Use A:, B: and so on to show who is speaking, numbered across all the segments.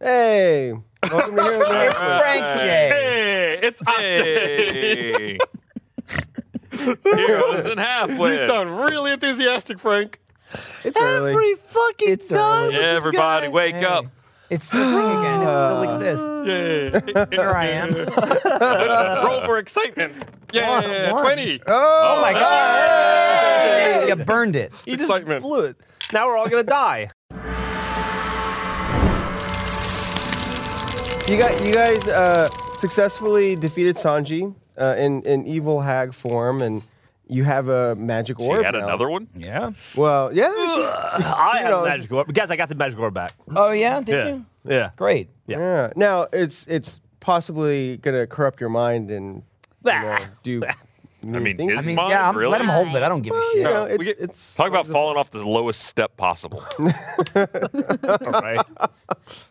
A: Hey, welcome to Heroes and
B: It's
A: Heroes.
B: Frank J.
C: Hey, it's
D: Hey. Heroes
C: You
D: and halfway.
C: sound really enthusiastic, Frank.
A: It's early.
B: fucking it's time.
D: Everybody, wake
B: Hey,
D: up.
B: It's the thing again. It still
A: Uh,
B: exists.
C: Yeah.
B: Here I am. oh
C: Roll for excitement. Yeah,
B: One, one.
C: 20.
A: Oh,
B: my god! you burned it.
A: he just
C: Excitement.
A: blew it. Now we're all gonna die. You got you guys uh, successfully defeated Sanji uh, in in evil hag form, and you have a magic orb.
D: You had
A: now.
D: another one?
E: Yeah.
A: Well, yeah. she-
F: I have
A: know-
F: the magic orb. Guys, I got the magic orb back.
B: Oh yeah, did you?
F: Yeah.
B: Great.
A: Yeah. Now it's it's possibly gonna corrupt your mind and you know, do.
D: I mean,
A: things.
D: his
B: I mean,
D: mind,
B: yeah, I'm,
D: really?
B: let him hold it. I don't give a shit.
A: you know,
D: we
A: it's,
D: get-
A: it's
D: Talk about falling off the lowest step possible.
F: All right.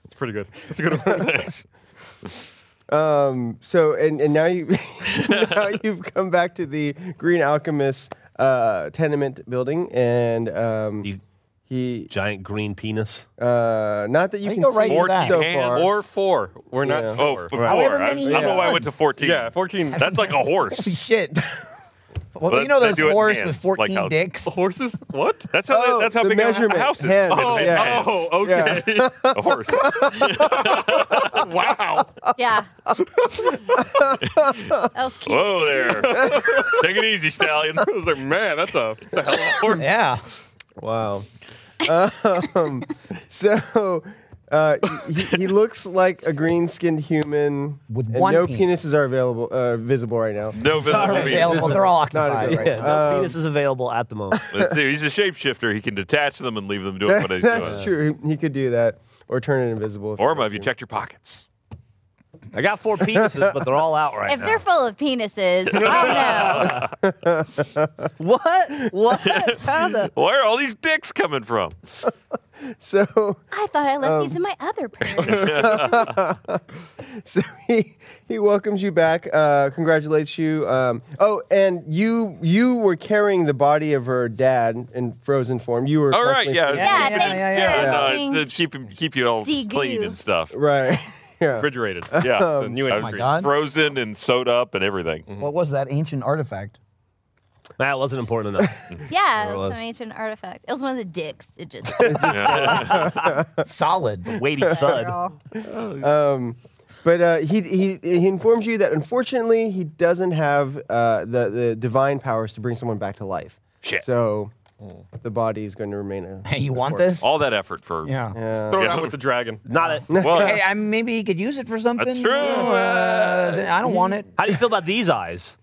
C: It's pretty good. It's a good one.
D: Oh,
A: so and, and now you now you've come back to the Green Alchemist uh, tenement building and um,
E: You-
A: he
E: Giant green penis.
A: uh, not that you
B: I
A: can
B: go
A: see
B: right
D: Or
B: to that.
A: so
D: can
A: far.
C: Or four. We're not
A: Yeah.
D: Oh,
C: sure.
D: f- four.
B: However
D: I, I
B: many
D: don't know why I went to 14.
C: yeah, 14.
D: That's like a
B: Holy
D: horse.
B: shit. Well,
D: But
B: you know
D: they
B: those
D: do it in
B: whores with
D: hands, like
B: 14
D: how-
B: dicks?
C: horses? What?
D: That's how,
A: Oh,
D: they, that's how
A: the
D: big a
A: measurement.
D: house is.
A: Hands,
D: Oh,
A: yeah.
D: oh,
C: Oh, okay.
D: a horse. wow.
G: Yeah. that was cute.
D: Whoa there. Take it easy, stallion.
C: I was like, man, that's a, that's a hell of a horse.
B: Yeah.
A: Wow. um, so uh, he, he looks like a green-skinned human.
B: With
A: and
B: one
A: no
B: penis.
A: penises are available uh, visible right now.
D: No villain.
B: Available. They're all
A: Not
B: occupied.
A: available.
B: right? Um,
F: No penis is available at the moment.
D: Let's see. He's a shapeshifter. He can detach them and leave them doing what he's
A: That's
D: doing.
A: true. He could do that or turn it invisible. if he
D: Orma,
A: wanted
D: have you
A: to.
D: checked your pockets?
F: I got four penises, but they're all out right
G: If
F: now.
G: they're full of penises, oh, I know.
F: what? What? How the?
D: Where are all these dicks coming from?
A: So
G: I thought I left
B: Um.
G: these in my other purse.
A: so he he welcomes you back, uh, congratulates you. Um, oh, and you you were carrying the body of her dad in frozen form. You were
D: All Oh, right,
A: constantly-
D: yeah.
G: yeah,
B: yeah,
G: thanks
B: yeah,
D: Yeah,
G: for
D: no,
G: being-
D: it's, it's keep him- keep you all
G: Degoo.
D: clean and stuff.
A: right, yeah.
C: Refrigerated.
D: Yeah.
C: It's a new
D: I was
C: entry.
B: Oh God.
D: Frozen and sewed up and everything.
B: What was that ancient artifact?
F: That wasn't important enough.
G: yeah, it
F: Well,
G: was some ancient artifact. It was one of the dicks. It just
B: Solid.
F: Weighty thud.
G: girl.
A: But uh, he, he he informs you that unfortunately he doesn't have uh, the the divine powers to bring someone back to life.
D: Shit.
A: So the body is going to remain a.
B: Hmm. Hey, you want this?
D: All that effort for.
B: Yeah.
A: Yeah.
C: Throw it out with the dragon.
F: Not it.
D: Well,
B: Hey, I, maybe he could use it for something.
D: That's true.
B: Uh, I don't want it.
F: How do you feel about these eyes?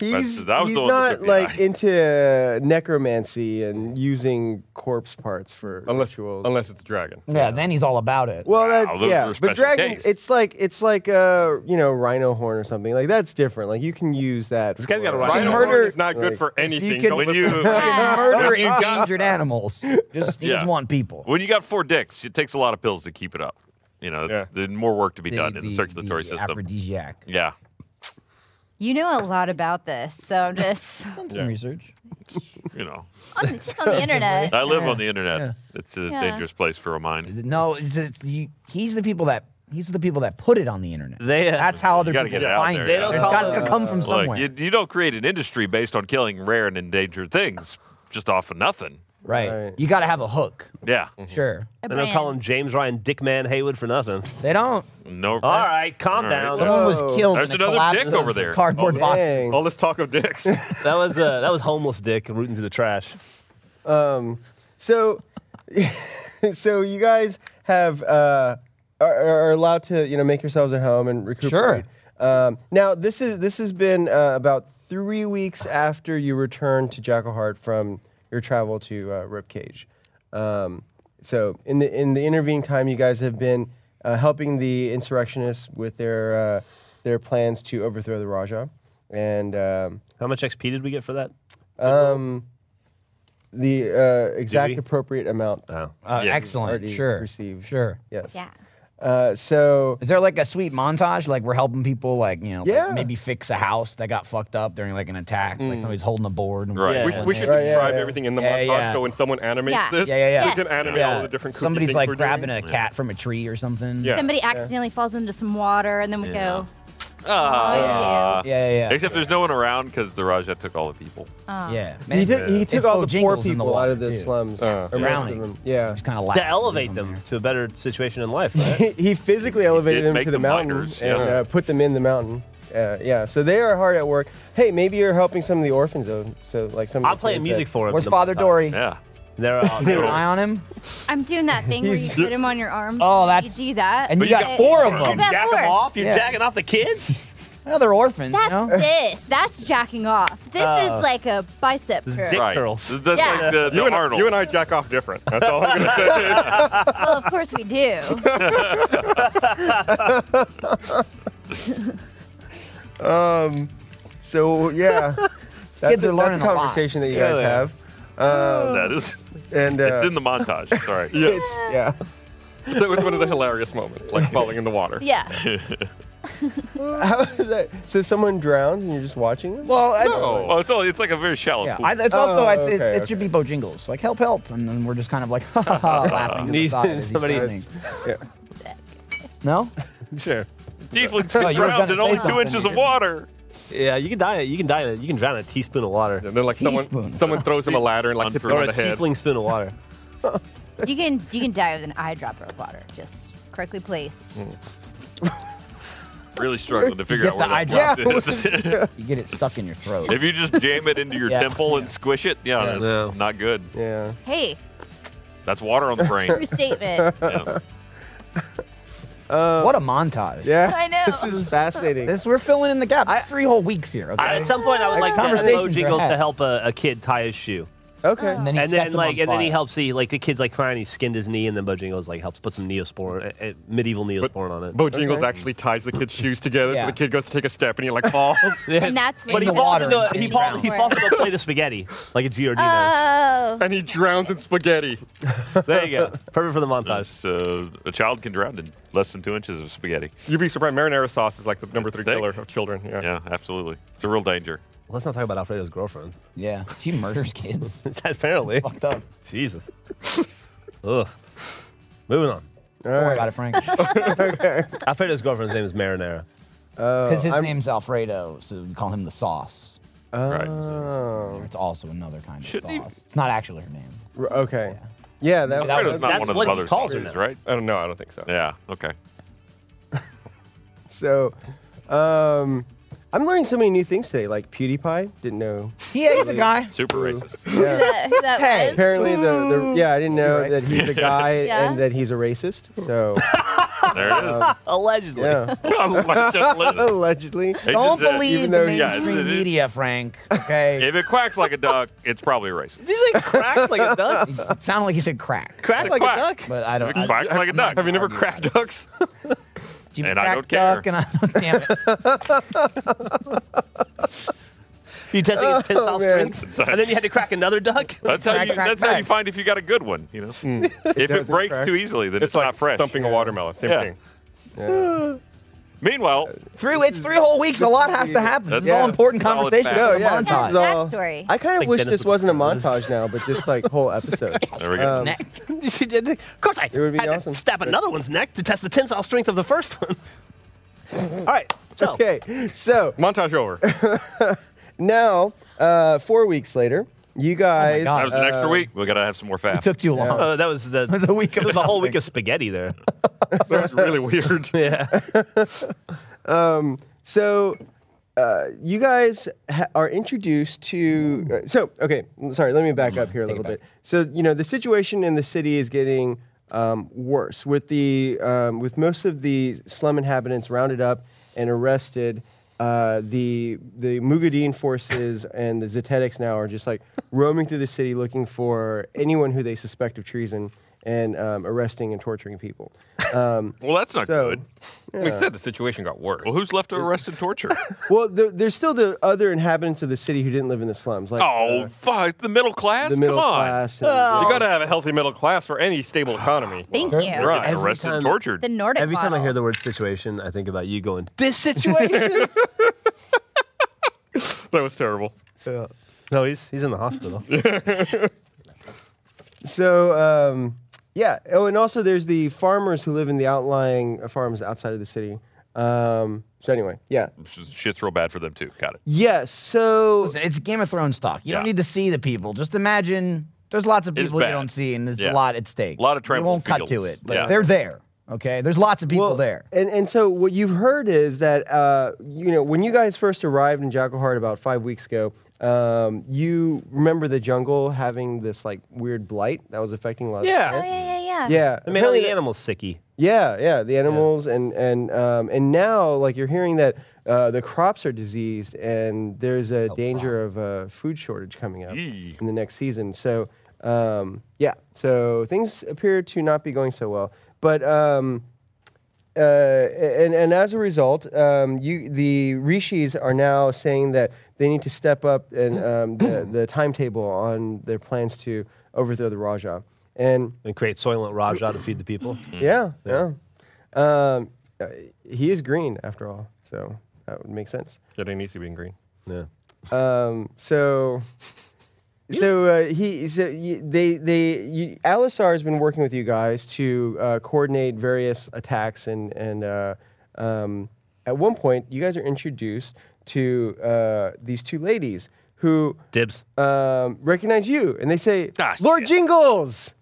A: He's,
D: that was
A: he's
D: the one that
A: not
D: took the
A: like
D: eye.
A: into necromancy and using corpse parts for
C: Unless,
A: rituals.
C: unless it's a dragon.
B: Yeah, then he's all about it.
A: Well, that's
D: those are
A: yeah,
D: a
A: but
D: special
A: dragon,
D: case.
A: it's like it's like uh, you know, rhino horn or something like that's different. Like you can use that.
F: This guy's got a
A: for-
F: rhino
C: Rhino
F: horn
C: murder is
A: Murder-
C: not good
A: like,
C: for anything.
B: can-
C: Don't
D: when
C: listen to
D: you
B: Murder
D: you got-
B: endangered animals. Just he
D: Yeah.
B: just want people.
D: when you got four dicks, it takes a lot of pills to keep it up. You know, it's-
C: Yeah.
D: there's more work to be
B: The-
D: done in the circulatory
B: the
D: system.
B: Aphrodisiac.
D: Yeah.
G: You know a lot about this, so I'm just
B: Done some research.
D: You know,
G: on, the- it's on the internet.
D: I live on the internet. It's a
G: Yeah.
D: dangerous place for a mind.
B: No, it's, it's, you, he's the people that he's the people that put it on the internet.
F: They, uh,
B: That's how other
D: gotta
B: people
D: get it out
B: find
D: there,
B: it.
D: They
F: don't
B: There's
F: call
B: got
F: it-
B: to come from somewhere,
D: Look, you, you don't create an industry based on killing rare and endangered things just off of nothing.
B: right?
A: Right.
B: You got to have a hook.
D: Yeah.
B: Sure,
G: A
F: They don't call him
G: brand.
F: James Ryan Dickman Haywood for nothing.
B: they don't.
D: No.
F: All right, calm
D: All right.
F: down.
D: Someone
B: Someone was killed.
D: There's
B: in a
D: another
B: collapse
D: dick
B: of
D: over
B: a
D: there.
A: Oh,
B: Cardboard box.
A: Dang.
C: All this talk of
D: Oh,
C: dicks.
F: That was uh, that was homeless Dick rooting through the trash.
A: So, so you guys have uh, are, are allowed to you know make yourselves at home and recuperate. Sure. Um, now this is this has been uh, about three weeks after you returned to Jackalhart from your travel to uh, Ribcage. Um, so in the in the intervening time, you guys have been uh, helping the insurrectionists with their uh, their plans to overthrow the Raja, and um,
F: How much XP did we get for that?
A: the uh, exact
F: we?
A: appropriate amount
F: Oh.
B: Uh,
D: Yes.
B: Excellent.
A: already
B: Sure.
A: received.
B: Sure.
A: Yes.
G: Yeah.
A: Uh, so
B: Is there like a sweet montage? Like we're helping people, like you know, like,
A: Yeah. Mm.
B: maybe fix a house that got fucked up during like an attack. Like somebody's holding a board. And
D: Right.
C: We,
F: Yeah.
C: sh- we should
A: Right, yeah,
C: describe
A: yeah.
C: everything in the
B: Yeah,
C: montage
B: yeah.
C: so when someone animates
G: Yeah.
C: this,
B: Yeah, yeah, yeah.
C: we can animate
G: Yes.
C: all the different cookie
B: Somebody's
C: things
B: like
C: we're
B: grabbing
C: doing.
B: a cat from a tree or something.
C: Yeah.
G: Somebody accidentally falls into some water, and then we go,
D: Ah.
B: Yeah, yeah, yeah.
D: Except there's no one around because the Rajah took all the people.
B: yeah. Man,
A: he, took, he
B: it's
A: took all the poor
B: Bojangles in
A: people out
B: water,
A: of the
B: too.
A: slums.
C: Uh,
A: or most of
B: Drowning.
A: them. Yeah.
B: Just kind of
F: to elevate them to a better situation in life.
A: he
F: Right?
A: he physically elevated
D: did
A: them
D: make
A: to the
D: them
A: mountain
D: miners,
A: and
D: yeah.
A: uh, put them in the mountain. Uh, yeah, so they are hard at work. Hey, maybe you're helping some of the orphans though. So like some. of
F: I'm
A: the
F: playing
A: kids
F: music
A: that-
F: for him.
B: Where's Father Dory?
D: Yeah.
F: They're, uh,
B: You
F: they're
B: have an
F: all-
B: eye on him.
G: I'm doing that thing where you
A: He's-
G: put him on your arm.
B: Oh, that's-
G: you do that.
B: And
D: But
B: you,
D: you
B: got,
D: got
B: four of
D: four.
G: I've
B: them.
G: got
F: jack
G: four.
F: them off. You're
B: Yeah.
F: jacking off the kids.
B: Well, they're orphans,
G: That's
B: you know?
G: this. That's jacking off. This
F: Oh.
G: is like a bicep curl.
F: dick-
D: Right.
F: curls.
D: That's like
G: Yeah.
D: the, the
C: You and,
D: Arnold.
C: you and I jack off different. That's all I'm gonna say.
G: Well, of course we do.
A: So yeah, that's,
B: Kids
A: a,
B: are
A: that's a
B: learning a lot.
A: conversation that you guys
F: Yeah.
A: have.
D: that is.
A: And uh,
D: It's in the montage. Sorry.
C: Yeah.
A: it's yeah.
C: So it was one of the hilarious moments, like falling in the water.
G: Yeah.
A: How is that? So someone drowns and you're just watching them?
B: Well, it's,
C: No.
D: Oh, it's all, it's like a very shallow
B: yeah.
D: pool.
B: I, it's also
A: Oh,
B: it's, it,
A: okay,
B: it should be Bojangles. Like help, help, and then we're just kind of like ha, ha, ha, laughing to the
F: Needs-
B: side. As he's
F: somebody-
B: drowning.
A: Yeah.
B: No,
F: sure.
D: Tieflings
B: Oh,
D: get
B: you were
D: drowned
B: gonna
D: in
B: say
D: only two
B: something,
D: inches
B: you
D: of
B: didn't.
D: water.
F: Yeah, you can die. You can die. in a- You can drown in a teaspoon of water.
C: And then like someone
B: Teaspoon.
C: someone throws him a ladder and like hits him
F: Or
C: on the
F: a
C: head.
F: tiefling spoon of water.
G: You can you can die with an eyedropper of water, just correctly placed.
F: Hmm.
D: Really struggling to figure
B: Get
D: out where
B: the eye
D: that
B: drop.
D: drop is.
B: you get it stuck in your throat.
D: if you just jam it into your
B: Yeah.
D: temple and squish it, yeah, that's
A: No.
D: not good.
A: Yeah.
G: Hey,
D: That's water on the brain.
G: true statement.
D: Yeah.
B: what a montage!
A: Yeah.
G: I know.
A: This is fascinating.
B: This we're filling in the gap. It's three whole weeks here. Okay.
F: I, at some point, I would like to have
B: Conversations are
F: Bojangles
B: had.
F: to help a, a kid tie his shoe.
A: okay.
B: and then he
F: and then
B: sets him
F: like
B: on
F: and then he
B: fire.
F: helps the like the kid's like crying he skinned his knee and then Bojangles like helps put some neosporin uh, uh, medieval neosporin on it.
C: Bojangles
A: Okay.
C: actually ties the kid's shoes together,
B: Yeah.
C: so the kid goes to take a step and he like falls.
G: and that's when
F: but he
B: the
G: you-
F: falls
B: water
F: into a,
B: and
F: he
B: sit
F: falls
B: down.
F: he falls into a plate of spaghetti like a Giordino's.
G: Oh.
C: and he drowns in spaghetti.
F: there you go, perfect for the montage.
D: so uh, a child can drown in less than two inches of spaghetti.
C: You'd be surprised. Marinara sauce is like the number
D: It's
C: three
D: thick.
C: killer of children. Yeah.
D: Yeah, absolutely. It's a real danger.
F: Let's not talk about Alfredo's girlfriend.
B: Yeah, she murders kids.
F: Apparently,
B: Fucked up.
F: Jesus. Ugh. Moving on.
A: All
B: Don't worry
A: right.
B: about it, Frank.
F: Alfredo's girlfriend's name is Marinara.
B: Because his
A: I'm-
B: name's Alfredo, so we call him the sauce.
D: Right.
A: Oh.
B: It's also another kind of
D: Shouldn't he-
B: sauce. It's not actually her name.
A: R- Okay. Yeah. That,
B: That
D: Alfredo's
B: was-
D: not
F: that's
D: one of the
F: what he
D: mother's
F: calls her
D: daughters,
F: now.
D: right?
C: I don't know. I don't think so.
D: Yeah. Okay.
A: so. Um, I'm learning so many new things today. Like PewDiePie, didn't know.
B: Yeah, he's a guy.
D: Super racist.
G: Who
A: Yeah.
G: that, who that
B: Hey,
G: was?
A: Apparently, the, the yeah, I didn't know
B: Right.
A: that he's a guy
G: Yeah.
A: and that he's a racist. So
D: There it is.
F: Allegedly.
A: yeah, Oh.
D: Allegedly.
A: allegedly.
D: It
B: Don't
D: just, uh,
B: believe
A: even
B: the
A: though- yeah,
D: it's-
B: mainstream
D: it is-
B: media, Frank. Okay.
D: If it quacks like a duck, it's probably racist.
F: Did you say cracks like a duck?
B: it sounded like he said crack,
F: Crack
D: It's
F: like
D: quack.
F: a duck?
B: but I don't.
D: It
B: I,
D: quacks like a duck.
C: Have you never cracked ducks?
B: Jimmy
D: and I don't
B: crack duck,
D: care.
B: And I don't. Damn it.
F: You testing its tensile
A: man.
F: strength, and then you had to crack another duck.
D: That's how
B: Crack,
D: you.
B: crack,
D: That's how you
B: crack.
D: find if you got a good one. You know, if it
A: doesn't
D: breaks
A: crack.
D: too easily, then it's,
C: It's, like
D: not fresh.
C: thumping a watermelon. Same
D: Yeah.
C: thing.
A: Yeah.
D: Meanwhile,
B: Three. It's three whole weeks. A lot has to happen.
D: That's
B: It's all
D: solid-
B: important
D: solid
B: conversation.
D: fact.
B: for
A: No,
B: the
A: Oh, yeah, this
B: montage.
A: is all-
G: Backstory.
A: I kind of
F: Like
A: wish
F: Dennis
A: this
F: would-
A: wasn't a montage now, but just like whole episodes.
D: there we go.
B: Neck.
F: She did. Of course, I
A: It would be
F: had
A: awesome.
F: to stab another one's neck to test the tensile strength of the first one. All right. So,
A: Okay, so
C: Montage over.
A: now uh, four weeks later, you guys.
D: that
B: God.
D: was an extra week. We gotta have some more fast.
B: Took too long.
F: uh, that was the. It was
B: a week of
F: It was a whole week
B: nothing.
F: of spaghetti there.
C: that was really weird.
F: yeah.
A: So uh, you guys ha- are introduced to. uh, so okay, l- sorry. Let me back up here a little
B: it back.
A: bit. So you know the situation in the city is getting um, worse with the um, with most of the slum inhabitants rounded up and arrested. Uh, the the Mugadin forces and the Zetetics now are just like roaming through the city looking for anyone who they suspect of treason and um, arresting and torturing people.
D: Well, that's not
A: So,
D: good.
C: We said the situation got worse.
D: Well, who's left to arrest and torture?
A: well, there, there's still the other inhabitants of the city who didn't live in the slums, like
D: oh, fuck. The middle class?
A: the middle
D: Come on.
A: class. and-
F: Ah.
C: You got to have a healthy middle class for any stable economy.
G: Thank you.
D: Right.
F: Every
D: Arrested
F: time-
D: and tortured.
G: The Nordic
F: Every time I
G: model.
F: hear the word situation, I think about you going.
B: This situation.
C: That was terrible.
F: No, he's he's in the hospital.
A: So um, yeah. Oh, and also there's the farmers who live in the outlying uh, farms outside of the city. Um, so anyway, yeah.
D: Shit's real bad for them, too. Got it.
A: Yes. So
B: it's Game of Thrones talk. You don't
D: Yeah.
B: need to see the people. Just imagine there's lots of
D: It's
B: people you
D: bad.
B: don't see, and there's
D: Yeah.
B: a lot at stake.
D: A lot of
B: We
D: trampled
B: won't cut to
D: fields.
B: it, but
D: Yeah.
B: they're there. Okay, there's lots of people there.
A: And and so what you've heard is that uh, you know when you guys first arrived in Jackalhart about five weeks ago, um, you remember the jungle having this like weird blight that was affecting a lot.
F: Yeah.
G: Oh,
A: Of plants?
G: yeah, yeah, yeah.
A: yeah.
F: I mean, all
A: Apparently
F: the
A: that-
F: animals sicky.
A: Yeah, yeah, the animals and and um, and now like you're hearing that uh, the crops are diseased and there's a danger of a food shortage coming up
D: Yee.
A: in the next season. So um, yeah, so things appear to not be going so well, but. Um, uh, and, and as a result, um, you, the rishis are now saying that they need to step up and um, the, the timetable on their plans to overthrow the Raja. And
F: And create soylent Rajah to feed the people.
A: yeah, yeah. Um, uh, he is green after all, so that would make sense.
C: It ain't easy being green.
F: Yeah.
A: Um, so, so uh, he, so y they, they, you, Alistar has been working with you guys to uh, coordinate various attacks, and and uh, um, at one point you guys are introduced to uh, these two ladies who
F: Dibs.
A: um, recognize you, and they say,
D: Ah,
A: "Lord
D: shit.
A: Jingles."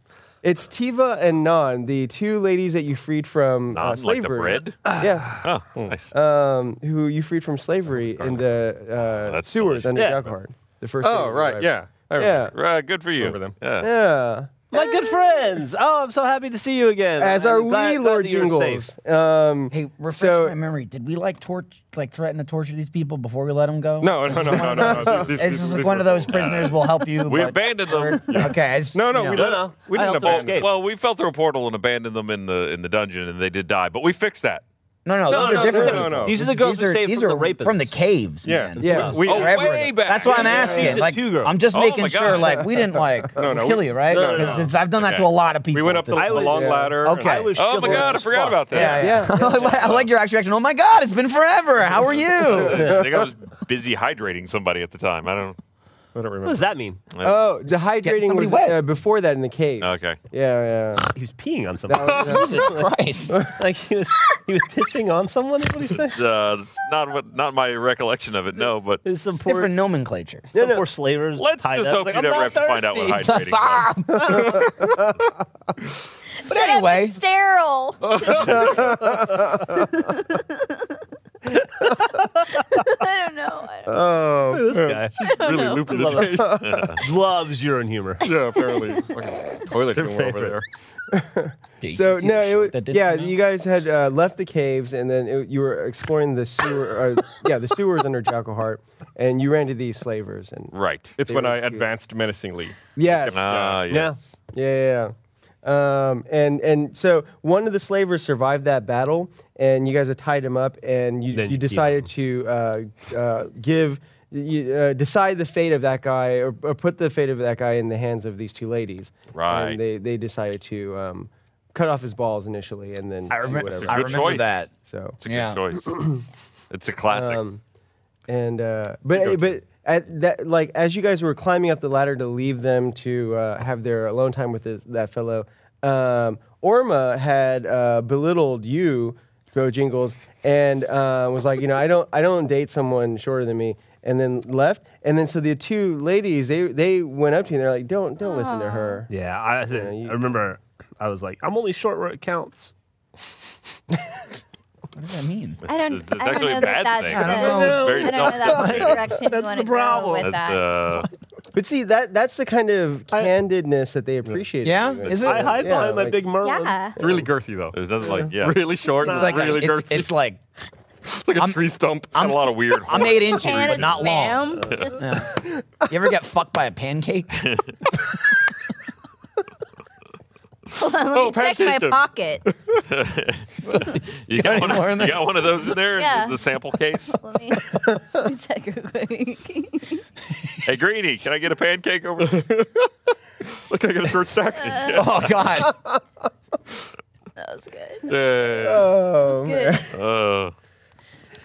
A: It's Tiva and Nan, the two ladies that you freed from
D: Nan,
A: uh,
D: like the
A: slavery.
D: bread?
A: Yeah,
D: Oh,
B: Hmm.
D: nice.
B: Uh,
A: um, who you freed from slavery in the uh,
D: Oh, that's
A: sewers
D: delicious.
A: under
F: Yeah.
A: Jacquard. The first. day
C: Oh,
A: you
C: right.
A: arrived.
C: Yeah. I
A: Yeah.
C: remember.
D: right, good for you.
C: Over them.
D: Yeah.
A: Yeah.
F: My good friends. Oh, I'm so happy to see you again.
A: As
F: I'm
A: are
F: glad-
A: we,
F: glad
A: Lord
F: that you're safe.
A: Jingles. Um,
B: Hey, refresh
A: So-
B: my memory. Did we like torch, like threaten to torture these people before we let them go?
C: No, no, no, no, no. no. These-
B: It's
C: these-
B: just
C: these
B: like one
C: were
B: of those
C: cool.
B: prisoners will help you.
D: We
B: but-
D: abandoned them.
B: Okay. I just,
C: No, no,
B: you
C: we
B: know.
C: let
F: no.
C: we didn't
F: I helped them
C: abandon.
F: escape.
C: Well,
D: Well, we fell through a portal and abandoned them in the in the dungeon, and they did die. But we fixed that.
B: no, no, those
C: no,
B: are
C: no,
B: different.
C: no, no,
B: people.
C: no.
F: These are
B: This-
F: the girls who
B: are-
F: saved
B: these
F: from
B: are
F: the rapists.
B: from the caves,
C: Yeah.
B: man.
A: Yeah.
B: This is
C: We-
D: Oh,
B: forever
D: way
B: ago.
D: back.
B: That's why I'm
D: Yeah.
B: asking.
F: Season
B: Like,
F: two girl.
B: I'm just
D: Oh
B: making
D: my
B: sure,
D: God.
B: like, we didn't like
C: no,
B: kill
C: we-
B: you, right?
F: no, no,
B: 'Cause
F: no.
B: it's- I've done that
D: Okay.
B: to a lot of
C: we
B: people.
C: went up the,
F: I
C: the
F: was-
C: long
F: yeah.
C: ladder.
B: Okay.
F: I was
D: Oh my
F: chivalrous
D: God, I
F: as
D: forgot
F: fuck.
D: about
B: Yeah,
D: that.
B: yeah. I like your actual reaction. Oh my God, it's been forever. How are you?
D: I think I was busy hydrating somebody at the time. I don't.
C: I don't
F: What
C: remember.
F: does that mean?
A: oh,
B: getting
A: dehydrating
B: somebody
A: was
B: wet.
A: uh, before that in the cave.
D: Okay.
A: Yeah, yeah.
F: He was peeing on someone.
B: Jesus Christ.
F: like he was he was pissing on someone. Is what he said.
D: Uh, that's not what. Not my recollection of it. No, but
F: It's some poor,
B: Different nomenclature.
F: some poor slavers.
D: let's
F: tied
D: just
F: up.
D: hope
F: Like,
D: we
F: I'm
D: never have
F: not
D: to find out what
F: thirsty.
D: hydrating was.
B: But anyway,
G: It's sterile. I don't know. I don't-
F: Look at This guy
C: really looping the tape.
F: loves urine humor.
C: Yeah, apparently. Fucking toilet humor over
F: favorite.
C: there.
A: So no, it was,
B: That didn't
A: yeah,
B: come out?
A: you guys had uh, left the caves, and then it, you were exploring the sewer. Uh, yeah, the sewers under Jackalhart, and you ran to these slavers, and
D: Right.
C: It's when I advanced menacingly.
A: yes,
D: Ah, yes.
F: Yeah.
A: Yeah, yeah. yeah. Um, and and so one of the slavers survived that battle, and you guys had tied him up, and you,
F: Then
A: you,
F: you keep
A: decided to uh, uh, give you, uh, decide the fate of that guy, or, or put the fate of that guy in the hands of these two ladies.
D: Right.
A: And they they decided to um, cut off his balls initially, and then
B: I,
A: do
B: remember.
A: whatever.
B: I
D: Good
B: remember
D: choice.
B: that.
A: so
D: It's a
B: Yeah.
D: good choice. It's a classic.
B: Um,
A: and uh, but but at that like as you guys were climbing up the ladder to leave them to uh, have their alone time with this, that fellow, um, Orma had uh, belittled you, Go Jingles, and uh, was like, you know, I don't I don't date someone shorter than me. And then left, and then so the two ladies, they they went up to you, and they're like, "Don't don't listen to her."
B: Ah.
F: Yeah, I, I
A: you-
F: remember. I was like, I'm only short where it counts.
B: What does that mean?
G: I don't.
D: It's- it's
G: I don't
D: actually
G: know
D: a
G: that
D: bad
G: that's
D: thing.
G: the.
D: I
B: don't know.
D: Very
G: I don't know that's the
D: self-deprecating.
G: direction you want to go
F: problem.
G: with
D: That's
G: that.
D: uh,
A: But see that that's the kind of candidness that they appreciate.
B: Yeah?
A: Like,
B: Is it?
F: I hide
A: Yeah,
F: behind my
A: like-
F: big Merlin.
G: yeah.
C: It's really girthy, though.
D: there's nothing like yeah.
C: Really short.
B: It's like, a-
C: really
B: it's,
C: girthy.
B: it's like,
C: It's like a tree stump.
D: I'm, a lot of weird.
B: I'm eight inches,
G: Can
B: but not long.
G: spam, Just
B: You ever get fucked by a pancake?
G: Hold on, let
C: Oh,
G: me check my
C: pancake.
G: pocket.
D: You got,
B: more in
D: one, you
B: there?
D: got one of those in there,
G: Yeah.
D: the, the sample case.
G: Let me, let me check real quick.
D: hey, Greenie, can I get a pancake over there?
C: Look, I got a short stack.
B: Oh God.
G: that was good.
C: Yeah.
G: That was good.
D: Uh,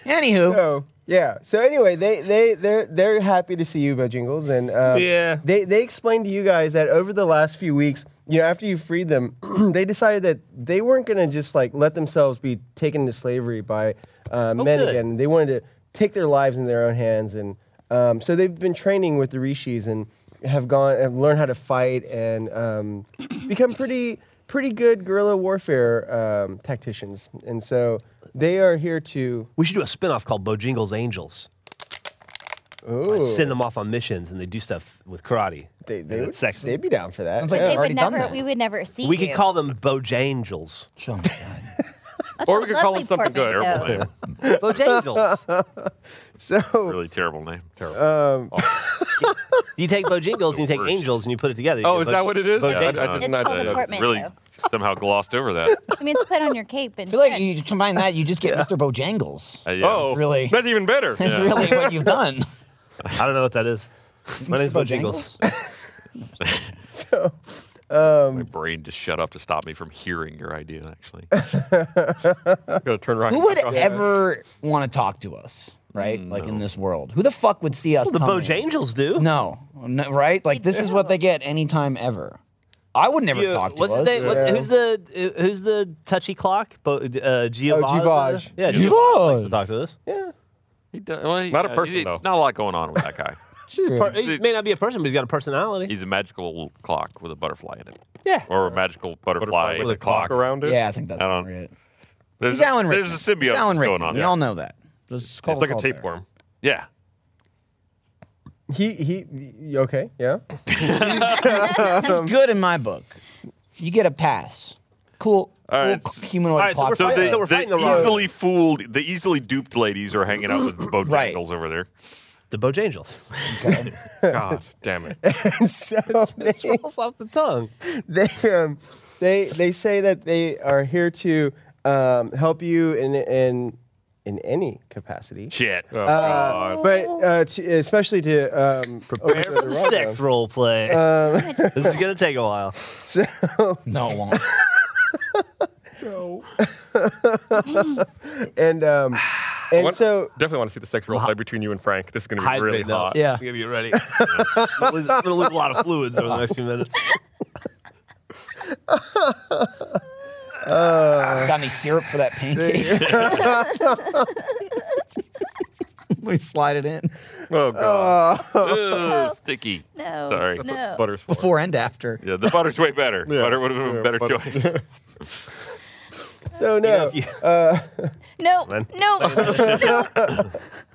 B: Anywho,
A: So yeah. So anyway, they they they're they're happy to see you, Bojangles, and um,
F: Yeah.
A: they they explained to you guys that over the last few weeks, you know, after you freed them, they decided that they weren't gonna just like let themselves be taken into slavery by uh, men
F: Oh, good.
A: again. They wanted to take their lives in their own hands, and um, so they've been training with the rishis and have gone and learned how to fight and um, become pretty. Pretty good guerrilla warfare um, tacticians, and so they are here to
F: We should do a spinoff called Bojangles Angels. I send them off on missions and they do stuff with karate.
A: They, they
F: And
A: would,
F: it's sexy.
A: They'd be down for that.
B: Sounds like
A: Yeah.
G: They
B: I've already
G: would
B: done
G: never.
B: that.
G: We would never see.
F: we
G: you.
F: could call them Bojangles.
B: oh my God.
C: Or we could call
G: Lovely
C: it something good.
G: portmanteau.
D: terrible name.
F: Bojangles.
A: so.
D: Really terrible name. Uh, Terrible.
F: you take Bojangles and you take
D: Worse.
F: angels and you put it together.
C: Oh,
F: You
C: is
F: get
C: that
F: Bo-
C: what it is?
F: Bojangles.
C: I, I
D: It's
C: did not
G: called
C: know
G: a
C: that.
G: portman-
D: really somehow glossed over that.
G: I mean, it's put on your cape and.
B: I feel like
G: print.
B: you combine that, you just get Mr. Bojangles.
D: Uh, yeah.
C: Oh,
B: really-
C: that's even better.
B: That's really what you've done.
F: I don't know what that is. My name's Bojangles.
D: My brain just shut up to stop me from hearing your idea, actually.
C: I'm gonna turn around.
B: Who would
C: Oh, yeah.
B: ever want to talk to us, right? like in this world, who the fuck would see us?
F: the
B: coming?
F: Bojangles do.
B: No, no, right? Like this is what they get anytime ever. I would never
F: You-
B: talk to
F: what's
B: us.
F: his name? What's,
A: Yeah.
F: who's the uh, who's the touchy clock? Bo, uh,
B: Oh,
F: Giovaz.
A: Givaj.
F: Yeah, Giovaz likes to talk to us.
A: Yeah.
D: He does, well, he-
C: Not a
D: uh,
C: person,
D: he-
C: though.
D: Not a lot going on with that guy.
F: Per- he may not be a person, but he's got a personality.
D: He's a magical clock with a butterfly in it,
F: yeah.
D: or a magical butterfly,
C: Butterfly
D: in
C: with
D: a
C: a clock around it.
B: Yeah, I think that's
D: I don't-
B: probably it.
D: There's,
B: He's Alan Rickman.
D: there's a
B: He's
D: symbiote
B: Alan
D: that's going
B: Rickman.
D: on.
B: We
D: there.
B: all know that. Just call
C: It's like a
B: call there.
C: tapeworm.
D: Yeah.
A: He he. y- Okay. Yeah.
B: He's good in my book. You get a pass. Cool.
D: All right,
B: cool
D: so-
B: humanoid
F: all right, so we're
B: clock.
D: So
F: Yeah,
D: the,
F: so we're
D: the
F: fighting the rock.
D: easily fooled, the easily duped ladies are hanging out with Bojangles
B: Right.
D: over there.
F: The Bojangles.
C: God damn it.
A: And so they,
F: Rolls off the tongue.
A: they um they they say that they are here to um help you in in in any capacity.
D: Shit.
C: Oh.
A: Uh, but uh, to, especially to um,
F: Prepare for the sixth role play.
B: Um,
F: this is gonna take a while.
B: No, it won't.
A: and um, and
C: What-
A: so
C: definitely want to see the sex role play between you and Frank. This is gonna be
F: Hydrate
C: really
F: now.
C: hot.
B: Yeah.
F: It's gonna get ready. I'm gonna lose a lot of fluids over the next few minutes.
B: Got any syrup for that pancake? Let me slide it in
C: Oh god.
D: Ugh, sticky.
G: No.
D: Sorry.
G: No.
C: Butter's for.
B: before and after.
D: Yeah, the butter's way better.
C: Yeah.
D: Butter would have been a
C: Yeah,
D: better
C: butter.
D: choice.
A: so no.
F: If you-
G: No.
F: Man.
G: No.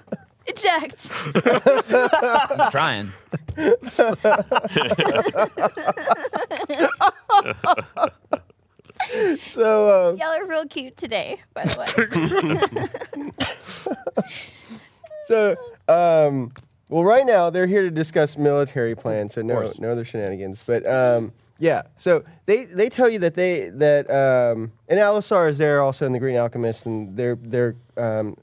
G: Eject.
B: He's trying.
A: So um,
G: Y'all are real cute today, by the way.
A: So, um, well, right now they're here to discuss military plans, so no, no other shenanigans. But um, yeah, so they, they tell you that they that um, and Alisar is there also in the Green Alchemist, and they're they're um,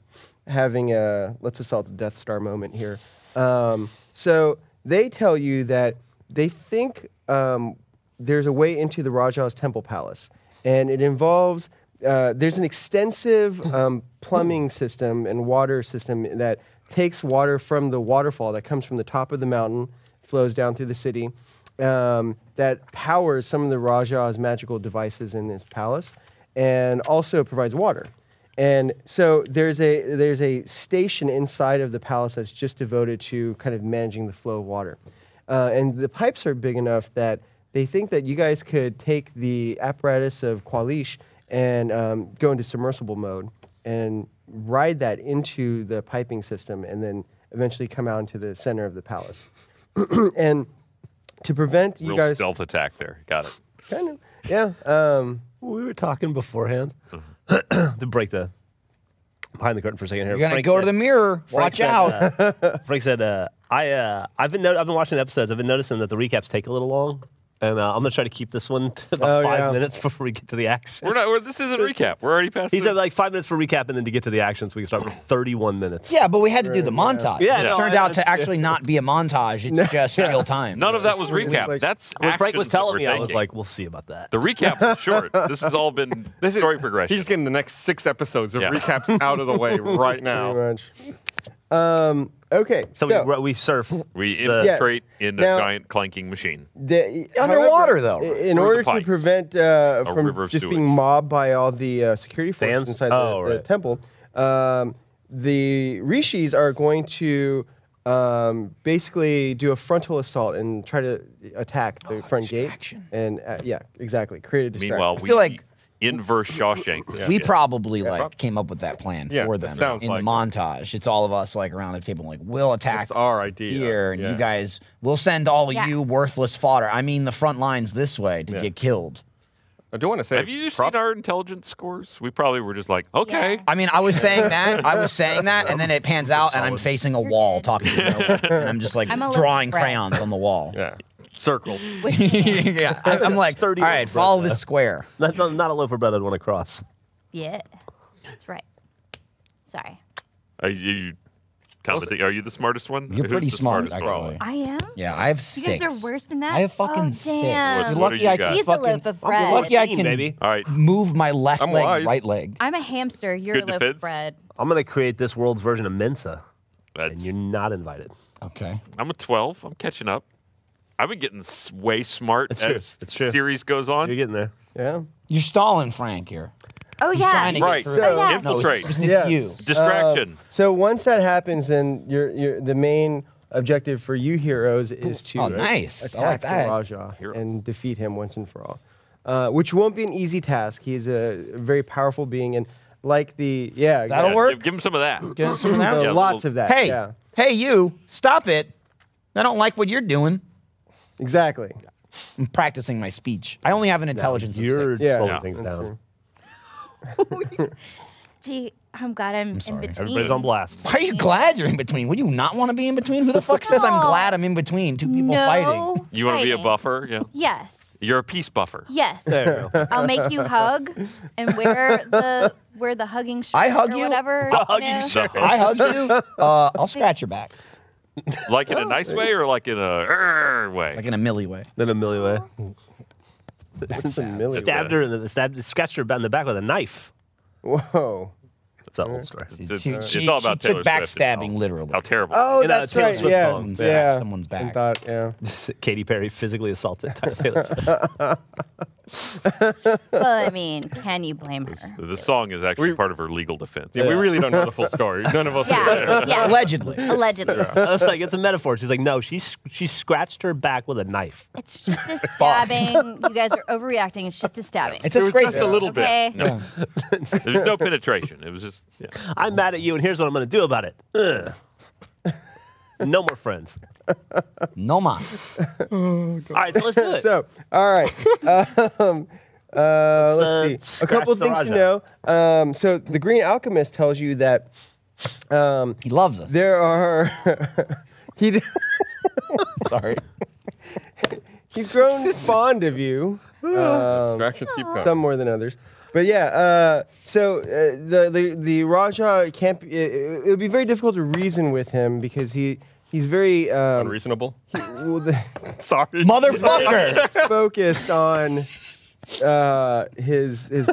A: having a let's assault the Death Star moment here. Um, so they tell you that they think um, there's a way into the Rajah's temple palace, and it involves uh, there's an extensive um, plumbing system and water system that takes water from the waterfall that comes from the top of the mountain, flows down through the city, um, that powers some of the Rajah's magical devices in his palace, and also provides water. And so there's a there's a station inside of the palace that's just devoted to kind of managing the flow of water, uh, and the pipes are big enough that they think that you guys could take the apparatus of Qualish and um, go into submersible mode and ride that into the piping system, and then eventually come out into the center of the palace. and to prevent you
D: Real
A: guys,
D: stealth attack there. Got it.
A: kind of, yeah. Um,
F: we were talking beforehand to break the behind the curtain for a second here.
B: You're gonna
F: Frank
B: go to
F: said-
B: the mirror.
F: Frank
B: Watch
F: said,
B: out.
F: uh, Frank said, uh, "I uh, I've been no- I've been watching episodes. I've been noticing that the recaps take a little long. And uh, I'm gonna try to keep this one to
A: Oh,
F: about five
A: yeah.
F: minutes before we get to the action.
D: We're not. We're, this isn't recap. We're already past.
F: He's
D: the,
F: at like five minutes for recap, and then to get to the action, so we can start with 31 minutes.
B: Yeah, but we had to do the montage.
F: Yeah,
B: It
F: no,
B: turned
F: I-
B: out to
F: it's-
B: actually not be a montage. It's just real time.
D: none of that was recap.
A: like-
D: That's
F: When Frank
D: actions
F: was
D: that
F: telling
D: we're
F: me, I was
D: taking.
F: like, "We'll see about that."
D: the recap was short. this has all been this story progression.
C: He's getting the next six episodes of
D: Yeah.
C: recaps out of the way right
A: Pretty
C: now.
A: much. Um, okay.
F: So,
A: So,
F: we we, we surf.
D: we
F: the-
D: infiltrate in a
A: Now-
D: giant clanking machine.
A: the,
B: Underwater, though.
A: i- In
D: Through
A: order
D: the
A: to
D: pipes.
A: prevent uh,
D: A river
A: from
D: of
A: just being
D: sewage.
A: mobbed by all the uh, security forces
F: Fans?
A: inside the,
F: Oh,
A: the
F: right.
A: temple, um, the rishis are going to um, basically do a frontal assault and try to attack the front gate.
B: Oh, distraction.
A: And uh, yeah, exactly. Create a distraction.
D: Meanwhile, we
B: feel like-
D: inverse Shawshank. this
B: We
D: shit.
B: probably like came up with that plan
C: Yeah,
B: for
C: that
B: them
C: sounds
B: in
C: like it.
B: the montage. It's all of us like around the table, like we'll attack
C: It's our idea,
B: here, and
C: yeah.
B: you guys we'll send all
G: Yeah.
B: of you worthless fodder. I mean, the front lines this way to get killed.
C: I do want to say,
D: Have you
C: prop-
D: seen our intelligence scores? We probably were just like, okay.
G: Yeah.
B: I mean, I was saying that, I was saying that, and then it pans out, and I'm facing a wall
G: good.
B: talking to no one, and I'm just like
G: I'm a little
B: drawing
G: red.
B: crayons on the wall.
C: Yeah. Circle.
B: yeah, I, I'm like, all
F: Sturdy
B: right,
F: little
B: follow
F: bread,
B: this square.
F: That's not, not a loaf of bread I'd want to cross.
G: yeah, that's right. Sorry,
D: Are you, Talmadee, are you the smartest one?
B: You're
D: Who's
B: pretty
D: the
B: smart,
D: smartest One?
B: actually.
G: I am.
B: Yeah, I have
G: You
B: six.
G: guys are worse than that.
B: I have fucking
G: oh,
B: six.
G: Damn.
D: What-
B: You're
D: what
B: lucky
D: do you
B: I
D: got?
B: can
G: He's
B: fucking,
G: a loaf of bread.
B: You're lucky I can
F: baby.
D: All right.
B: move my left
C: I'm
B: leg,
C: wise.
B: right leg.
G: I'm a hamster. You're
D: Good
G: a loaf
D: defense.
G: of bread.
F: I'm gonna create this world's version of Mensa, and
D: That's,
F: you're not invited.
B: Okay.
D: I'm a 12. I'm catching up. I've been getting s- way smart
F: It's true.
D: as the
F: It's true.
D: series goes on.
F: You're getting there.
A: yeah.
B: You're stalling Frank here.
G: Oh
B: He's
G: yeah.
B: trying to
D: Right.
B: get
D: So-
B: through.
G: Yeah.
D: Infiltrate.
B: No, it's,
A: Yes.
B: it's you. Uh,
D: Distraction.
A: So once that happens, then your your the main objective for you heroes is to
B: Oh, nice. I
A: attack
B: like
A: the
B: that.
A: Raja
D: Heroes.
A: and defeat him once and for all, uh, which won't be an easy task. He's a very powerful being, and like the yeah,
B: That'll
D: Yeah,
A: yeah,
B: work.
D: Give, give him some of that.
B: Get some of
A: uh,
B: that?
D: Yeah,
A: lots
D: well,
A: of that.
B: Hey,
A: yeah,
B: hey, you, stop it. I don't like what you're doing.
A: exactly.
B: I'm practicing my speech. I only have an intelligence of
F: You're
B: six.
A: Yeah.
F: slowing
D: Yeah.
F: things
A: That's
F: down.
A: true.
G: Gee, I'm glad I'm, in
B: sorry.
G: between.
F: Everybody's on blast.
B: Why are you glad you're in between? Would you not want to be in between? Who the fuck says I'm
G: No.
B: glad I'm in between? Two people
G: no
B: fighting.
D: You want to be a
G: fighting.
D: buffer? Yeah.
G: Yes.
D: You're a peace buffer.
G: Yes.
F: There you go.
G: I'll make you hug and wear the wear the hugging shirt
B: I hug
G: or
B: you?
G: whatever.
F: hug
G: know.
F: you,
D: The-
B: I hug you. Uh, I'll scratch your back,
D: like in a nice way or like in a "Arr" way?
B: Oh. like in a milli way.
F: Then a million way.
A: This is a million.
F: Stabbed her in the stabbed, scratched her in the back with a knife.
A: Whoa.
F: It's an old story.
B: She,
D: It's-
B: she,
D: it's
B: she
D: all about Taylor
B: took
D: Swift and
B: backstabbing
D: how-
B: literally.
D: How terrible.
A: Oh,
F: In a
A: that's
F: Taylor
A: right.
F: Swift
A: yeah,
F: song.
A: yeah.
B: Yeah, someone's back.
A: I thought, yeah.
F: Katy Perry physically assaulted Tyler Taylor Swift.
G: Well, I mean, can you blame her?
D: the song is actually
C: We-
D: part of her legal defense.
C: Yeah, we really don't know the full story. None of us are there.
G: Yeah. Yeah.
B: Allegedly.
G: Allegedly.
F: I was like, it's a metaphor. She's like, no, she s- she scratched her back with a knife.
G: It's just a stabbing. you guys are overreacting. It's just a stabbing.
B: It's
C: It
B: a
C: was
B: scrape.
C: just a little bit.
G: okay.
D: There's no penetration. It was just yeah.
F: I'm mad at you, and here's what I'm going to do about it. Ugh. no more friends.
B: No ma.
F: All right, so let's do it.
A: So, all right. um, uh, let's see. A
F: scratch
A: couple
F: the
A: things to
F: Raja.
A: know. Um, so, the Green Alchemist tells you that um,
B: He loves us.
A: there are. he d-
B: Sorry.
A: he's grown fond of you, uh,
C: Distractions keep going.
A: some more than others. But yeah, uh, so uh, the, the the Raja can't. Be, it, it would be very difficult to reason with him because he he's very um,
C: Unreasonable.
A: he- well, the-
C: Sorry.
B: Motherfucker.
A: focused on uh, his his.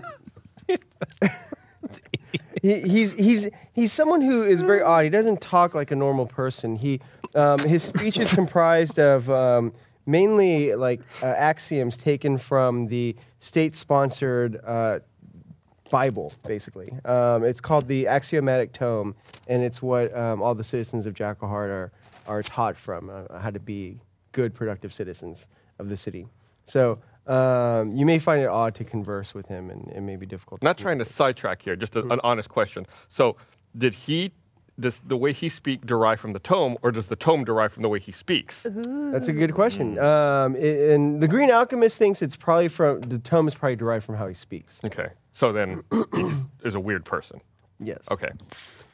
A: he, he's he's he's someone who is very odd. He doesn't talk like a normal person. He um, his speech is comprised of um, mainly like uh, axioms taken from the state-sponsored uh, Bible, basically. Um, it's called the Axiomatic Tome, and it's what um, all the citizens of Jackal Heart are, are taught from uh, how to be good, productive citizens of the city. So um, you may find it odd to converse with him, and it may be difficult.
C: Not trying to sidetrack here, just a, an honest question. So, did he, does the way he speak derive from the tome, or does the tome derive from the way he speaks?
B: Mm-hmm.
A: That's a good question. Um, a- and the Green Alchemist thinks it's probably from the tome is probably derived from how he speaks.
C: Okay. So then, he just is a weird person.
A: Yes.
C: Okay.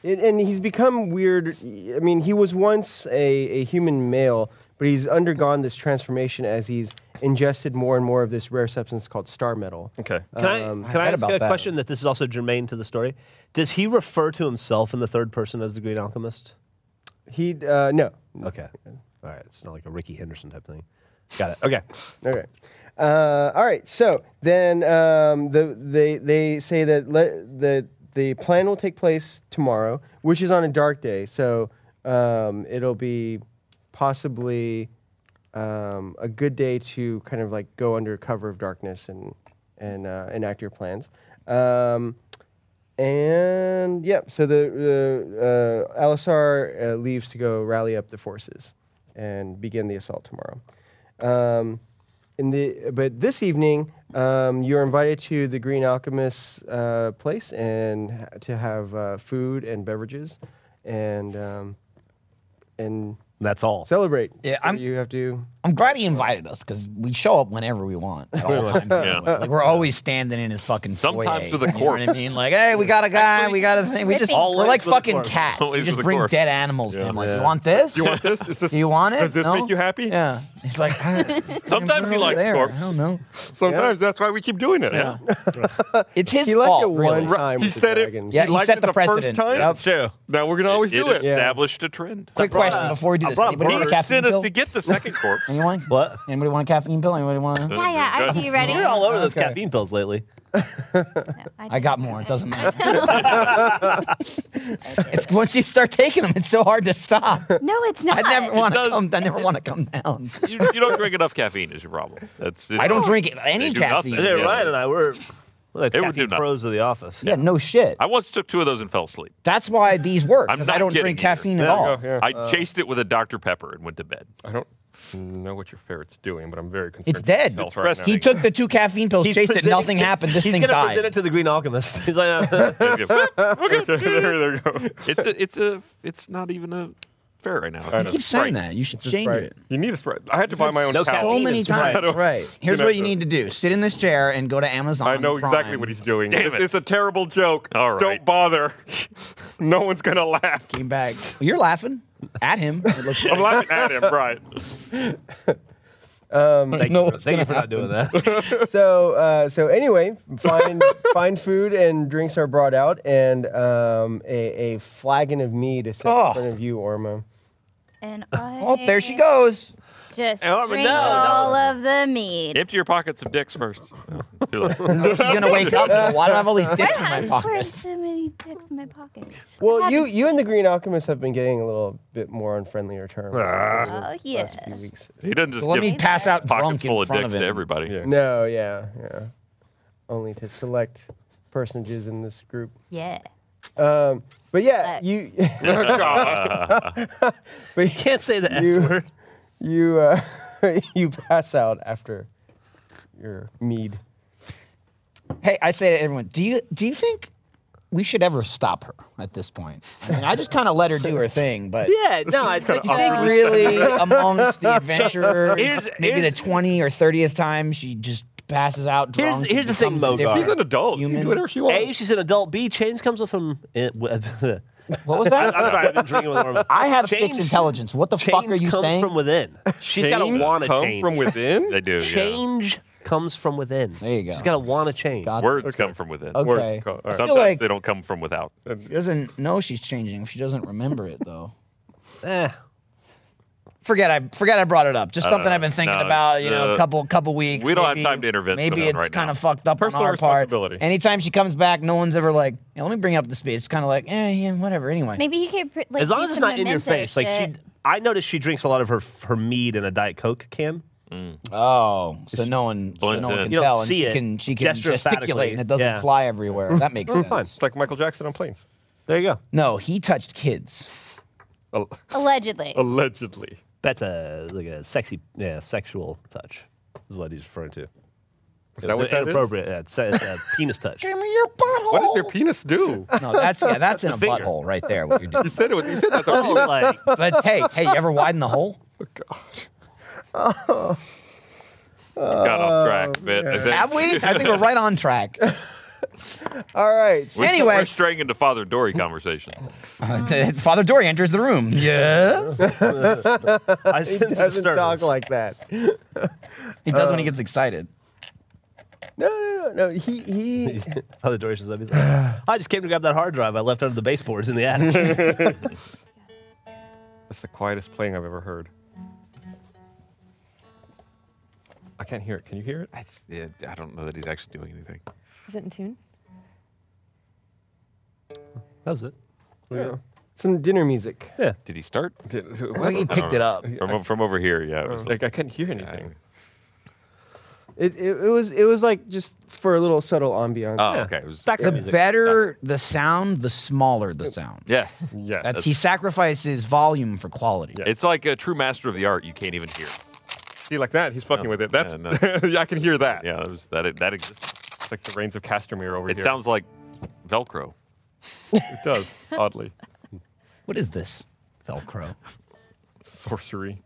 A: And, and he's become weird. I mean, he was once a, a human male, but he's undergone this transformation as he's ingested more and more of this rare substance called star metal.
C: Okay.
B: Uh,
F: Can I can I,
B: read
F: ask
B: about
F: a
B: that.
F: question that this is also germane to the story? Does he refer to himself in the third person as the Green Alchemist?
A: He uh, no.
F: Okay, all right. It's not like a Ricky Henderson type thing. Got it. Okay.
A: Okay. Uh, all right. So then um, the, they they say that le- the the plan will take place tomorrow, which is on a dark day. So um, it'll be possibly um, a good day to kind of like go under cover of darkness and and uh, enact your plans. Um, and yep. So the uh, uh, Alisar uh, leaves to go rally up the forces and begin the assault tomorrow. Um, in the but this evening, um, you're invited to the Green Alchemist's uh, place and ha- to have uh, food and beverages, and um, and
F: That's all.
A: celebrate.
B: Yeah, I'm-
A: you have to.
B: I'm glad he invited us because we show up whenever we want. At all times anyway. Like we're always standing in his fucking.
D: Sometimes
B: foyer,
D: with a
B: You know what I
D: corpse.
B: mean, like, hey, we got a guy, we got a thing. We just
G: Ripping
B: we're like
F: corpse. Always
B: fucking
F: with a
B: cats.
D: Always
B: We just
D: with a
B: bring
D: corpse.
B: dead animals. to
D: Yeah.
B: him. Like, you want this?
C: Do you want this? Is this
B: Do you want it?
C: Does this
B: No?
C: make you happy?
B: Yeah. He's like, ah,
D: Sometimes he
B: over
D: likes
B: there.
D: corpse.
B: I don't know.
C: Sometimes that's why we keep doing it. Yeah.
B: It's his
A: He liked
B: fault.
A: it
B: really.
A: one time.
C: He
A: with the
C: said it.
A: dragon.
B: Yeah,
C: he
B: he
C: liked
B: set
C: it
B: the
C: the first
B: precedent.
C: time.
B: Yep.
D: true.
C: Now we're gonna always
D: It
C: do it.
D: established a trend.
B: Quick question before we do
F: I
B: this.
F: brought a
B: Anybody want a
F: bird.
D: He
B: caffeine
D: sent us
B: pill?
D: to get the second corpse.
B: Anyone?
F: What?
B: Anybody want a caffeine pill? Anybody want? A...
G: Yeah, yeah. I
D: Good.
G: do. You ready?
F: You're all over those
A: Okay.
F: caffeine pills lately.
B: I got more. It doesn't matter. it's once you start taking them, it's so hard to stop.
G: No, it's not.
B: I never want to
D: does-
B: come. I never want to come down.
D: You, you don't drink enough caffeine is your problem. That's it.
B: I don't drink any
D: They do
B: caffeine.
D: nothing.
F: Yeah,
D: Yeah.
F: Ryan and I were we're the
D: They would do
F: caffeine
D: nothing.
F: pros of the office.
B: Yeah, no shit.
D: I once took two of those and fell asleep.
B: That's why these work.
D: I'm
B: Because I
D: not
B: don't
D: kidding
B: drink
D: either.
B: caffeine at
F: There you
B: all.
A: go, yeah.
D: I
C: uh,
D: chased it with a Dr Pepper and went to bed.
C: I don't know what your ferret's doing, but I'm very concerned.
B: It's
C: for its
B: dead.
C: health right
D: resting.
B: He took the two caffeine pills, chased it,
F: presenting
B: nothing
F: it-
B: happened. This
F: he's
B: thing
F: gonna
B: died.
F: present it to the Green Alchemist. He's like, uh,
C: now. there, there you go.
D: It's a, it's a it's not even a fair right now.
C: I
B: You
C: know.
B: keep saying
D: Sprite.
B: that. You should change
A: Sprite.
B: it.
C: You need a spread. I had to buy my own
F: No
C: towel.
B: So
F: caffeine
B: many
F: is right.
B: times, right? Here's
C: know,
B: what you
C: the-
B: need to do: sit in this chair and go to Amazon.
C: I know exactly
B: Prime.
C: what he's doing.
D: Damn
C: It's,
D: it.
C: it's a terrible joke.
D: All right.
C: Don't bother. no one's gonna laugh.
B: Came back. Well, you're laughing at him. It looks
D: Oh,
C: I'm laughing at him, right?
F: thank
B: know
F: you, for-
B: what's
F: thank you for
B: gonna
F: not doing that.
A: so uh, so anyway, fine fine food and drinks are brought out, and um, a, a flagon of mead is set in
B: Oh.
A: front of you, Ormo.
G: And I
B: oh, there she goes.
G: Just
F: Armin,
G: drink
F: no, no.
G: all of the mead.
D: Empty your pockets of dicks first. Oh, too late.
B: She's gonna wake up. and go, Why do I have all these
G: I
B: dicks in my
G: have
B: pockets?
G: so many dicks in my pocket.
A: Well, you you and the Green Alchemist have been getting a little bit more on friendlier terms. over the
G: Oh,
A: Last
G: yeah.
A: few weeks.
D: He doesn't just
B: So let
D: give
B: me pass out
D: pocket
B: drunk
D: full
B: in
D: of
B: front
D: dicks
B: of him.
D: to everybody.
C: Yeah.
A: No, yeah, yeah. Only to select personages in this group.
G: Yeah.
A: Um, but yeah,
G: Select.
A: you
C: Oh, God.
A: but
F: You can't say the S
A: You-
F: word.
A: you uh, you pass out after your mead.
B: Hey, I say to everyone, do you do you think we should ever stop her at this point? I mean, I just kind of let her do her thing, but
F: Yeah, no, I think
B: you think really amongst the adventurers,
F: Here's-
B: maybe
F: here's-
B: the twenty or thirtieth time she just passes out
F: Here's-
B: drunk. and
F: here's the thing,
B: becomes a
F: Mogar.
B: different
C: She's an adult. She can
B: Human.
C: do whatever she
F: A,
C: wants.
F: she's an adult. B, change comes with him. eh, w- I'm
B: What was that?
F: sorry, I've been drinking with Orm.
B: I have
F: Change-
B: six intelligence. What the fuck
F: change
B: are you
F: comes
B: saying?
F: from within. She's got to
C: Change
F: want to
C: come
F: change.
C: from within.
D: They do. Yeah.
F: change comes from within.
B: There you go.
F: She's got to want to change.
B: God,
D: Words come from within.
B: Okay.
C: Words. All right.
D: Sometimes
B: like-
D: they don't come from without.
C: Uh,
B: she doesn't know she's changing. if She doesn't remember it though.
F: Eh.
B: Forget I forget I brought it up. Just something I've been thinking
D: no,
B: about, you know,
D: uh,
B: a couple couple weeks.
D: we don't have
B: maybe,
D: time to intervent
B: Maybe
D: someone
B: it's
D: right
B: kind
D: now.
B: of fucked up
C: Personal
B: on our part.
C: responsibility.
B: Anytime she comes back, no one's ever like, yeah, let me bring you up the speed. It's kind of like, eh, yeah, whatever. Anyway,
G: Maybe you could pr- like
F: As long
G: do
F: as it's
G: some
F: not in your
G: memento
F: face, like she,
G: shit.
F: I noticed she drinks a lot of her her mead in a Diet Coke can.
B: oh, so no one, so
D: Blends
B: no one
D: in.
B: can
D: You
F: don't
B: tell, and
F: see
B: she
F: it.
B: can she can
F: Gesture emphatically.
B: gesticulate, and it doesn't
F: Yeah.
B: fly everywhere. That makes sense.
F: fine.
C: It's like Michael Jackson on planes.
F: There you go.
B: No, he touched kids.
C: Al-
G: Allegedly.
C: Allegedly.
F: That's a like a sexy, yeah, sexual touch is what he's referring to.
C: Is that what that is?
F: inappropriate? Yeah, it's, it's a penis touch.
B: Give me your butthole.
C: What does your penis do?
B: No, that's yeah, that's in a
F: finger.
B: butthole right there. What you're
C: You
B: doing.
C: said it. Was, you said that's a
F: Oh,
C: penis.
F: like
B: But hey, hey, you ever widen the hole?
D: Got off track, but I think-
B: Have we? I think we're right on track.
A: All right. so-
D: We're-
B: Anyway.
D: we're straying into Father Dory conversation.
B: Uh, Father Dory enters the room. Yes.
F: I
A: He
F: sense a
A: doesn't talk
F: disturbance.
A: like that. No,
B: He does when he gets excited.
A: no, no, no. He he.
F: Father Dory says, "He's like, I just came to grab that hard drive I left under the baseboards in the attic.
C: That's the quietest playing I've ever heard. I can't hear it. Can you hear it?
D: That's, yeah, I don't know that he's actually doing anything.
E: Is it in tune?
F: that was it.
A: Some dinner music.
F: Yeah.
D: Did he start?
C: Did-
B: I think he
C: what?
B: picked it up.
D: From, o- from over here, yeah. it was uh,
C: Like I couldn't hear anything.
A: It, it, it was it was like just for a little subtle ambiance.
D: oh, okay. It was,
B: The
F: music.
B: better the sound, the smaller the sound.
D: yes.
C: Yeah.
B: That's, he sacrifices volume for quality.
D: It's like a true master of the art. You can't even hear.
C: See, like that, he's fucking
D: No,
C: with it. That's
D: yeah,
C: yeah, I can hear that.
D: Yeah, that, was, that, that exists.
C: It's like the reigns of Castamere over
D: It
C: here.
D: sounds like Velcro.
C: It does oddly
B: What is this? Velcro.
C: sorcery.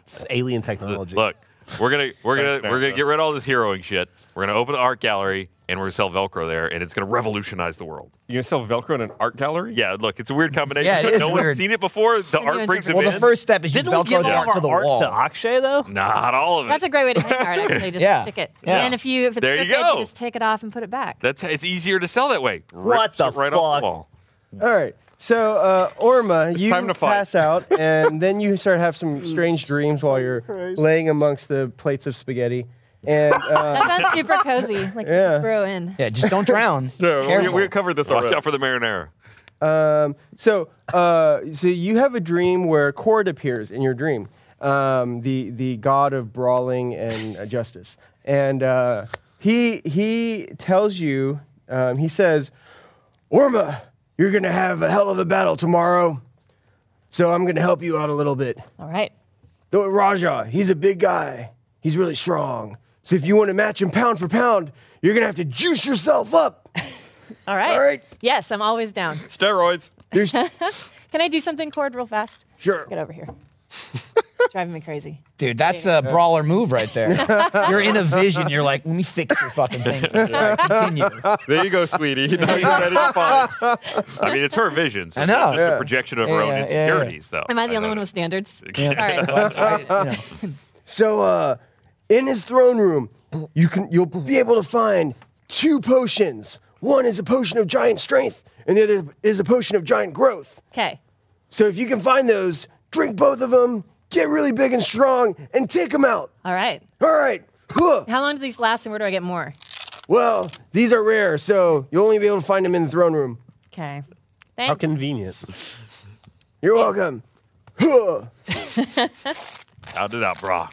F: It's alien
D: Th-
F: technology.
D: Look, we're gonna we're gonna
C: Thanks,
D: we're gonna
C: Nasa.
D: get rid of all this heroing shit. We're gonna open the art gallery and we're gonna sell Velcro there, and it's gonna revolutionize the world.
C: You gonna sell Velcro in an art gallery?
D: Yeah, look, it's a weird combination.
B: Yeah, it
D: but
B: is
D: no
B: weird.
D: one's seen it before. The
E: Have you
D: art brings
E: interpreted-
D: him
B: Well,
D: in.
B: the first step is you
F: Didn't we
B: Velcro
F: give
B: the
F: all
B: art
F: of
B: to the
F: our art
B: wall.
F: to Akshay, though?
D: Not all of it.
E: That's a great way to hang art, actually. Just
B: Yeah.
E: stick it.
B: Yeah.
E: And if you if it's
D: There you
E: crooked, you,
D: go.
E: just take it off and put it back.
D: That's it's easier to sell that way. Rips
F: What the
D: it right
F: fuck?
D: off the wall.
A: All right. So uh, Orma, you
C: time to fight.
A: pass out, and then you start to have some strange dreams while you're laying amongst the plates of spaghetti, and uh,
E: that sounds super cozy. Like
A: Yeah.
E: just grow in.
B: Yeah, just don't drown.
C: No, we,
B: Careful.
C: we covered this
D: Watch
C: already.
D: out for the marinara.
A: um, so uh, so you have a dream where Cord appears in your dream, um, the the god of brawling and uh, justice, and uh, he he tells you um, he says, Orma, you're gonna have a hell of a battle tomorrow, so I'm gonna help you out a little bit.
E: All right.
A: The Raja, he's a big guy. He's really strong. So if you want to match him pound for pound, you're gonna have to juice yourself up.
E: All right.
A: All right.
E: Yes, I'm always down.
C: Steroids.
A: There's
E: Can I do something cord real fast?
A: sure.
E: Get over here. Driving me crazy.
B: Dude, that's a brawler move right there. You're in a vision. You're like, let me fix this fucking thing. first. All right, continue.
C: There you go, sweetie. Now you're ready to fight.
D: I mean, it's her vision. So
B: I know.
D: It's just
A: Yeah.
D: a projection of
B: Yeah,
D: her own
B: yeah, yeah, yeah.
D: insecurities, though.
E: Am I the
D: I
E: only
D: know
E: one
D: that.
E: with standards?
B: Yeah.
E: All right.
B: I- you know.
A: So uh in his throne room, you can you'll be able to find two potions. One is a potion of giant strength, and the other is a potion of giant growth.
E: Okay.
A: So if you can find those, drink both of them, get really big and strong, and take them out.
E: All right.
A: All right. Huh.
E: How long do these last and where do I get more?
A: Well, these are rare, so you'll only be able to find them in the throne room.
E: Okay.
F: How
E: Thanks.
F: convenient.
A: You're welcome. Huh.
D: Out it out, brah.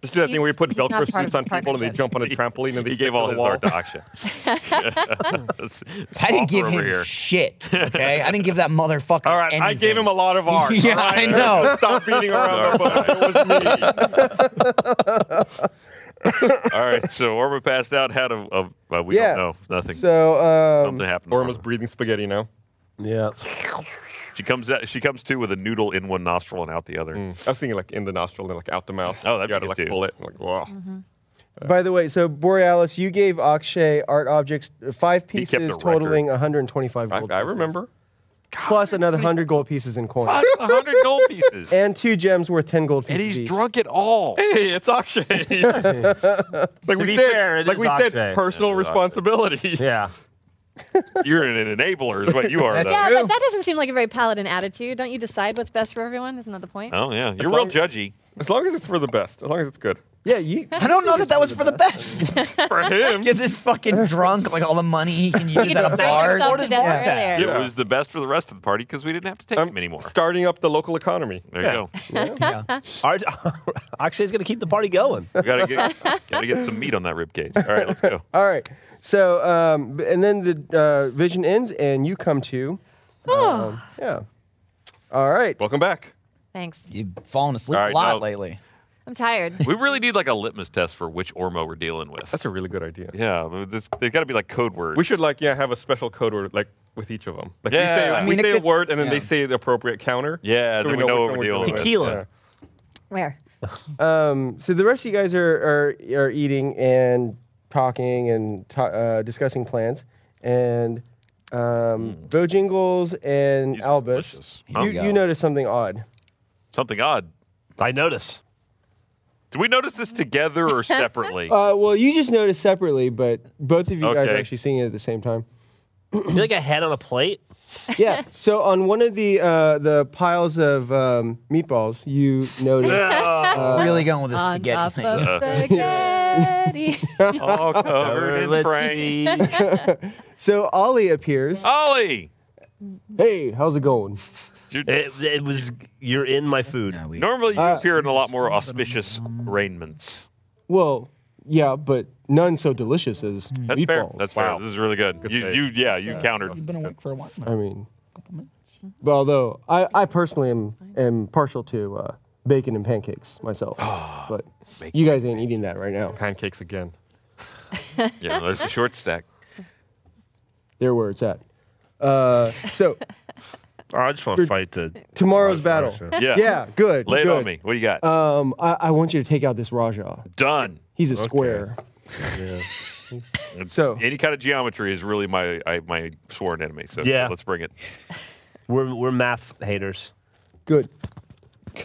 C: Just do that thing where you put
E: He's- he's not
C: Velcro
E: part
C: suits
E: of
C: on
E: this
C: people and they jump on a trampoline and they
D: He gave all his art to Aksha. Let's- let's
B: I didn't
D: offer
B: give
D: over
B: him
D: here.
B: shit. Okay, I didn't give that motherfucker.
D: All right,
C: I gave him a lot of art.
B: Yeah,
C: all right?
B: I know.
C: Stop beating around the bush. It was me.
D: All right, so Orma passed out. Had a, a uh, we
A: Yeah.
D: don't know nothing.
A: So, um,
D: Something happened. to
C: Orm was
D: Orma.
C: breathing spaghetti now.
F: Yeah.
D: She comes out. She comes to with a noodle in one nostril and out the other.
C: I was thinking like in the nostril and like out the mouth.
D: Oh, that'd
C: you
D: be
C: gotta
D: good
C: like
D: too.
C: pull it. and, Like, wow.
A: by the way, so Borealis, you gave Akshay art objects uh, five
D: He kept a
A: pieces
D: record.
A: totaling 125
C: I,
A: gold.
C: I
A: pieces,
C: remember.
A: Plus another 100 gold pieces in coins.
D: hundred gold pieces,
A: And two gems worth 10 gold pieces.
D: and he's
A: each.
D: drunk it all.
C: Hey, it's Akshay. like we
F: be
C: said,
F: fair, it
C: like
F: is
C: we
F: Akshay.
C: said, personal
D: It is Akshay.
C: responsibility.
F: Yeah.
D: You're an, an enabler, is what you are. though.
E: Yeah, but that doesn't seem like a very paladin attitude. Don't you decide what's best for everyone? Isn't that the point?
D: Oh yeah, you're
C: As
D: real
C: long-
D: judgy.
C: As long as it's for the best. As long as it's good.
A: Yeah, you.
B: I don't know that that was for the best.
C: For him.
B: Get this fucking drunk, like all the money he can use
E: You
B: at
E: just
B: a
E: drank
B: bar.
E: yourself to death
F: Yeah.
E: earlier.
D: It was the best for the rest of the party because we didn't have
C: Um,
D: to take him anymore.
C: starting up the local economy.
D: there
F: Yeah.
D: you go.
F: Our, Akshay's going to keep the party going.
D: We gotta get gotta get some meat on that rib cage. All right, let's go.
A: All right. So, um, b- and then the uh, vision ends, and you come to. um, yeah. All right.
C: Welcome back.
E: Thanks.
B: You've fallen asleep
D: All
B: a
D: right,
B: lot
D: no.
B: lately.
E: I'm tired.
D: We really need like a litmus test for which Ormo we're dealing with.
C: That's a really good idea.
D: yeah, this, there's got to be like code words.
C: We should like yeah have a special code word like with each of them. Like
D: Yeah.
C: we say,
D: I
C: we
B: mean, it
C: say
B: could-
C: a word and then
B: yeah.
C: they say the appropriate counter.
D: Yeah, then we know
C: which
D: what
C: one
D: we're dealing
C: with.
F: Tequila.
C: Oh, Yeah.
E: Where?
A: Um, so the rest of you guys are, are, are eating, and talking and ta- uh, discussing plans. And um, Bojingles and
D: These are Hmm. delicious.
A: Albus,
D: Huh?
A: you, you noticed something odd.
D: Something odd.
F: I notice.
D: Do we notice this together or separately?
A: Uh, well, you just noticed separately, but both of you guys are
D: Okay.
A: actually seeing it at the same time.
F: You like a head on a plate?
A: Yeah. so on one of the uh, the piles of um, meatballs, you notice
B: really going with the
E: Uh, On
B: spaghetti
E: top
B: thing.
E: of spaghetti.
D: All covered in Frank.
A: So Ollie appears.
D: Ollie,
A: Hey, how's it going?
F: It, it was you're in my food.
B: Yeah, we-
D: normally you appear in a lot more auspicious raiments.
A: Well, yeah, but none so delicious as
D: That's
A: meatballs.
D: fair. That's fair. This is really good. you,
C: save.
D: you, yeah, you countered.
B: You've been awake for a while.
A: I mean, but although I, I personally am am partial to uh, bacon and pancakes myself, but you guys ain't eating that right now.
C: Pancakes again.
D: Yeah, there's a short stack.
A: They're where it's at. Uh, so
F: Oh, I just want to fight the
A: tomorrow's battle.
D: Yeah.
A: Yeah, good.
D: Lay it
A: good.
D: on me. What do you got?
A: Um, I, I want you to take out this Raja.
D: Done.
A: He's a square. So
D: Any kind of geometry is really my I, my sworn enemy. So
F: Yeah.
D: let's bring it.
F: We're we're math haters.
A: good.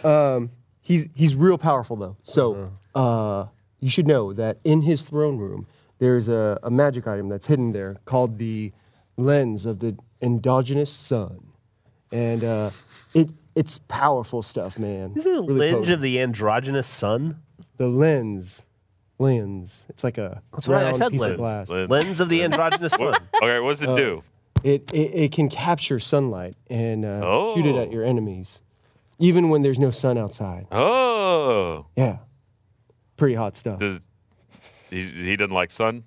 A: Um, he's he's real powerful though. So
F: Uh-huh.
A: uh, you should know that in his throne room there's a, a magic item that's hidden there called the lens of the endogenous sun, and uh, it it's powerful stuff, man.
F: Isn't it
A: Really
F: Linge
A: potent.
F: of the androgynous sun?
A: the lens? Lens. It's like a
F: That's
A: round
F: right. I said
A: piece
F: lens.
A: of glass.
D: Lens.
F: Lens of the androgynous sun.
D: Okay, what does it do?
A: It, it it can capture sunlight and uh, shoot it
D: Oh.
A: at your enemies, even when there's no sun outside.
D: Oh,
A: Yeah, pretty hot stuff.
D: does he, he doesn't like sun?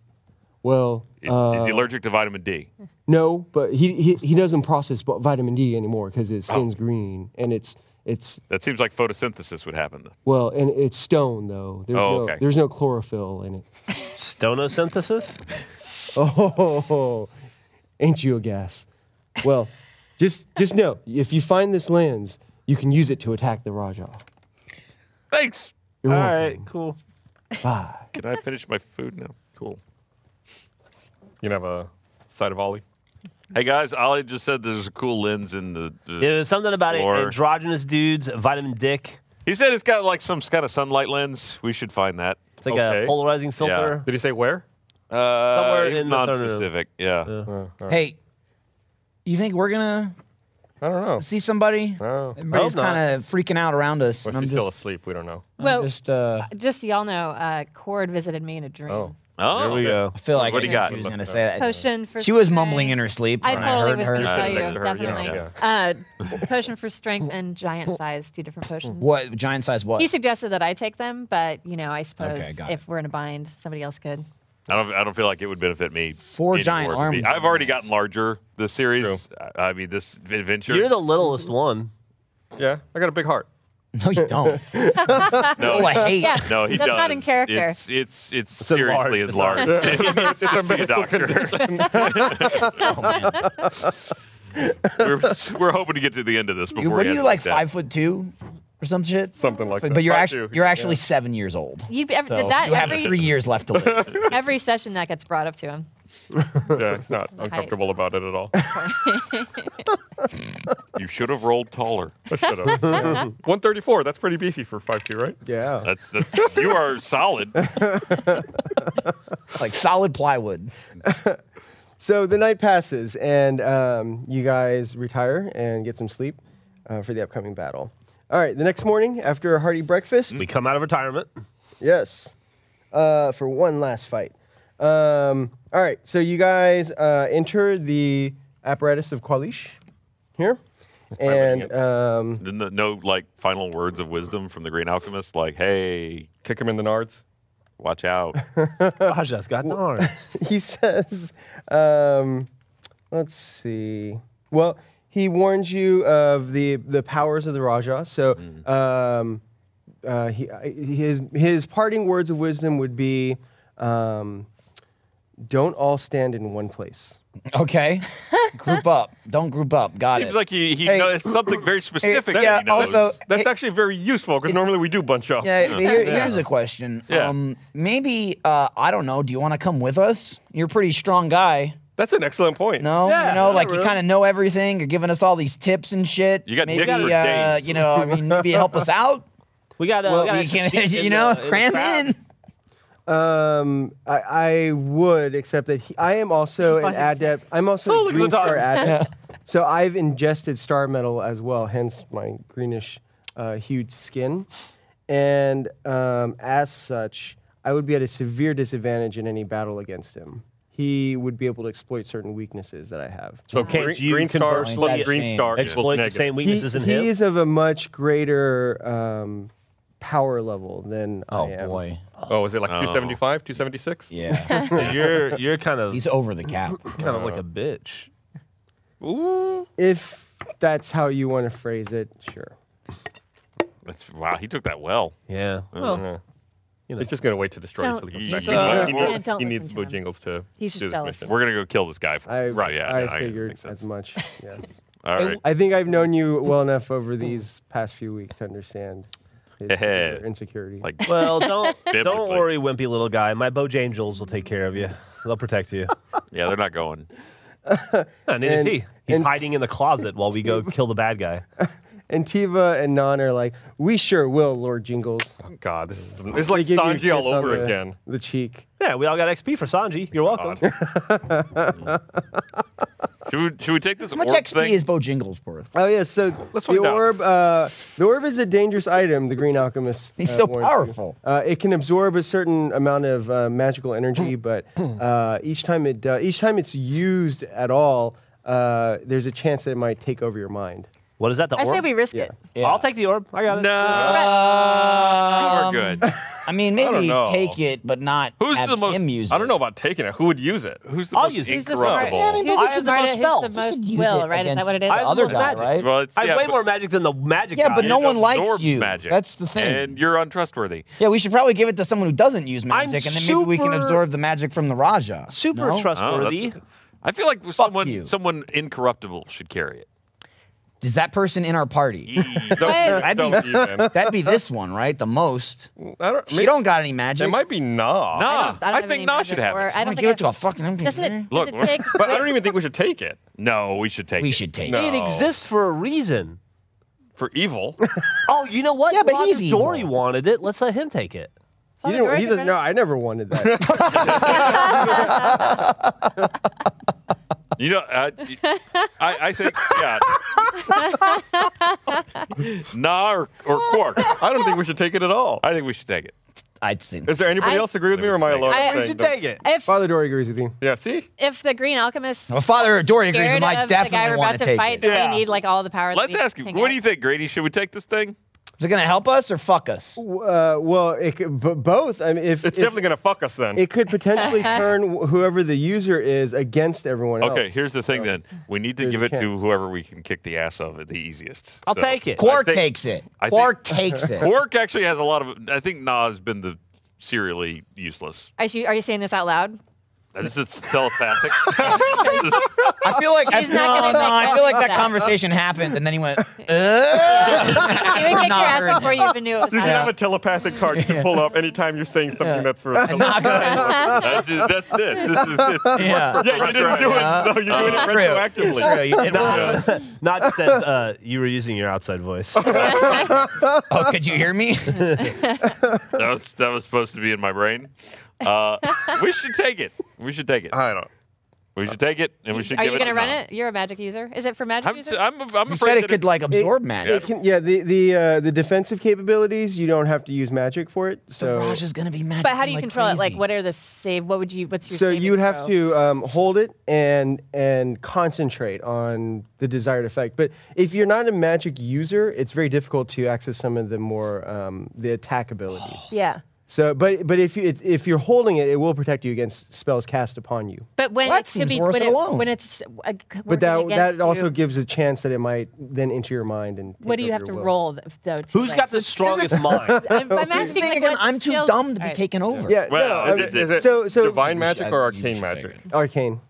A: Well,
D: Is
A: uh,
D: he allergic to vitamin D?
A: no, but he, he he doesn't process bu- vitamin D anymore because his skin's green and it's it's
D: That seems like photosynthesis would happen. Then.
A: well and it's stone though. There's
D: Oh,
A: no
D: okay.
A: there's no chlorophyll in it.
F: Stonosynthesis?
A: Oh, ain't you a gas? Well, just just know if you find this lens, you can use it to attack the Rajah.
D: Thanks.
A: You're
F: All
A: welcome.
F: right, cool.
A: Bye.
D: Can I finish my food now? Cool.
C: You can have a side of Ollie.
D: Hey guys, Ollie just said there's a cool lens in the. the-
F: It was something about
D: Or-
F: androgynous dudes, vitamin dick.
D: He said it's got like some kind of sunlight lens. We should find that.
F: It's like a
C: Okay.
F: polarizing filter.
C: Did he say where?
D: Uh,
F: Somewhere
D: he was
F: in the throne room.
D: non-specific. Yeah.
B: Hey, you think we're gonna
C: I don't know.
B: see somebody?
C: No.
B: Everybody's
F: Hope not.
B: kind of freaking out around us.
C: Well,
B: and I'm
C: she's still
B: just,
C: asleep. We don't know.
B: I'm
E: Well, just,
B: just uh,
E: so y'all know, uh, Cord visited me in a dream.
C: Oh.
D: Oh,
F: There we go.
B: I feel like
D: What do you
B: I
D: got?
B: she was gonna say that.
E: Potion for
B: She was
E: strength.
B: mumbling in her sleep.
E: I
B: when
E: totally
B: heard
E: was
B: her.
E: going to tell
C: next
E: you,
C: to her, you know,
E: definitely. Uh, potion for strength and giant size, two different potions.
B: What giant size? What?
E: He suggested that I take them, but you know, I suppose
B: Okay, got
E: if we're in a bind, somebody else could.
D: I don't. I don't feel like it would benefit me.
B: Four
D: anymore,
B: giant
D: to be-
B: arms.
D: I've already gotten larger. The series. I I mean, this adventure.
F: You're the littlest one.
C: Yeah, I got a big heart.
B: no, you don't.
D: no,
B: Oh, I hate.
E: Yeah,
D: no, he
E: that's
D: does.
E: not in character.
D: It's it's it's, seriously
F: enlarged. It's
D: enlarged. it's a doctor. we're, we're hoping to get to the end of this before.
B: You- What
D: he
B: are
D: has
B: you
D: to
B: like
D: do that.
B: five foot two or some shit?
C: Something like
B: But,
C: that.
B: but you're
C: Five
B: actually
C: two,
B: you're
C: yeah.
B: actually seven years old.
E: You ever,
B: So
E: that
B: you have
E: every
B: three years left to live.
E: every session that gets brought up to him.
C: Yeah, he's not uncomfortable about it at all.
D: You should have rolled taller.
C: I should have. Yeah. 134. That's pretty beefy for 5'2, right?
A: Yeah.
D: That's, that's you are solid.
B: like solid plywood.
A: So the night passes, and um, you guys retire and get some sleep uh, for the upcoming battle. All right, the next morning, after a hearty breakfast,
F: We come out of retirement.
A: yes, uh, for one last fight. Um, all right, so you guys uh, enter the apparatus of Qualish here, and um,
D: No, no, like final words of wisdom from the Green Alchemist. Like, hey,
C: Kick him in the nards.
D: watch out.
F: Raja's got nards.
A: he says, um, let's see. Well, he warns you of the the powers of the Raja. So, um, uh, he, I- his his parting words of wisdom would be, um, "Don't all stand in one place."
B: Okay. group up. Don't group up. Got
D: Seems
B: it.
D: like he, he knows something very specific. that
B: yeah,
D: he knows.
B: also-
C: That's
B: Hey-
C: actually very useful because normally we do bunch up.
B: yeah, but here- here's a question.
D: Yeah.
B: Um, maybe uh, I don't know. Do you want to come with us? You're a pretty strong guy.
C: That's an excellent point.
B: No,
D: Yeah,
B: you know,
D: not
B: like you
D: really.
B: kind of know everything. You're giving us all these tips and shit.
D: You got
B: maybe,
D: dick for
B: uh,
D: days.
B: you know, I mean, maybe help us out.
H: We got. Uh, we got
B: you
H: extra
B: can,
H: seats
B: you
H: in
F: uh,
B: know,
H: the- the
B: cram
H: crowd.
B: in.
A: Um, I, I would, except that he, I am also
G: He's
A: an
G: watching the
A: adept. I'm also
H: Oh,
A: a
H: look at
A: green
H: the dog.
A: star adept. So I've ingested star metal as well, hence my greenish uh, hued skin. And um, as such, I would be at a severe disadvantage in any battle against him. He would be able to exploit certain weaknesses that I have.
C: So
F: Can't
C: green,
F: you
C: green star,
F: convert-
C: slash
B: That's
C: green
B: shame.
C: star
F: Exploit
C: equals
F: the
C: negative.
F: same weaknesses
A: he,
F: in
A: he
F: him.
A: is of a much greater um, power level than I am.
C: Oh, is it like 275, 276?
B: Yeah.
F: So you're you're kind of
B: He's over the cap.
F: kind of like a bitch.
A: If that's how you want to phrase it, sure.
D: That's, wow, he took that well.
F: Yeah.
H: Well,
C: It's just going to wait to destroy
E: Don't-
C: until he
D: He's,
C: comes
D: uh,
C: back. He
E: Yeah,
C: needs-
E: don't
C: He
E: listen
C: needs
E: to him.
C: Bojangles to
E: He's
C: do
E: just
C: this
E: jealous.
C: mission.
D: We're gonna go kill this guy. For,
A: I
D: right? Yeah.
A: I
D: yeah, yeah,
A: figured
D: makes sense.
A: as much. Yes.
D: All right.
A: I think I've known you well enough over these past few weeks to understand his particular insecurity.
D: Like
F: Well, don't don't
D: Biblically.
F: worry, wimpy little guy. My Bojangles will take care of you. They'll protect you.
D: yeah, they're not going.
F: Yeah, neither is
A: And-
F: he. He's
A: and-
F: hiding in the closet while we go kill the bad guy.
A: and Tiva and Nan are like, we sure will, Lord Jingles.
C: Oh, God, this is it's
A: They
C: like
A: give you a
C: Sanji all
A: kiss on
C: over
A: the-
C: again.
A: The cheek.
F: Yeah, we all got XP for Sanji. You're welcome.
D: Should we, should we take this
B: How much
D: orb
B: XP
D: thing?
B: is Bojangles worth?
A: Oh yeah, so the
C: find out.
A: orb. Uh, the orb is a dangerous item. The Green Alchemist.
B: He's
A: uh,
B: so
A: warns you.
B: powerful.
A: Uh, it can absorb a certain amount of uh, magical energy, but uh, each time it do- each time it's used at all, uh, there's a chance that it might take over your mind.
F: What is that? The
E: I
F: orb?
E: say we risk
A: Yeah.
E: it.
F: I'll take the orb. I got it.
D: no,
B: Um,
D: we're good.
B: I mean,
C: don't
B: maybe
C: know.
B: take it, but not
D: Who's
B: have
D: the most?
B: him use it.
C: I don't know about taking it. Who would use it?
D: Who's the
F: I'll
D: most
F: use it.
E: Who's the smart?
D: incorruptible?
E: Yeah, I mean, who's
F: I
E: the
F: have the
E: smartest?
F: most
E: who's
F: spells.
E: the
B: You
E: most
B: could use
E: will,
B: it
E: right? Is that
B: against-
E: what it is?
F: I have
B: The other
F: more
B: guy,
F: magic.
B: right?
D: Well, it's,
F: I have
D: yeah,
F: way
D: but
F: more magic than the magic.
B: Yeah, but
F: guy.
B: no one
D: the
B: likes
D: orb's
B: you.
D: Magic.
B: That's the thing.
D: And you're untrustworthy.
B: Yeah, we should probably give it to someone who doesn't use
F: I'm
B: magic, and then maybe we can
F: super-
B: absorb the magic from the Raja.
F: super
B: No?
D: Oh, that's-
F: trustworthy.
D: I feel like someone
B: you.
D: someone incorruptible should carry it.
B: Is that person in our party?
C: Don't, don't,
B: I'd be-
C: don't even.
B: That'd be this one, right? The most.
C: I don't,
B: She don't got any
C: It
B: magic.
C: might be nah. Nah.
D: Nah, Ah, I,
E: I, don't, I, don't have
D: think
E: any
D: Nah
E: magic
D: should have
E: or
D: it.
E: I
B: I'm
E: don't
B: gonna
E: think
B: give
E: I-
B: it to a fucking
E: Doesn't it,
D: Look,
E: does it
D: we're-
E: take?
C: But I don't even think we should take it
D: No, we should take
B: We
D: it.
B: should take
C: No.
B: it.
F: It exists for a reason.
C: for evil.
F: Oh, you know what?
B: Yeah, but
F: Roger
B: he's evil.
F: Dory wanted it. Let's let him take it.
A: He,
E: the
A: didn't,
E: orb
A: he
E: is
A: says,
E: right.
A: "No, I never wanted that."
D: You know, uh, I, I think yeah. nah or, or quark.
C: I don't think we should take it at all.
D: I think we should take it.
B: I'd say.
C: Is there anybody
E: I-
C: else agree with me or am I alone? in
E: I- We
C: saying
E: should
C: that-
F: it.
E: If
A: Father Dory agrees with you.
C: Yeah, see?
E: if the Green Alchemist,
B: Well, Father Dory agrees with
E: scared
B: me. I
E: of the guy
B: definitely
E: we're
B: want
E: about
B: to
E: to
B: take
E: fight,
B: it.
E: we need like all the power. that
D: Let's
E: we
D: ask
E: can
D: him. What
E: get.
D: do you think, Grady? Should we take this thing?
B: Is it gonna help us or fuck us?
A: Uh, well, it, could- b- both. I mean, if
C: It's
A: if-
C: definitely going to fuck us then.
A: it could potentially turn wh- whoever the user is against everyone else.
D: Okay, here's the thing then. We need to
A: There's
D: give
A: a
D: it to
A: chance.
D: whoever we can kick the ass of at the easiest.
F: I'll take it.
B: Quark
D: I think-
B: takes it.
D: I think-
B: Quark takes it.
D: Quark actually has a lot of. I think Nah has been the serially useless.
E: Are you, are you saying this out loud?
D: This is telepathic. This is-
B: I feel like
E: She's
B: I,
E: not
B: no,
E: gonna
B: no,
E: make
B: I
E: it
B: feel like
E: up
B: that
E: that.
B: conversation happened, and then he went. "Uh, "Ugh."
E: She would kick your
B: Nah, heard
E: ass before you even knew it was
C: Does you
E: out
C: have a telepathic card you can pull up anytime you're saying something that's for a
B: Not
C: telepathic?
B: good.
D: that's, just- that's this. This is this.
B: Yeah.
C: Yeah, you didn't do it. No, you're doing it
B: It's true. It's true.
C: retroactively.
B: You did one.
F: Not that uh, you were using your outside voice.
B: Oh, could you hear me?
D: That was that was supposed to be in my brain. Uh, we should take it. We should take it.
B: Uh,
C: I don't.
D: We should take it, and we should.
E: Are
D: give
E: you
D: it
E: gonna
D: to
E: run
D: Nah.
E: it? You're a magic user. Is it for magic
D: I'm,
E: users?
D: I'm, I'm
B: You
D: afraid
B: said it
D: that
B: could like absorb
A: It
B: magic.
A: can, yeah, the the uh, the defensive capabilities you don't have to use magic for it. So
B: Raj is gonna be magic.
E: but how do you control it? Like, what are the save? What would you? What's your?
A: so
E: saving
A: you would have
E: throw?
A: to um, hold it and and concentrate on the desired effect. But if you're not a magic user, it's very difficult to access some of the more um, the attack abilities.
E: Yeah.
A: So, but but if you it, if you're holding it, it will protect you against spells cast upon you.
E: But when
B: Well, that
E: it could be
B: seems worth
E: when,
B: it alone.
E: when it's uh, g-
A: But
E: working
A: that
E: against
A: that also
E: you,
A: gives a chance that it might then enter your mind and.
E: what
A: take
E: do you
A: over your
E: have to
A: will.
E: roll th- though? To,
F: Who's
E: like-
F: got the strongest mind?
B: Here's
E: I'm, I'm
B: the
E: asking
B: thing
E: like,
B: again.
E: what
B: I'm too
E: skills-
B: dumb to be
E: Alright.
B: taken over.
A: Yeah.
D: Well,
A: no, I
D: is
A: mean,
D: it-
C: Is
D: is
C: it
A: so so
C: divine
B: You should-
C: magic
B: I
C: or
B: think you
C: arcane
B: should take
C: magic?
B: it.
A: arcane.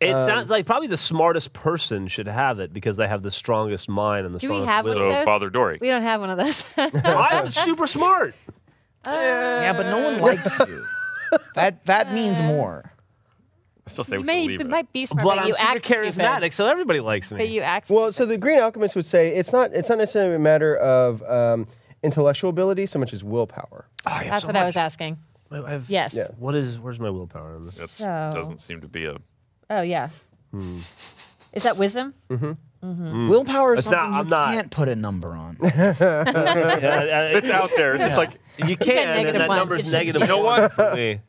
F: It sounds like probably the smartest person should have it because they have the strongest mind and the
E: Do we
F: strongest
E: have one
F: will.
E: of those?
D: So, Father Dory.
E: We don't have one of those.
F: I'm super smart.
B: yeah, but no one likes you. That that
E: Uh,
B: means more.
C: I still say
E: you
C: we
E: may,
C: should leave
E: you
C: it.
E: might be smart,
F: But
E: but,
F: I'm
E: you
F: super
E: act
F: charismatic,
E: stupid.
F: so everybody likes me.
E: But you act
A: Well, so the Green Alchemist would say it's not it's not necessarily a matter of um, intellectual ability so much as willpower.
E: That's what I was asking.
F: I- I have-
E: Yes.
A: Yeah.
F: What is? Where's my willpower on this?
D: That
E: So-
D: doesn't seem to be a.
E: Oh, yeah.
B: Hmm.
E: Is that wisdom?
B: Willpower is
F: It's not-
B: something you
F: I'm not-
B: can't put a number on.
F: uh,
C: It's out there. It's just like
F: You can't.
E: negative
F: and that
E: one.
F: number's
E: It's-
F: negative.
D: You know
F: one
D: what?
F: for me.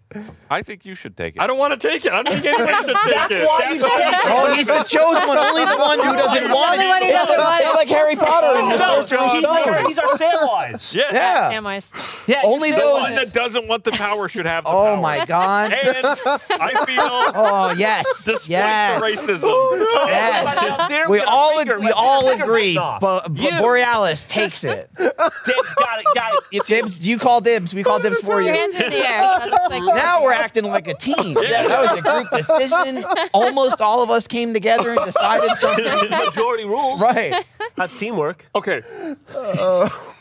D: I think you should take it.
C: I don't want to take it. I don't think anybody should take it.
B: oh, he's the chosen one, only the one who doesn't want
E: only
B: it.
E: one who
B: it's,
E: doesn't
B: like,
E: want it.
B: it's like Harry Potter and the
F: No,
B: Sorcerer's
F: he's,
B: Stone.
F: our, he's our Samwise.
D: Yeah.
B: Yeah.
E: Samwise.
F: Yeah,
B: Only
F: you're
D: The
B: those-
D: one that doesn't want the power should have the power.
B: Oh my God.
D: And I feel
B: Oh yes.
D: despite
B: yes. Oh,
D: the racism.
B: Yes.
F: Everybody else here,
B: We
F: got a
B: all
F: finger
B: ag- we
F: right-
B: all
F: finger
B: agree.
F: right off.
B: Bo- Bo-
F: You-
B: Borealis takes it.
F: Dibs got it. Got it. It's
B: Dibs, you call dibs. We call dibs for
E: Your
B: you.
E: hands in the air. That looks like-
B: Now we're acting like a team. Yeah, that was a group decision. Almost all of us came together and decided something.
F: majority rules.
B: Right.
F: That's teamwork.
C: Okay. Oh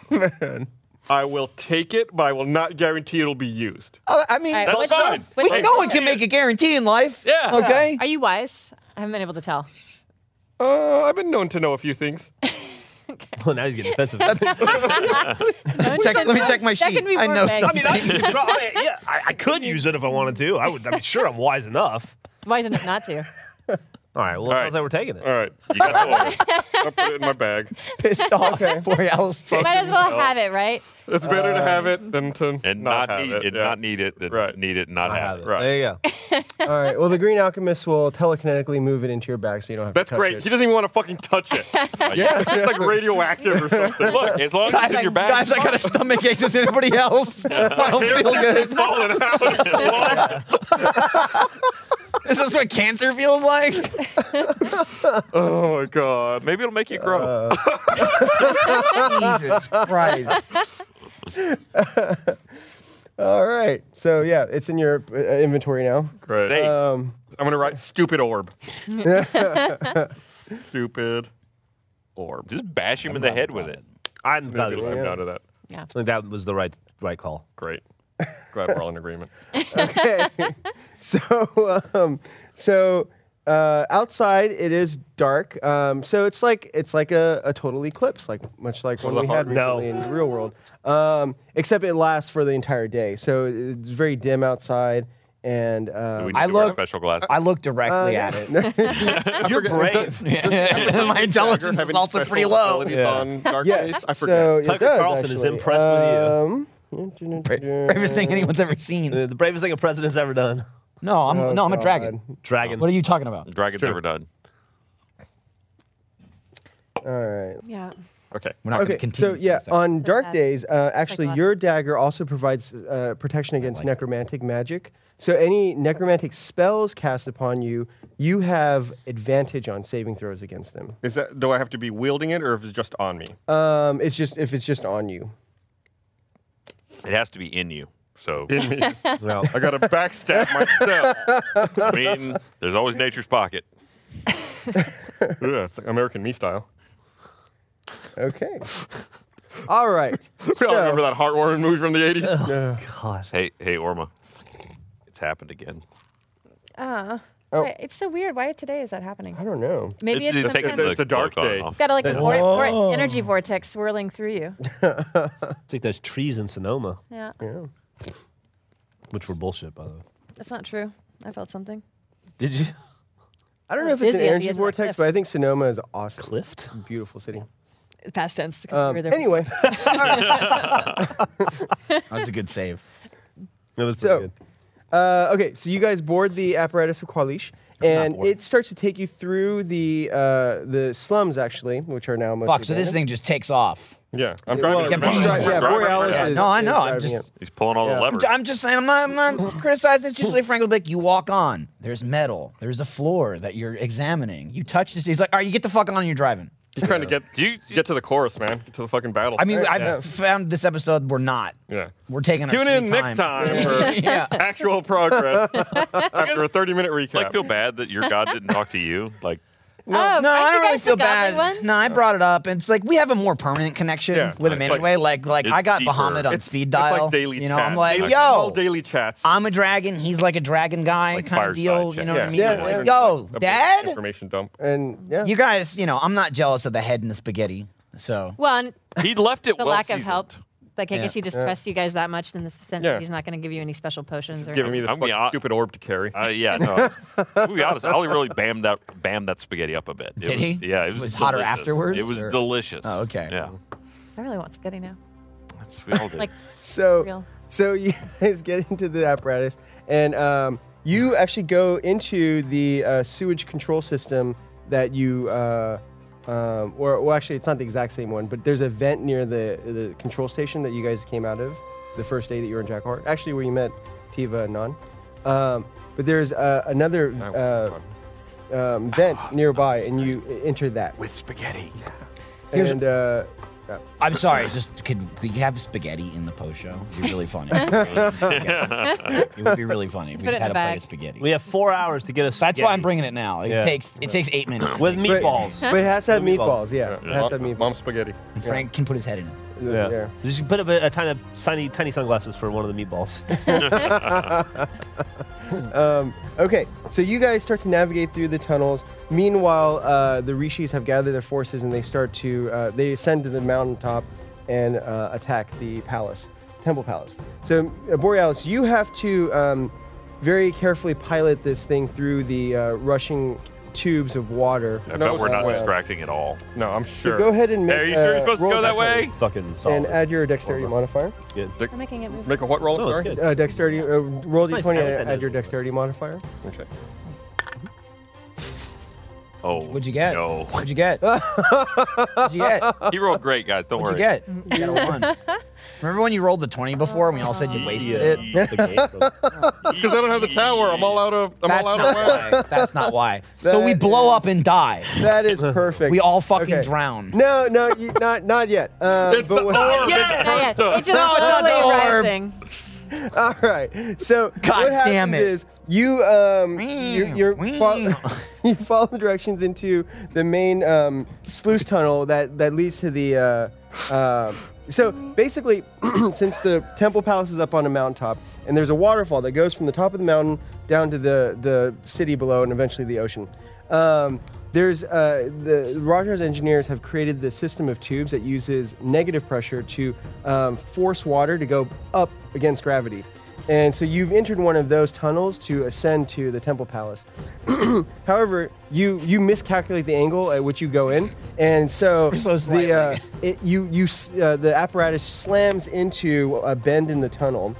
A: Oh,
C: man. I will take it, but I will not guarantee it'll be used.
B: Uh, I mean,
E: All right,
D: That's
E: what's
D: fine.
E: your-
B: we,
E: what's your-
B: no one can make a guarantee in life.
D: Yeah.
B: Okay.
E: Are you wise? I haven't been able to tell.
C: Uh, I've been known to know a few things.
F: Well, now he's getting defensive.
B: Check- let me check my
E: That
B: sheet.
E: can be
B: I
E: more
B: know.
E: vague.
F: I mean, I, could draw- I, mean, yeah, I, I could use it if I wanted to. I would. I mean, sure, I'm wise enough.
E: Wise enough not to.
F: All right. Well, it
D: right.
F: sounds like we're taking it.
C: All right. You got the order. I put it in my bag.
B: pissed off at Borealis takes
E: Might as
B: it.
E: well have it, right?
C: It's better to have
A: Um,
C: it than to
D: And not,
C: have
D: need
C: it.
D: and
C: yeah.
D: not need it. Than
C: Right.
D: Need it. and Not
F: I
D: have
F: have
D: it.
F: it.
C: Right.
F: There you go.
A: All right. Well, the Green Alchemist will telekinetically move it into your bag so you don't have
C: That's
A: to touch
C: great.
A: it.
C: He doesn't even want to fucking touch it.
D: Like,
C: it's like radioactive or something.
D: Look, as long as it's in your bag.
B: Guys, I got a stomach ache. Does anybody else? I don't feel good.
C: Falling out.
B: Is this what cancer feels like?
C: oh my god.
D: Maybe it'll make you grow.
B: Uh, Jesus Christ.
A: All right. So yeah, it's in your uh, inventory now.
C: Great.
D: Safe.
A: Um,
C: I'm gonna write stupid orb. stupid orb.
D: Just bash him in the head with it.
F: I'm glad we
C: I'm
F: went.
C: down to that.
E: Yeah.
F: I think that was the right right call.
C: Great. Glad we're all in agreement.
A: so um, so uh, outside it is dark. Um, so it's like it's like a, a total eclipse, like much like one
C: the
A: we had
C: hard-
F: No.
A: recently in the real world. Um, except it lasts for the entire day. So it's very dim outside, and
D: Do
A: um,
D: we need
B: I
D: to wear
B: look-
D: special glasses.
B: I look directly at it.
F: You're brave.
B: Uh, My intelligence
C: Having
B: is also
C: special
B: pretty low.
C: abilities
F: Yeah.
C: on Dark
A: yes,
C: Days? I forget.
A: so it
F: Tucker
A: does,
F: Carlson is
A: actually.
F: impressed with you.
A: um, you.
B: Bravest thing anyone's ever seen.
F: Uh, the bravest thing a president's ever done.
B: No, I'm no, I'm a
A: God.
B: Oh, dragon.
F: Dragon.
B: What are you talking about?
D: Dragon's never done.
A: All right.
E: Yeah.
C: Okay.
B: We're not going to continue.
A: So
B: for
A: yeah,
B: this.
A: on dark
E: sad.
A: days, uh, actually,
E: glass.
A: your dagger also provides uh, protection against necromantic magic. So any necromantic spells cast upon you, you have advantage on saving throws against them.
C: Is that do I have to be wielding it or if it's just on me?
A: Um, it's just if it's just on you.
D: It has to be in you. So
F: Well,
C: I gotta backstab myself.
D: I mean, there's always nature's pocket.
C: yeah, it's like American Me style.
A: Okay. All right.
C: We all remember
A: So,
C: that heartwarming movie from the 80s?
F: God.
D: Hey, hey, Orma. It's happened again.
A: Oh.
E: Wait, It's so weird. Uh, Why today is that happening?
A: I don't know.
E: Maybe it's,
D: it's,
E: some
D: taking
E: kind of-
D: the
C: It's a dark
D: cloak on and
C: day.
D: off.
E: got a, like a vor- vor- energy vortex swirling through you.
F: It's like those trees in Sonoma,
E: Yeah.
F: which were bullshit, by the way.
E: That's not true. I felt something.
F: Did you?
A: I don't know if it's an
E: busy at the
A: energy
E: edge of that
A: vortex,
E: cliff.
A: but I think Sonoma is awesome.
F: Clift?
A: Beautiful city.
E: Past tense. Because we
A: Um,
E: were there.
A: anyway,
B: that was a good save.
F: That was pretty
A: So,
F: good.
A: uh, okay, so you guys board the apparatus of Qualish, and
F: bored.
A: it starts to take you through the uh, the slums, actually, which are now mostly.
B: Fuck. So this
A: abandoned.
B: thing just takes off.
C: Yeah. I'm
A: Well,
C: driving
B: Get
C: it.
B: back.
A: it's dri-
D: Driver,
A: yeah,
D: driver,
A: Borealis
D: yeah.
A: is-
B: No, I
A: is
B: know, I'm
A: driving
B: just-
A: it.
D: He's pulling all
A: Yeah.
D: the levers.
B: I'm just saying. I'm not. I'm not criticizing. It's usually Frank will be like, "You walk on. There's metal. There's a floor that you're examining. You touch this. He's like, all right, you get the fuck on. and You're driving.
C: He's trying to get
D: Do you-
C: get to the chorus, man. Get to the fucking battle.
B: I mean, I've
A: Yeah.
B: found this episode we're not.
C: yeah.
B: We're taking our
C: Tune
B: sweet
C: in next time for
B: yeah.
C: actual progress after a 30 minute recap.
D: Like, feel bad that your god didn't talk to you. Like,
E: oh,
B: No, I
E: aren't you
B: don't really
E: guys the
B: feel bad.
E: godly Ones?
B: No, I brought it up, and it's like we have a more permanent connection
C: Yeah.
B: with him
D: It's like-
B: anyway. Like, like, I
D: it's
B: got
D: deeper.
B: Bahamut on
C: it's,
B: speed
C: it's
B: dial.
C: like daily
B: you know,
C: chat.
B: I'm like,
C: Like, small
B: yo,
C: daily chats.
B: I'm a dragon. He's like a dragon guy
D: Like
B: kind of
D: fireside
B: deal.
D: chat.
B: You know what I mean?
A: Yeah,
B: I'm
A: yeah.
B: like,
C: A
B: Yo,
C: big
B: Dad.
C: Information dump.
A: And yeah,
B: You guys, you know, I'm not jealous of the head and the spaghetti. So
E: Well, and
D: he left it
E: the
D: well
E: lack of help.
D: seasoned.
E: Like, I
B: Yeah.
E: guess he just trusts you guys that much in the sense
C: Yeah.
E: that he's not going to give you any special potions or
C: Giving me the
D: I'm
C: fucking
D: beyond-
C: stupid orb to carry.
D: Uh, yeah, no. to be honest, Ollie really bammed that bammed that spaghetti up a bit. It
B: Did
D: was,
B: he?
D: Yeah, it was,
B: Was it hotter
D: delicious.
B: afterwards,
D: It was
B: or-
D: delicious.
B: Oh, okay.
D: Yeah,
E: I really want spaghetti now.
D: that's we all did.
E: Like,
A: so
E: Real.
A: so you guys get into the apparatus, and um, you actually go into the uh, sewage control system that you. Uh, um, or well, actually, it's not the exact same one, but there's a vent near the the control station that you guys came out of the first day that you were in Jack Hart. Actually, where you met Tiva and Non. Um, but there's uh, another uh, um, vent nearby, and you e-, enter that.
D: with spaghetti.
B: Here's-
A: and uh,
B: I'm sorry. it's Just could we have spaghetti in the post show? It'd be really funny. it would be really funny. if we
E: put it in
B: had a
E: the
B: plate
E: bag.
B: of spaghetti.
F: We have four hours to get us.
B: That's why I'm bringing it now. It
F: Yeah.
B: takes it takes eight minutes.
F: with
A: but,
F: meatballs.
A: but it has to have
F: Meatballs.
A: meatballs. Yeah, it has to have meatballs.
C: Mom spaghetti.
B: And Frank can put his head in it.
A: Yeah. yeah.
F: Just put up a, a tiny, tiny, tiny sunglasses for one of the meatballs.
A: Okay, so you guys start to navigate through the tunnels. Meanwhile, uh, the rishis have gathered their forces and they start to uh, they ascend to the mountaintop and uh, attack the palace, temple palace. So uh, Borealis, you have to um, very carefully pilot this thing through the uh, rushing tubes of water.
D: I
C: No,
D: bet we're not
C: uh,
D: distracting at all.
C: No, I'm sure.
A: Go ahead and make.
D: Are you sure
A: uh,
D: you're supposed to
A: roll
D: go that
A: dexterity.
D: way?
F: Fucking solid.
A: And add your dexterity modifier.
E: I'm making it move.
C: Make a what roll?
F: No,
C: sorry.
F: it's good.
A: Uh, dexterity. Uh, roll
F: Nice.
A: d20
F: I like that
A: and add your
F: dexterity.
A: dexterity modifier.
C: Okay.
D: Oh,
B: What'd you get?
D: No,
B: What'd you get? What'd you get? What'd
D: he rolled great, guys. Don't
B: you
D: worry.
B: get?
E: Mm.
B: You got a one. Remember when you rolled the twenty before and we all said you
E: Oh.
B: wasted
F: Yeah.
B: it?
F: uh, The game.
C: Because I don't have the tower. I'm all out of. I'm
B: That's
C: all
B: not
C: out of whack.
B: why. That's not why. So we
A: That
B: blow up and die.
A: That is perfect.
B: We all fucking
A: Okay.
B: drown.
A: No, no, you, not not yet. Uh,
C: It's the
A: but
C: orb.
A: what-
C: that
E: Ah, Not yet.
C: burst us.
E: It's just
B: No, it's not
E: slowly
B: the orb.
E: rising.
A: All right. So
B: God
A: what happens
B: damn it.
A: is you um
B: Meow,
A: you you're fo-
B: meow.
A: you follow the directions into the main um, sluice tunnel that that leads to the. Uh, uh, so basically, since the temple palace is up on a mountaintop, and there's a waterfall that goes from the top of the mountain down to the the city below, and eventually the ocean. Um, there's uh, the Rogers engineers have created this system of tubes that uses negative pressure to um, force water to go up against gravity. And so you've entered one of those tunnels to ascend to the temple palace. However, you you miscalculate the angle at which you go in, and so,
B: so
A: the uh,
B: slightly.
A: it, you you s- uh, the apparatus slams into a bend in the tunnel.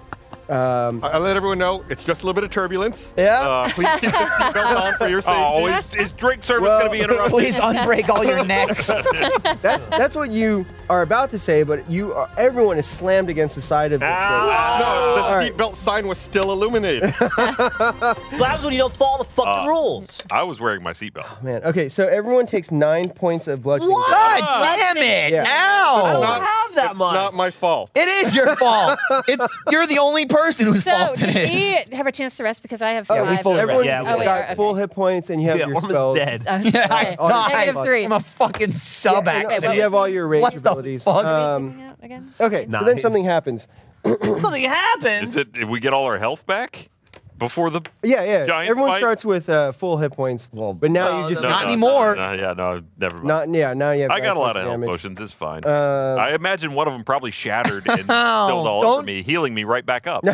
C: I, I let everyone know it's just a little bit of turbulence.
B: Yeah.
C: Uh, please keep the seatbelt on for your safety.
D: Oh, is, is drink service
A: Well-
D: going to be interrupted?
B: Please unbreak all your necks.
A: That's that's what you are about to say, but you are, everyone is slammed against the side of this thing.
B: Ah.
C: No, the
A: All right.
C: seatbelt sign was still illuminated.
F: So that was when you don't follow the fucking rules.
D: I was wearing my seatbelt.
A: Man, okay, so everyone takes nine points of bludgeoning. damage.
B: God damn it!
A: Yeah.
B: Ow!
C: Not-
F: have that
C: it's
F: much.
C: Not my fault.
B: It is your fault. It's you're the only person whose
E: So,
B: fault it
E: did
B: is.
E: we have a chance to rest because Oh, I have
B: Yeah, Oh, we
E: five.
B: fully
A: Everyone
F: Yeah,
A: has
F: we
A: got
E: are, okay.
A: full hit points, and you have
F: Yeah,
A: your
F: Orm is
A: spells.
F: dead.
E: I was- okay.
A: all right.
E: Negative three.
B: I'm a fucking
A: Yeah,
B: sub
A: and, uh,
B: action.
A: so you have all your range
B: What the
A: abilities.
B: fuck?
A: Um,
E: Taking out again.
A: okay, so then
F: Nine.
A: something happens.
B: Something happens.
D: Is it? Did we get all our health back before the?
A: Yeah, yeah.
D: Giant
A: Everyone
D: fight?
A: starts with uh, full hit points,
B: Well,
A: but now
B: no,
A: you just
B: no, Not
D: no,
B: anymore.
D: No, yeah, no, never mind.
A: Not yeah. Now you have.
D: I got
A: nine
D: a lot
A: points
D: of health
A: damage.
D: potions. It's fine. I imagine one of them probably shattered and spilled all over
B: Uh, don't-
D: me, healing me right back up.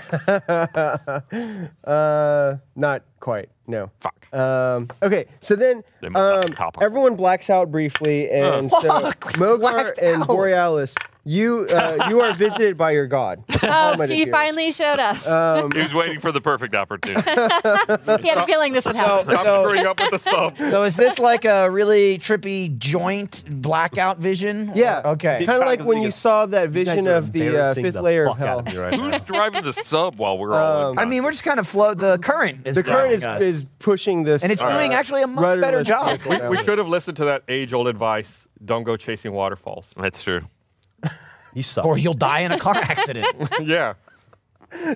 A: Uh, not quite. No.
D: Fuck.
A: Um, okay, so then
D: They must not
A: um,
D: be top up.
A: everyone blacks out briefly, and so
B: Fuck, we
A: Mogar
B: blacked
A: and
B: out.
A: Borealis, You uh, you are visited by your god.
E: Oh,
A: Almighty
E: he
A: Zeus.
E: finally showed up.
A: Uh,
D: He was waiting for the perfect opportunity.
E: he had a feeling this would happen.
C: Stop screwing up with the sub.
B: So is this like a really trippy joint blackout vision?
A: Yeah.
B: Okay.
A: Kind of like
F: Because
A: when
F: you
A: you
F: guys-
A: saw that vision
F: are
A: of the uh,
F: embarrassing
A: fifth
F: the
A: layer of
F: fuck out
A: hell.
F: of me right now.
D: Who's driving the sub while we're all? in
B: I mean, we're just kind of flow. The current is
A: The current is,
B: driving us.
A: is pushing this,
B: and it's
A: uh,
B: doing actually a much
A: rudderless
B: better job.
A: vehicle down
C: We
A: there.
C: should have listened to that age-old advice: don't go chasing waterfalls.
D: That's true.
F: You suck.
B: Or you'll die in a car accident.
C: yeah.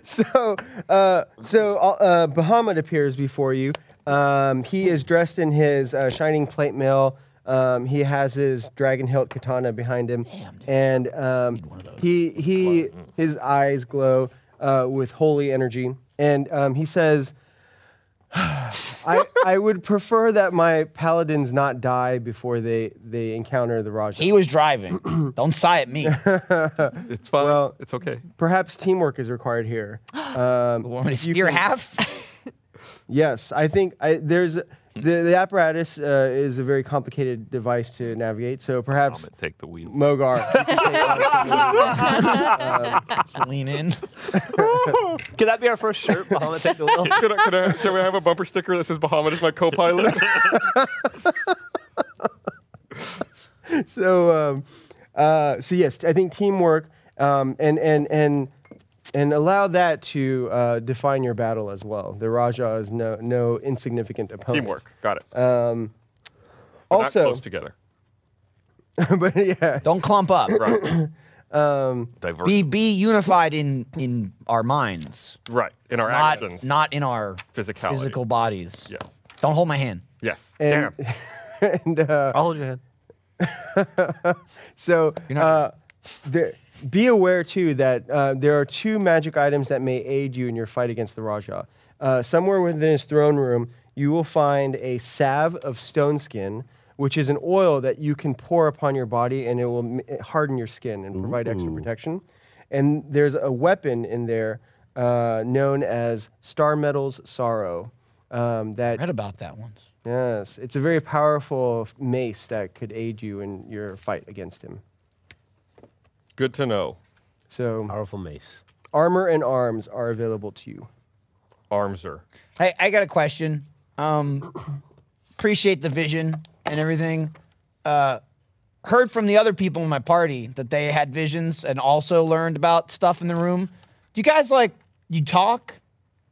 A: So, uh, so uh, Bahamut appears before you. Um, he is dressed in his uh, shining plate mail. Um, he has his dragon hilt katana behind him, and um, he he his eyes glow uh, with holy energy, and um, he says. I, I would prefer that my paladins not die before they, they encounter the Raja.
B: he was driving. Don't sigh at me. You
C: It's fine.
A: Well-
C: it's okay.
A: Perhaps teamwork is required here. Um,
B: want me to steer half?
A: Yes, I think I, there's the,
C: Hmm.
A: the apparatus uh, is a very complicated device to navigate. So
D: I'm
A: perhaps
D: gonna take the wheel.
A: Mogar.
B: Just lean in.
F: Can that be our first shirt? Bahama take the wheel.
C: Could I, could I, can we have a bumper sticker that says Bahamut is my co-pilot?
A: so um, uh, so yes, I think teamwork um, and and and and allow that to uh, define your battle as well. The Raja is no no insignificant opponent.
C: Teamwork. Got it.
B: Uh,
C: We're not
A: Also,
C: close together.
A: but yeah,
B: Don't clump up.
C: Right.
D: Diverse.
B: Be be unified in in our minds,
C: right. In our actions.
B: not not in our
C: Physicality.
B: physical bodies.
C: Yes.
B: Don't hold my hand.
C: Yes.
A: And-
C: Damn.
A: and uh,
F: I'll hold your hand.
A: So
B: not-
A: uh, there, be aware too that uh, there are two magic items that may aid you in your fight against the Raja. Uh, somewhere within his throne room, you will find a salve of stone skin, which is an oil that you can pour upon your body and it will m- harden your skin and provide extra protection. And there's a weapon in there uh, known as Star Metal's Sorrow. Um, that
B: Read about that once.
A: yes, it's a very powerful f- mace that could aid you in your fight against him.
C: Good to know.
A: So
F: Powerful mace.
A: armor and arms are available to you.
C: Armser.
B: Hey, I got a question. Um, appreciate the vision and everything. Uh, heard from the other people in my party that they had visions and also learned about stuff in the room. Do you guys like you talk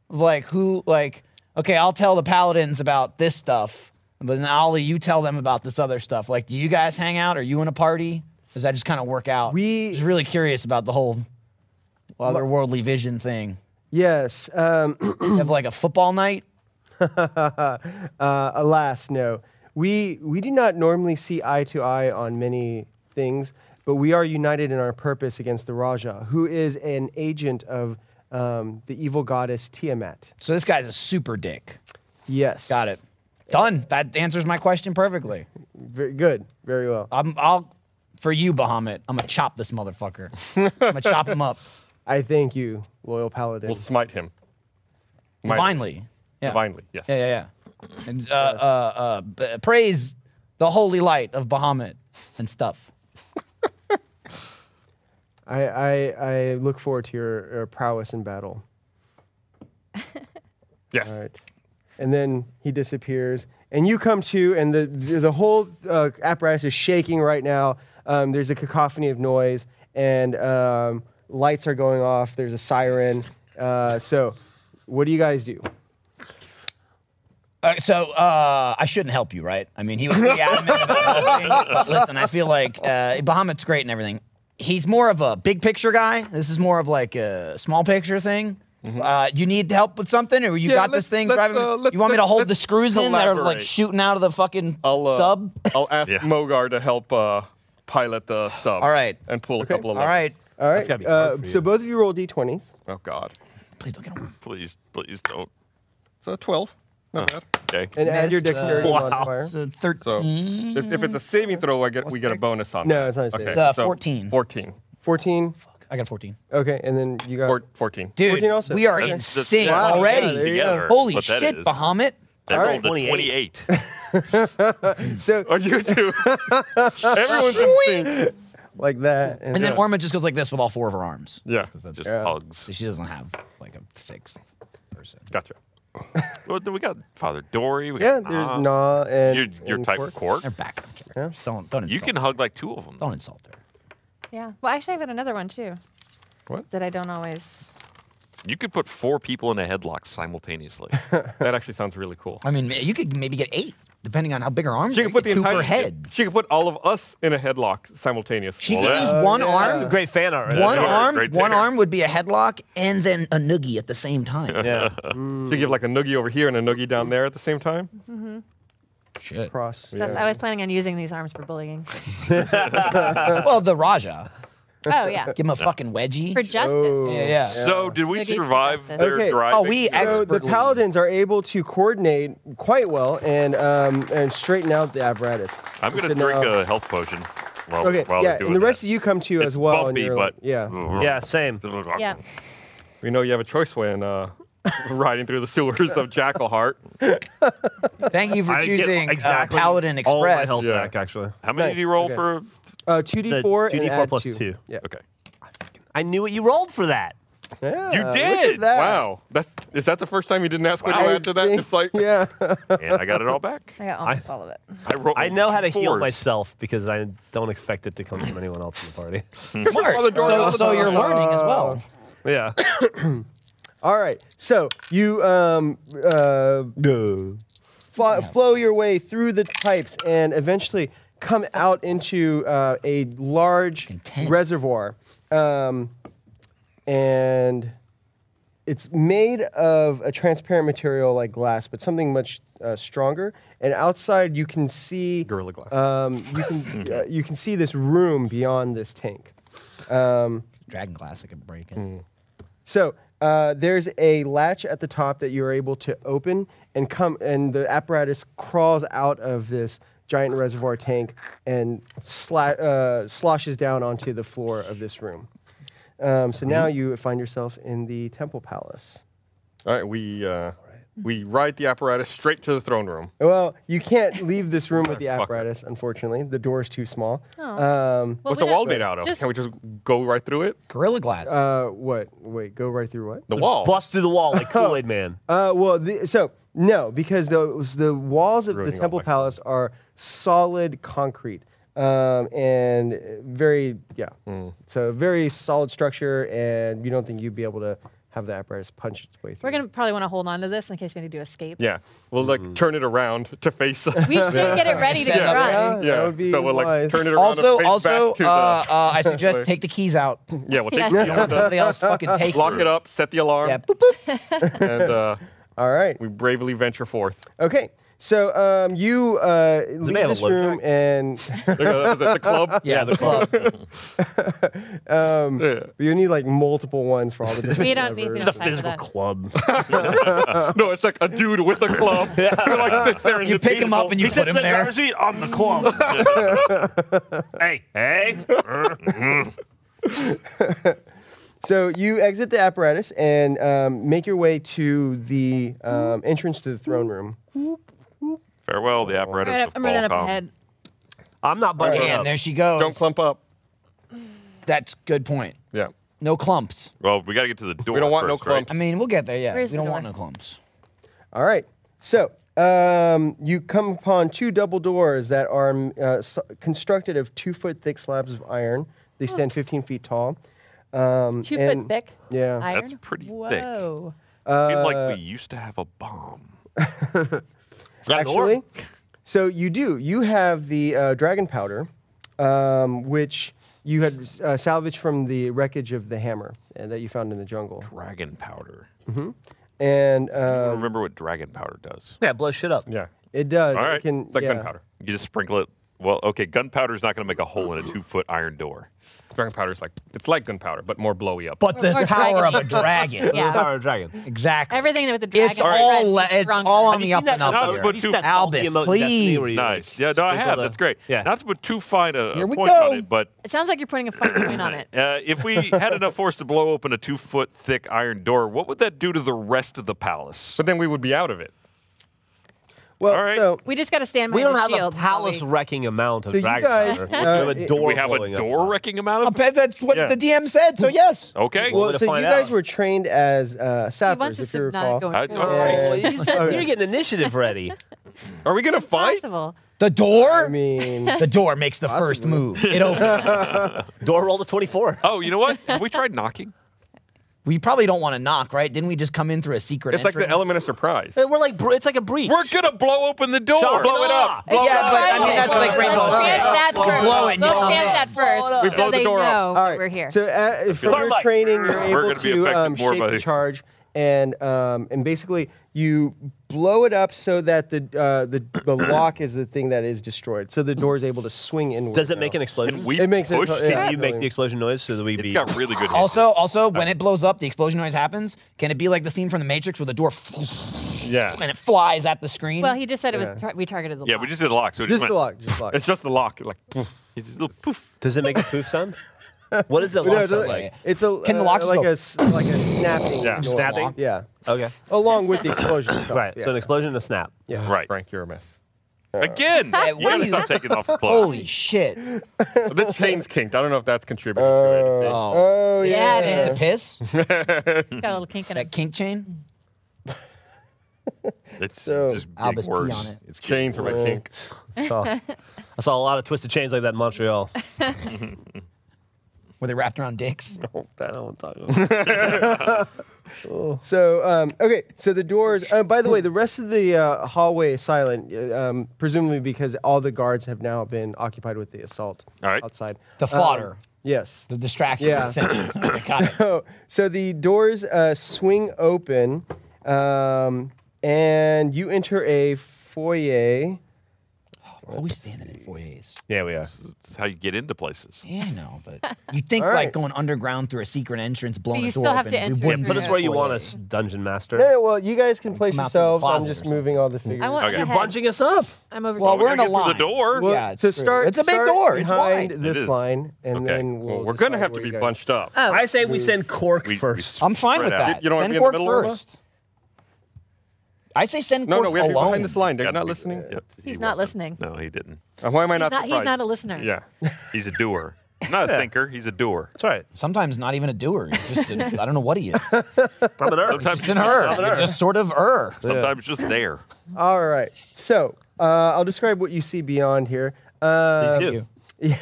B: of like who like okay, I'll tell the paladins about this stuff, but then Ollie, you tell them about this other stuff. Like, do you guys hang out? Are you in a party? Does that just kind of work out?
A: We-
B: just really curious about the whole otherworldly vision thing.
A: Yes. Um,
B: You have like a football night.
A: uh, alas, no. We we do not normally see eye to eye on many things, but we are united in our purpose against the Raja, who is an agent of um, the evil goddess Tiamat.
B: So this guy's a super dick.
A: Yes.
B: Got it. Done. That answers my question perfectly.
A: Very good. Very well.
B: I'm, I'll, for you, Bahamut, I'm gonna chop this motherfucker. I'm gonna chop him up
A: I thank you, loyal paladin.
C: We'll smite him. Mightily.
B: divinely. Yeah.
C: Divinely. Yes.
B: Yeah, yeah, yeah. And uh, uh, uh, b- praise the holy light of Bahamut and stuff.
A: I, I I look forward to your uh, prowess in battle.
C: Yes.
A: All right. And then he disappears. And you come to, and the the, the whole uh, apparatus is shaking right now. Um, there's a cacophony of noise, and um, lights are going off. There's a siren. Uh, so, what do you guys do?
B: Uh, so uh, I shouldn't help you, right? I mean, he was pretty adamant about helping. But listen, I feel like uh, Bahamut's great and everything. He's more of a big picture guy. This is more of like a small picture thing. Uh, you need help with something, or
C: Mm-hmm.
B: you
C: Yeah,
B: got
C: let's-
B: this thing
C: let's,
B: driving?
C: uh, let's-
B: you want me to
C: let's-
B: hold the
C: let's
B: screws in that are like
C: collaborate.
B: shooting out of the fucking
C: I'll uh,
B: sub?
C: I'll ask
D: Yeah.
C: Mogar to help uh, pilot the sub.
B: All right.
C: And pull a couple of.
B: All right,
A: All right.
F: gotta be hard
A: uh,
F: for
A: so
F: you.
A: both of you roll d20s.
C: levers. Oh God.
B: please don't get him.
D: Please, please don't.
C: So twelve. Not bad.
D: Okay.
A: And add your
B: Missed, uh,
A: dexterity
F: Wow.
A: modifier.
B: So
C: So
B: thirteen.
C: if if it's a saving throw, I get we get a bonus on.
A: No,
C: that.
A: it's not a saving.
B: It's, uh,
C: so
B: 14.
C: Fourteen.
A: 14.
B: I got fourteen.
A: Okay. And then you got.
C: Four, Fourteen.
B: Dude,
A: 14 also.
B: we are
A: Okay.
B: in
D: That's- that's-
B: sync
D: that's-
B: already.
A: yeah, there you
D: Together.
B: Holy
D: what that
B: shit,
D: is.
B: Bahamut!
D: That
A: All
D: rolled
A: right.
D: a 28.
A: So
C: Oh, Are you two? Everyone's in sync.
A: like that. uh,
B: And then Orma just goes like this with all four of her arms.
C: Yeah.
B: 'Cause that's-
D: Just
A: Yeah.
D: hugs.
B: she doesn't have like a sixth person.
C: Gotcha.
D: Well, then we got Father Dory. We
A: yeah,
D: got
A: there's
F: Uh,
D: Nah.
A: Gnaw and
D: Your, your
A: and
D: type
A: Quark.
D: of cork.
B: They're background characters. Don't don't insult.
D: You can hug like two of them.
B: don't insult her.
E: Yeah. Well, actually, I've got another one too.
C: What?
E: That I don't always.
D: You could put four people in a headlock simultaneously.
C: That actually sounds really cool.
B: I mean, ma- you could maybe get eight, depending on how big her arms.
C: She
B: are.
C: could
B: You
C: put the
B: get two
C: entire
B: per head.
C: She could put all of us in a headlock simultaneously.
B: She
D: Well,
B: could
D: that-
B: use one
A: yeah.
F: That's a
B: arm.
F: great fan art. right
B: One
F: there.
D: great-
B: arm.
D: great
B: one
D: there.
B: arm would be a headlock, and then a noogie at the same time.
F: Yeah.
C: She give like a noogie over here and a noogie down there at the same time.
B: Shit.
A: Cross.
E: That's, I was planning on using these arms for bullying.
B: well, the Raja.
E: oh yeah.
B: Give him a fucking wedgie.
E: For justice.
A: Oh.
B: yeah, yeah.
D: So did we
E: Like he's
D: survive
E: possessed.
D: their
A: Okay.
D: driving?
B: Oh, we
D: So-
A: So the
B: expertly.
A: paladins are able to coordinate quite well and um, and straighten out the apparatus.
D: I'm gonna
A: So
D: drink
A: now-
D: a health potion. While,
A: uh, Okay,
D: while
A: yeah,
D: they're doing
A: and the
D: that.
A: rest of you come too
D: it's
A: as well. and
D: Bumpy,
A: you're
D: but mm.
A: like- yeah,
F: Yeah, same.
E: Yeah.
C: We know you have a choice when uh, riding through the sewers of Jackal Heart.
B: Thank you for
F: I get
B: choosing
F: exactly
B: uh, Paladin
F: all my
B: Express.
F: health
C: Yeah.
F: back, actually.
D: How many
A: Nice,
D: do you roll
A: okay.
D: for?
A: uh, two d four,
F: It's a 2d4 plus two.
A: Yeah,
D: Okay.
F: I knew what you rolled for that.
A: Yeah,
D: You
A: Uh, look at
D: did!
A: that.
C: Wow, that's is that the first time you didn't ask me to
D: Wow.
C: add to that? It's like
A: Yeah,
D: And I got it all back.
E: I got almost all of it.
D: I rolled.
F: I know how to heal
D: fours.
F: myself because I don't expect it to come from anyone else in the Uh, party.
B: Smart. So, so you're learning as well.
F: yeah.
A: All right. So you um uh fly, flow your way through the pipes and eventually come out into uh, a large
B: Content.
A: reservoir. Um, and it's made of a transparent material like glass, but something much uh, stronger. And outside, you can see
C: Gorilla glass.
A: Um, you can uh, you can see this room beyond this tank. Um,
B: Dragon Glass, I could break it.
A: so uh, there's a latch at the top that you're able to open and come, and the apparatus crawls out of this giant reservoir tank and sla- uh, sloshes down onto the floor of this room. Um, so now you find yourself in the temple palace.
C: all right, we uh, we ride the apparatus straight to the throne room.
A: Well, you can't leave this room with the
C: Fuck it.
A: apparatus, unfortunately. The door's too small.
E: Aw.
A: Um,
E: Well,
C: What's
E: we
C: the wall
E: don't-
C: made out of?
E: just-
C: Can we just go right through it?
B: Gorilla Glass.
A: uh, what? Wait, go right through what?
C: The wall.
F: Bust through the wall like Kool Aid Man.
A: Uh, well, the, so no, because those the walls of
C: Ruining
A: the
C: all
A: temple
C: my fun.
A: palace are solid concrete um, and very yeah. So very solid structure, and you don't think you'd be able to have the apparatus punch its way through.
E: We're gonna probably want to hold on to this in case we need to escape.
C: Yeah, we'll like turn it around to face.
E: We should get it ready to
B: Yeah.
E: run.
A: Yeah. that
C: yeah,
A: would be
C: so we'll like
A: wise.
C: turn it around.
B: also,
C: and face
B: also,
C: back to
B: uh,
C: the,
B: uh, I suggest
C: place.
B: take the keys out.
C: yeah, we'll
E: Yeah.
C: take the
B: Let somebody else fucking take
C: Lock
B: them.
C: it up, set the alarm,
B: Yeah, boop, boop.
C: and uh,
A: All right.
C: we bravely venture forth.
A: Okay. So um, you uh, leave
F: have a
A: this
F: look
A: room and
C: Is it the club?
B: Yeah, the club.
A: you need like multiple ones for all the different.
E: We don't need- we
A: levers.
E: don't
F: It's a
E: Time for
F: physical
E: that.
F: club.
C: no, it's like a dude with a club. Who, like sits there and
B: You
C: just
B: pick him up and you put
F: sits
B: him
F: in the
B: there.
F: driver's seat. I'm the club. hey, hey.
A: So you exit the apparatus and um, make your way to the um, entrance to the throne room.
D: Farewell, the apparatus.
E: Right up,
D: of
E: I'm running up
D: Qualcomm.
E: ahead.
F: I'm not bunching
B: Damn,
F: up.
B: there she goes.
C: Don't clump up.
B: That's good point.
C: Yeah.
B: No clumps.
D: Well, we got to get to the door.
C: We don't want no
D: first, right?
B: I mean, we'll get there. Yeah,
E: Where's
B: we
E: the
B: don't want no
E: door?
B: clumps.
A: All right. So um, you come upon two double doors that are mm, uh, s- constructed of two foot thick slabs of iron. They stand 15 feet tall. Um,
E: Two
A: and-
E: foot thick.
A: Yeah.
E: Iron?
D: That's pretty thick.
E: Whoa.
D: Seemed
B: uh,
D: like we used to have a bomb.
F: Got an orb?
A: actually. So you do. You have the uh, dragon powder, um, which you had uh, salvaged from the wreckage of the hammer uh, that you found in the jungle.
D: Dragon powder.
A: And
D: I
A: uh,
D: don't remember what dragon powder does.
F: Yeah, blow shit up.
C: Yeah.
A: it does.
D: All
A: it
D: right.
A: can-
C: It's like
A: yeah.
C: gunpowder.
D: You just sprinkle it. Well, okay, gunpowder's not going to make a hole in a two-foot iron door.
C: Gunpowder is like it's like gunpowder, but more blowy up.
B: But the
E: Or
B: power of
E: dragon.
B: a dragon.
E: Yeah.
F: Power of dragon.
B: Exactly.
E: Everything with the dragon.
B: It's
E: red
B: all
E: is
B: le- it's
E: stronger.
B: all on
F: you
B: the
F: seen
B: up
F: that
B: and up.
F: novel?
B: here.
F: Have you seen that salty
B: Albus,
F: emote in Destiny
B: please.
F: where you-
D: Nice. Yeah, no, I
F: sprinkle
D: have.
F: the-
D: That's great.
F: Yeah.
D: Not to put too fine a,
B: Here
D: a
B: we
D: point
B: go.
D: on it, but
E: It sounds like you're putting a fine point on it.
D: uh, if we had enough force to blow open a two-foot thick iron door, what would that do to the rest of the palace?
C: But then we would be out of it.
A: Well,
D: All right.
A: so
E: We just got to stand by
F: We don't
E: the
F: have
E: shield.
F: a palace
E: while we-
F: wrecking amount of
A: So you
F: dragon
A: guys,
F: fire.
A: uh,
F: we have a
A: it-
F: door.
D: We have
F: blowing
D: a
F: up.
D: door wrecking amount
B: I
D: of.
B: bet that's what
D: Yeah.
B: the DM said. So yes.
D: Okay.
F: Well,
A: well,
F: to
A: so you
F: find
A: guys
F: out.
A: were trained as uh,
E: a bunch
A: sappers,
E: of
A: if you
E: some not
A: recall.
E: going
D: I-
E: through.
D: oh,
E: it.
A: Yeah.
F: Well, you just- You're getting initiative ready.
C: Are we gonna fight?
E: Possible.
B: The door.
A: I mean,
B: the door makes the first move. It opens.
F: Door rolled a 24.
D: Oh, you know what? Have we tried knocking?
B: we probably don't want to knock, right? Didn't we just come in through a secret?
C: It's like the
B: entrance?
C: element of surprise.
F: Hey, We're like, br- it's like a breach.
D: We're gonna blow open the door.
F: Shop
C: blow it
F: awe.
C: up. Blow
B: Yeah,
C: it
B: but
C: up.
B: I mean that's like
E: Let's
B: rainbow
E: chant that
B: shit.
E: first.
B: Blow it and you
E: Let's
B: come
E: chant
B: in.
E: that first,
C: We
E: so
C: blowed the
E: they
C: door up.
E: know
A: all right.
E: we're here.
A: So uh, from
D: like-
A: your training, you're
D: We're
A: able
D: gonna be
A: to
D: affected
A: um,
D: more
A: shape
D: by
A: the
D: these.
A: charge, and um, and basically you blow it up so that the uh, the the lock is the thing that is destroyed. So the door is able to swing inward.
F: Does it
A: now.
F: make an explosion?
D: And we
A: It makes it-
D: pushed
A: yeah.
F: Can
D: it.
F: you make the explosion noise so that we
D: It's
F: be?
D: got really good.
B: Also, also
C: Uh,
B: when it blows up, the explosion noise happens. Can it be like the scene from The Matrix where the door
C: Yeah.
B: and it flies at the screen?
E: well, he just said it was tar- we targeted the
D: yeah,
E: lock.
D: we just did the lock. So it
A: Just
D: went,
A: the lock. Just the lock.
C: It's just the lock. Like poof.
D: It's just a little poof.
F: Does it make a poof sound? What is the
A: No,
F: lock
A: it's, a,
F: sound like?
A: it's a
B: Can the lock
A: uh,
B: just
A: like
B: go-
A: a s- like a snapping
C: Yeah.
A: noise.
F: Snapping?
A: Yeah,
F: Okay.
A: along with the explosion. itself,
F: Right.
A: Oh, Yeah.
F: So an explosion and a snap.
A: yeah.
D: Right.
C: Frank, you're a mess.
D: Again. you
B: what
D: gotta
B: is
D: stop
B: that?
D: taking off the clock.
B: Holy shit! It's
C: the chain's kinked. I don't know if that's contributing to it. Oh.
A: Oh yeah.
E: yeah, it
B: a
E: is.
B: piss.
E: Got a little kink in
B: That
E: it.
B: kink chain.
D: It's
A: So-
D: just
B: I'll
D: getting
B: just pee
D: worse.
B: on it.
D: It's getting
C: Chains are my kink.
F: Saw- I saw a lot of twisted chains like that in Montreal.
B: Were they wrapped around dicks?
F: I don't want to talk about. Oh. it.
A: So um, okay, so the doors. Uh, by the way, the rest of the uh, hallway is silent, uh, um, presumably because all the guards have now been occupied with the assault
D: All right.
A: outside.
B: The
A: Um,
B: fodder.
A: yes.
B: The distraction.
A: Yeah.
B: I got it.
A: So, so the doors uh, swing open, um, and you enter a foyer.
B: Always standing in foyers.
F: Yeah, we are.
D: It's how you get into places.
B: Yeah, I know, but you think
A: All right.
B: like going underground through a secret entrance, blowing
E: you
B: a door
E: still have
B: open.
E: to
B: we
E: enter
B: wouldn't
E: through
B: be
F: Put us
B: in a
F: where you want
B: foyer.
F: us, dungeon master.
A: No, no, well, you guys can place
B: Come out through the
A: yourselves. I'm
B: closet
A: just
B: or something.
A: moving all the figures.
E: I want
D: Okay.
E: okay.
D: You're
F: Bunching us up.
E: I'm over.
B: Well,
E: here.
B: we're in a
D: Gotta get
B: line.
D: through the door.
A: Well,
B: Yeah, it's
A: so
B: true.
A: start.
B: It's a big
A: start
B: door. It's
A: Behind
B: wide.
A: this
D: It is.
A: line, and
D: Okay.
A: then
D: Well,
A: we'll.
C: We're gonna
A: decide
C: have to
A: where
C: be
A: you guys-
C: bunched up.
E: Uh,
F: I say we send Cork
D: We- we-
F: first.
B: I'm fine
D: Spread
B: with
D: out.
B: that.
C: You don't wanna
B: send
C: be in the
B: Gork
C: middle of it?
B: first. I say send
C: No,
B: Gork
C: no, we have to be
B: alone.
C: behind this line. They're
D: Gotta
C: not
D: be-
C: listening.
D: yeah, he
E: He's not
D: wasn't.
E: listening.
D: No, he didn't.
C: And why am I
E: He's
C: not?
E: not- he's
C: surprised?
E: not a listener.
C: Yeah.
D: He's a doer. Not a thinker. He's a doer.
F: That's right.
B: Sometimes not even a doer. He's just a, I don't know what he is.
F: I'm an herb.
D: Sometimes
B: Just an er. You're just sort of er.
D: Sometimes just there.
A: All right. So uh, I'll describe what you see beyond here. Uh,
F: Please do.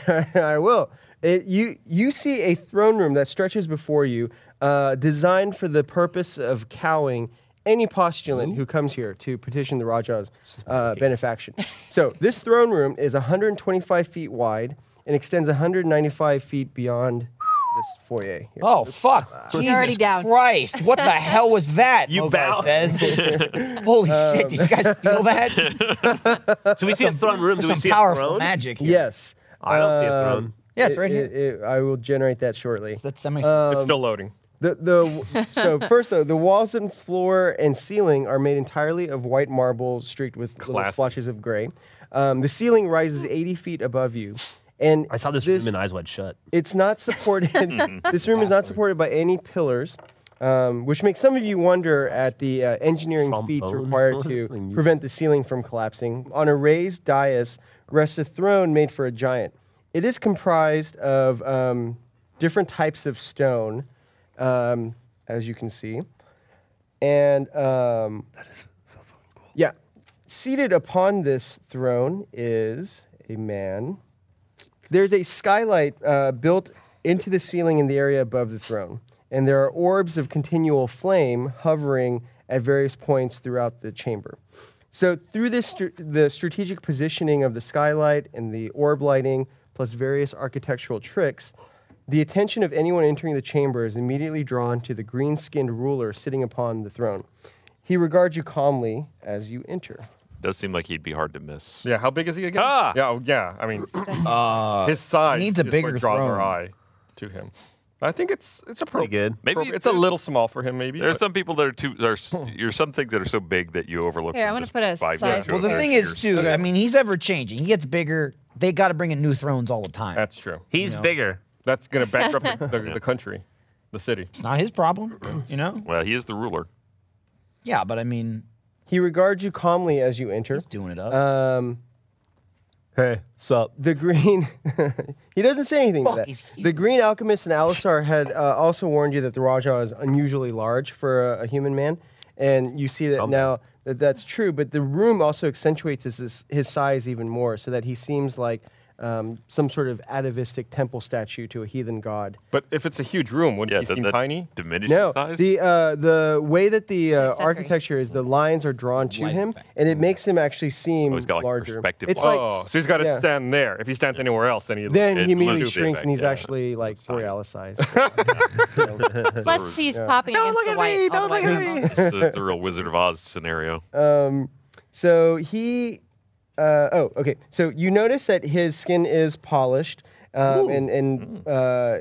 A: Yeah, I will. It, you you see a throne room that stretches before you, uh, designed for the purpose of cowing any postulant who comes here to petition the Raja's uh, benefaction. so this throne room is 125 feet wide and extends 195 feet beyond this foyer. Here.
B: Oh fuck! Jesus
E: already down.
B: Christ! What the hell was that?
F: You
B: Mogar
F: bow.
B: says. Holy shit! Did you guys feel that?
F: So we see a throne room. Do we
B: Some
F: see a
B: powerful
F: throne?
B: magic. Here.
A: Yes.
F: I don't see a
A: Um,
F: throne.
B: Yeah, it's
A: it-
B: right here.
A: it- um, it- I will generate that shortly.
B: That's semi.
C: it's still loading.
A: The the so first though the walls and floor and ceiling are made entirely of white marble streaked with little
C: Classy.
A: splotches of gray. Um, the ceiling rises 80 feet above you, and
F: I saw this,
A: This-
F: room in Eyes Wide Shut.
A: it's not supported. this room is not supported by any pillars, um, which makes some of you wonder at the uh, engineering feats
F: Trombone?
A: required to prevent the ceiling from collapsing. On a raised dais rests a throne made for a giant. It is comprised of um, different types of stone, um, as you can see, and um, yeah, seated upon this throne is a man. There's a skylight uh, built into the ceiling in the area above the throne, and there are orbs of continual flame hovering at various points throughout the chamber. So, through this, str- the strategic positioning of the skylight and the orb lighting, plus various architectural tricks, the attention of anyone entering the chamber is immediately drawn to the green skinned ruler sitting upon the throne. He regards you calmly as you enter.
D: Does seem like he'd be hard to miss.
C: Yeah. How big is he again?
D: Ah!
C: Yeah. oh, Yeah. I mean, his size
B: He needs a
C: is what
B: bigger
C: draws
B: throne.
C: our eye to him. I think it's it's a
F: Pretty good.
D: Maybe
C: it's a little small for him. Maybe.
D: There are
C: but-
D: some people that are too. There's there's some things that are so big that you overlook.
E: Here,
D: them
E: I'm gonna
D: just
E: put a
D: by
E: size-
D: virtue
B: Well,
D: of
B: the
D: their
B: thing is,
D: years.
B: too. I mean, he's ever changing. He gets bigger. They got to bring in new thrones all the time.
C: That's true.
F: He's bigger.
C: That's gonna bankrupt the, the, the country, the city.
B: Not his problem, you know.
D: Well, he is the ruler.
B: Yeah, but I mean,
A: He regards you calmly as you enter.
B: He's doing it up.
A: Um,
F: Hey, sup?
A: the green. he doesn't say anything
B: Fuck,
A: to
B: he's
A: that. The green alchemist and Alistar had uh, also warned you that the Rajah is unusually large for a, a human man, and you see that now that that's true. But the room also accentuates his- his, his size even more, so that he seems like um, some sort of atavistic temple statue to a heathen god.
C: But if it's a huge room, wouldn't
D: Yeah,
C: he
D: that,
C: seem
D: that
C: tiny?
D: diminished
A: No,
D: size.
A: the uh, the way that the uh,
E: accessory.
A: architecture is, the lines are drawn to
B: light
A: him,
B: effect.
A: and it makes him actually seem
D: Oh, he's got, like,
A: larger.
D: perspective
A: It's
D: lines.
A: like
C: oh, so he's got to
A: yeah.
C: stand there. If he stands anywhere else, then he
A: Then
D: It
A: he immediately
D: loses it
A: shrinks
D: back,
A: and he's
D: yeah.
A: actually like Borealicized.
E: Plus, he's popping against the white. all the white marble.
D: it's, the, the real Wizard of Oz scenario.
A: so he, uh, oh, okay. So you notice that his skin is polished um, and,
D: Hmm.
A: and uh,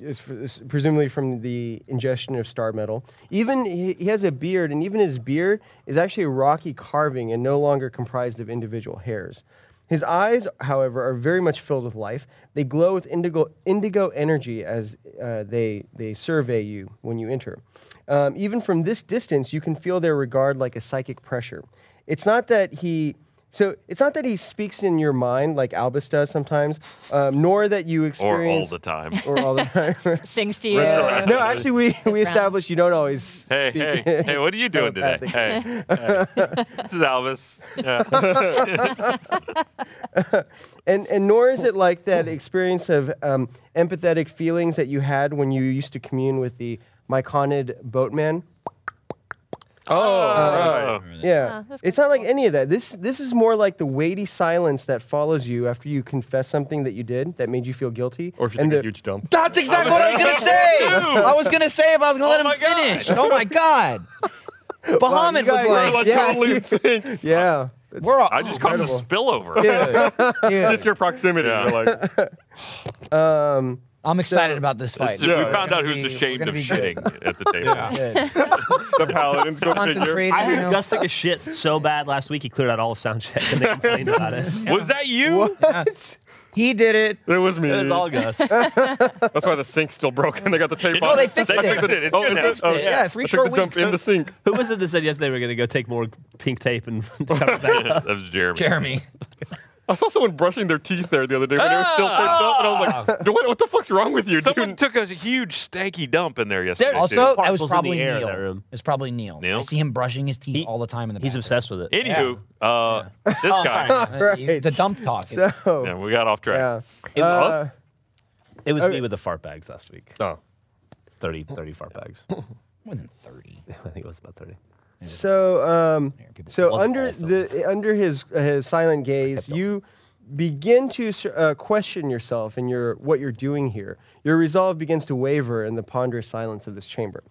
A: is f- is presumably from the ingestion of star metal. Even he, he has a beard, and even his beard is actually a rocky carving and no longer comprised of individual hairs. His eyes, however, are very much filled with life. They glow with indigo, indigo energy as uh, they, they survey you when you enter. Um, even from this distance, you can feel their regard like a psychic pressure. It's not that he. So it's not that he speaks in your mind like Albus does sometimes, um, nor that you
D: Or all
A: experience
D: the time.
A: or all the time.
E: Sings to you.
A: no, actually, we, we established you don't always.
D: Hey, hey, hey, what are you doing today?
A: Telepathic.
D: Hey, hey. this is Alvis. Yeah.
A: And, and nor is it like that experience of um, empathetic feelings that you had when you used to commune with the Myconid boatman.
C: Oh, right.
A: Yeah,
E: that's
A: it's not like any of that. This this is more like the weighty silence that follows you after you confess something that you did that made you feel guilty.
C: Or if you
A: and
C: take a
A: the-
C: huge dump.
B: That's exactly what I was gonna say. I was gonna say if I was gonna
D: Oh my
B: let him
D: God.
B: finish. Oh my god.
A: Wow, you guys-
B: Bahamut was like,
C: like totally in sync.
A: yeah, it's-
B: we're all.
D: I just called it a spillover.
C: It's your proximity. You're like,
B: I'm excited about this fight.
D: It's- we
C: Yeah.
D: found
B: We're
D: out
B: gonna
D: who's
B: be- we're
D: ashamed
B: gonna
D: of
B: be
D: shitting at the table.
C: the paladins go figure.
B: Concentrate.
F: I
B: you know.
F: heard Gus take a shit so bad last week he cleared out all of sound check and they complained about it.
D: Was that you?
B: He did it.
C: It was me.
F: It was all Gus.
C: That's why the sink's still broken. They got the tape
D: No,
C: on.
B: Oh, they fixed
D: They
B: it.
D: fixed it. It's
C: Oh,
D: good
C: is
D: now.
C: it? Oh,
B: Yeah,
C: I
B: three
C: took
B: short
C: the dump
B: weeks.
C: in the sink.
F: Who was it that said yesterday we're going to go take more pink tape and cover it back?
D: That was Jeremy.
B: Jeremy.
C: I saw someone brushing their teeth there the other day when they were still taped up, and I was like, "Dude, what, what the fuck's wrong with you,
D: Someone
C: dude?
D: took a huge stanky dump in there yesterday. too.
B: Also, that
F: particles
B: was
F: in the
B: probably
F: air in
B: Neil.
F: that room.
B: It's probably Neil.
D: Neil?
B: I see him brushing his teeth all the time in the
F: He's
B: bathroom.
F: obsessed with it.
D: Anywho, uh, this guy.
B: Uh, The dump talk.
A: so
D: Yeah, we got off track.
A: yeah.
F: It
C: Us?
F: It was me with the fart bags last week.
C: No.
F: 30, 30 fart bags.
B: More than 30.
F: I think it was about 30.
A: So, um,
B: people
A: so
B: love
A: under
B: all films.
A: the eh, under his uh, his silent gaze, you begin to uh, question yourself and your what you're doing here. Your resolve begins to waver in the ponderous silence of this chamber.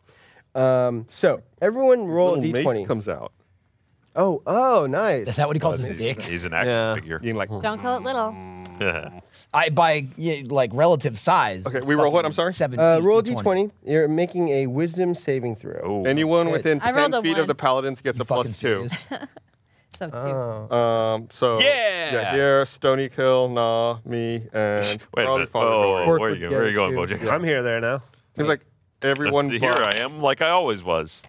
A: Um, so, everyone, roll a
C: Little
A: d20.
C: Mace comes out.
A: oh, oh,
B: Is
A: nice.
B: that what he calls his dick?
D: He's an action
F: Yeah.
D: figure.
C: You're like,
E: Don't call it little.
B: I by yeah, like relative size.
C: Okay,
B: it's
C: we roll what?
B: fucking
C: I'm sorry?
B: Seven.
A: Uh,
B: feet,
A: roll a d20. You're making a wisdom saving throw.
D: Oh.
C: anyone within
E: I rolled
C: ten
E: a
C: feet
E: one.
C: of the paladins gets a
B: Fucking
C: plus two.
B: serious.
G: So cute.
C: Um, so
D: Yeah!
C: here, Stony Kill, Nah, me, and
D: Wait a
C: Ron
D: minute.
C: Father
D: Oh,
C: Dory.
A: Cork
D: where are
A: would
D: you going? Where are you
A: get it,
D: going,
A: too.
D: Bojack?
F: I'm here, there now.
C: Seems like everyone
D: Here
C: but
D: I am, like I always was.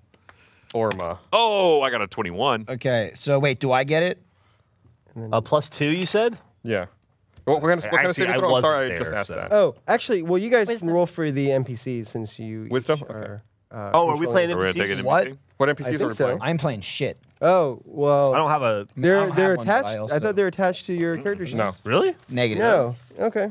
C: Orma.
D: Oh, I got a 21.
B: Okay, so wait, do I get it?
F: A Uh, plus two, you said?
C: Yeah. What, what kind of, what kind of
F: Actually,
C: saving
F: I
C: throw? I'm sorry, I
F: wasn't
C: just
F: there,
C: asked
F: so-
C: that.
A: Oh, actually, well, you guys
E: Wisdom.
A: can roll for the NPCs since you each
C: Wisdom? Okay.
A: Are, uh,
F: Oh, are we
A: controlling-
F: playing
D: Are we gonna take
F: NPCs?
D: it?
B: What?
C: What
A: I
C: NPCs
A: think
C: are we
A: so.
C: playing?
B: I'm playing shit.
A: Oh, well,
F: I don't have a.
B: I
A: they're
B: don't
A: they're
B: have one, but I
A: attached. I,
B: also-
A: thought they're attached to your character sheets.
C: No.
F: Really?
B: Negative.
A: No. Okay.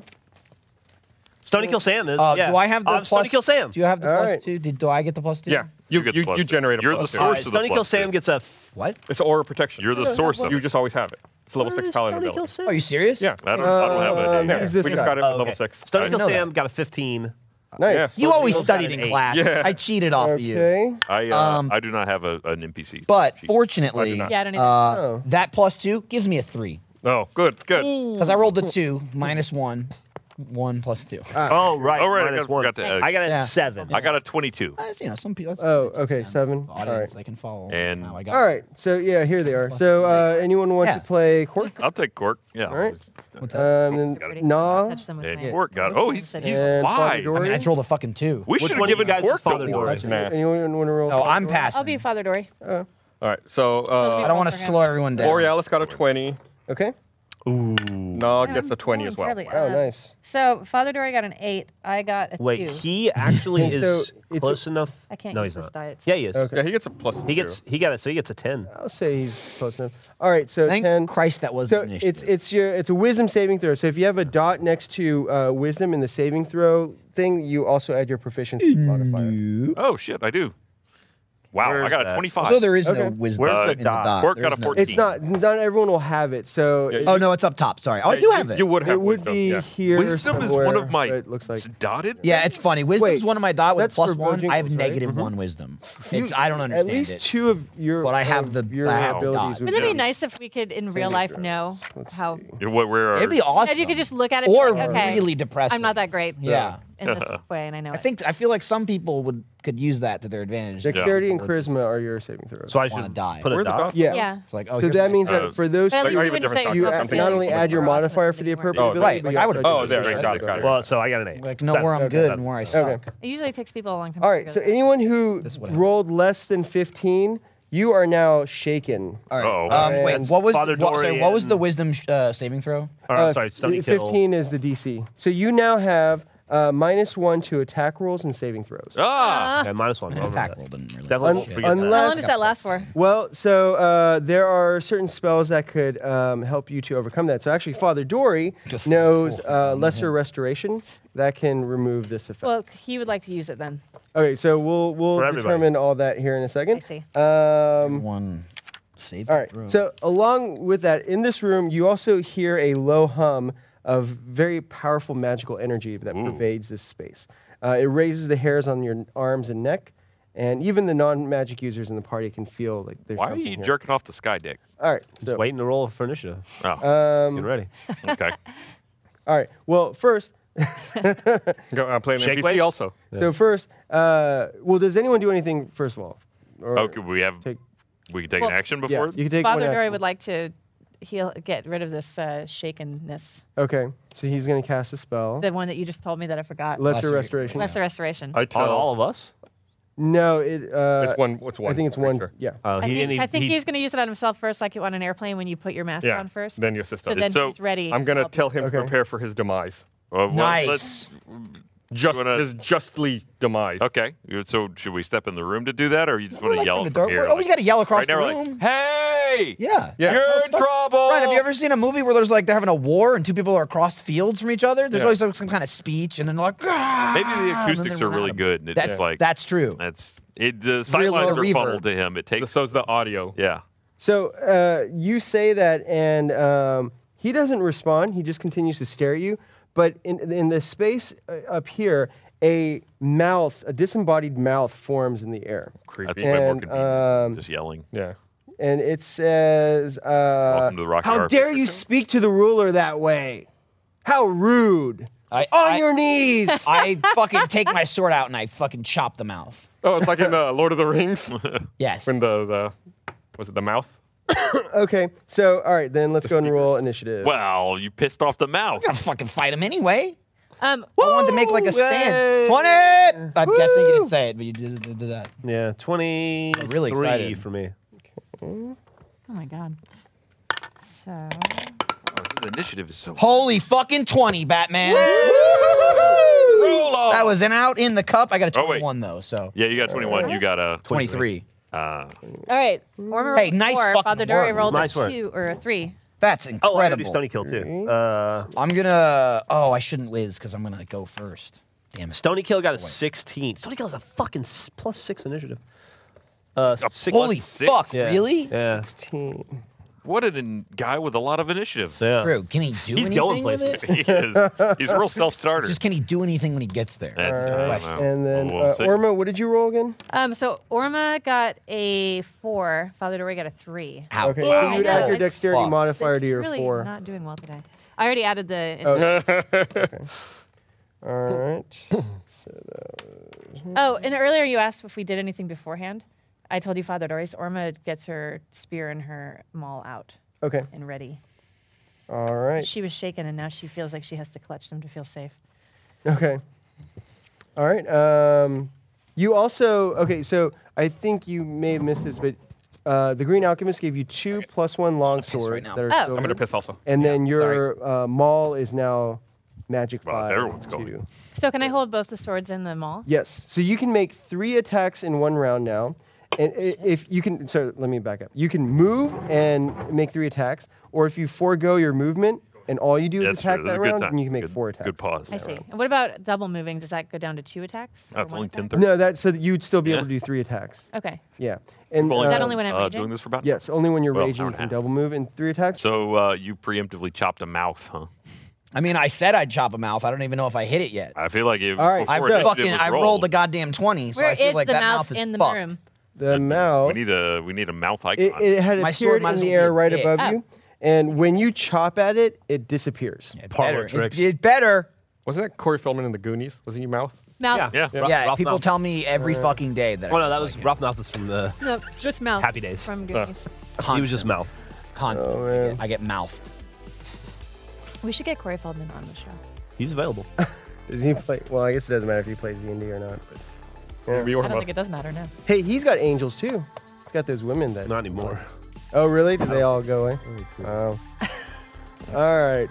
F: Stony Kill Sam is.
B: Uh,
F: yeah.
B: Do I have the
F: Um,
B: plus?
F: Stony Kill Sam.
B: Do you have the
A: All
B: plus
A: right.
B: two? Did, do I get the plus two?
C: Yeah. You,
D: get the
C: you,
D: plus
C: you
D: two.
C: generate a
D: You're
C: plus
D: the
C: two.
F: All
D: source of
F: right,
D: the
F: Stony Kill
D: plus
F: Sam
D: two.
F: gets a. F-
B: What?
C: It's aura protection.
D: You're the source of
C: You
D: it.
C: just always have it. It's a level six paladin
F: Stony Kill
C: ability.
F: Sam.
B: Are you serious?
C: Yeah.
D: I don't, I don't have that.
A: Um,
D: anymore.
A: he's
C: We
A: this
C: just
A: guy.
C: got it
F: Oh,
C: at level
F: okay.
C: six.
F: Stony
D: I
F: Kill
B: didn't know
F: Sam got a 15.
C: Uh,
A: Nice.
B: You always
F: Those
B: studied
F: got an
B: in
F: eight.
B: class.
C: Yeah.
B: I cheated off of you.
A: Okay.
D: I, uh,
B: Um,
D: I do not have a, an NPC.
B: But
D: sheet.
B: fortunately,
E: Yeah, I don't either.
A: Oh.
B: uh, that plus two gives me a three
C: Oh, good, good.
B: because I rolled a two minus one, one plus two.
A: Uh,
F: Oh, right.
D: Oh, right, I
F: minus
D: gotta-
F: one.
D: forgot to-
F: I got a
B: Yeah.
F: seven.
D: I got a 22.
B: That's, Uh, you know, some people.
A: Oh, okay, seven.
B: Audience,
A: All right.
B: they can follow.
D: And-
B: how I got
A: All right. So yeah, here they are. So uh, anyone want
B: Yeah.
A: to play Quark?
D: I'll take Cork. Yeah.
A: All right.
B: What's that?
A: Um, and
D: Got it.
A: Nah.
E: Touch them with
D: And
E: my-
D: Cork got. Oh, he's
E: Said-
D: he's
A: And
D: wise.
B: I mean, I
A: Father
B: just rolled a fucking two.
D: We
F: Which
D: should have
F: one of you
D: given
F: guys is
D: Cork the
F: Father Dory?
D: award.
C: Nah.
A: Anyone want to roll?
B: Oh,
A: Father
B: I'm
A: Dory?
B: passing.
E: I'll be Father Dory.
C: Uh, All right. So, uh,
B: I don't want to slow everyone down.
C: Borealis got a 20.
A: Okay.
C: Nog gets a 20 as well.
A: Oh, nice.
E: So Father Dory got an eight. I got a
F: Wait,
E: two.
F: he actually
A: So
F: is
A: it's a-
F: close enough.
E: I can't
F: no,
E: use
F: he's not.
E: this diet
F: Yeah, he is.
A: Okay.
C: Yeah, he gets a plus
F: He gets. He got it. So he gets a ten.
A: I'll say he's close enough. All right. So
B: Thank
A: 10.
B: Christ that wasn't
A: So
B: an issue.
A: it's it's your it's a wisdom saving throw. So if you have a dot next to uh, wisdom in the saving throw thing, you also add your proficiency
C: Mm.
A: modifier.
D: Oh shit, I do. Wow,
F: Where's
D: I got a
F: that?
D: 25.
B: so there is no
A: Okay.
B: wisdom.
F: Where's the
B: in the
F: dot?
B: dot.
D: Work
B: There
D: got
B: is
D: a
B: no-
D: 14.
A: It's not not everyone will have it. So
C: Yeah,
A: it,
C: you-
B: Oh no, it's up top. Sorry. Oh, I
C: Yeah,
B: do
C: you-
B: have it.
C: You would have
A: it would
C: wisdom,
A: be
C: yeah.
A: here.
D: Wisdom is one of my
A: somewhere, It looks like
D: it's dotted.
B: yeah, it's funny. Wisdom's
A: Wait,
B: one of my dot with a
A: that's
B: plus
A: for
B: one. I
A: Bojangles, right?
B: have
A: Mm-hmm.
B: negative one wisdom. It's I don't
A: at
B: understand
A: least
B: it.
A: two of your.
B: But I have
A: of
B: the
A: your
B: bad
A: abilities.
B: dot.
A: would
E: Wouldn't it
A: be-
E: be nice if we could, in real life, know how?
D: Yeah, what- where are-
B: It'd be awesome.
E: As you could just look at it. and
B: or
E: be like, okay,
B: really depressing.
E: I'm not that great.
B: Yeah.
E: In this way, and I know.
B: I think I feel like some people would could use that to their advantage.
A: Dexterity and
B: People would just-
A: charisma are your saving throws.
F: So I
B: Wanna
F: should
B: die.
F: put
C: Where
F: a
C: the
F: dot.
C: dot-
A: yeah.
E: Yeah.
B: It's like, oh,
A: so
B: here's
A: that
B: my-
A: means
D: Uh,
A: that for those,
E: But at
A: two,
C: are
E: least
C: you
E: you
C: a
E: wouldn't
C: different
E: say
C: type?
A: you
E: yourself
A: a-
E: up
A: not
E: feeling
A: only
E: like
A: add your
E: you're awesome,
A: modifier for the
E: something
A: appropriate
E: more.
C: Oh,
A: ability,
B: right,
A: but
B: like
A: you
B: I
A: also
B: would-
A: add
C: oh,
A: your
C: there,
A: proficiency
C: got it,
A: modifier.
C: got it.
F: Well, so I got an eight.
B: like no
F: Seven.
B: where I'm
A: Okay.
B: good and where I suck.
A: Okay.
E: It usually takes people a long time.
A: All
E: to
A: right. So
E: figure that
A: anyone who
B: what happened.
A: rolled less than fifteen, you are now shaken.
B: All right.
D: Uh-oh.
B: Um, wait,
A: And
B: what was the,
F: Father
B: what, sorry,
F: Dory
B: what was the
F: and-
B: wisdom sh- uh, saving throw?
F: Or, I'm
A: Uh,
F: sorry,
A: f-
F: stomach
A: Fifteen is the DC. So you now have uh, minus one to attack rolls and saving throws.
D: Ah,
F: Okay, minus one. I'll remember
B: Attack
F: that.
B: roll didn't really.
F: Definitely won't
A: Un-
F: forget
E: out.
A: unless-
F: that.
E: How long does that last for?
A: Well, so uh, there are certain spells that could um, help you to overcome that. So actually, Father Dory
B: Just-
A: knows uh, Lesser Restoration that can remove this effect.
E: Well, he would like to use it then.
A: okay, so we'll we'll
F: For everybody.
A: determine all that here in a second.
E: I see.
A: Um,
B: One saving
A: All right.
B: throw.
A: So along with that, in this room, you also hear a low hum of very powerful magical energy that pervades this space. Uh, it raises the hairs on your arms and neck, and even the non-magic users in the party can feel like there's
D: why are
A: something
D: you
A: here.
D: jerking off the sky dick?
A: All right.
F: Just
A: So
F: waiting to roll for initiative.
D: Oh,
B: Uh, Um,
F: Get ready.
D: okay.
A: all right. Well, first,
C: Go- uh, I'm playing
F: Shake
C: NPC
F: weights?
C: also.
A: so first, uh, well, does anyone do anything first of all? Or-
D: Oh, could we have
A: Take-
D: we can take
E: Well,
D: an action
A: Yeah,
D: before.
A: you can take
E: Father
A: one
E: Dory
A: action.
E: would like to heal, get rid of this uh, shakenness.
A: Okay. So he's going to cast a spell.
E: The one that you just told me that I forgot.
A: Lesser
B: Lesser-
A: restoration.
E: Lesser restoration.
C: I
F: On
C: tell
F: all of us?
A: No, it. Uh,
C: It's one. It's one.
A: I think it's one.
C: creature.
A: Yeah.
F: Oh,
E: I
F: he
E: think,
F: didn't
E: I
F: even-
E: think
F: he-
E: he's going to use it on himself first, like you on an airplane when you put your mask
C: Yeah.
E: on first.
C: Then your sister.
E: so then
D: So,
E: he's ready.
C: I'm gonna
E: Help
C: tell him
A: Okay.
C: to prepare for his demise.
D: Uh, well, let's-
B: nice.
C: Just
D: You wanna-
C: his justly demise.
D: Okay. You- So should we step in the room to do that, or you just want to
B: like
D: yell
B: from the
D: from
B: door-
D: here?
B: oh, you gotta yell across
D: right now
B: the
D: we're like,
B: room.
D: hey!
B: Yeah.
C: Yeah.
D: You're in trouble.
B: Right. Have you ever seen a movie where there's like they're having a war and two people are across fields from each other? There's
C: Yeah.
B: always like, some kind of speech and then they're like, "Ah,"
D: Maybe
B: and
D: the
B: then
D: acoustics
B: they
D: are
B: run
D: really
B: at him.
D: good, and it's
B: That-
D: like
B: that's true.
D: that's it. The sight
B: Real
D: lines
B: low
D: are
B: reverb.
D: funneled to him. It takes.
C: So's the audio.
D: yeah.
A: So uh, you say that, and um, he doesn't respond. He just continues to stare at you. But in, in the space uh, up here, a mouth, a disembodied mouth, forms in the air.
D: That's
C: Creepy.
D: way
A: And,
D: more
A: um,
D: convenient. than just yelling.
C: Yeah.
A: And it says, uh,
D: Welcome to the Rocky
A: How
D: Horror
A: dare
D: Picture
A: you
D: Show."
A: speak to the ruler that way? How rude.
B: I-
A: On
B: I-
A: your knees.
B: I fucking take my sword out and I fucking chop the mouth.
C: Oh, it's like in the Lord of the Rings
B: Yes.
C: when the the was it the mouth?
A: okay, so, all right, then let's go ahead and roll initiative.
D: Well, you pissed off the mouth.
B: I'm gonna fucking fight him anyway. I
E: Um,
B: wanted to make like a stand. 20! I'm guessing you didn't say it, but you did, did- did that.
F: Yeah, 20
B: really excited.
F: for me.
E: oh my god. So
D: This initiative is so.
B: Holy fucking 20, Batman.
D: Roll on.
B: That was an out in the cup. I got a
D: Oh, wait.
B: 21, though, so
D: Yeah, you got 21. You got a
B: 23.
E: all right, Ormer
B: Hey,
E: rolled
B: nice
E: four.
B: fucking
E: Father Dory
B: work.
E: rolled
F: Nice
E: a
F: work.
E: two or a three.
B: That's
F: Oh, I got to
B: incredible.
F: do Stony Kill too. Uh,
B: I'm gonna. Oh, I shouldn't whiz because I'm gonna go first. Damn it.
F: Stony Kill got a 16. Stony Kill is a fucking s- plus six initiative. Uh, six
B: Holy
F: plus-
D: six.
B: fuck,
F: Yeah.
B: really?
F: Yeah.
A: 16.
D: What an in- guy with a lot of initiative.
F: yeah.
B: True. Can he do
F: He's
B: anything
F: going
B: with
F: places.
B: it?
D: he is. He's a real self-starter.
B: Just can he do anything when he gets there?
D: That's
B: That's the
D: I don't
B: question.
D: know.
A: And then,
D: Oh, We'll
A: uh,
D: see.
A: Orma, what did you roll again?
E: Um, so Orma got a four. Father Dory got a three.
B: Ow.
A: Okay,
E: Wow.
A: so you'd add
E: No,
A: your
E: it's-
A: dexterity
B: Fuck.
A: modifier
E: It's
A: to your
E: really
A: four.
E: Not doing well today. I already added the.
B: Oh.
A: All right.
E: Oh, and earlier you asked if we did anything beforehand. I told you Father Doris Orma gets her spear and her maul out
A: Okay.
E: and ready.
A: All right.
E: She was shaken and now she feels like she has to clutch them to feel safe.
A: Okay. All right. Um, you also okay. So I think you may have missed this, but Uh, the Green Alchemist gave you two plus one long swords
B: now.
A: that are
E: Oh. I'm
A: silver.
E: gonna
C: I'm gonna piss also.
A: And then your uh, maul is now magic
D: Well, if
A: five.
D: everyone's going.
A: two.
E: So can I hold both the swords and the maul?
A: Yes. So you can make three attacks in one round now. And i- if you can, so let me back up. You can move and make three attacks, or if you forego your movement and all you do is
D: That's true.
A: attack
D: This is
A: that
D: a good
A: round,
D: time.
A: then you can make
D: Good-
A: four attacks.
D: Good pause.
E: I
D: there,
E: see.
D: Rob.
E: And what about double moving? Does that go down to two attacks? or
D: That's
E: one
D: only
E: attack?
D: ten thirty.
A: No, that so that you'd still be able to do three attacks.
E: Okay.
A: Yeah. And
D: Well,
E: Is that
A: uh,
E: only when I'm
D: uh,
E: raging?
D: doing this for about?
A: yes, only when you're
D: Well,
A: raging you
D: hour and a
A: can
D: half.
A: double move and three attacks.
D: So uh, you preemptively chopped a mouth, huh?
B: I mean, I said I'd chop a mouth. I don't even know if I hit it yet.
D: I feel like if
A: All right,
D: before
B: I
A: so-
D: initiative
B: fucking
D: was
B: I
D: rolled,
B: rolled a goddamn twenty. So
E: Where
B: I
E: is
B: feel like
E: the
B: that
E: mouth,
B: is
E: in the
B: fucked.
E: room?
A: the mouth.
D: We need a we need a mouth icon.
A: it, it had
B: My sword
A: appeared
B: might
A: in
B: as
A: the
B: well be
A: air
B: a
A: right
B: dick.
A: above
E: Oh.
A: you, and when you chop at it, it disappears.
B: It
F: Parlor
B: better.
F: tricks.
B: It, it better.
C: Wasn't that Corey Feldman in the Goonies? Wasn't he mouth?
E: Mouth.
D: yeah.
F: Ro-
B: yeah,
F: Ralph
B: people
F: Mouth.
B: tell me every fucking day that.
F: Oh
B: I
F: no, that was Ralph Mouth was from the.
E: No, just mouth.
F: Happy Days.
E: From Goonies.
F: He was just mouth.
B: constantly
A: Oh,
B: get-
A: man.
B: I get mouthed.
E: We should get Corey Feldman on the show.
F: He's available.
A: Does he play? Well, I guess it doesn't matter if he plays D and D or not. But.
C: We were
E: I don't
C: mouth.
E: think it does matter now.
A: Hey, he's got angels too. He's got those women that.
F: Not anymore.
A: Oh, really? Did they all go away? Oh. all right.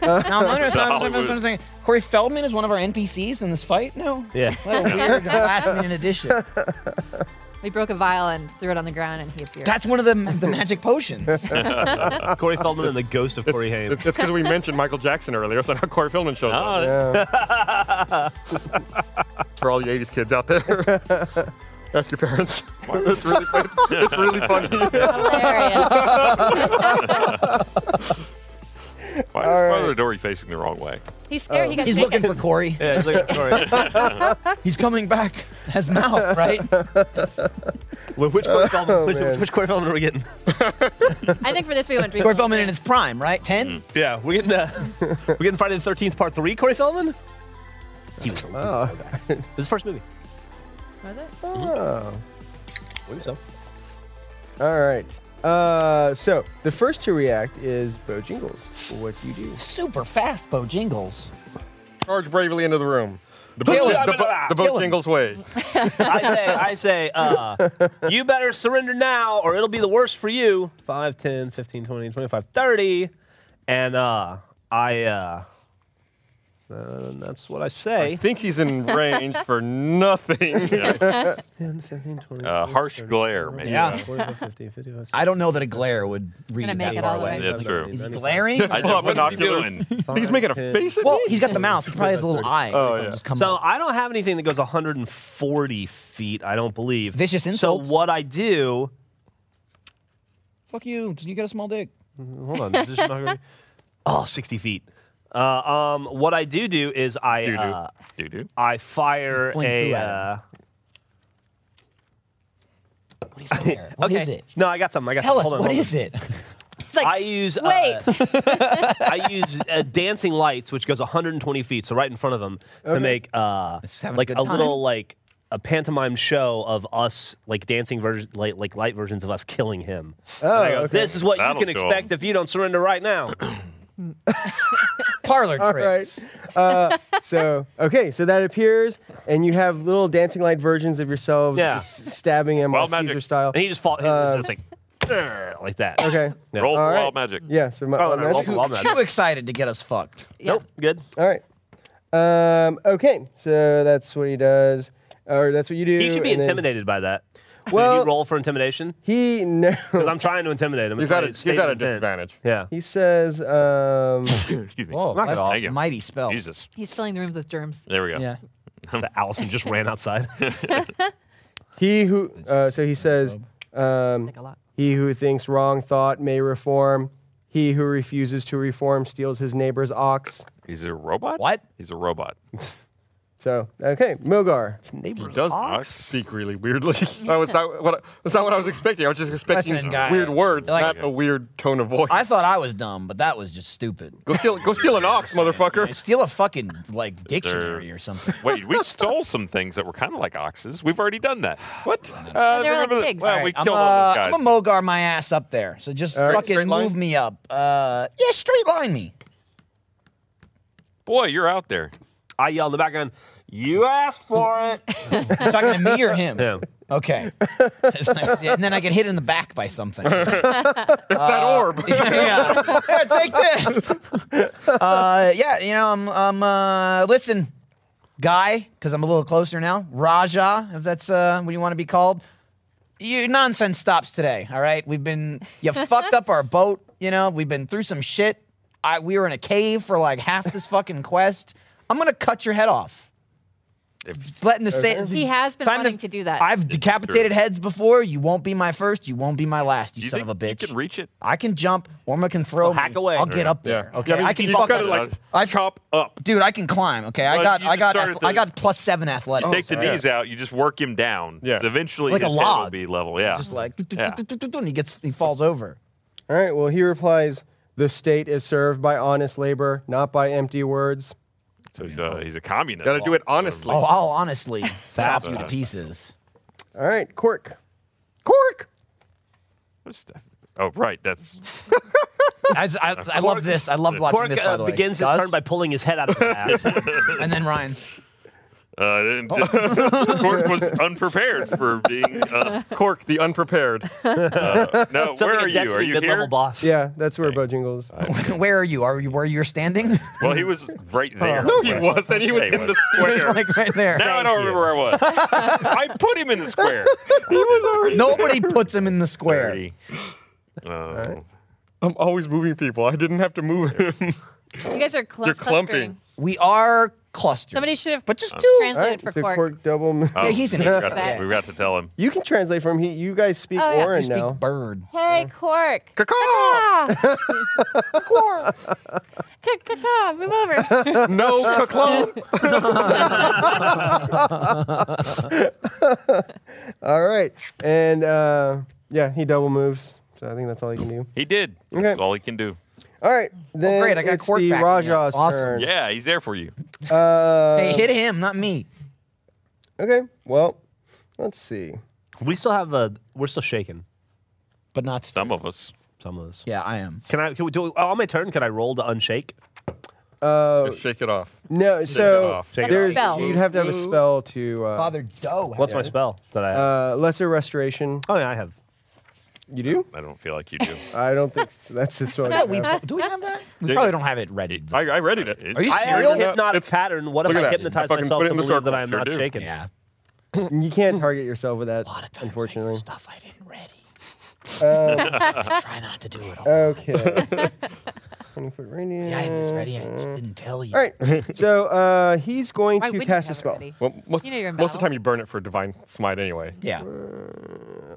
B: Now, I'm
D: The
B: understanding-
D: Hollywood.
B: I'm saying Corey Feldman is one of our NPCs in this fight. No,
F: Yeah.
B: What a weird last minute addition.
E: We broke a vial and threw it on the ground, and he appeared.
B: That's one of the the magic potions.
F: Corey Feldman and the ghost of Corey Haim.
C: That's because we mentioned Michael Jackson earlier, so now Corey Feldman shows up.
D: Ah,
A: Yeah.
C: for all you 80s kids out there. Ask your parents. it's, really, it's really funny.
E: hilarious.
A: All
D: why is
A: right.
D: the door facing the wrong way?
E: He's scared. he got
B: He's
E: shaken.
B: looking for Corey.
F: yeah, it's like, Corey.
B: He's coming back as mouth, right?
F: Wait, which Corey Feldman? which,
A: man.
F: which Corey Feldman are we getting?
E: I think for this we went three.
B: Corey Feldman in his prime, right? Ten.
F: Yeah, we're getting the we're getting Friday the Thirteenth Part Three. Corey Feldman. He was. Oh. This is his first movie.
E: Was it?
A: Oh.
F: I believe so.
A: All right. Uh, so the first to react is Bo Jingles. What do you do?
B: Super fast, Bo Jingles.
C: Charge bravely into the room. The boat,
B: Kill him.
C: the, bo- the boat
B: Kill him.
C: jingles way.
F: I say, I say, uh, you better surrender now or it'll be the worse for you. 5, 10, 15, 20, 25, 30. And uh, I, uh, uh, that's what I
C: I
F: say.
C: think he's in range for nothing.
F: 10, 15, 20,
D: Uh, harsh glare, man.
B: Yeah.
F: 45, 50, 55,
B: I don't know that a glare would read that
E: Gonna make it
B: far
E: all the
B: away.
E: way.
D: That's true.
B: Is he glaring?
D: I
C: Pull out
D: just, what is he
C: binoculars.
D: doing?
C: he's making a face at
B: well,
C: me.
B: he's got the mouth. He probably has a little eye.
C: Oh,
B: It'll
C: yeah.
B: just come
F: So
B: up.
F: I don't have anything that goes 140 feet, I don't believe.
B: Vicious insults?
F: So what I do,
B: fuck you. You got a small dick.
F: hold on, this is not gonna be- oh, 60 feet. Uh, um, what I do do is I,
D: Doo-doo.
F: uh,
D: Doo-doo.
F: I fire
B: fling
F: a.
B: poo at
F: Uh,
B: What do you feel there? What is it?
F: No, I got something. I got
B: Tell us
F: something.
B: what is it?
E: It's like
F: I use uh,
E: wait.
F: I use uh, dancing lights, which goes 120 feet, so right in front of them, to make uh,
B: Let's have a
F: like
B: good
F: a
B: time.
F: little like a pantomime show of us like dancing version, like, like light versions of us killing him.
A: Oh,
F: I go,
A: okay.
F: This is what
D: That'll
F: you can
D: show 'em."
F: expect if you don't surrender right now.
B: Parlor
A: All
B: tricks.
A: right. Uh, so okay, so that appears, and you have little dancing light versions of yourselves
F: Yeah.
A: just stabbing him
D: Wild
A: while
D: magic.
A: Caesar style.
F: and he just fall. he was just like "Grr," like that.
A: Uh, Okay. Uh,
F: Yeah.
D: Roll for
A: All right.
D: wild magic.
A: Yeah. So my,
F: Oh,
A: my
F: no,
A: magic-
F: roll for wild magic.
B: Too excited to get us fucked.
F: Nope. Good.
A: All right. Um, okay, so that's what he does, or that's what you do.
F: He should be
A: and then-
F: intimidated by that. Well,
A: Well-
F: Did you roll for intimidation?
A: He no.
F: Because I'm trying to intimidate him.
C: He's
F: It's
C: at
F: my
C: a, he's
F: statement
C: at a
F: of intent.
C: disadvantage.
F: Yeah.
A: He says, um,
D: Excuse me.
B: Whoa, that's
D: Thank
B: a
D: you.
B: mighty spell.
D: Jesus.
E: He's filling the room with germs.
D: There we go.
B: Yeah.
F: that Allison just ran outside.
A: he who. Uh, so he says, um,
E: Like a lot.
A: he who thinks wrong thought may reform. He who refuses to reform steals his neighbor's ox.
D: He's a robot?
B: What?
D: He's a robot.
A: So okay, Mogar.
C: He does speak really weirdly. that was not what I, that's not what I was expecting. I was just expecting
B: Listen, guy,
C: weird words,
B: like-
C: not a weird tone of voice.
B: I thought I was dumb, but that was just stupid.
C: go steal, go steal an ox, motherfucker.
B: Steal a fucking like dictionary or something.
D: Wait, we stole some things that were kind of like oxes. We've already done that. What? Uh,
E: they were like
D: remember that-
E: pigs.
D: Well,
E: All
D: we
B: I'm,
D: killed all
B: uh,
D: those guys.
B: I'm a Mogar my ass up there. So just
A: right.
B: fucking
C: Straight line?
B: move me up. Uh, yeah, straight line me.
D: Boy, you're out there.
F: I yell in the background, "You asked for it!"
B: You're talking to me or him?
F: Yeah.
B: Okay. and then I get hit in the back by something. Uh,
D: It's that orb.
B: yeah. Here, take this. Uh, yeah, you know, I'm, I'm uh, listen, guy, because I'm a little closer now. Raja, if that's uh, what you want to be called. Your nonsense stops today, all right? We've been, you fucked up our boat, you know, we've been through some shit. I, we were in a cave for like half this fucking quest. I'm going to cut your head off. It's letting the sa-
E: He has been
B: time
E: wanting to do that.
B: I've decapitated heads before. You won't be my first. You won't be my last. You,
D: You
B: son of
D: think
B: a bitch.
D: You can reach it.
B: I can jump. Orma can throw me.
F: hack away.
B: I'll get up there. Okay,
C: Yeah, mean,
B: I can
C: you
B: fuck
C: just
B: up.
C: gotta like
B: I-
C: chop up.
B: Dude, I can climb. Okay, I
D: Well,
B: got,
D: you
B: I
D: just
B: got,
D: start
B: ath-
D: at
B: I
D: the-
B: got plus seven athletics.
D: Take the knees out. You just work him down.
C: Yeah.
D: So eventually
B: Oh, Like a
D: his head will
B: log.
D: be level. Yeah.
B: just like,
D: Yeah.
B: and he gets, he falls over.
A: All right. Well, he replies, "The state is served by honest labor, not by empty words."
D: so he's a, he's a communist.
C: Gotta do it honestly.
B: Oh, I'll honestly chop you to pieces.
A: All right, Cork. Cork.
D: Just- Oh, right. That's
B: I, I, I love this. I love watching
F: Cork
B: this. By
F: uh,
B: the way,
F: begins his
B: Gus,
F: turn by pulling his head out of his ass.
B: and then Ryan.
D: uh, and- Cork was unprepared for being. Uh,
C: Cork the unprepared.
D: no,
F: Something
D: where are
F: in
D: you? Are
F: Destiny,
D: you
F: mid-level
D: here?
F: boss.
A: Yeah, that's where Bo Jingles.
B: Where are you? Are you where you're standing?
D: Well, he was right there.
C: no, he wasn't. He was
D: Yeah, he
C: in the
D: was.
C: square.
B: like right there.
D: Now I don't
F: you.
D: remember where I was. I put him in the square. he was already
B: Nobody puts him in the square.
D: dirty. Oh.
C: I'm always moving people. I didn't have to move him.
E: you guys are clump-
C: You're clumping.
B: We are clustered.
E: Somebody should have
B: But just do-
A: All
E: translated
A: right,
E: for
A: so
E: Cork.
A: Cork double. mo-
D: Oh,
B: he's an
D: we got,
E: idiot.
D: to, we got to tell him.
A: You can translate for him. He, you guys speak
E: Oh, yeah,
A: Orin
B: speak
A: now.
B: bird.
E: Hey, Cork. Caw-caw. Caw-caw, Move over.
C: no, Kaklon.
A: All right, and uh, yeah, he double moves. So I think that's all he can do.
D: He did. That's all he can do.
A: All right, then
B: Oh, great, I got
A: it's
B: Cork
A: the
B: back again.
A: Rajah's
B: Awesome.
A: turn.
D: Yeah, he's there for you.
A: Uh,
B: Hey, hit him, not me.
A: Okay, well, let's see.
F: We still have a. We're still shaking.
B: But not Stump.
D: Some of us.
F: Some of us.
B: Yeah, I am.
F: Can I? Can we do? oh, On my turn, can I roll to unshake?
A: Uh,
C: Just shake it off.
A: no, so
C: off.
F: Shake it
A: there's
E: off. Spell.
A: you'd have to have a spell to uh,
B: Father Doe.
F: What's my spell that I? Have?
A: uh, lesser restoration.
F: oh yeah, I have.
A: You do?
D: I don't feel like you do.
A: I don't think so. that's this one.
B: Yeah, we, do we have that? We probably don't have it ready.
C: I, I readied it.
B: Are you
F: I have
B: serious?
F: a hypnotic
C: It's-
F: pattern. What if
C: look at
F: I
C: that.
F: hypnotize
C: I fucking
F: myself
C: put it
F: to
C: in the
F: believe
C: circle.
F: that I'm
D: Sure
F: not
D: do.
F: shaken?
B: yeah.
A: you can't target yourself with that,
B: A lot of times I do
A: unfortunately. Uh,
B: stuff I didn't ready. I try not to do it all.
A: Okay. Twenty foot radius.
B: yeah, I had this ready. I just didn't tell you.
A: All right. So uh, he's going
E: Why
A: to
E: wouldn't
A: cast
E: you
A: a
E: have it
A: spell.
E: ready?
C: Well, most,
E: You know you're in
C: most of the
E: battle.
C: time you burn it for divine smite anyway.
B: Yeah.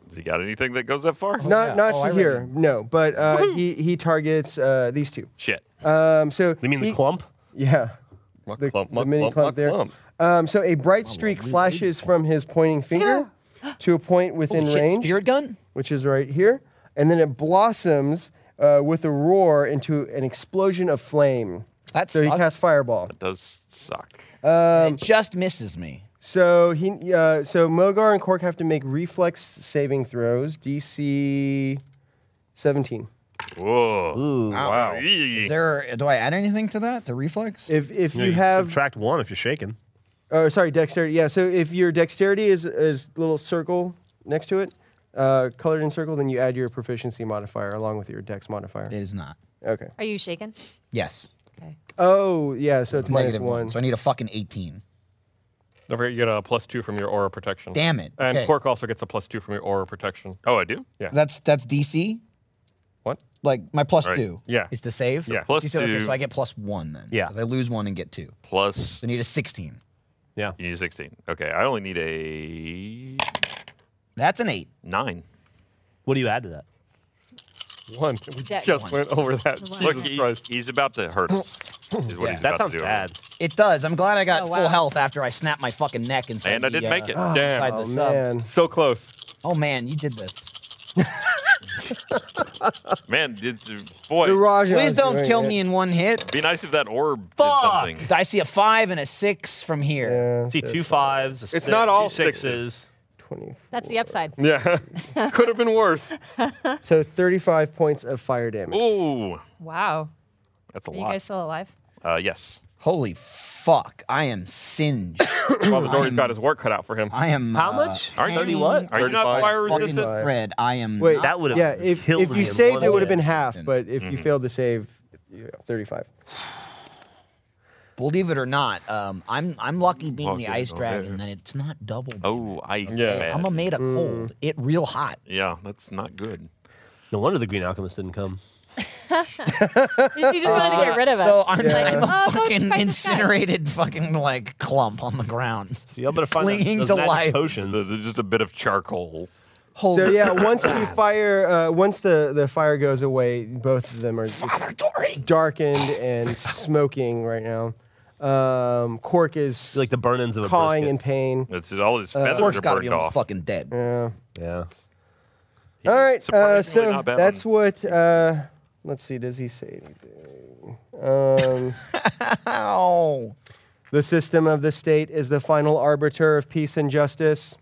D: Has he got anything that goes that far?
A: Not
B: yeah.
A: not
B: Oh, I read
A: here. No, but uh, he he targets uh, these two.
D: Shit.
A: Um, so
F: You mean
A: he-
F: the clump?
A: Yeah.
C: Muck
A: The,
C: clump,
A: the
C: muck
A: mini
C: clump,
A: clump
C: muck
A: there.
C: clump.
A: Um, so a bright streak flashes from his pointing finger to a point within
B: Holy shit,
A: range,
B: Spirit gun?
A: which is right here, and then it blossoms uh, with a roar into an explosion of flame.
B: That
A: so he
B: sucks.
A: casts fireball.
D: Does suck.
A: Um,
B: it just misses me.
A: So he, uh, so Mogar and Cork have to make reflex saving throws, DC 17.
D: Whoa. Wow.
B: Is there? Do I add anything to that? The reflex?
A: If if you have,
F: subtract one if you're shaken.
A: oh sorry, dexterity. Yeah. So if your dexterity is is little circle next to it, uh, colored in circle, then you add your proficiency modifier along with your dex modifier.
B: it is not.
A: Okay.
E: Are you shaken?
B: Yes.
E: Okay.
A: Oh yeah. So it's minus
B: Negative one.
A: one.
B: So I need a fucking 18.
C: Don't forget you get a plus two from your aura protection.
B: Damn it.
C: And
B: Okay.
C: Cork also gets a plus two from your aura protection.
D: Oh, I do?
C: Yeah.
B: That's that's DC.
C: What?
B: Like my plus
D: Right.
B: two.
C: Yeah.
B: Is to save.
C: Yeah.
D: Plus
B: Plus two. Okay,
D: two.
B: so I get plus one then.
F: Yeah.
B: 'cause I lose one and get two.
D: Plus,
B: So I need a 16.
F: Yeah.
D: you need 16. Okay, I only need a
B: That's an eight.
D: 9.
F: What do you add to that?
C: One. We
E: That
C: just
E: one.
C: went over that.
D: Look,
C: Jesus
D: he-
C: Christ.
D: he's about to hurt us. Is what he's
F: That
D: about
F: sounds
D: to do.
F: bad.
B: It does. I'm glad I got
E: Oh,
B: full
E: wow.
B: health after I snapped my fucking neck and uh,
D: And I didn't make it.
C: Damn.
B: Side
A: Oh
B: this up.
A: man.
C: So close.
B: Oh man, you did this.
D: Man, it's, boy,
A: The
D: it'd
A: Raja
B: Please
A: is
B: don't
A: doing
B: kill
A: it.
B: me in one hit.
D: be nice if that orb
F: Fuck!
D: did something.
B: I see a five and a six from here.
A: Yeah,
F: See two fives. A six,
C: not all
F: two sixes.
D: sixes.
A: twenty.
E: That's the upside.
C: Yeah. Could have been worse.
A: So thirty-five points of fire damage.
D: Ooh,
E: Wow.
D: that's a
E: Are you
D: lot.
E: guys still alive?
D: Uh, yes.
B: Holy fuck! I am singed.
C: While the Dory's got his work cut out for him.
B: I am.
F: How
B: uh,
F: much?
D: Are you,
B: hanging
F: what?
D: Are you not
C: 35.
D: fire
B: fucking
D: resistant?
B: thread. I am.
A: Wait,
B: not-
F: That would've
A: yeah. If
F: killed
A: if
F: me
A: you
F: in
A: saved,
F: one Mhm.
A: it would have been
F: hit.
A: half. But if you failed to save, you know, thirty-five.
B: believe it or not, um, I'm I'm lucky being
D: Lucky,
B: the ice
D: okay.
B: dragon that it's not double.
D: Oh, ice.
C: Yeah.
D: bad.
B: I'm a made of cold. It real hot.
D: yeah, that's not good.
F: No wonder the Green Alchemist didn't come.
E: She just wanted to get rid of us.
B: So I'm,
E: Like,
B: I'm a
E: "Oh, go
B: fucking
E: fight this guy."
B: incinerated fucking like clump on the ground.
F: So y'all better find
B: Clinging
F: those
B: to
F: magic
B: life.
F: potions.
D: Th- th- Just a bit of charcoal.
B: Holy
A: So yeah, once the fire, uh, once the, the fire goes away, both of them are just
B: Father Dory.
A: darkened and smoking right now. Um, Cork is
F: It's like the burn-ins of a
A: cawing in
F: brisket.
A: pain.
D: It's all his feathers
B: Orc's
D: are
B: gotta be
D: burned
B: almost
D: off.
B: fucking dead.
F: Yeah.
A: All right, uh,
D: surprisingly
A: so
D: not bad
A: that's
D: on-
A: what. Uh, let's see, does he say anything? Um,
B: Ow.
A: the system of the state is the final arbiter of peace and justice.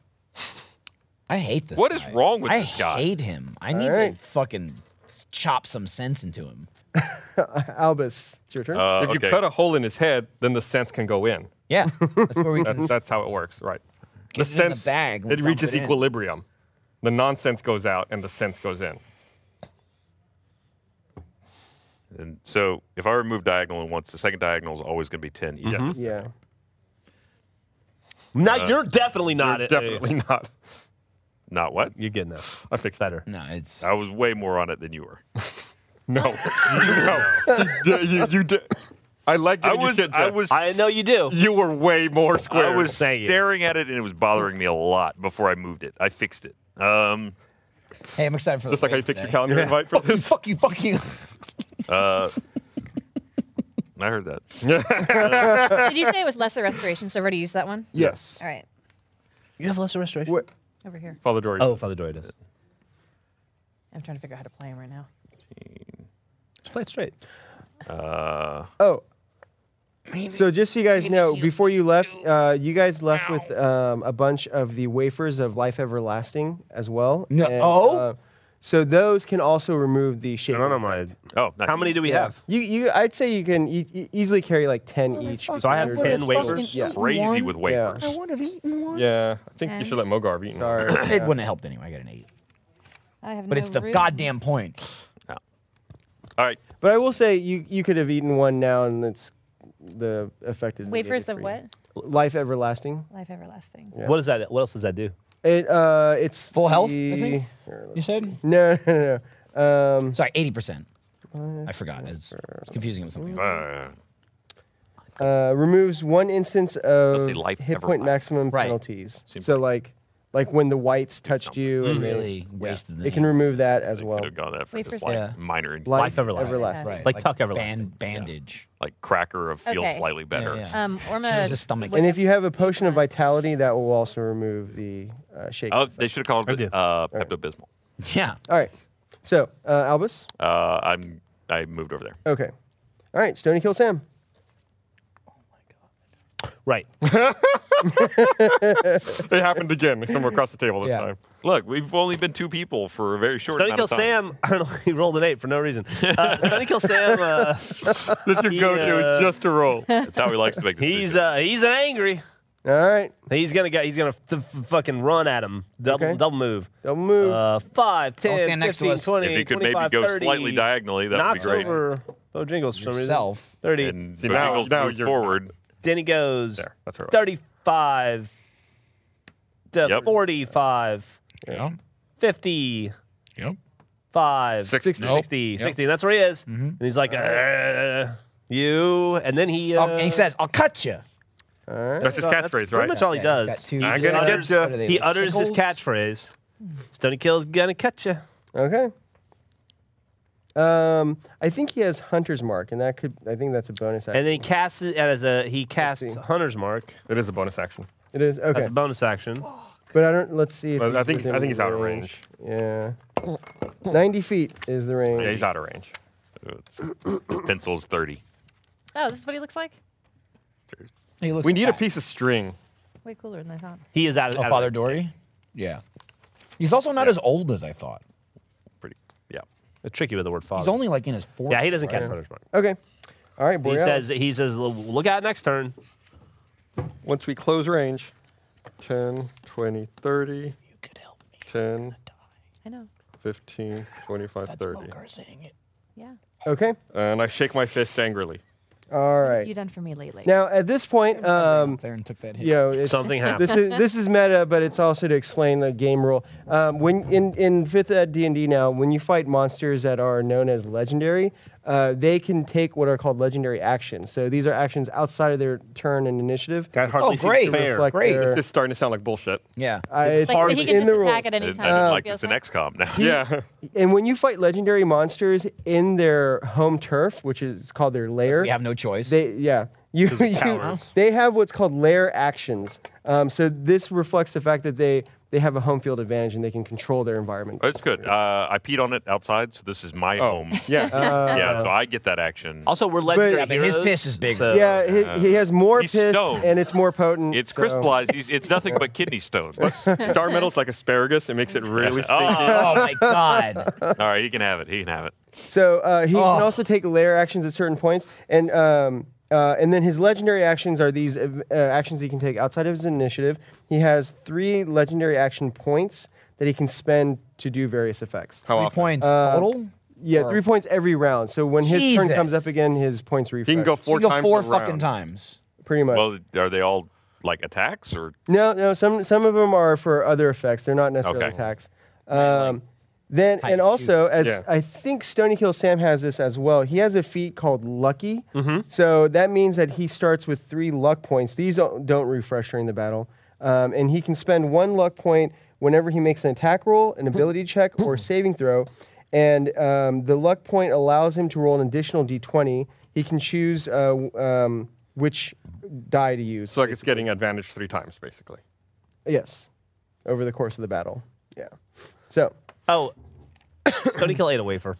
B: I hate this.
D: What is
B: guy.
D: wrong with
B: I
D: this guy?
B: hate him. I need
A: right.
B: to fucking chop some sense into him.
A: Albus, it's your turn.
D: Uh,
C: if you
D: okay.
C: cut a hole in his head, then the sense can go in.
B: Yeah, that's where we
C: That,
B: can.
C: that's how it works, right?
B: Get it in the bag, we'll
C: it
B: dump
C: reaches
B: it in.
C: equilibrium. The nonsense goes out and the sense goes in.
D: And so if I remove diagonal once, the second diagonal is always going to be 10.
C: Mm-hmm.
D: Yeah.
A: yeah.
F: Now you're definitely not
C: You're
F: it.
C: definitely not.
D: Not what?
F: You're getting that.
C: I fixed that.
F: Better.
B: No, it's
D: I was way more on it than you were.
C: No, no. you, you, you did. I like
D: I
C: getting
D: was,
C: your shit
D: I
C: done.
D: was,
F: I know you do.
C: You were way more
D: I
C: square.
D: was
F: Saying.
D: staring at it and it was bothering me a lot before I moved it. I fixed it. Um,
B: hey, I'm excited for
C: just
B: the
C: like how you
B: wave
C: fix your
B: today.
C: calendar invite for this.
B: Fuck you, fuck you.
D: I heard that.
E: Did you say it was lesser restoration? So I've already used that one.
A: Yes.
E: All right,
F: You have lesser restoration.
A: What?
E: over here.
C: Father Dory.
F: Oh, Father Dory does.
E: I'm trying to figure out how to play him right now.
F: Just play it straight.
A: Oh. So just so you guys know, before you left, uh, you guys left with um, a bunch of the wafers of life everlasting as well.
B: No. Oh?
A: uh, so those can also remove the shape.
F: None of my.
D: Oh, nice.
F: How many do we have?
A: You, you, I'd say you can you, you easily carry like ten each.
F: So I have
A: You're-
F: 10 wafers?
D: Yeah. Crazy with wafers.
B: I would have eaten one.
C: Yeah, I think you
E: Ten.
C: should let Mogar be. eaten.
A: Sorry.
B: It wouldn't have helped anyway. I got an eight.
E: I have
B: But
E: no
B: it's the
E: room.
B: goddamn point.
D: All right.
A: But I will say you you could have eaten one now, and it's the effect is
E: Wafers
A: negated
E: of
A: for you.
E: what?
A: Life everlasting.
E: Life everlasting.
F: What is that? What else does that do?
A: It uh, it's
B: Full health, I
A: the-
B: think? You said?
A: No, no, no. Um,
B: Sorry, 80%. I forgot. It's confusing it with something. else.
D: Uh,
A: uh, removes one instance of
D: say life
A: hit point
D: everlasting.
A: maximum
B: Right.
A: penalties.
D: Seems
A: so like like when the whites touched you, and they-
B: Mm-hmm. Really wasted the
A: it can
B: name.
A: remove that as
D: they
A: well.
D: Could have gone that for
E: Wafers
D: just like
B: Yeah.
D: minor, in-
A: Life,
F: Life everlasting.
A: everlasting.
B: Right.
F: Like tuck everlasting.
B: Band, bandage.
D: like cracker of feel
E: Okay.
D: slightly better.
B: yeah.
E: Um, Orma.
B: It's a stomach.
E: would
A: And
E: have-
A: if you have a potion of vitality, that will also remove the uh, shake.
D: Oh, they should have called
F: do.
D: it uh, Pepto Bismol.
B: Yeah.
A: All right. So uh, Albus.
D: Uh, I'm I moved over there.
A: Okay. All right. Stony kill Sam.
F: Right.
C: It happened again. Somewhere across the table this
B: Yeah.
C: time.
D: Look, we've only been two people for a very short
F: Sunny
D: amount
F: Kill
D: of time.
F: Sam. I don't know. He rolled an eight for no reason. Uh, Sunny Kill Sam. Uh,
C: This is your
F: He,
C: go-to
F: uh,
C: is just to roll.
D: That's how he likes to make decisions.
F: he's uh, he's angry.
A: All right.
F: He's gonna go, he's gonna f- f- fucking run at him. Double
A: Okay.
F: double move.
A: Double move.
F: Uh, 5, 10,
B: stand next to
F: 15,
B: us.
F: 20,
D: if he could
F: 25,
D: maybe go
F: 30.
D: slightly diagonally, that would be
F: Knocks
D: great.
F: over Bojangles for some reason.
B: Yourself.
F: 30.
D: And
C: See,
D: See,
C: now- now you're-
D: forward.
F: then he goes
C: There, that's her way.
F: 35 to
D: Yep.
F: 45,
B: Yeah.
F: 50,
B: Yep.
F: 5,
C: Six-
F: 60,
B: Nope.
F: 60,
B: Yep. Mm-hmm.
F: 60. That's where he is. And he's like, "Uh, you. And then he. Uh,
B: Oh, and he says, I'll cut you.
C: That's his
F: that's
C: catchphrase,
F: pretty
C: right?
F: much all he does.
C: I'm
B: he
C: gonna get
B: utters-
C: ya.
B: what are they,
F: he
B: like
F: utters his
B: sickles?
F: catchphrase. Stony Kill's gonna catch you.
A: Okay. Um, I think he has Hunter's Mark, and that could I think that's a bonus action.
F: And then he casts it as a he casts
A: see.
F: Hunter's Mark.
C: It is a bonus action.
A: it is okay,
F: That's a bonus action.
A: but I don't. Let's see if
C: But I
A: he's
C: think I
A: within
C: think he's out of range.
A: range. Yeah, ninety feet is the range.
C: Yeah, he's out of range.
D: It's- His pencil's 30.
E: Oh, this is what he looks like.
B: He looks
C: We need a
B: like-
C: piece of string.
E: Way cooler than I thought.
F: He is out of
B: Oh,
F: out of
B: Father
F: range.
B: Dory? Yeah. He's also not as old as I thought.
D: Pretty. Yeah.
F: It's tricky with the word father.
B: He's only like in his Oh, 40s.
F: Oh. yeah, he doesn't
B: right?
F: cast Hunter's Mark.
A: Okay. All All right,
F: He
A: Borealis.
F: says he says look out next turn.
C: Once we close range, 10, 20, 30. You could
B: help
C: me. 10,
E: I know.
C: 15, 25, 30.
B: saying it.
E: Yeah.
A: Okay.
C: And I shake my fist angrily.
A: All
E: You
A: right.
E: done for me lately.
A: Now at this point, um,
B: There and took that hit.
A: you know, it's,
F: Something happened.
A: This is this is meta, but it's also to explain a game rule. Um, when in in fifth ed D and D now, when you fight monsters that are known as legendary, uh, they can take what are called legendary actions. So these are actions outside of their turn and initiative.
F: That hardly
B: Oh, great.
F: seems fair.
A: Reflect
B: Great.
A: their-
C: This is starting to sound like bullshit.
B: Yeah.
A: uh, it's
E: like, he
A: it's
E: can
A: in
E: just
A: the rules.
E: attack at any time.
D: I
E: if
D: did
E: he
D: like
E: feels
D: this in
E: like.
D: XCOM now.
C: Yeah.
A: And when you fight legendary monsters in their home turf, which is called their lair,
B: We have no choice.
A: They yeah. You, you-
F: cowards.
A: they have what's called lair actions. Um, so this reflects the fact that they they have a home field advantage and they can control their environment.
D: Oh, it's good. Uh, I peed on it outside, so this is my
A: Oh.
D: home.
C: Oh, Yeah.
A: Uh.
D: yeah, so I get that action.
F: Also, we're legendary
A: Yeah, but
B: his
F: heroes,
B: piss is bigger.
F: so-
A: yeah, he, he has more
D: he's
A: piss
D: stoned.
A: and it's more potent.
D: it's
A: so-
D: crystallized. It's, it's nothing but kidney stones. All
C: Star Uh, metal's like asparagus. It makes it really stinky.
B: oh my god.
D: right, he can have it. He can have it.
A: So uh, he
B: Oh.
A: can also take lair actions at certain points, and um, uh, and then his legendary actions are these uh, uh, actions he can take outside of his initiative. He has three legendary action points that he can spend to do various effects.
C: How
B: Three
C: often?
B: points total.
A: Yeah,
B: Or-
A: three points every round. So when his turn comes
B: Jesus.
A: up again, his points refresh.
C: He can go
B: So
C: four
B: you go
C: times
B: four
C: a round.
B: fucking times.
A: pretty much.
D: Well, are they all like attacks or
A: no, no. Some some of them are for other effects. They're not necessarily
D: Okay.
A: attacks. Um, then and also as
C: Yeah.
A: I think Stony Kill Sam has this as well. He has a feat called Lucky. So that means that he starts with three luck points. These don't, don't refresh during the battle, um, and he can spend one luck point whenever he makes an attack roll, an ability check, or saving throw. And um, the luck point allows him to roll an additional d20. He can choose uh, w- um, which die to use.
C: So like it's getting advantage three times, basically.
A: Yes, over the course of the battle. Yeah. So
F: Oh, Stony Kill ate a wafer.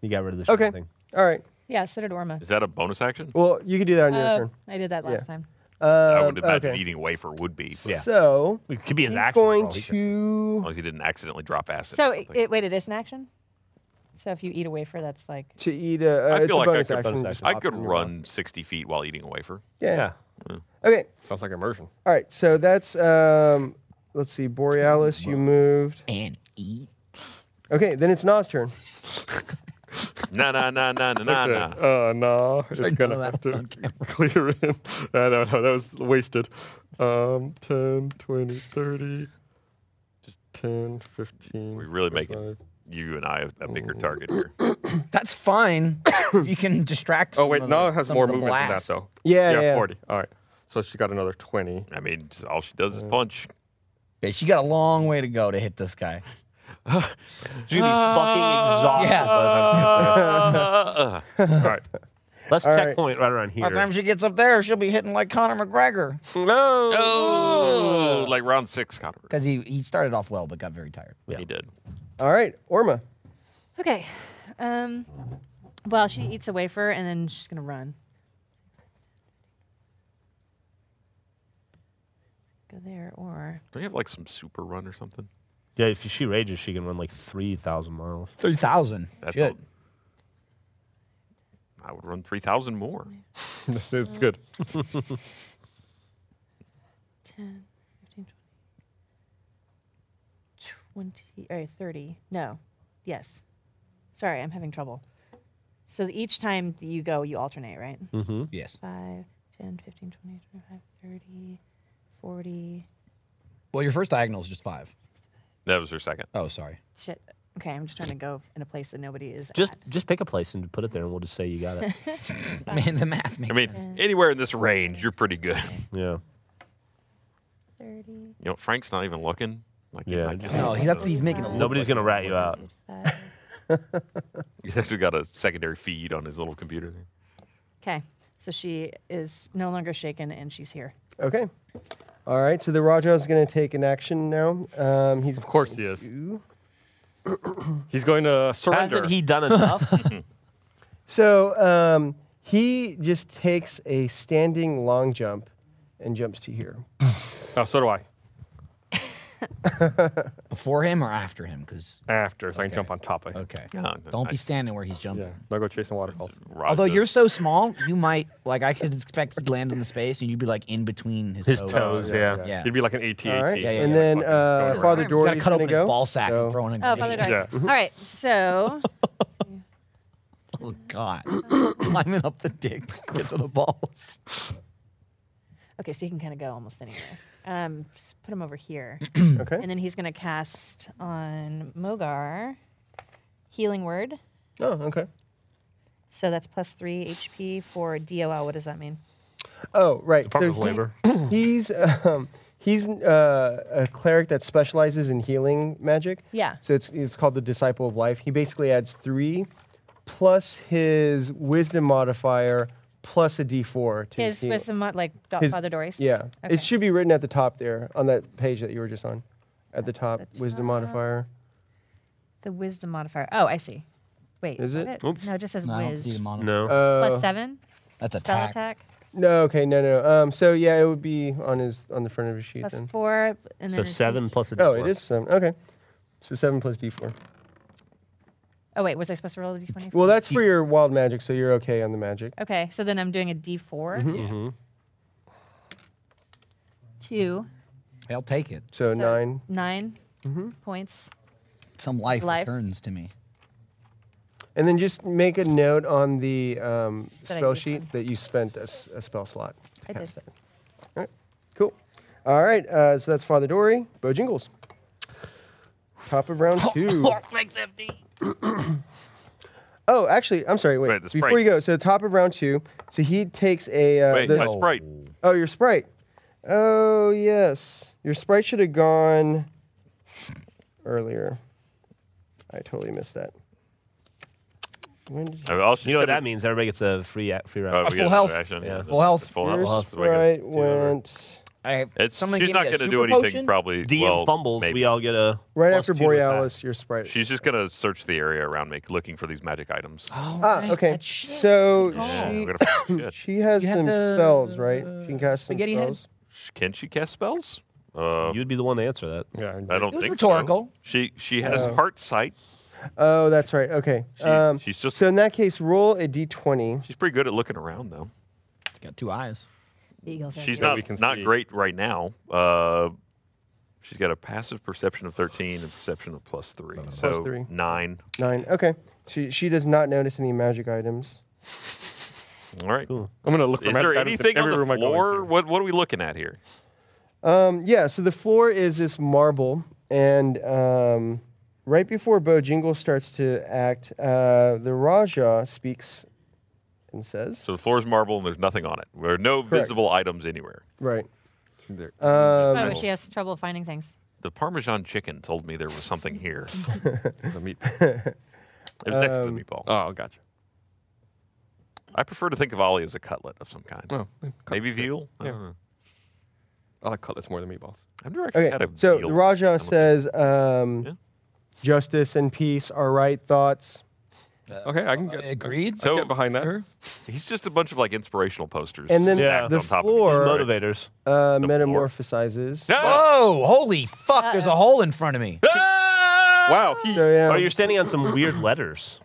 F: You got rid of the
A: okay,
F: thing.
A: all right.
E: Yeah, so did Orma.
D: is that a bonus action?
A: Well, you can do that on your
E: Oh,
A: turn. Um,
E: I did that last time.
D: I would
A: Uh,
D: imagine
A: okay.
D: eating a wafer would be, but as
A: So
F: It could be his
A: he's
F: action.
A: going
F: bro. He could-
A: to
D: long as he didn't accidentally drop acid.
E: So
D: or
E: it,
D: something.
E: it, wait, it is an action. So if you eat a wafer, that's like
A: to eat a. Uh,
D: I
A: it's
D: feel
A: a
D: like I
A: bonus
D: could
A: action.
F: bonus
A: just
D: I
A: pop
D: could
A: it in your mouth.
D: run 60 feet while eating a wafer.
A: Yeah.
F: Yeah.
A: Okay.
C: Sounds like immersion.
A: All right. So that's um. Let's see. Borealis, you moved.
B: And E? eat.
A: Okay. Then it's Nas' turn.
D: Nah, nah, nah, nah, nah, nah, Ah, nah.
C: Uh, no, it's gonna have to clear in. Uh, no, no, that was wasted. Um, 10, 20, 30, just 10, 15.
D: We're really making
C: 25.
D: you and I a bigger target here.
B: That's fine. if you can distract.
C: Oh
B: some
C: wait,
B: of
C: no,
B: the-
C: it has
B: some
C: more
B: of the
C: movement than that
B: blast.
C: though.
A: Yeah, yeah.
C: 40. All right. So she got another 20.
D: I mean, all she does is punch.
B: Yeah, she got a long way to go to hit this guy.
F: She's gonna be fucking exhausted.
B: Yeah.
F: by the time she gets
D: Uh,
F: there.
D: uh.
C: All right.
F: Let's
A: All right.
F: checkpoint right around
B: By the time
F: here.
B: she gets up there, she'll be hitting like Conor McGregor
C: No.
D: oh, like round six, Connor.
B: because he he started off well but got very tired.
D: He did.
A: All right. Orma.
E: okay. Um, well, she eats a wafer and then she's gonna run. Go there or
D: Don't you have like some super run or something?
F: Yeah, if she rages, she can run like three thousand miles.
B: Three thousand.
D: That's
B: Shit.
D: all. I would run 3,000 more.
C: it's good.
E: 10, 15, 20, 20 or 30. No. Yes. Sorry, I'm having trouble. So each time that you go, you alternate, right?
B: Yes.
E: 5, 10, 15, 20, 25, 30, 40.
B: Well, your first diagonal is just five.
D: That was her second.
B: Oh, sorry.
E: Shit. Okay, I'm just trying to go in a place that nobody is
F: Just
E: at.
F: just pick a place and put it there, and we'll just say you got it.
B: Man, the math makes
D: I mean, anywhere in this range, you're pretty good.
F: yeah.
E: 30,
D: You know, Frank's not even looking. Like, he's
F: Yeah.
D: not just-
B: No, he, that's he's making it look.
F: Nobody's gonna rat you out.
E: 5.
D: He's actually got a secondary feed on his little computer there.
E: Okay. So she is no longer shaken and she's here.
A: Okay. All right. So the Raja is going to take an action now. Um, he's
C: Of course he is. He's going to surrender.
F: Hasn't he done enough?
A: So um, he just takes a standing long jump and jumps to here.
C: oh, so do I.
B: Before him or after him? Because
C: after, so I can jump on top of him.
B: okay,
D: Yeah,
B: don't be
D: nice.
B: standing where he's jumping.
C: Yeah, no go chasing waterfalls.
D: Rob
B: Although
D: the-
B: you're so small, you might like I could expect you'd land in the space and you'd be like in between his,
F: His
B: toes.
F: toes, yeah.
B: Oh, yeah. Yeah.
C: You'd be like an AT.
A: All right.
B: Yeah, yeah,
A: and
B: yeah.
A: then uh,
D: Fucking
A: Father
G: Doherty. You
B: You
A: Doherty
B: gotta cut open
A: gonna go.
B: his ball sack
A: So-
B: and throw in a
E: Oh,
B: grenade.
E: Father Dark.
C: Yeah.
E: All right, so
B: Oh God! Climbing up the dick, get to the balls.
E: okay, so he can kind of go almost anywhere. Um, s- put him over here,
A: okay.
E: and then he's gonna cast on Mogar, healing word.
A: Oh, okay.
E: So that's plus three HP for DOL. What does that mean?
A: Oh, right.
C: Department
A: so
C: of
A: he-
C: Labor.
A: he's um, he's uh, a cleric that specializes in healing magic.
E: Yeah.
A: So it's it's called the Disciple of Life. He basically adds three plus his wisdom modifier plus a D4 to
E: His
A: heal-
E: wisdom, mod- like Do-
A: his-
E: Father Doris.
A: Yeah.
E: Okay.
A: It should be written at the top there on that page that you were just on. At the top,
E: the
A: wisdom
E: top.
A: modifier.
E: The wisdom modifier. Oh, I see. Wait.
A: Is
E: that
A: it?
F: Oops.
E: No, it just says
B: No, I don't
E: whiz.
B: see the monitor.
F: No.
A: Uh,
E: Plus seven.
B: That's
E: Spell
B: attack.
E: attack.
A: no, okay, no, no. Um, so yeah, it would be on his on the front of his sheet
E: Plus
A: then.
E: four. And
F: So
E: then it's
F: seven
E: each-
F: plus a
A: Oh,
F: D4.
A: it is seven. Okay, so seven plus D4.
E: Oh wait, was I supposed to roll a d20?
A: Well, that's for your wild magic, so you're okay on the magic.
E: okay, so then I'm doing a d4.
F: Mm-hmm.
E: Two.
B: I'll take it.
A: So,
E: So
A: nine.
E: nine points.
B: Some life,
E: Life.
B: returns to me.
A: And then just make a note on the um,
E: That I
A: spell
E: did
A: sheet
E: one.
A: that you spent a, s- a spell slot.
E: I did.
A: Cool. All right. Uh, so that's Father Dory, Bo Jingles. Top of round two. oh, actually, I'm sorry. Wait.
D: Wait, the
A: Before
D: Sprite.
A: you go, so top of round two. So he takes a. Uh,
D: Wait,
A: the-
D: my sprite.
A: oh, your sprite. Oh yes, your sprite should have gone earlier. I totally missed that. When did
D: I also
F: You know what
D: gotta-
F: that means? Everybody gets a free a- free round.
D: Oh, we
B: full
D: get another
B: health.
D: action,
F: Yeah.
D: Yeah.
B: Full health.
D: It's Full
A: Your
D: health. so we can
A: sprite
D: do another.
A: went
B: I,
D: It's,
B: someone
D: she's
B: give
D: not
B: me a
D: going to do
B: super
D: anything,
B: potion?
D: probably.
F: DM
D: well,
F: fumbles,
D: maybe.
F: we all get a
A: right
F: plus
A: after
F: two attack.
A: Borealis. Your sprite.
D: She's just going to search the area around me looking for these magic items.
B: Oh,
A: ah,
B: right,
A: okay.
B: that's shit.
A: So
D: Yeah,
A: she
D: we're gonna find shit.
A: she has
B: You have
A: some
B: the-
A: spells, right? She can cast some
B: spaghetti head?
A: spells.
D: Can she cast spells? Uh,
F: You'd be the one to answer that.
C: Yeah.
D: I don't
B: It was
D: think
B: rhetorical. Uh,
D: so. She she has heart sight.
A: Oh, that's right. Okay.
D: She-
A: um,
D: she's just-
A: so in that case, roll a d20.
D: She's pretty good at looking around though.
B: It's got two eyes.
G: The eagles are
D: She's
G: here.
D: not
C: we can
D: not
C: see.
D: great right now. Uh, she's got a passive perception of 13 and perception of plus 3. So
A: three.
D: 9.
A: Nine. Okay. She she does not notice any magic items.
D: All right.
C: I'm gonna look for
D: Is
C: magic
D: there
C: items in
D: anything on
C: every room
D: the
C: I go
D: floor?
C: into.
D: What what are we looking at here?
A: Um, yeah. So the floor is this marble, and um, right before Bo Jingle starts to act, uh, the Raja speaks and says,
D: So the floor is marble and there's nothing on it. There are no
A: Correct.
D: visible items anywhere.
A: "Right."
C: There-
E: Oh,
A: Um,
E: she has trouble finding things.
D: The Parmesan chicken told me there was something here.
C: The meat.
D: It was next to the meatball.
C: Oh, gotcha.
D: I prefer to think of Ollie as a cutlet of some kind.
C: Oh, yeah,
D: Maybe veal? I
C: Yeah.
D: don't know.
C: I Uh-huh. like cutlets more than meatballs.
D: I've never actually
A: okay.
D: had a
A: So
D: veal.
A: the Raja
D: I'm-
A: says, um,
D: Yeah.
A: "Justice and peace are right thoughts."
C: Okay, I can get
B: Agreed.
C: I can get behind that.
D: He's just a bunch of like inspirational posters.
A: And then
F: Yeah.
A: the
D: on top of each
A: floor-
D: other.
F: Motivators.
A: Uh,
D: The floor.
A: metamorphosizes.
D: No!
B: Whoa! Holy fuck! There's a hole in front of me.
D: Ah!
C: Wow. He,
A: So yeah,
F: Oh, you're standing on some weird letters.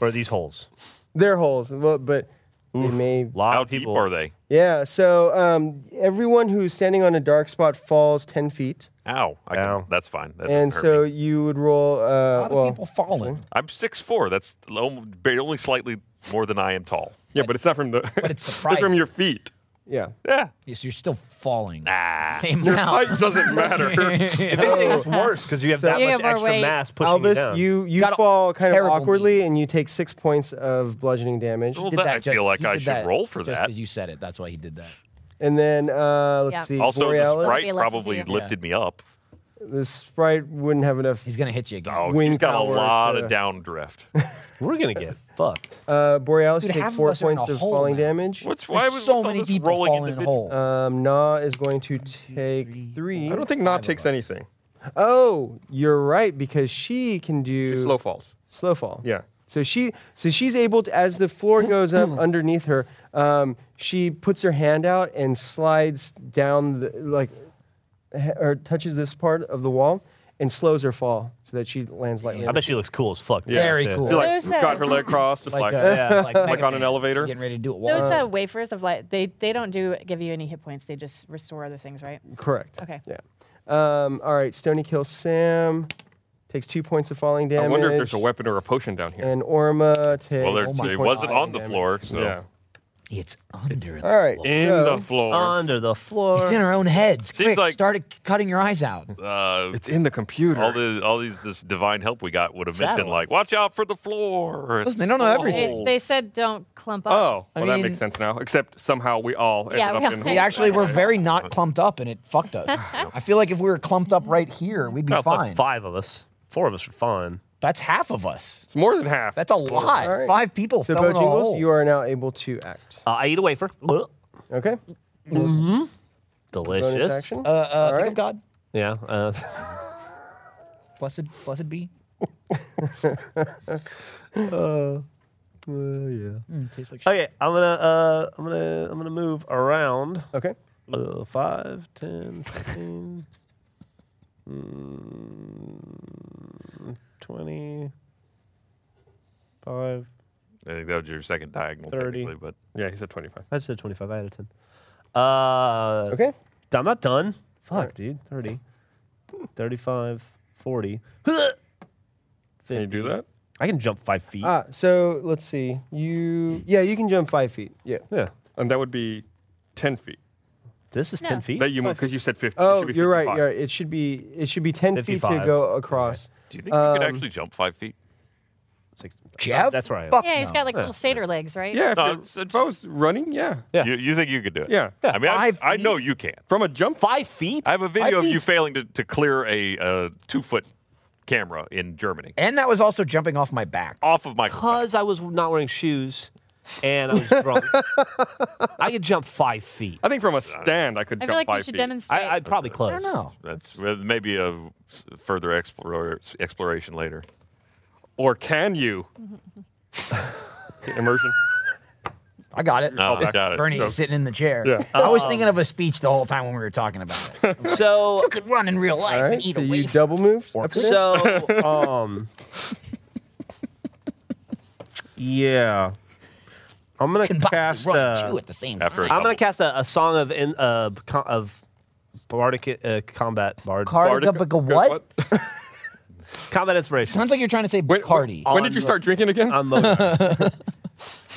F: Or these holes.
A: they're holes, well, but they may.
F: A lot
D: How
F: of
D: deep
F: people.
D: are they?
A: Yeah. So um, everyone who's standing on a dark spot falls ten feet,
D: Ow. I can-
F: Ow.
D: That's fine. That
A: and
D: doesn't hurt
A: so
D: me.
A: you would roll.
B: A
A: Uh,
B: lot of people
A: well,
B: falling,
D: I'm 6'4. That's lo- ba- only slightly more than I am tall.
C: yeah, but it's not from the. But
B: it's
C: it's
B: surprising.
C: from your feet.
A: yeah.
D: Yeah.
B: Yeah, so you're still falling.
D: Ah.
B: Same
C: Height
B: amount.
C: doesn't matter.
F: If anything, Oh, it's worse because you have that
E: You
F: much
E: have more
F: extra
E: weight.
F: mass pushing you
A: Albus,
F: down.
A: you you
B: Got a
A: fall kind of
B: terrible
A: awkwardly,
B: knee.
A: and you take six points of bludgeoning damage,
D: Well,
B: Did
D: that-
B: that
D: I
B: just-
D: feel like
B: he
D: I
B: did
D: should
B: that
D: roll for
B: just
D: that.
B: because you said it. That's why he did that.
A: and then uh, let's
E: Yeah.
A: see.
D: Also, the
A: Borealis,
D: sprite
E: Be a lesson to
D: probably
E: you.
D: lifted me up.
A: the sprite wouldn't have enough.
B: He's gonna hit you again.
D: Oh,
A: Wind
D: she's got a
A: power
D: lot
A: to-
D: of down drift.
F: We're going to get fucked.
A: Uh, Borealis,
B: Dude,
A: you take
B: half of
A: four
B: us are in
A: points
B: a
A: of
B: hole
A: falling
B: now.
A: damage.
D: What's why
B: There's
D: was
B: so
D: all
B: many
D: this
B: people
D: rolling
B: falling in
D: individ-
B: holes.
A: Um, Na is going to take three.
C: I don't think Not takes anything.
A: Oh, you're right because she can do
C: It's slow falls.
A: slow fall.
C: Yeah.
A: So she, so she's able to, as the floor goes up underneath her, um, she puts her hand out and slides down the like he- or touches this part of the wall and slows her fall so that she lands lightly.
F: I bet she looks cool as fuck.
C: Yeah.
B: Very
F: too.
B: cool.
C: She like
E: There's a-
C: got her leg crossed, just like,
B: uh,
C: that.
F: yeah,
B: like, Mega
C: on an
B: Man,
C: elevator.
B: Getting ready to do a wall.
E: Those uh, wafers of light, they they don't do give you any hit points. They just restore other things, right?
A: Correct.
E: Okay.
A: Yeah. Um, all right. Stony kills Sam. Takes two points of falling damage.
C: I wonder if there's a weapon or a potion down here.
A: And Orma takes.
D: Well, there's,
A: two
D: it
A: points
D: wasn't
A: of
D: on the
A: falling
D: floor, so
C: yeah.
B: it's under.
A: damage. All right.
C: In
A: so-
C: the floor.
F: Under the floor.
B: It's in our own heads.
D: Seems
B: Quick,
D: like-
B: start c- cutting your eyes out.
D: uh,
C: It's in the computer.
D: all the all these this divine help we got would have mentioned
F: Saddle.
D: like, watch out for the floor.
B: Listen, they don't know everything.
G: They, they said don't clump up.
C: Oh, well,
B: I
C: that
B: mean-
C: makes sense now. Except somehow we all
G: Yeah,
C: ended
G: we
C: up
G: all-
C: in.
B: We actually were very not clumped up, and it fucked us. I feel like if we were clumped up right here, we'd be
F: Oh, fuck,
B: fine.
F: Five of us. Four of us are fine.
B: That's half of us.
C: It's more than half.
B: That's a lot.
A: All right.
B: Five people
A: So,
B: fell
A: Bo
B: in a hole.
A: Jingles, you are now able to act.
F: Uh, I eat a wafer. Ugh.
A: Okay.
F: Delicious.
A: Bonus action.
B: uh, uh, think
A: right.
B: of God.
F: Yeah. Uh,
B: Blessed, blessed be.
F: Uh,
B: Mm, tastes like shit.
F: okay, I'm gonna uh, I'm gonna I'm gonna move around.
A: okay.
F: Uh, 5, 10, 15, Hmm, mm, 20, 5.
D: I think that was your second diagonal,
F: 30.
D: technically, but
C: yeah, he said 25.
F: I said 25. I had a 10. Uh,
A: Okay.
F: I'm not done. Fuck, dude. 30, 35, 40.
C: Can you do that?
F: I can jump five feet.
A: Ah, so let's see. You, yeah, you can jump five feet. Yeah.
F: yeah.
C: And that would be 10 feet.
F: This is 10 feet.
C: That you because you said 50. it
A: Oh,
C: should be
A: you're right.
C: 55.
A: You're right. It should be it should be ten feet to
F: 55.
A: go across.
D: do you think you could actually jump five feet?
F: Six-
B: Jeff?
F: That's right.
B: Fuck
E: Yeah, he's
B: no.
E: got like little satyr legs, right?
C: Yeah, if,
D: No,
C: you're-
D: it's-
C: if
D: it's-
C: I was running, yeah.
F: Yeah.
D: You, you think you could do it?
C: Yeah.
D: I mean, I,
B: Five
D: I know
B: feet?
D: you can.
C: From a jump.
F: Five feet?
D: I have a video of you
B: feet's-
D: failing to, to clear a uh, two foot camera in Germany
B: And that was also jumping off my back.
D: off of my.
F: Because I was not wearing shoes and I was drunk. I could jump five feet.
C: I think from a stand I could
E: I
C: jump
E: feel like we
C: five
E: should
C: feet.
E: demonstrate.
F: I, I'd probably close.
B: I don't know.
D: That's well, maybe a s- further explore, exploration later.
C: or can you? Immersion.
B: I got it.
D: No, I Ah, got it.
B: Bernie
C: No.
B: is sitting in the chair.
C: Yeah.
B: I was thinking of a speech the whole time when we were talking about it.
F: So,
B: you could run in real life
A: All right.
B: and eat
A: So
B: a
A: you
B: wafer.
A: double moved. up there?
F: so, um, yeah, I'm gonna
B: can possibly
F: cast.
B: run
F: uh,
B: two at the same
D: After a
B: time.
F: I'm gonna
D: couple.
F: cast a, a song of in uh, co- of bardic uh, combat bard
B: Cardigan,
C: Bardica-
B: but go what?
F: combat inspiration.
B: Sounds like you're trying to say Cardi.
C: When did
F: On
C: you
F: the-
C: start drinking again?
F: I'm a,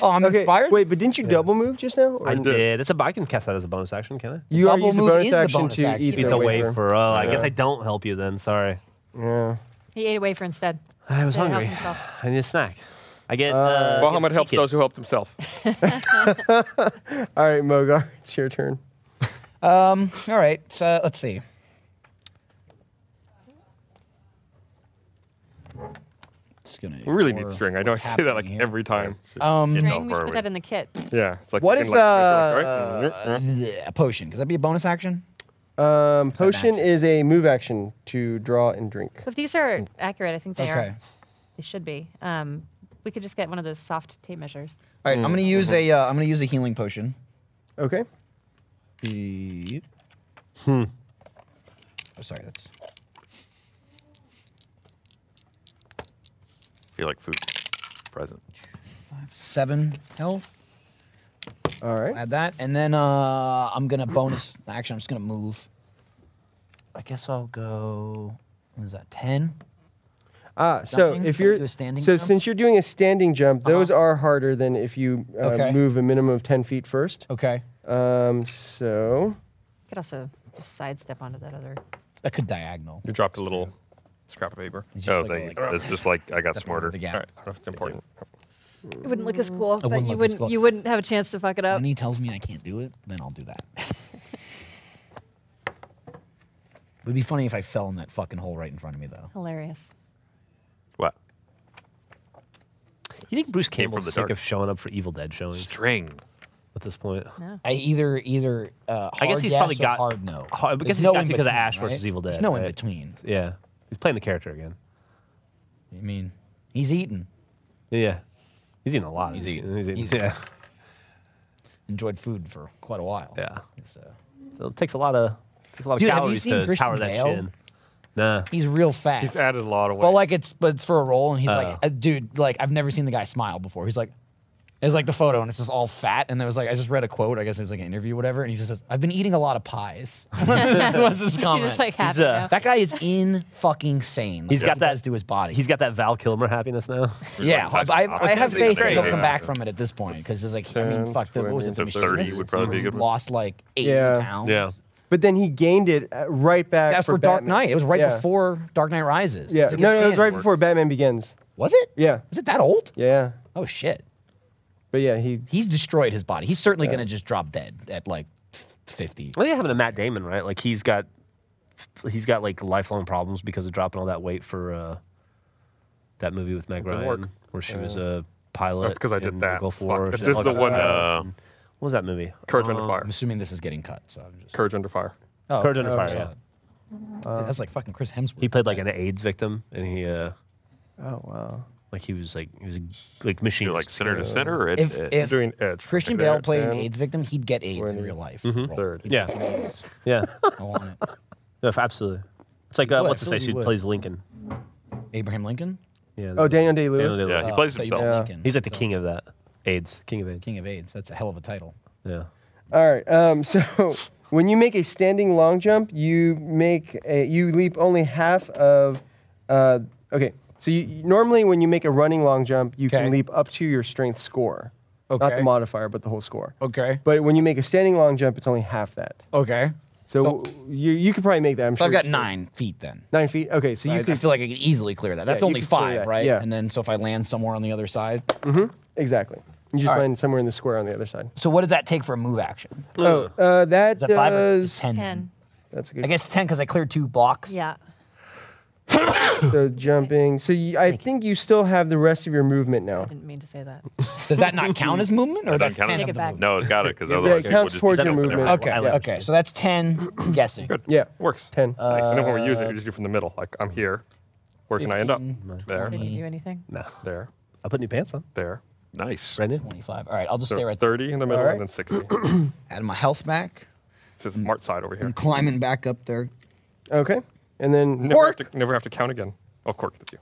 B: oh, I'm
A: okay.
B: inspired.
A: Wait, but didn't you double move just now? Or
F: I
A: no?
F: did. It's a. I can cast that as a bonus action, can I?
A: You
B: Double
A: are using
B: move
A: bonus
B: is the
A: action
B: bonus
A: to
B: action.
A: eat
B: Eat
F: Beat the
A: wafer.
F: wafer. Oh, I guess I don't help you then. Sorry.
A: Yeah.
E: he ate a wafer instead.
F: I was
E: Yeah, help
F: hungry.
E: himself.
F: I need a snack. I get. Uh,
C: well, how
F: get
C: much helps
F: peeked.
C: those who help themselves.
A: All right, Mogar, it's your turn.
B: Um, all right. So let's see. It's gonna
C: We really need
B: explore
C: string. I know I
B: what's
C: say that like
B: happening here.
C: every time.
B: Um,
D: Getting
E: String, we
D: over
E: should put
D: with.
E: that in the kit.
C: Yeah. It's like
B: What
C: in,
B: is
C: like, right, Mm-hmm.
B: uh,
C: right?
B: a potion? Could that be a bonus action?
A: Um, potion
B: action?
A: is a move action to draw and drink.
E: If these are accurate, I think they
B: Okay.
E: are. They should be. Um, we could just get one of those soft tape measures.
B: All right. I'm
C: Mm,
B: gonna use
C: mm-hmm.
B: a. Uh, I'm gonna use a healing potion.
A: Okay.
B: Beep.
C: Hmm.
B: Oh, sorry. That's
D: feel like food present.
B: seven health.
A: All right.
B: Add that, and then uh, I'm gonna bonus action. I'm just gonna move. I guess I'll go. What is that? Ten.
A: Ah, so
B: Jumping?
A: if you're
B: Do a standing
A: so
B: jump? Uh-huh.
A: since you're doing a standing jump, those are harder than if you uh,
B: Okay.
A: move a minimum of ten feet first.
B: Okay.
A: Um, so
E: We could also just sidestep onto that other.
B: That could diagonal.
C: You dropped a little scrap of paper.
B: It's just
D: Oh,
B: like a,
D: thank
B: like,
D: you. It's just like I got
B: step over
D: smarter.
B: The gap.
C: All right. That's important.
E: It wouldn't look as cool,
B: wouldn't
E: but
B: look
E: you
B: as
E: wouldn't
B: cool.
E: you wouldn't have a chance to fuck it up.
B: When he tells me I can't do it, then I'll do that. it would be funny if I fell in that fucking hole right in front of me, though.
E: Hilarious.
D: What?
F: You think Bruce
D: Came from
F: Campbell's
D: the
F: sick
D: dark.
F: of showing up for Evil Dead showings
D: String.
F: at this point?
E: No.
B: I either either uh, hard
F: I guess he's
B: yes
F: probably
B: or
F: got-
B: hard no.
F: hard- I
B: There's
F: guess he's
B: no
F: got
B: in
F: to because of
B: between,
F: Ash
B: right?
F: versus Evil
B: There's
F: Dead,
B: no in
F: right?
B: between.
F: Yeah, he's playing the character again.
B: I mean, he's eaten.
F: Yeah, he's eating a lot.
B: He's
F: He's
B: eating.
F: eating.
B: He's
F: yeah,
B: Enjoyed food for quite a while.
F: yeah.
B: So.
F: So it takes a lot of It's a lot of
B: Dude, have you
F: calories
B: seen
F: to
B: Christian
F: power that
B: Bale?
F: chin. Nah.
B: He's real fat.
C: He's added a lot of weight.
B: But like it's but it's for a role, and he's
F: Oh.
B: like, uh, dude, like I've never seen the guy smile before. He's like, it's like the photo, and it's just all fat, and there was like I just read a quote, I guess it was like an interview, whatever, and he just says, "I've been eating a lot of pies." What's his
E: You're
B: comment?
E: just like happy
F: uh,
E: now.
B: that guy is in fucking sane. Like,
F: He's
B: what
F: got
B: he
F: that-
B: does to his body.
F: He's got that Val Kilmer happiness now.
B: yeah,
D: Like,
B: I,
D: Tyson-
B: I have
D: Tyson-
B: faith that he'll
D: Tyson-
B: come back from it at this point because it's like I mean, fuck, the, what was it, the
D: 20, 30 would probably be a good one.
B: Lost like eighty
A: Yeah.
B: pounds.
C: Yeah.
A: But then he gained it uh, right back.
B: That's
A: for
B: for Dark
A: Batman.
B: Knight. It was right
A: Yeah.
B: before Dark Knight Rises.
A: Yeah,
B: It's like
A: no,
B: a
A: no, it was
B: fan-
A: right before Batman Begins.
B: Was it?
A: Yeah.
B: Is it that old?
A: Yeah,
B: Oh shit.
A: but yeah, he.
B: he's destroyed his body. He's certainly going to just drop dead at like f- 50.
F: I think it happened to Matt Damon, right? Like he's got he's got like lifelong problems because of dropping all that weight for uh, that movie with Meg
C: Didn't
F: Ryan,
C: work.
F: where she was a pilot.
C: That's 'cause I did
F: in
C: that.
F: Gulf
C: Fuck.
F: War.
C: If
F: She
C: this
F: all
C: is the
F: got-
C: one,
F: uh,
C: uh,
F: what was that movie?
C: Courage
F: Uh,
C: under fire.
B: I'm assuming this is getting cut. So I'm just.
C: Courage under fire.
B: Oh,
F: Courage Under
B: I
F: Fire,
B: saw
F: yeah.
B: it. Dude, that's like fucking Chris Hemsworth.
F: He played like an AIDS victim, and he uh,
A: Oh wow.
F: like he was like he was like machine.
D: You're like center to center or it,
B: if
D: it-
B: if
C: doing Edge.
B: Christian
C: Okay,
B: Bale played an
C: then
B: AIDS victim, he'd get AIDS in
C: 20,
B: real life. Roll.
C: third.
B: He'd
F: Yeah.
B: fucking get AIDS.
F: yeah,
B: I want it.
F: no, f- absolutely. It's like uh,
B: would,
F: what's his
B: Phil,
F: face
B: you
F: who
B: would.
F: plays Lincoln?
B: Abraham Lincoln?
F: Yeah.
A: Oh,
F: the-
A: Daniel Day Lewis.
F: Daniel Day-Lewis.
D: Yeah, he
B: Uh,
D: plays
B: but you
D: himself.
B: don't
A: Yeah.
B: like him.
F: He's like the
B: So,
F: king of that. AIDS, king of AIDS.
B: King of AIDS. That's a hell of a title.
F: Yeah.
A: All right. Um, so when you make a standing long jump, you make a, you leap only half of. Uh, okay. So you, you- normally when you make a running long jump, you
B: Okay.
A: can leap up to your strength score, not
B: Okay.
A: the modifier, but the whole score.
B: Okay.
A: But when you make a standing long jump, it's only half that.
B: Okay.
A: So, you you could probably make that. I'm
B: So
A: sure
B: I've got
A: it's-
B: nine feet then.
A: Nine feet. Okay. So
B: So
A: you
B: I, I
A: could
B: feel like I could easily clear that. That's
A: Yeah, you
B: only
A: could clear
B: five,
A: that,
B: right?
A: yeah.
B: And then so if I land somewhere on the other side.
A: exactly. You just land somewhere in the square on the other side.
B: So what does that take for a move action?
A: Oh, uh, that
B: Is that five or is
A: does.
B: it ten?
E: Ten.
A: That's a good.
B: I guess ten because I cleared two blocks.
E: Yeah.
A: So jumping. So you, I think you still have the rest of your movement now.
E: Didn't mean to say that.
B: Does that not count as movement, or
D: That
B: that's
D: doesn't count
B: ten?
D: as-
E: Take
B: of
E: it
B: the
E: back.
B: movement?
D: no, it got it because
A: it
D: otherwise we'll
A: counts
D: just be
A: towards your
D: jumping
A: movement.
D: everywhere.
B: Okay.
F: I like
B: Okay. So that's ten. I'm guessing.
A: Yeah.
C: Works.
A: Ten.
B: Uh,
C: Nice. and then when we use it, you just do from the middle. Like I'm here. Where can I end up?
B: 15,
C: There.
E: Didn't do anything.
F: No.
C: There.
F: I put new pants on.
C: There.
D: Nice.
F: Brand new.
B: Twenty-five. All right. I'll just
C: So
B: stay
C: it's
B: right there.
C: 30 in the middle
A: Alright.
C: and then 60.
B: Add my health back.
C: It's the smart side over here.
B: I'm climbing back up there.
A: Okay. And then
C: Never have, to, never have to count again. Oh, cork did you.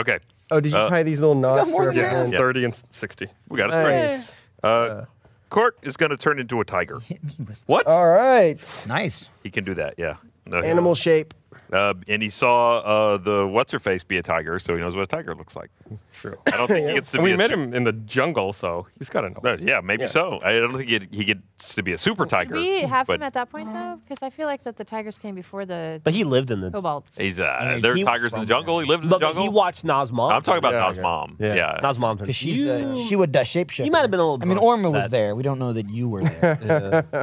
D: Okay.
A: Oh, did you
D: Uh,
A: tie these little knots? to
B: more than half.
A: represent-
D: Yeah.
C: 30 and 60.
D: We got it straight.
A: Nice.
D: Uh, Cork is going to turn into a tiger.
B: Hit me with.
D: What?
A: All right.
B: Nice.
D: he can do that, yeah. No, he-
A: Animal shape.
D: Uh, and he saw uh, the what's her face be a tiger, so he knows what a tiger looks like.
C: True.
D: I don't think he gets to
C: And
D: be
C: we
D: a
C: met
D: su-
C: him in the jungle, so he's got to know.
D: Uh, yeah, maybe so. I don't think he he gets to be a super tiger.
E: We have
D: but
E: him at that point though, because I feel like that the tigers came before the
F: But he lived in the.
E: kobolds.
D: He's uh,
B: mean,
D: there are
B: he was
D: tigers in the
B: from
D: jungle.
B: there.
D: He lived in the
F: But, but
D: jungle.
F: he watched Nas mom.
D: I'm talking about
C: Yeah,
D: Nas'
C: okay.
D: mom.
F: Yeah.
D: Yeah.
F: Nas mom.
B: Because she's uh, she would uh, shapeshift.
F: You might have been a little
B: I mean,
F: drunk
B: Orma was
F: that-
B: there. We don't know that you were there.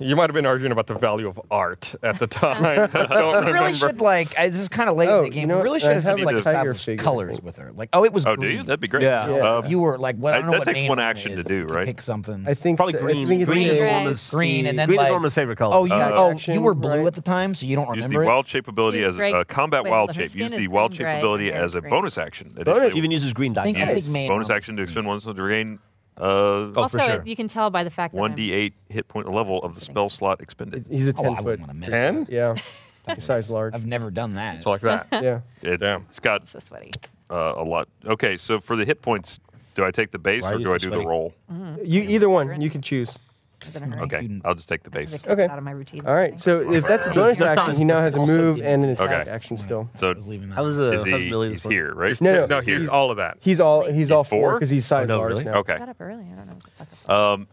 C: You might have been arguing about the value of art at the time. I don't
B: I
C: remember.
B: really should like. I, this is kind of late
A: Oh,
B: in the game.
A: you know
B: we
A: what?
B: really
A: I
B: should have
A: have
B: just
D: a
B: like
D: tiger
B: established
A: figure, I
B: colors
A: think.
B: with her. Like, oh, it was.
D: Oh, do you?
B: green.
D: That'd be great.
F: Yeah. Yeah.
D: Uh,
B: you were like, what? I
D: That-
B: don't
D: that
B: know what
D: takes
B: name
D: one
B: it
D: action to
B: is.
D: do,
B: You
D: right?
B: Pick something.
A: I think.
F: Probably
A: so-
F: green.
A: I think it's
F: Green
E: is
A: a-
E: one
F: Orma's-
B: green, and then
F: green is
B: like,
F: Orma's favorite color.
B: Oh, you,
A: Uh,
B: oh,
A: action,
B: you were blue
A: right?
B: at the time, so you don't
D: Use
B: remember
D: the
B: it.
D: wild shape ability
E: She's
D: as
E: great
D: a uh, combat
E: with
D: wild
E: her
D: shape.
E: skin
D: Use
E: is
D: the wild
E: green,
D: shape
E: right?
D: ability
E: Her hair
D: as
E: is
D: a
E: green.
D: bonus action.
A: Bonus.
F: even uses green dye.
B: I think I
A: Nice.
B: think main
D: bonus
B: armor.
D: action to expend one to regain uh,
F: Oh, for
E: also,
F: sure.
E: you can tell by the fact that
D: one
E: I'm-
D: d eight hit point level of the spell slot expended.
A: He's a
B: Oh,
A: ten
B: I
A: foot.
B: wouldn't want to miss. it.
C: 10?
A: Yeah. Size large.
B: I've never done that.
C: It's like that.
A: Yeah.
D: It,
C: Damn.
D: It's got
E: so sweaty.
D: uh, a lot. Okay, so for the hit points, do I take the base
F: Why are
D: or
F: you
D: do
F: so
D: I do
F: sweaty?
D: the roll?
A: You either one. You can choose.
E: Is it a hurry?
D: Okay,
B: Mm-hmm. You-
D: I'll just take the
E: I have
D: base.
E: to get
A: Okay.
E: Out of my routine. this
A: All right.
E: morning.
A: So if that's a bonus action, he now has a move and an attack
D: Okay.
A: action still.
D: So
B: I was leaving that.
F: I was, uh,
D: is
F: I was
D: he?
F: really
D: He's
F: like-
D: here, right?
A: No, no,
C: he's
A: he's-
C: all of that.
A: He's all he's all four
D: four?
A: because he's size
F: Oh, no,
A: large
F: really?
A: now.
D: Okay.
E: I got up early. I don't know.
D: Um,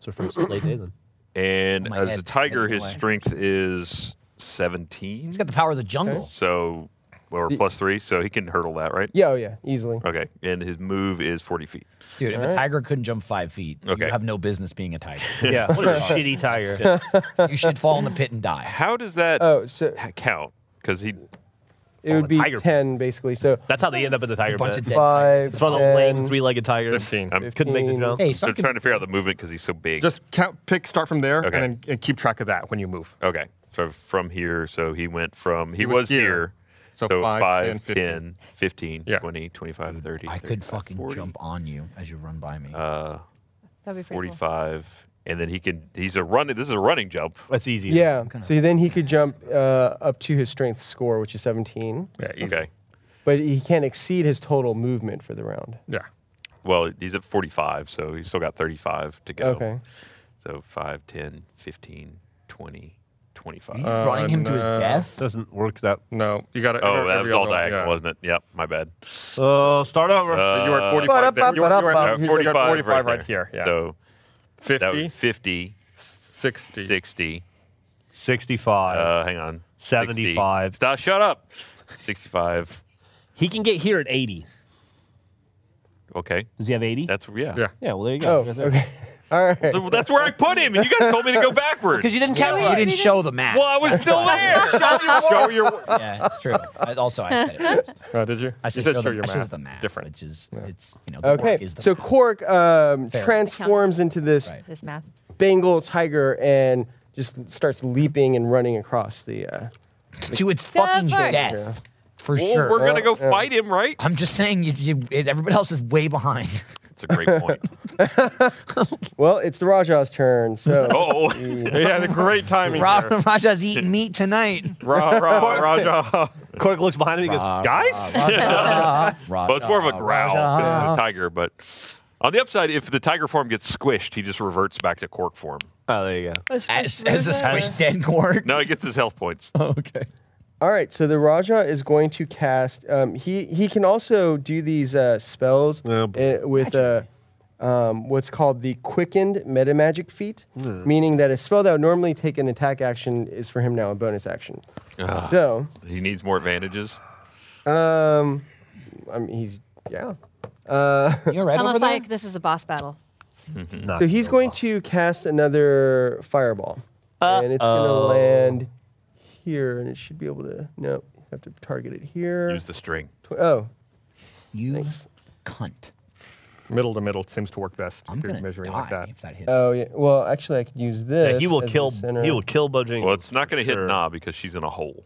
F: So first late day then.
D: and
B: Oh, my
D: as
B: head.
D: a tiger,
B: Head's
D: his
B: away.
D: strength is seventeen.
B: He's got the power of the jungle.
D: So, or plus three, so he can hurdle that, right?
A: Yeah. Oh yeah. Easily.
D: Okay, and his move is 40 feet.
B: Dude, if a tiger couldn't jump five feet,
D: Okay.
B: you have no business being a tiger.
F: Yeah. What a shitty tiger.
B: you should fall in the pit and die.
D: How does that
A: Oh, so
D: ha- count? Because he,
A: it would be
F: tiger.
A: ten basically. So
F: That's how they end up in the tiger
B: A bunch of
F: pit.
B: dead
A: five.
B: tigers.
F: It's one of the lame
A: 10,
F: three-legged tiger.
C: 15.
D: I'm
F: Couldn't make the
A: 15.
F: jump.
B: Hey,
D: they're
B: some
D: trying
B: could,
D: to figure out the movement because he's so big.
C: Just count, pick, start from there,
D: Okay.
C: and then and keep track of that when you move.
D: okay, so from here, so he went from, he,
C: He
D: was,
C: was
D: here.
C: here.
D: So,
C: So
D: 5,
C: five,
D: 10,
C: 10,
D: 15,
C: Yeah.
D: 20, 25, 30.
B: I could
D: 35,
B: fucking
D: 40,
B: jump on you as you run by me.
D: Uh,
E: That'd be pretty
D: 45, and then he can. He's a running. This is a running jump.
F: That's easy.
A: Yeah. So then he could jump uh, up to his strength score, which is 17,
C: Yeah. you-
D: Okay.
A: but he can't exceed his total movement for the round.
C: Yeah.
D: Well, he's at 45, so he's still got 35 to go.
A: Okay.
D: So 5, 10, 15, 20, 25.
B: He's running him to his
C: no.
B: death.
F: Doesn't work that.
C: No, you got to.
D: oh, that was all diagonal, wasn't it? Yep, my bad.
F: Uh, start over.
D: Uh,
C: you were at 45. there. You were, you were
A: Ba-da-ba-ba.
C: at
A: He's
D: Uh,
C: 45,
D: 45,
C: 45 right,
D: there.
C: here. Yeah.
D: So that
C: 50,
D: was 50,
C: 60.
D: 60.
F: 65.
D: Uh, hang on. 60.
F: 75.
D: Stop, shut up. 65.
F: he can get here at 80.
D: Okay.
F: Does he have 80?
D: That's, yeah.
C: Yeah.
F: yeah, well, there you
A: Oh,
F: go. Right there.
A: okay. All right.
D: Well, That's where I put him, and you guys told me to go backwards.
B: Because you didn't count.
E: Yeah,
B: you
E: we
B: didn't
E: didn't-
B: show the map.
D: well, I was still there.
C: Show your.
B: Yeah, it's true. I, also, I said it first.
C: Oh, did you?
B: I
C: you
B: said,
C: said show
B: show the,
C: your
B: I showed
C: math.
B: the map,
C: Different.
B: which is it's you know the work
A: Okay.
B: is the
A: So
B: map.
A: Cork um,
B: Fair.
A: transforms into this
B: Right.
G: This math.
A: Bengal tiger and just starts leaping and running across the. Uh,
B: to its fucking
G: Cover.
B: death for
D: Well,
B: sure.
D: Oh, We're going to go fight him, right?
B: I'm just saying, you, you, it- everybody else is way behind.
D: That's a great point.
A: well, it's the Rajah's turn. So.
D: Oh,
C: Yeah, the great timing.
B: Rob
C: there.
B: Raja's eating meat tonight.
C: Ra, ra, Raja.
F: Cork looks behind him and goes, Guys?
D: but it's more of a
B: Raja,
D: growl than a
B: Raja.
D: tiger. But on the upside, if the tiger form gets squished, he just reverts back to cork form.
F: Oh, there you go.
B: As, as a squished dead cork.
D: No, he gets his health points.
B: Okay.
A: All right, so the Raja is going to cast. Um, he he can also do these uh, spells
F: Oh, boy.
A: uh, with uh, um, what's called the quickened meta magic feat, meaning that a spell that would normally take an attack action is for him now a bonus action.
F: Ah.
A: So,
D: He needs more advantages.
A: um, I mean, he's yeah.
B: You're right
E: It's
B: over
E: almost
B: there?
E: like this is a boss battle.
F: Not
A: So he's going to cast another fireball, and it's going
F: oh.
A: to land here, and it should be able to. No, you have to target it here.
D: Use the string.
A: Tw- oh,
B: you
A: thanks.
B: cunt.
C: Middle to middle seems to work best
B: I'm
C: if you're
B: gonna
C: measuring
B: die
C: like that.
B: if that hits.
A: Oh yeah. Well, actually, I could use this.
F: Yeah, he will
A: as the
F: kill.
A: center.
F: He will kill Bojangles.
D: Well, it's not going to
F: for
D: hit
F: sure.
D: Na because she's in a hole.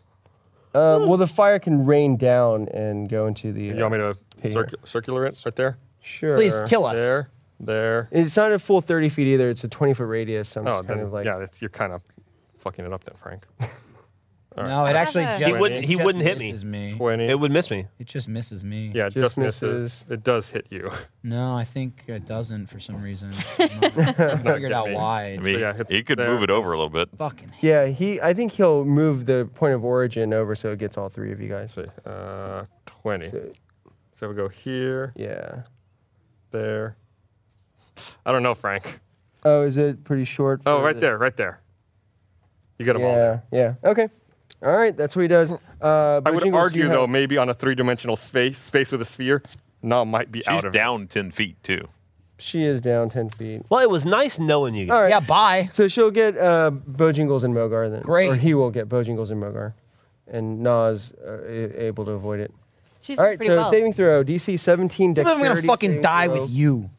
A: Uh, well, the fire can rain down and go into the. Uh,
C: Hmm. You want me to
A: Here.
C: circu- circular it right there?
A: Sure.
B: Please kill us.
C: There, there.
A: It's not a full thirty feet either. It's a twenty foot radius. So I'm
C: Oh,
A: just kind
C: then-
A: of like.
C: yeah, that's, you're kind of fucking it up then, Frank.
B: No, it actually
E: Have
B: just
E: a-
F: He wouldn't-
B: it
F: he
B: just
F: wouldn't hit me.
B: misses me.
C: Twenty.
F: It would miss me.
B: It just misses me.
C: yeah, just,
A: Just
C: misses.
A: misses.
C: It does hit you.
B: No, I think it doesn't for some reason. I figured out
C: me.
B: why. It
D: I mean,
C: yeah, it's
D: he could
C: there.
D: move it over a little bit.
B: fucking
A: Yeah, he. I think he'll move the point of origin over so it gets all three of you guys.
C: Let's see, uh, twenty.
A: So,
C: So we go here,
A: yeah.
C: there. I don't know, Frank.
A: Oh, is it pretty short?
C: Oh,
A: for
C: right
A: the-
C: there, right there. You got them all.
A: Yeah.
C: There.
A: Yeah. Okay. All right. That's what he
B: Hmm.
A: does. Uh,
C: I would
A: Bojangles, you
C: argue
A: have-
C: though, maybe on a three-dimensional space, space with a sphere, Na might be
D: She's
C: out of it.
D: down 10 feet, too.
A: she is down ten feet.
F: Well, it was nice knowing you.
A: All right.
B: Yeah, bye.
A: So she'll get uh, Bojangles and Mogar then.
B: Great.
A: Or he will get Bojangles and Mogar. And Nas uh, i- able to avoid it.
G: She's
A: All
G: doing
A: right,
G: pretty
A: so
G: well.
A: saving throw, DC 17
B: I'm
A: dexterity.
B: gonna fucking
A: saving
B: die
A: throw.
B: with you.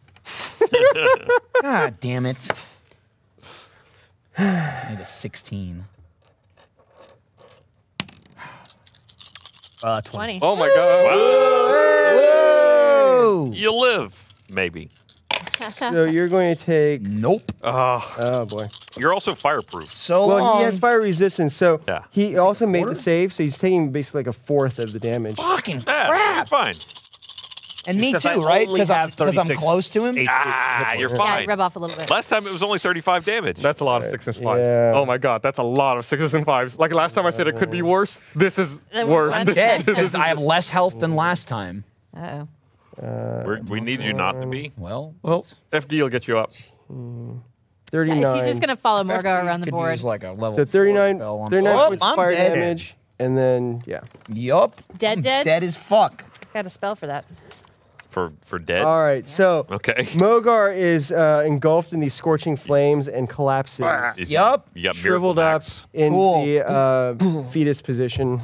B: God damn it. I need a 16.
F: Uh, 20.
E: 20.
C: Oh my god!
B: Oh.
D: Uh, You live, maybe.
A: So you're going to take.
B: Nope.
C: Ah,
A: Oh, boy.
D: You're also fireproof.
B: So
A: Well,
B: long.
A: he has fire resistance, so
D: Yeah.
A: he also made the save, so he's taking basically like a fourth of the damage.
B: fucking
D: Yeah,
B: crap.
D: Ah, you're fine.
B: And me
F: Because
B: too,
F: I
B: right?
F: only
B: Because I'm,
F: have
B: 'cause I'm
F: 36
B: close to him.
D: Ah, you're
E: Yeah, I
D: fine.
E: rub off a little bit.
D: Last time it was only 35 damage.
C: that's a lot of sixes and fives.
A: Yeah.
C: Oh my god, that's a lot of sixes and fives. Like last time I said it could be worse. This is
E: That was
C: worse.
E: last
C: This-
B: Dead
C: this
B: because
C: is-
B: I have less health than last time.
E: Uh oh.
D: We're, we need you not to be.
B: Well,
C: Well, FD will get you up.
A: 39.
E: She's just gonna follow Morgo around the
B: could
E: board.
B: use like a level.
A: so 39, 39
B: oh,
A: points
B: I'm
A: fire
B: dead.
A: damage, and then, yeah.
B: Yup.
E: Dead,
B: I'm
E: dead?
B: Dead as fuck.
E: Got a spell for that.
D: For, for dead.
A: All right, so.
D: Okay.
A: Mogar is uh, engulfed in these scorching flames and collapses.
D: Is-
B: Yup.
D: You got
A: shriveled
D: Miracle
A: up
D: Max.
A: in
B: Cool.
A: the uh, fetus position.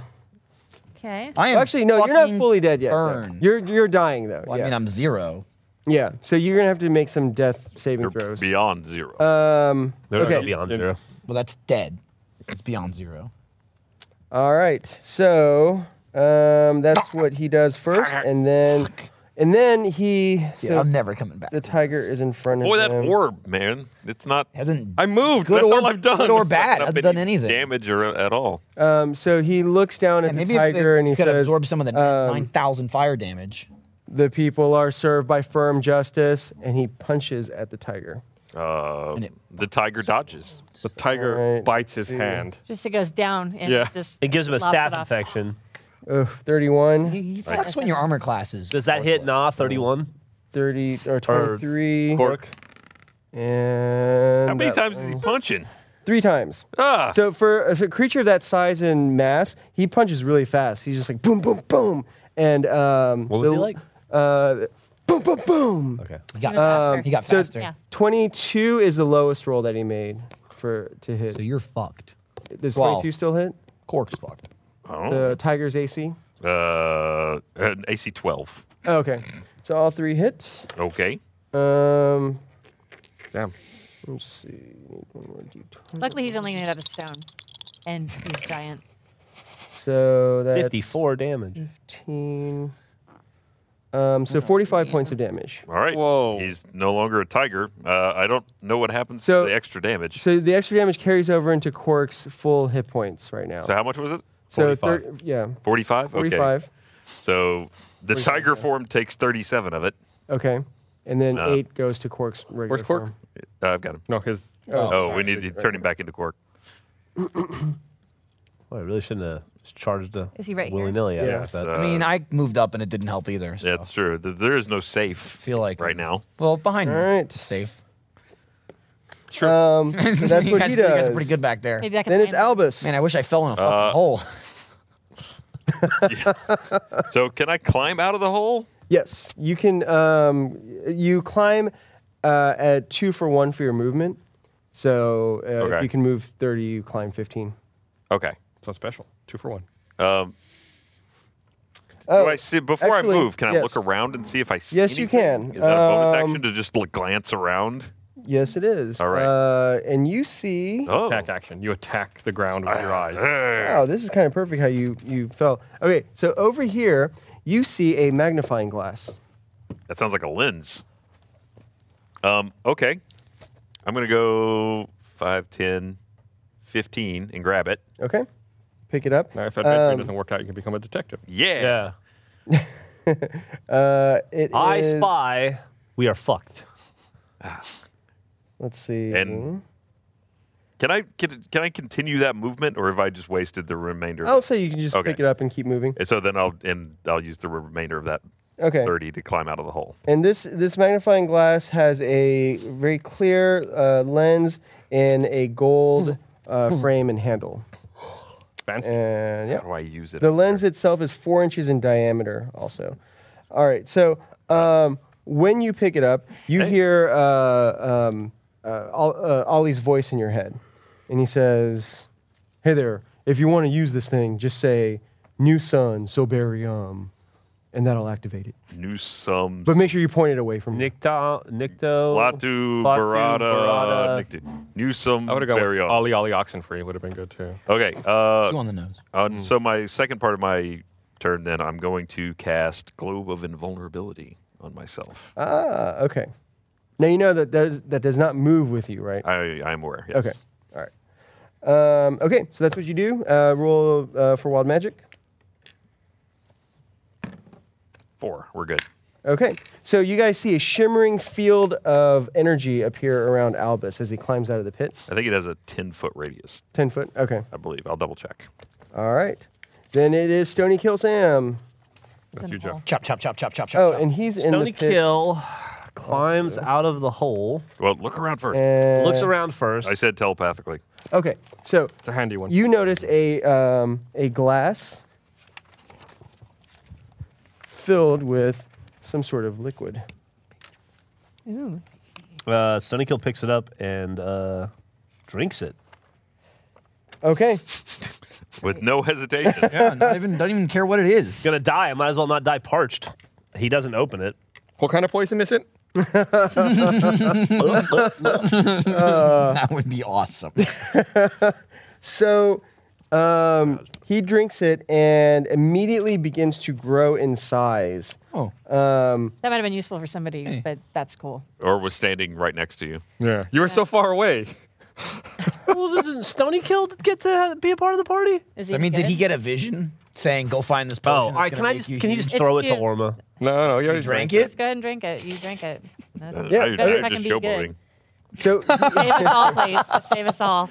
E: Okay.
B: I am
A: Actually, no, you're not
B: fucking
A: fully dead yet. though.
B: burned.
A: You're you're dying though.
B: Well,
A: yeah.
B: I mean, I'm zero.
A: yeah. So you're gonna have to make some death saving
D: You're
A: throws.
D: beyond zero.
A: Um.
F: They're not
A: okay.
F: gonna be on zero.
B: Well, that's dead. It's beyond zero.
A: All right. So um, that's what he does first, and then And then he. So
B: I'm never coming back.
A: the tiger is in front of
D: Boy, that
A: him.
D: orb, man. It's not.
B: hasn't
D: I moved.
B: Good
D: That's
B: or-
D: all I've done.
B: good or
D: It's
B: bad.
D: not
B: I've
D: been
B: done anything.
D: Damage or at all.
A: Um, so he looks down at
B: and
A: the
B: maybe
A: tiger
B: if it
A: and he
B: could
A: says,
B: absorb some of the
A: um,
B: nine thousand fire damage.
A: The people are served by firm justice. And he punches at the tiger.
D: Uh,
B: And it-
D: the tiger dodges.
C: The tiger
A: Alright,
C: bites
A: let's
C: his
A: see.
C: hand.
E: Just it goes down and
C: Yeah.
E: just
F: It gives him a
E: lops it
F: staph
E: off.
F: infection.
A: Ugh, 31,
B: He sucks when your armor classes.
F: Does that hit? Nah, 31.
A: 30, or 23.
F: Cork.
A: And
D: How many
A: that
D: times is he punching?
A: Three times.
D: Ah.
A: So for a, for a creature of that size and mass, he punches really fast. He's just like boom, boom, boom, and um,
F: What was he
A: the-
F: like?
A: Uh, boom, boom, boom.
F: Okay.
B: He got,
E: Um,
B: he got
A: so-
B: faster.
E: Yeah.
A: Twenty-two is the lowest roll that he made for to hit.
B: So you're fucked.
A: Does
B: wow.
A: twenty-two still hit?
B: Cork's fucked.
D: Oh.
A: The tiger's AC.
D: Uh, an AC 12.
A: Oh, okay, so all three hit.
D: Okay.
A: Um,
C: Damn.
A: let's see. Need one more d20.
E: Luckily, he's only made out of stone, and he's giant.
A: So that's
F: 54 damage.
A: Fifteen. Um, so forty-five points of damage.
D: All right.
C: Whoa.
D: He's no longer a tiger. Uh, I don't know what happens
A: So-
D: to the extra damage. So,
A: So the extra damage carries over into Quark's full hit points right now.
D: how much was it?
A: So
F: 45.
A: thir- yeah,
D: 45? Okay.
A: 45.
D: So the tiger form takes 37 of it.
A: Okay. And then
D: Uh,
A: 8 goes to Quark's regular
C: Where's Cork?
A: form.
D: Uh, I've got him.
C: No, his.
D: Oh,
A: Oh,
D: we need to turn him back into cork.
F: Well, I really shouldn't have just charged the
G: Is he right here?
F: willy nilly.
A: Yeah.
F: Yeah.
D: So-
B: I mean, I moved up and it didn't help either. So.
D: That's Uh, true. Th- There is no safe.
B: Feel like-
D: right now.
B: Well, behind me.
A: All right.
B: It's safe.
A: Um, so that's
B: you
A: what
B: guys,
A: he
B: you guys
A: does.
B: are pretty good back there.
E: Maybe I can.
A: Then it's
E: find-
A: Albus.
B: Man, I wish I fell in a fucking
D: Uh,
B: hole.
D: So can I climb out of the hole?
A: yes, you can. Um, you climb uh, at two for one for your movement. So uh, if
D: Okay.
A: you can move thirty, you climb fifteen.
D: Okay.
C: It's not special. Two for one.
D: Um, do I see before
A: Oh, actually,
D: I move? Can I
A: yes.
D: look around and see if I see?
A: Yes, you
D: anything?
A: can.
D: Is that a bonus
A: Um,
D: action to just like, glance around?
A: Yes, it is.
D: All right.
A: Uh, and you see.
D: Oh,
C: Attack action. You attack the ground with
F: Ah.
C: your eyes.
A: Wow, Oh, this is kind of perfect how you you fell. Okay, so over here you see a magnifying glass.
D: that sounds like a lens. Um, okay, I'm gonna go 5, 10, 15 and grab it.
A: Okay, pick it up.
C: Now, if adventuring
A: Um,
C: doesn't work out, you can become a detective.
D: Yeah.
F: yeah.
A: Uh, it
F: I
A: is-
F: spy. We are fucked.
A: Let's see.
D: And can I can, can I continue that movement, or have I just wasted the remainder? of
A: I'll
D: it?
A: say you can just
D: Okay.
A: pick it up and keep moving.
D: And so then I'll and I'll use the remainder of that
A: Okay.
D: 30 to climb out of the hole.
A: And this this magnifying glass has a very clear uh, lens and a gold uh, frame and handle.
C: Fancy.
A: And yeah,
D: How do I use it?
A: the lens itself is four inches in diameter. Also, all right. So um, when you pick it up, you hear uh, um, uh, Ol- uh, Ollie's voice in your head, and he says, "Hey there. If you want to use this thing, just say New Sun Soberium, and that'll activate it."
D: New sums.
A: But make sure you point it away from me.
F: Nikto. Nikto.
D: Latu,
F: Latu,
D: Barada,
F: Barada.
D: Nick- Newsome,
C: I would have gone with
D: Barrion.
C: Ollie Ollie Oxenfree. Would have been good too.
D: Okay. Uh,
B: Two on the nose.
A: Hmm.
D: on- so my second part of my turn, then I'm going to cast Globe of Invulnerability on myself.
A: Ah, okay. Now you know that does, that does not move with you, right?
D: I I'm aware. Yes.
A: Okay. All right. Um, okay, so that's what you do. Uh, roll uh, for wild magic.
D: Four. We're good.
A: Okay. So you guys see a shimmering field of energy appear around Albus as he climbs out of the pit.
D: I think it has a 10 foot radius.
A: 10 foot. Okay.
D: I believe. I'll double check.
A: All right. Then it is Stony Kill Sam.
C: That's you, Jeff.
B: Chop, chop, chop, chop, chop, chop.
A: Oh,
B: chop.
A: and he's in the
F: Stony
A: pit.
F: Kill climbs out of the hole.
D: Well, look around first.
A: and-
F: looks around first.
D: I said telepathically.
A: Okay. So
C: It's a handy one.
A: you notice a um, a glass filled with some sort of liquid.
E: Ooh,
F: Uh, Stony Kill picks it up and uh, drinks it.
A: Okay.
D: With no hesitation.
B: yeah, not even, don't even care what it is.
F: Gonna die. I might as well not die parched. He doesn't open it.
C: what kind of poison is it?
B: that would be awesome.
A: So Um, he drinks it and immediately begins to grow in size.
B: Oh.
A: Um,
E: That might have been useful for somebody, but that's cool.
D: Or was standing right next to you.
C: Yeah. You were so far away.
F: well, doesn't Stony Kill get to be a part of the party?
E: Is
B: I mean, did
E: good?
B: he get a vision saying, "Go find this
F: Oh,
B: potion"?
F: all
B: that's
F: right.
B: gonna
F: Can I
B: make
F: just
B: you
F: can you
B: huge?"
F: just
E: It's
F: throw it to
E: cute.
F: Orma?
C: No, no, you already
B: drank
C: drank
B: it?
E: Just go ahead and drink it. You drank it. That's-
A: Yeah,
D: I,
A: that's
D: I,
E: fucking
D: just
E: be good.
D: showboating.
A: so
E: Save us all, please. Just save us all.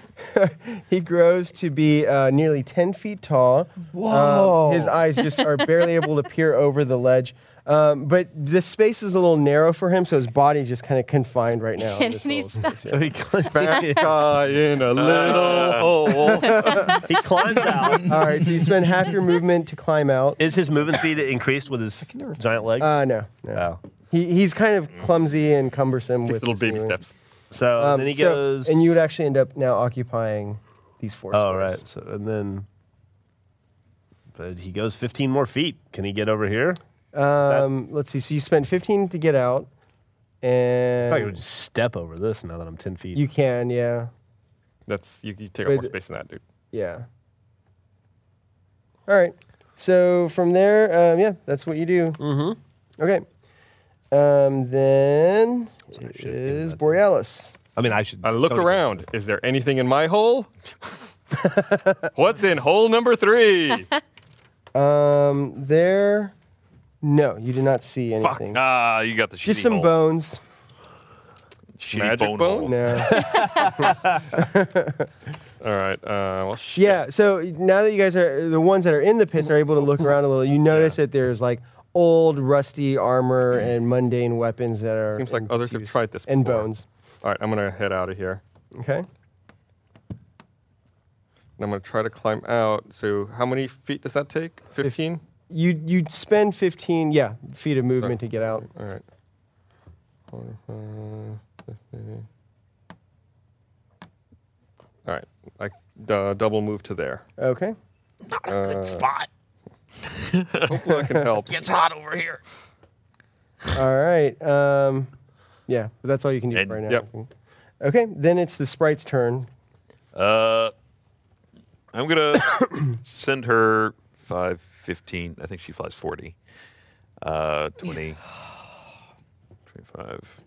A: he grows to be uh, nearly 10 feet tall.
B: Whoa.
A: Um, his eyes just are barely able to peer over the ledge. Um, but the space is a little narrow for him, so his body's just kind of confined right now. in
E: And
A: this
E: he's
A: little space here.
F: he climbs,
C: Fat guy in a little hole.
F: he climbs out.
A: All right, so you spend half your movement to climb out.
F: Is his movement speed increased with his giant legs?
A: Uh, no, no.
F: oh.
A: He, he's kind of clumsy and cumbersome with
D: Little
A: his
D: baby
A: movement.
D: steps.
F: So
A: Um,
F: then he
A: so-
F: goes.
A: and you would actually end up now occupying these four.
F: Oh
A: squares.
F: right. So and then, but he goes 15 more feet. Can he get over here?
A: Um, let's see. So you spend 15 to get out,
F: I thought you would
A: and
F: just step over this now that I'm 10 feet.
A: you can, yeah,
C: That's you, you take
A: Wait,
C: up more
A: th-
C: space than that, dude.
A: yeah. All right. So from there, um, yeah, that's what you do. Mm-hmm. Okay. Um, then it
F: shit,
A: is
F: that's-
A: Borealis.
F: I mean, I should.
C: I look
F: Stony Kill.
C: around. Is there anything in my hole? What's in hole number three?
A: Um, there, no, you do not see
D: Fuck.
A: anything.
D: Ah, you got the shitty
A: Just some
D: hole.
A: bones.
D: Shitty
C: Magic
D: bone
C: bone?
D: hole.
A: No.
C: All right. Uh, well, shit.
A: Yeah. So now that you guys are the ones that are in the pits are able to look around a little, you notice that there's like old, rusty armor and mundane weapons that are
C: Seems like
A: in
C: others have
A: disuse.
C: tried this
A: and
C: before.
A: bones.
C: All right. I'm gonna head out of here.
A: Okay.
C: And I'm gonna try to climb out. So how many feet does that take? Fifteen.
A: You you'd spend 15 yeah feet of movement to get out.
C: All right. All right. I uh, double move to there.
A: Okay.
C: Uh,
B: Good spot.
C: Hopefully, I can help.
B: Gets hot over here.
A: All right. Um, yeah, but that's all you can do
D: And-
A: right now.
C: yep.
A: Okay. Then it's the sprite's turn.
D: Uh, I'm gonna send her five fifteen. I think she flies forty. Uh, 20, 25,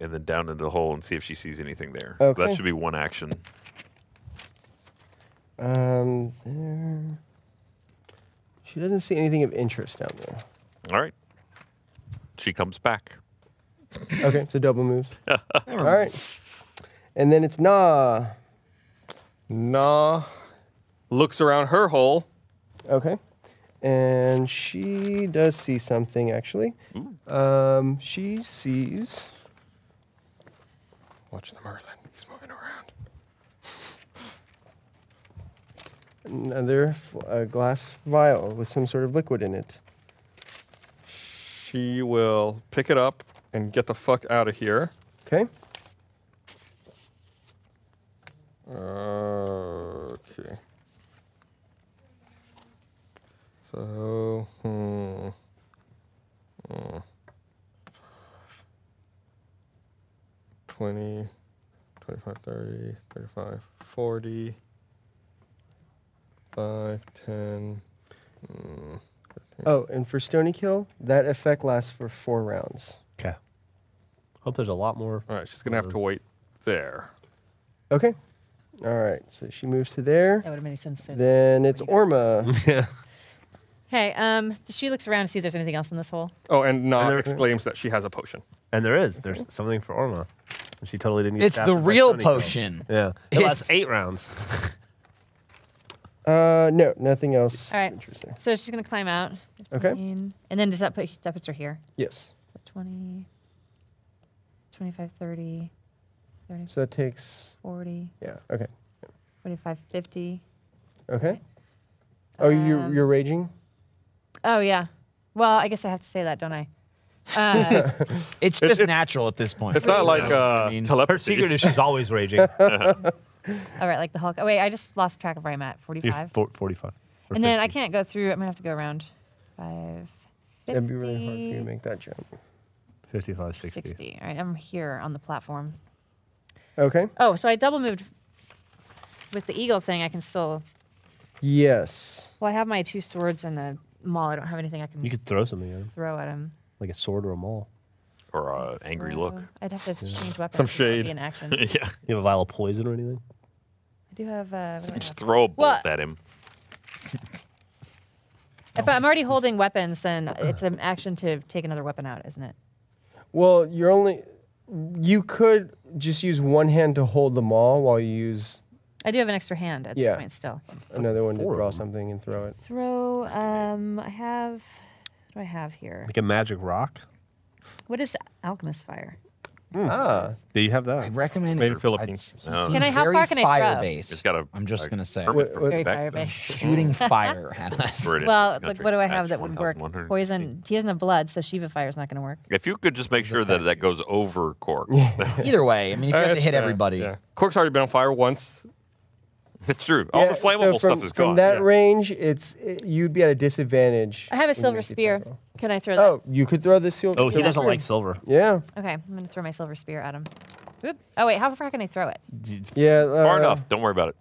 D: and then down into the hole and see if she sees anything there.
A: Okay.
D: That should be one action.
A: Um, there. She doesn't see anything of interest down there.
D: All right. She comes back.
A: Okay, so double moves. All right. And then it's nah.
C: Nah. Looks around her hole.
A: Okay. And she does see something actually. Um, she sees.
C: Watch the Merlin. He's moving around.
A: Another fl- a glass vial with some sort of liquid in it.
C: She will pick it up and get the fuck out of here.
A: Okay.
C: Okay. So, hmm. Hmm. 20, 25, 30, 35, 40, 5, 10. Hmm.
A: Oh, and for Stony Kill, that effect lasts for four rounds.
F: Okay. Hope there's a lot more.
C: All right, she's going to have to wait there.
A: Okay. All right. So she moves to there.
E: That would have made sense. To
A: Then it's Orma.
E: Hey, um, she looks around to see if there's anything else in this hole.
C: Oh, and Nog
F: there-
C: exclaims that she has a potion.
F: And there is. There's something for Orma. And she totally didn't. Get
B: It's
F: zapped
B: the
F: by
B: real
F: Stony Kill.
B: potion.
F: Yeah. It
B: It's-
F: lasts eight rounds.
A: Uh, no, nothing else.
E: All right.
A: Interesting.
E: So she's gonna climb out.
A: Okay.
E: 15, And then does that put that puts her here?
A: Yes.
E: So 20, 25, 30, 30,
A: So that takes.
E: 40,
A: Yeah. Okay.
E: 45, 50.
A: Okay. Oh, you're,
E: Um,
A: you're raging?
E: Oh yeah. Well, I guess I have to say that, don't I? Uh,
B: It's just natural at this point.
C: It's not like
B: You know what
C: uh,
B: I mean?
F: Her
C: telepathy.
F: secret is she's always raging.
E: all right, like the Hulk. Oh wait, I just lost track of where I'm at. Forty-five.
F: Four- 45. Or
E: And then I
F: 50.
E: can't go through. I'm gonna have to go around. Five.
A: That'd be really hard for you to
E: 50,
A: make that jump.
F: 55, 60.
E: 60. All right, I'm here on the platform.
A: Okay.
E: Oh, so I double moved with the eagle thing. I can still
A: Yes.
E: Well, I have my two swords and a maul. I don't have anything I can
F: You could throw something at him,
E: throw at him.
F: like a sword or a maul.
D: or uh, angry look.
E: I'd have to change weapons.
C: Some
E: if that would
C: shade.
E: Be an action. I
D: yeah,
F: You have a vial of poison or anything?
E: do have. Uh, what do I have?
D: just throw a bolt
E: What?
D: at him.
E: If I'm already holding weapons, then it's an action to take another weapon out, isn't it?
A: Well, you're only. You could just use one hand to hold the maul while you use
E: I do have an extra hand at
A: Yeah.
E: this point still.
A: another one to
F: four of
A: draw
F: them.
A: something and throw it.
E: Throw. Um, I have. What do I have here?
F: Like a magic rock?
E: What is alchemist fire?
D: Hmm.
A: Ah.
F: Do you have
B: I
F: that?
B: recommend
C: Made in
B: it.
C: Philippines.
B: It
D: No.
B: seems
E: Can I- how
B: very
E: far can I throw?
B: fire based?
D: It's got a-
B: I'm just
D: a
B: gonna say
D: permit
A: Wait,
D: for
A: wait.
E: Very
D: back-
E: fire based.
B: shooting fire at us.
D: for it in
E: Well,
D: the
E: like,
D: country.
E: what do I have
D: Patch
E: that would work?
D: 1150.
E: Poison. He doesn't have blood, so Shiva fire is not going to work.
D: If you could just make sure that that goes over cork.
B: Either way, I mean, if you have to
C: That's
B: hit
C: fair,
B: everybody,
C: Yeah. Cork's already been on fire once.
D: It's true. All
A: Yeah,
D: the flammable
A: so from,
D: stuff is
A: from
D: gone.
A: that
C: yeah.
A: range, it's it, you'd be at a disadvantage.
E: I have a
A: when you
E: silver
A: make the
E: spear.
A: attack roll.
E: Can I throw that?
A: Oh, you could throw the seal.
F: Oh, he
A: silver
F: doesn't
A: spear.
F: like silver.
A: Yeah,
E: Okay, I'm going to throw my silver spear at him. Oop. Oh wait, how far can I throw it?
A: yeah. Uh,
D: Far enough. Don't worry about it.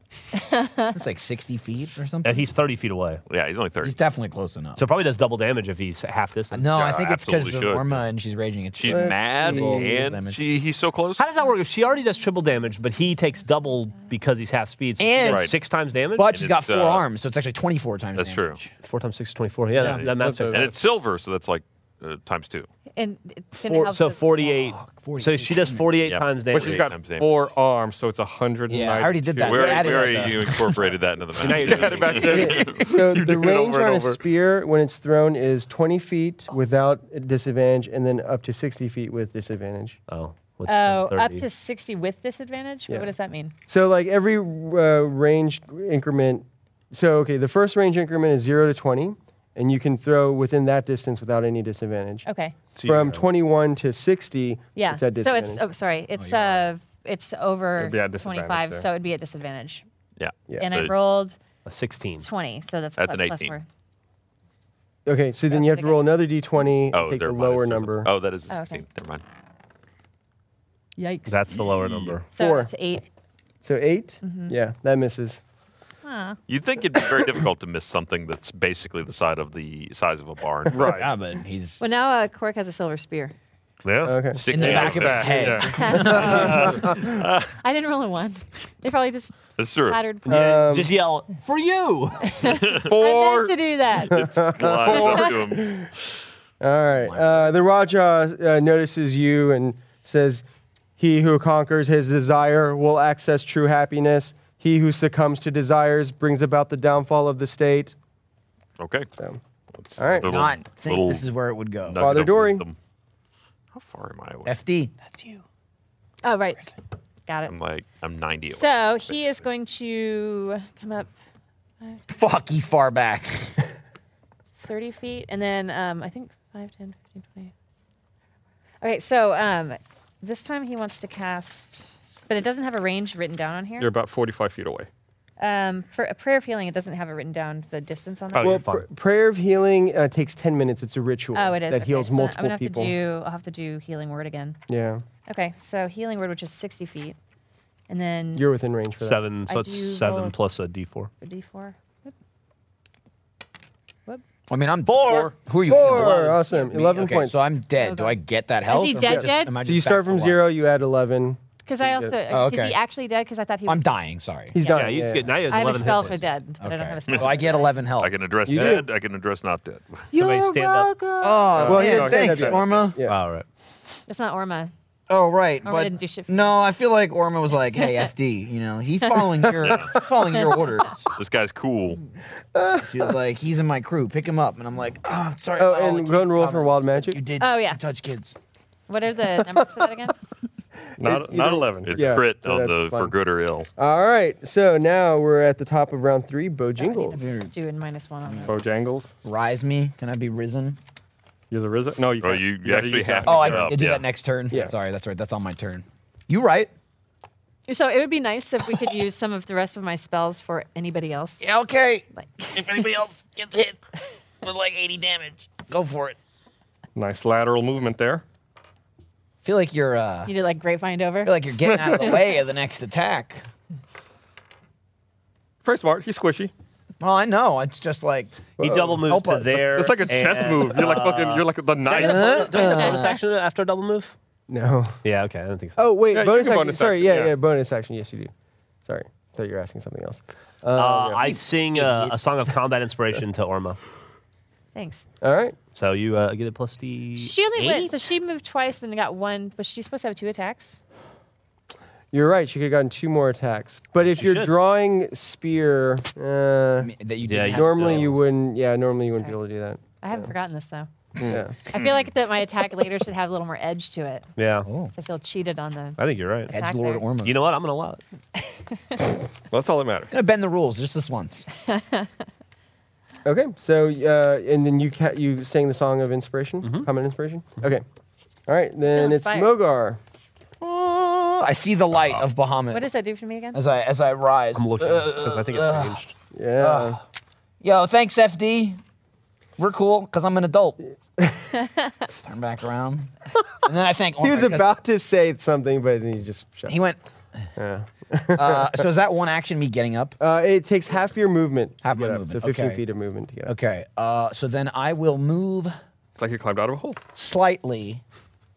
B: it's like 60 feet or something.
F: And he's 30 feet away.
D: Yeah, he's only 30.
B: He's definitely close enough.
F: So it probably does double damage if he's half distance.
B: no,
D: Yeah,
B: I think it's because of
D: absolutely should.
B: Orma and she's raging. It's
D: She's
A: Let's
D: mad
A: see.
D: and
B: Damage.
D: she, he's so close.
F: How does that work? If she already does triple damage, but he takes double because he's half speed, so she
B: And-
F: does
D: Right.
F: six times damage?
B: but she's got
D: it's,
B: four
D: uh,
B: arms, so it's actually 24 times.
D: That's true.
B: damage.
F: Four times six is 24. Yeah, that, that math checks
D: And it's silver, so that's like uh, times two.
E: And it's gonna
F: Four,
E: help
F: so
E: the-
F: 48. So
B: 48
F: she does 48
D: Yep.
F: times
C: But
F: damage.
D: Which
C: she's
D: Eight
C: got
D: times damage.
C: four arms, so it's a hundred.
B: Yeah, I already did that.
D: We already,
B: added
D: we
B: it,
D: already
B: though.
D: you incorporated that into the math.
F: you did
D: didn't
F: it
D: you?
C: back then.
A: So
C: You
A: the
C: do it
A: range
C: over and
A: on a
C: over.
A: spear when it's thrown is 20 feet without a disadvantage, and then up to 60 feet with disadvantage.
F: Oh, what's
E: Oh,
F: the
E: up
F: 30?
E: to 60 with disadvantage?
A: Yeah.
E: What does that mean?
A: So like every uh, range increment. So okay, the first range increment is zero to 20, and you can throw within that distance without any disadvantage.
E: Okay.
A: From 21 to 60,
E: Yeah.
A: it's at
E: so
A: disadvantage.
E: it's oh sorry, it's uh it's
C: It'd
E: over
C: be at disadvantage
E: 25,
C: there.
E: so it'd be at disadvantage.
D: Yeah.
A: Yeah.
E: And I
D: So-
E: rolled
F: A 16.
E: 20, so that's,
D: That's
E: pl-
D: an
E: plus
D: 18.
E: four.
A: okay, so then you have to roll another d20
D: Oh,
A: and
D: is
A: take
D: there
A: the
D: a minus
A: lower
D: or something?
A: number.
D: Oh, that is a
E: Oh, okay.
D: 16. Never mind.
E: Yikes.
F: That's the lower number.
E: so
A: four.
E: it's 8.
A: So 8?
E: Mm-hmm.
A: Yeah, that misses.
E: Huh.
D: You'd think it'd be very difficult to miss something that's basically the size of the size of a barn.
C: Right.
B: Yeah, but he's
E: Well, now uh, Cork has a silver spear.
F: Yeah.
A: Okay.
D: Stick
B: in the
D: it out
B: back of
D: there.
B: his head.
E: I didn't roll a 1. They probably just
D: That's true.
E: flattered
A: Um,
F: Just yell, for you!
E: I
C: Four.
E: meant to do that.
D: Slides over to him.
A: All right. Uh, the Raja uh, notices you and says, He who conquers his desire will access true happiness. He who succumbs to desires brings about the downfall of the state.
D: Okay.
A: So,
D: That's
A: All right.
D: a little-
B: not think
D: little
B: this is where it would go.
D: nugget
A: Father
D: of
A: Dory.
D: wisdom. How far am I away?
B: FD. That's you.
E: Oh, right. Got it.
D: I'm like I'm 90 away.
E: So he is going to come up
B: Fuck, he's far back.
E: 30 feet and then um, I think 5, 10, 15, 20. Okay, so um, this time he wants to cast, but it doesn't have a range written down on
C: You're
E: here.
C: about forty-five feet away.
E: Um, for a prayer of healing, it doesn't have it written down the distance on that.
F: Oh,
A: well,
F: you're fine.
A: pr- prayer of healing uh, takes 10 minutes. It's a ritual
E: oh, it is.
A: that
E: okay,
A: heals
E: so then I'm
A: multiple
E: gonna have
A: people.
E: To do, I'll have to do healing word again.
A: yeah.
E: Okay, so healing word, which is 60 feet, and then
A: You're within range for that.
F: Seven,
E: I
F: so it's
E: do roll-
F: seven plus a d4.
E: a D4. Whoop. Whoop.
B: I mean, I'm four. Who are you?
A: Four.
B: Eleven.
A: Awesome.
B: Me-
A: 11
B: okay,
A: points.
B: So I'm dead. Do
E: Okay.
B: I get that health?
E: he
B: or am I
E: dead
B: just-
E: dead?
B: am
A: So
B: I just
A: you
B: back
A: start
B: for
A: from
B: one?
A: zero, you add 11.
E: Because I also,
B: Oh,
E: because
B: okay.
E: he actually dead? Because I thought he was.
B: I'm dying. Sorry.
A: He's
F: Yeah,
A: done.
F: you
A: Yeah,
F: just get, now he has
E: I
F: 11
E: have a
F: hit
E: spell for
F: points.
E: dead, but I don't
B: Okay.
E: have a spell.
B: so I get 11 health.
D: I can address
A: You
D: dead. I can address not dead.
F: Somebody
E: You're
F: stand up.
E: welcome.
B: Oh,
A: Well,
B: man,
A: yeah,
B: thanks,
A: yeah.
B: Orma.
A: Yeah.
F: All right.
E: That's not Orma.
B: Oh, right.
E: Orma
B: but
E: didn't do shit for
B: no, I feel like Orma was like, "Hey, FD, you know, he's following your following your orders."
D: This guy's cool.
B: She was like, "He's in my crew. Pick him up." And I'm like, "Oh, sorry."
A: Oh,
B: Paul, I
A: and
B: can't
A: go and roll for
B: comment.
A: wild
B: You
A: magic.
B: did.
E: Oh, yeah.
B: you touch kids.
E: What are the numbers for that again?
C: Not,
A: It-
C: not
A: either-
C: eleven.
D: It's
A: Yeah,
D: crit
A: so
D: on
A: that's
D: the for
A: fun.
D: good or ill.
A: All right. So now we're at the top of round three, Bojingles.
E: Just Doing minus one on that.
C: Bojangles.
B: Rise me. Can I be risen?
C: You're the RZA. No, you.
D: Oh,
C: can't.
D: you- you
C: gotta
D: actually
C: use
D: have
C: that.
D: to
B: Oh, I
D: get up,
B: I do
D: yeah.
B: that next turn.
A: Yeah.
B: Sorry, that's right. That's on my turn. You right?
E: So it would be nice if we could use some of the rest of my spells for anybody else.
B: Yeah, okay.
E: Like,
B: If anybody else gets hit with like 80 damage, go for it.
C: Nice lateral movement there.
B: Feel like you're uh
E: you did like grapevine over.
B: feel like you're getting out of the way of the next attack.
C: Very smart. He's squishy.
B: Well, I know. It's just like
F: He double moves
B: Help
F: to
B: us.
F: there.
C: It's like a chess
F: and,
C: move. You're like
F: uh,
C: fucking. You're like the knight.
F: Can I get a bonus- can I get a bonus action after a double move?
A: No.
F: Yeah, okay. I don't think so. Uh,
A: Oh wait,
C: Yeah, you
A: bonus,
C: can
A: action.
C: bonus
A: Sorry,
C: action,
A: yeah, yeah,
C: yeah.
A: bonus action. Yes, you do. Sorry, thought you were asking something else. Um,
F: Uh,
A: yeah.
F: I sing uh, a song of combat inspiration to Orma.
E: Thanks.
A: All right.
F: So you uh, get a plus D.
E: She only went, so she moved twice and got one. Was she supposed to have two attacks?
A: You're right. She could have gotten two more attacks. But if you're
F: should.
A: drawing spear, uh,
B: I mean, that you
F: Yeah,
B: didn't
F: you
B: have
A: normally
F: still-
A: you wouldn't. Yeah, normally you wouldn't be able to do that.
E: I
D: Oh.
E: haven't forgotten this though.
A: Yeah.
E: I feel like that my attack later should have a little more edge to it.
F: Yeah.
B: Oh.
E: I feel cheated on the.
F: I think you're right.
H: Edge Lord Orma.
F: You know what? I'm going to allow it.
C: That's all that matters.
B: gonna bend the rules just this once.
A: Okay. So uh, and then you ca- you sang the song of inspiration, common inspiration. Okay. All right. Then
E: Feel
A: it's
E: inspired.
A: Mogar.
B: Oh, I see the light
C: Uh-huh.
B: of Bahamut
E: What does that do for me again?
B: as I as I rise.
F: I'm looking because I think
B: uh,
F: it's changed.
A: Yeah.
B: Yo, thanks FD. We're cool because I'm an adult. Turn back around, and then I thank.
A: he
B: Orma
A: was
B: 'cause
A: about to say something, but then he just shut.
B: He went.
A: Yeah.
B: Uh, so is that one action? Me getting up?
A: Uh, it takes half your movement. to
B: Half my
A: get up,
B: movement,
A: So 15
B: okay.
A: feet of movement to get up.
B: Okay. Uh, so then I will move
C: It's like you climbed out of a hole.
B: slightly,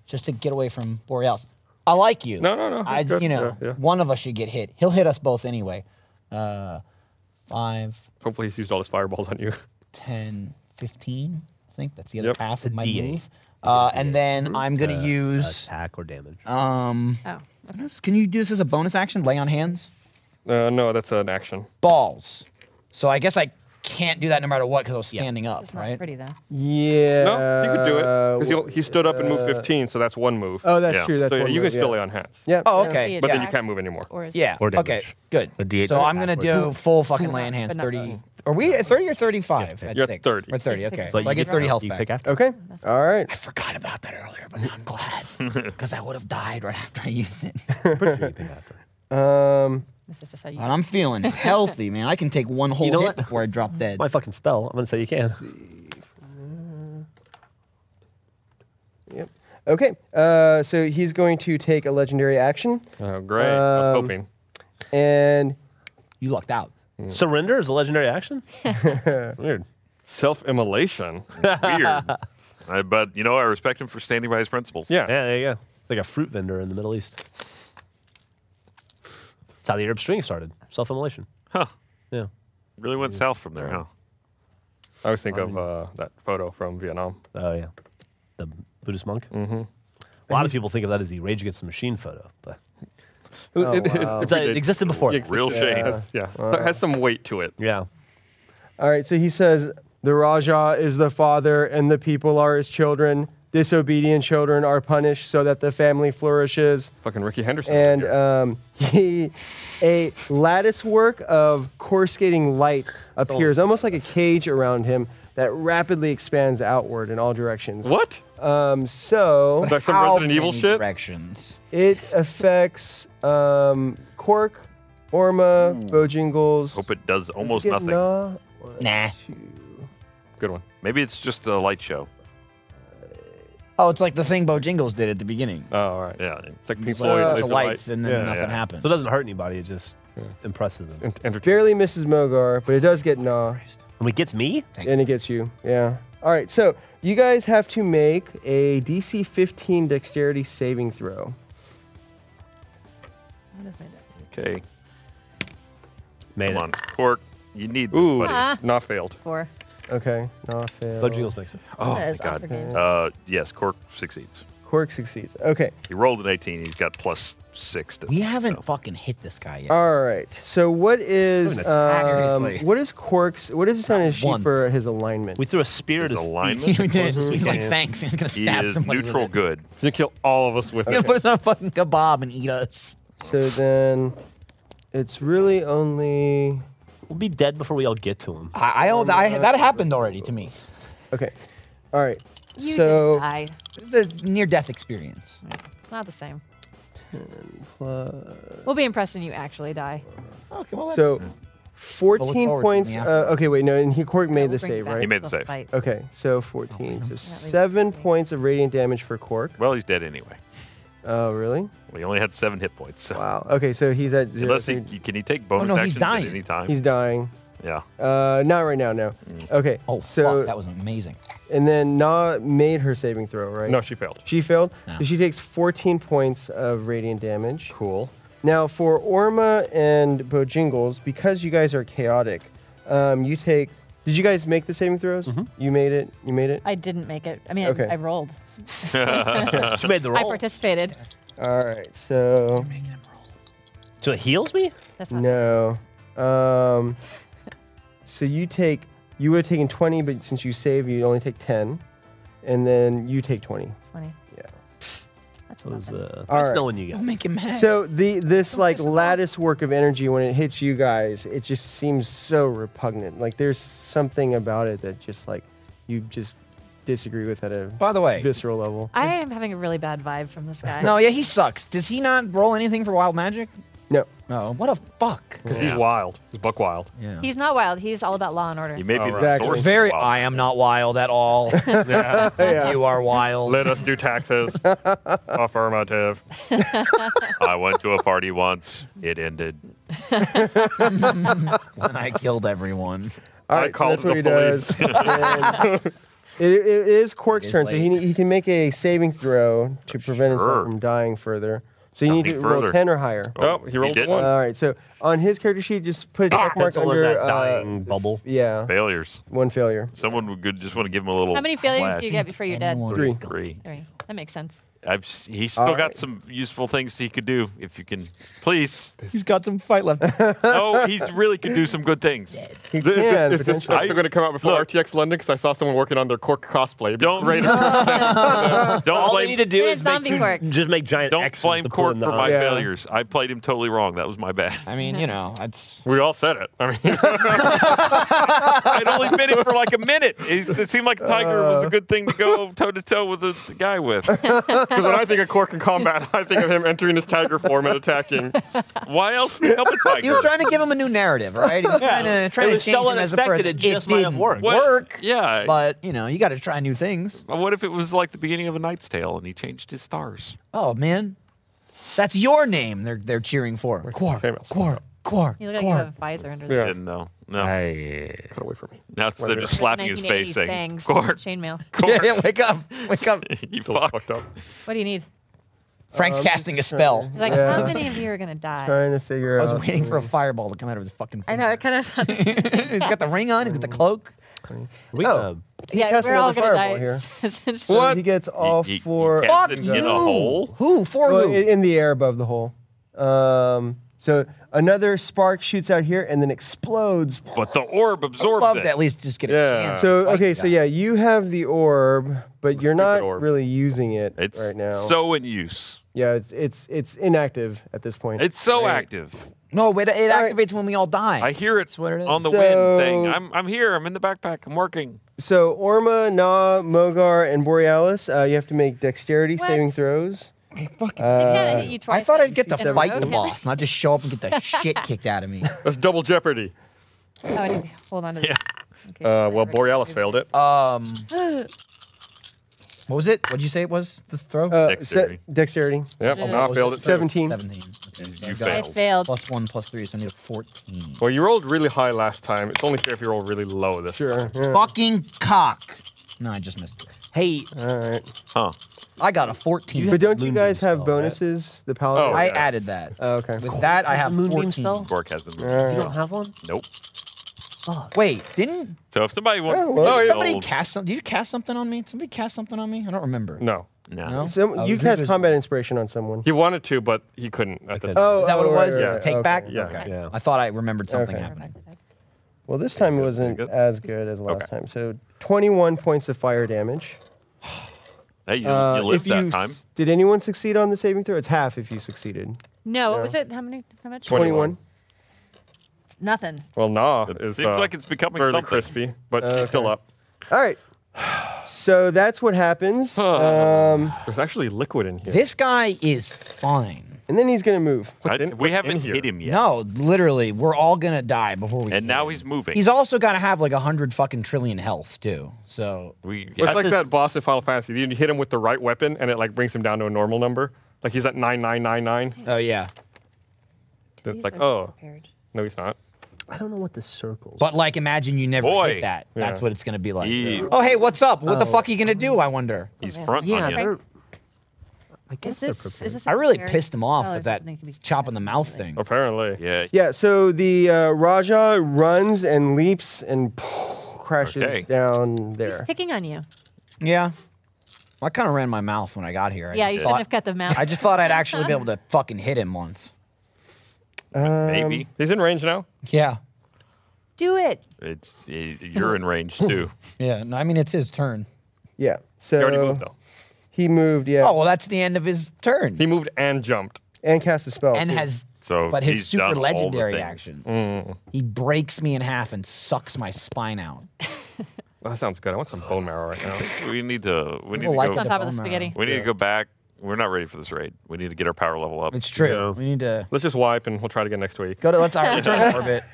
B: just to get away from Boreal. I like you.
C: No, no, no,
B: I,
C: good.
B: you know,
C: Yeah, yeah.
B: one of us should get hit. He'll hit us both anyway. Uh, five,
C: Hopefully he's used all his fireballs on you.
B: 10, 15. I think that's the other
C: Yep.
B: half of my
F: D8.
B: move. Uh, and then I'm gonna use.
F: Attack or damage.
B: Um,
E: Oh,
B: can you do this as a bonus action? Lay on hands.
C: Uh, no, that's an action.
B: Balls. So I guess I can't do that no matter what because I was standing up,
E: it's not
B: right?
E: pretty though.
A: Yeah. Uh,
C: No, you could do it because
A: well,
C: he, he stood up and moved 15, so that's one move.
A: Oh, that's
D: Yeah.
A: true. That's
C: so yeah,
A: one
C: you
A: move,
C: can still
A: yeah.
C: lay on hands.
A: Yeah.
B: Oh,
A: yeah.
B: okay.
E: But
C: But
B: yeah.
C: then you can't move anymore.
E: Or is
B: Yeah.
F: Or
B: okay.
F: damage.
B: Good.
F: A D8
B: So
F: or
B: I'm gonna do
F: backwards.
B: full fucking land
E: But
B: hands.
E: not
B: Thirty. Are we at thirty or thirty-five? At
C: You're at
B: six?
C: 30.
B: Or thirty. Okay.
E: But
B: so I
E: you
B: get thirty
E: pick
B: health
F: you
B: back.
F: pick after.
A: Okay. All right.
B: I forgot about that earlier, but I'm glad because I would have died right after I used it.
F: Pretty sure you pick after.
A: Um,
E: This is just how you.
H: And I'm feeling healthy, man. I can take one whole
F: know
H: hit
F: what?
H: before I drop dead.
F: My fucking spell. I'm going to say you can.
A: yep. Okay. Uh, so he's going to take a legendary action,
C: Oh, great. I was
A: Um,
C: hoping.
A: and
B: You lucked out.
F: Surrender is a legendary action? Weird.
C: Self immolation.
D: Weird. I, but you know, I respect him for standing by his principles.
F: Yeah, there you go. It's like a fruit vendor in the Middle East. That's how the Arab Spring started. Self-immolation.
D: Huh.
F: Yeah.
D: Really went south from there, huh?
C: I always think of uh, that photo from Vietnam.
F: Oh yeah. The Buddhist monk. Mm-hmm. A lot of people think of that as the Rage Against the Machine photo, but
C: It- it-
F: it's, uh, it existed before.
C: it-
D: Real shame.
C: yeah. So it has some weight to it.
F: Yeah.
A: all right. So he says, "The Raja is the father, and the people are his children. Disobedient children are punished, so that the family flourishes."
C: Fucking Ricky
D: Oh,
C: Henderson. right
A: and
C: here.
A: um, he a lattice work of coruscating light
D: Oh.
A: appears, almost like a cage around him that rapidly expands outward in all directions.
C: what?
A: Um, so
C: Is that some
B: How
C: Resident Evil
B: many
C: shit?
B: Directions.
A: it affects um, Cork, Orma, Bojingles.
D: Hope it
A: Does
D: does
A: it
D: almost
A: get
D: nothing.
A: Gnaw?
B: Nah.
C: Good one.
D: Maybe it's just a light show.
B: Oh, it's like the thing Bo Jingles did at the beginning.
C: Oh, all right.
D: Yeah.
C: It's like Pink
B: uh, It's like
C: Floyd.
B: a bunch
C: laser
B: of
C: light.
B: lights, and then
C: Yeah,
B: nothing
D: yeah.
B: happened.
F: So it doesn't hurt anybody. It just impresses them.
C: Ent- entertain-
A: Barely misses Mogar, but it does get gnaw,
F: And it gets me.
A: and it gets you. Yeah. All right. So you guys have to make a DC 15 Dexterity saving throw.
E: What is my dex?
D: Okay.
F: Made
D: Come
F: it.
D: on, Cork. You need this,
C: Ooh,
D: buddy.
C: not failed.
E: Four.
A: Okay. Gnaw fail.
F: Bo Jingles makes it.
D: Oh,
E: That is
D: thank
E: off
D: God.
E: the game.
D: Uh, yes, Cork succeeds.
A: Cork succeeds. Okay.
D: He rolled an 18. He's got plus six. To
B: We haven't
D: so.
B: fucking hit this guy yet.
A: All right. So what is
F: Doing it
A: um,
B: seriously.
A: what is Quark's what is on his sheet
B: Once.
A: for his alignment?
F: We threw a spear at
D: His
F: his
D: alignment.
B: We did.
F: we
B: He's like,
F: can.
B: thanks. He's gonna
D: he
B: stab
D: is
B: somebody. with
D: neutral
B: it.
D: good.
C: He's gonna kill all of us with
B: He's
C: it.
B: gonna put us on a fucking kebab and eat us.
A: So then it's really only
F: We'll be dead before we all get to him.
B: I, I, owe that- I that happened already to me.
A: Okay. All right.
E: You
A: so
E: just die.
B: The near-death experience.
E: Not the same. We'll be impressed when you actually die.
B: Okay, well,
A: so 14
B: forward to
A: points.
B: the
A: Uh, okay, wait, no, and he Quark made the
E: Yeah, we'll bring you
A: save,
E: back.
A: right?
D: He made the
E: We'll
D: save.
E: fight.
A: okay, so 14. so
E: leaves
A: 7
E: three.
A: points of radiant damage for Quark.
D: Well, he's dead anyway.
A: Oh, really?
D: Well, he only had seven hit points. So.
A: Wow. Okay, so he's at 0.
D: Unless
A: so
D: he can he take bonus
B: Oh, no, he's
D: actions
B: dying.
D: at any time.
A: he's dying.
D: Yeah.
A: Uh, not right now, no. Okay.
B: Oh,
A: so
B: fuck, that was amazing.
A: and then Na made her saving throw, right?
C: No, she failed.
A: She failed.
B: No.
A: So she takes 14 points of radiant damage.
C: Cool.
A: Now, for Orma and Bojingles, because you guys are chaotic, um, you take. Did you guys make the saving throws?
C: Mm-hmm.
A: You made it. You made it.
E: I didn't make it. I mean, I-
A: Okay.
E: I, rolled.
F: She made the
E: I
F: roll.
E: participated.
A: All right. So
F: so it heals me?
E: That's not
A: no. Um, so you take. You would have taken 20, but since you save, you only take 10, and then you take 20.
E: funny.
A: Yeah.
E: That's
F: That was,
E: nothing.
F: uh,
A: All
F: nice
A: right.
F: knowing you guys.
B: Don't make him mad.
A: So the this like lattice work of energy when it hits you guys, it just seems so repugnant. Like there's something about it that just like you just disagree with at a
I: By the way,
A: visceral level.
E: I am having a really bad vibe from this guy.
I: no, yeah, he sucks. Does he not roll anything for wild magic?
A: No.
I: No. What a fuck.
C: Because
D: Yeah.
C: he's wild. He's buck wild.
B: yeah.
E: He's not wild. He's all about law and order.
D: You may be the
A: Exactly.
D: source. of
I: Very.
D: the
I: I
D: wild.
I: am not wild at all. You are wild.
C: Let us do taxes. Affirmative.
D: I went to a party once. It ended.
B: and I killed everyone.
A: All
C: I
A: right, so
C: called
A: that's what
C: the
A: he does. And it, it- it is Quark's
B: It is
A: turn, so he,
B: late.
A: he can make a saving throw to prevent
D: Sure.
A: himself from dying further. So you need
D: Nothing
A: to roll
D: further.
A: 10 or higher.
C: Oh, he rolled a
D: didn't.
C: one.
A: All right, so on his character sheet, just put a check mark
F: That's Ah, all in
A: under.
F: that
A: uh,
F: dying bubble.
A: yeah,
D: Failures.
A: one failure.
D: Someone would good- just want to give him a little.
E: How many failures
D: flash.
E: do you get before you're dead?
B: Anyone
A: Three.
B: who's gone.
D: Three.
E: Three. That makes sense.
D: I've, s- he's still
A: All
D: got
A: right.
D: some useful things he could do if you can. Please.
I: He's got some fight left.
D: oh, he's really could do some good things.
A: He can,
C: Th- Is this, is this
A: potentially.
C: also going to come out before
D: Look.
C: RTX London? Because I saw someone working on their cork cosplay.
D: Don't
C: Great.
D: Don't
F: All they
D: blame.
F: need to do
E: It
F: is
E: is
F: make
E: zombie
F: two-
E: cork.
F: just make giant
D: Don't
F: X's
D: blame
F: to put
D: Cork
F: in
D: for
F: the
D: my
F: eye.
A: Yeah.
D: failures. I played him totally wrong. That was my bad.
B: I mean, you know, it's
C: We all said it. I mean,
D: I'd only been in for like a minute. It, it seemed like Tiger was a good thing to go toe to toe with the, the guy with.
C: because when I think of cork in combat, I think of him entering his tiger form and attacking.
D: Why else become a Tiger?
B: he was trying to give him a new narrative, right? He was trying to trying
F: It
B: to
F: was
B: change
F: so
B: him as a
F: unexpected, it
B: person.
F: just might have
B: didn't
F: worked.
D: What-
B: work,
D: Yeah.
B: but you know, you got to try new things.
D: what if it was like the beginning of A Knight's Tale and he changed his stars?
B: Oh man, that's your name. They're they're cheering for. Quar,
C: famous.
B: quar, quar,
E: You look like you have a
B: quar.
E: visor under
C: Yeah.
E: there.
D: Didn't know. uh, No.
C: Cut away from me.
D: Now it's, they're just
E: It's
D: slapping his face eh? saying,
E: 1980s bangs,
D: Cork,
E: Chainmail.
B: Yeah,
D: Cork,
B: yeah, wake up, wake up.
D: you
C: Still
D: fuck.
C: fucked up.
E: What do you need?
F: Um,
B: Frank's casting a spell.
E: He's like,
A: Yeah.
E: how many of you are gonna die?
A: Trying to figure
B: I
A: out.
B: was waiting for a fireball to come out of his fucking.
E: I
B: Finger.
E: know. That kind of sounds.
B: he's got the ring on. He's got the cloak.
F: We, uh,
A: Oh.
E: yeah,
A: cast
E: we're all
A: another
E: gonna
A: fireball
E: die.
A: here.
E: essentially.
A: So he gets all
D: He- he- he
A: four.
D: cast
B: Fuck
D: it in
B: you.
D: a hole.
B: Who for
A: Well,
B: who?
A: i- in the air above the hole. Um, so another spark shoots out here and then explodes.
D: But the orb absorbed
B: Love
D: it.
B: to at least just get a
C: Yeah.
B: chance. to
A: So
B: fight
A: okay, so
B: that.
A: yeah, you have the orb, but you're not
C: orb.
A: really using it
D: It's
A: right now.
D: so in use.
A: yeah, it's it's it's inactive at this point.
D: It's so active.
B: No, it, it
A: Alright.
B: activates when we all die.
D: I hear it,
B: what it is.
D: on the wind saying,
A: So-
D: I'm, I'm here. I'm in the backpack. I'm working.
A: so Orma, Na, Mogar, and Borealis, uh, you have to make dexterity
E: What?
A: saving throws. Uh,
E: They can't hit you twice.
B: I thought I'd get to
E: in a row,
B: fight the
E: can they?
B: boss, not just show up and get the shit kicked out of me.
C: That's double jeopardy.
E: Oh, I need to hold on to this. Okay,
C: Uh, well,
E: whatever.
C: Borealis failed it.
B: Um, what was it? What'd you say it was? The throw?
A: Uh,
D: Dexterity.
A: se- dexterity.
C: Yep,
E: Yeah.
C: I failed it. too.
A: 17.
B: 17. Okay, so
D: You
B: I got
E: I
D: failed.
E: failed.
B: Plus one, plus three, so I need a 14.
C: Well, you rolled really high last time. It's only fair if you roll really low this
A: Sure.
C: time.
A: yeah.
B: Fucking cock. No, I just missed it.
F: hey,
A: All right.
D: Huh.
B: I got a 14.
A: But don't you
F: Moonbeam
A: guys have
F: spell, right?
A: bonuses? The paladin.
C: Oh,
B: I
C: yeah.
B: added that.
A: Oh, okay.
B: With that, I have
F: Moonbeam
B: 14.
F: spell?
D: Cork has the
A: Yeah.
D: moon.
A: You
F: don't have one?
D: Nope.
B: Wait, didn't
D: So if somebody wants
A: Oh,
D: to
A: well,
D: get
C: yeah.
B: somebody
D: old-
B: cast something? Did you cast something on me? Somebody cast something on me? I don't remember.
C: No.
D: No.
B: No?
A: Some,
B: Oh,
A: you
B: you
A: cast
B: just-
A: combat inspiration on someone.
C: He wanted to, but he couldn't. At the time.
F: Okay.
A: Oh,
B: Is that what it
A: oh,
B: was?
A: right,
B: Just
A: right,
B: take
A: okay.
B: back?
C: Yeah.
B: Okay.
F: Yeah.
B: I thought I remembered something
A: Okay.
B: happening.
A: Well, this time it wasn't
D: good.
A: as good as last
D: Okay.
A: time. So 21 points of fire damage.
D: Hey, you,
A: Uh,
D: you lived that
A: you
D: time.
A: s- did anyone succeed on the saving throw? It's half if you succeeded.
E: No, what was it? How many? How much?
C: 20.
A: 21.
C: 21.
E: Nothing.
C: Well, nah.
D: It
C: is,
D: seems
C: uh,
D: like it's becoming
C: fairly
D: something.
C: crispy, but he's still up.
A: All right. So that's what happens. Um,
C: There's actually liquid in here.
B: This guy is fine.
A: and then he's going to move.
D: I-
C: What's in-
D: we
C: what's in
D: haven't
C: here?
D: hit him yet.
B: No, literally, we're all gonna die before we.
D: And
B: hit
D: now
B: him.
D: he's moving.
B: He's also got to have like a hundred fucking trillion health too. So
D: we,
C: It's
D: I-
C: like that boss in Final Fantasy. You hit him with the right weapon, and it like brings him down to a normal number. Like he's at nine nine nine nine.
B: oh yeah,
C: It's like, oh, no, he's not.
F: I don't know what the circles.
B: But like, imagine you never
D: Boy.
B: hit that. That's
F: Yeah.
B: what it's gonna be like.
D: He-
B: Oh, hey, what's up? What the fuck are you gonna do? I wonder.
D: He's front
F: yeah,
D: on you.
F: they're. I
E: Is
F: guess they're
E: this,
F: prepared.
E: is this
B: I really
E: prepared Oh,
B: pissed him off
E: color or
B: with
E: is
B: that
E: something that can be
B: chop in the
E: cast
B: mouth
E: separately?
B: thing.
C: Apparently.
D: Yeah.
A: Yeah, so the uh, Raja runs and leaps and crashes
D: Okay.
A: down
E: He's
A: there.
E: picking on you.
B: Yeah. Well, I kind of ran my mouth when I got here. I
E: Yeah,
B: just
E: you shouldn't
B: thought-
E: have cut the mouth.
B: I just thought I'd actually be able to fucking hit him once.
D: Maybe
C: He's in range now.
B: Yeah.
E: Do it.
D: it's y- you're in range too.
B: Yeah. No, I mean, it's his turn.
A: Yeah,
C: He already
A: so
C: moved though.
A: he moved, yeah,
B: Oh, well, that's the end of his turn.
C: He moved and jumped.
A: and cast a spell.
B: and
A: too.
B: has
D: So
B: but his
D: he's done all
B: super
D: the
B: legendary
D: things. Mm.
B: action. He breaks me in half and sucks my spine out.
C: Well, that sounds good. I want some bone marrow right now.
D: We need to. We need
B: Well,
D: to
B: life's
E: It's
D: go.
E: on top of the
B: Bone marrow.
E: spaghetti.
D: We need to go back. We're not ready for this raid. We need to get our power level up.
B: It's true.
C: Yeah.
B: We need to
C: Let's just wipe and we'll try it again next week.
B: go to let's our return orbit.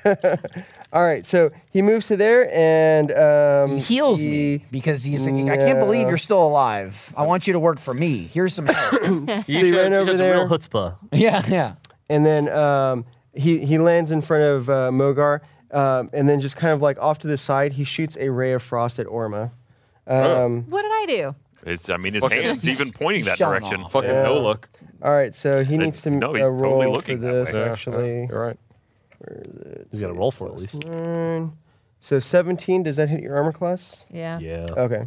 A: All right, so he moves to there and um,
B: He heals
A: he-
B: me because he's like, I can't believe
A: Yeah.
B: you're still alive. I want you to work for me. Here's some help.
F: You
A: They
F: showed-
A: ran
F: you
A: over
F: showed some
A: there.
F: Real chutzpah.
B: yeah, yeah.
A: and then um, he he lands in front of uh, Mogar, um, and then just kind of like off to the side, he shoots a ray of frost at Orma. Um,
E: What did I do?
D: It's. I mean, his
C: Fucking-
D: hand's even pointing that
B: Showing
D: direction.
B: off.
C: Fucking no look.
A: All right, so he needs to
D: no, he's
A: uh,
D: totally
A: roll
D: looking
A: for
D: that
A: this
D: way. Yeah,
A: actually.
C: You're right.
F: He's got to roll for it at least.
A: Mm. So 17, does that hit your armor class?
E: Yeah.
F: Yeah.
A: Okay.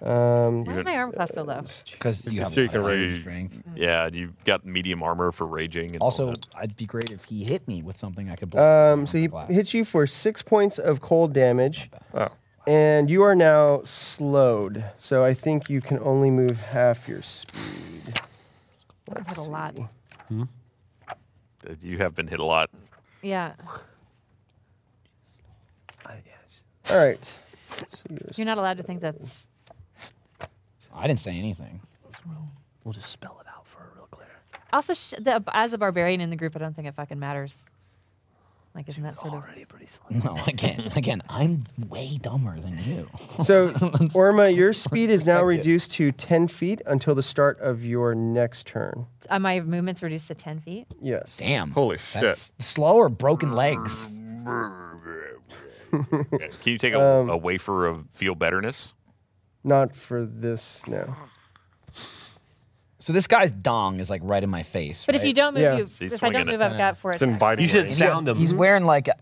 E: Why is my arm class so low?
B: Because you have
C: So you can
B: a lot of
C: rage.
B: strength.
D: Yeah, and you've got medium armor for raging. And all
B: Also,
D: that.
B: I'd be great if he hit me with something I could blow.
A: Um, so he
B: Glass.
A: hits you for six points of cold damage,
C: Oh.
A: and you are now slowed. So I think you can only move half your speed.
E: I've had a lot.
D: you have been hit a lot.
E: Yeah.
A: All right.
E: You're not allowed to think that's.
B: I didn't say anything.
F: We'll just spell it out for her real clear.
E: Also, sh- the, as a barbarian in the group, I don't think it fucking matters. Like, isn't that sort of.
F: Already pretty slow.
B: No, again, again, I'm way dumber than you.
A: So, Orma, your speed is now reduced to 10 feet until the start of your next turn.
E: Uh, my movement's reduced to 10 feet.
A: Yes.
B: Damn.
C: Holy
B: That's slow or broken legs.
D: Can you take a,
A: Um,
D: a wafer of feel betterness?
A: Not for this, no.
B: So this guy's dong is like right in my face.
E: But if
B: right?
E: you don't move,
A: Yeah.
E: you,
D: He's
E: if I don't
D: swinging
E: move,
D: it.
E: I've got four.
C: It's
E: attacks.
C: inviting.
F: You should
C: range.
B: And he's-
F: sound him.
B: He's wearing like a,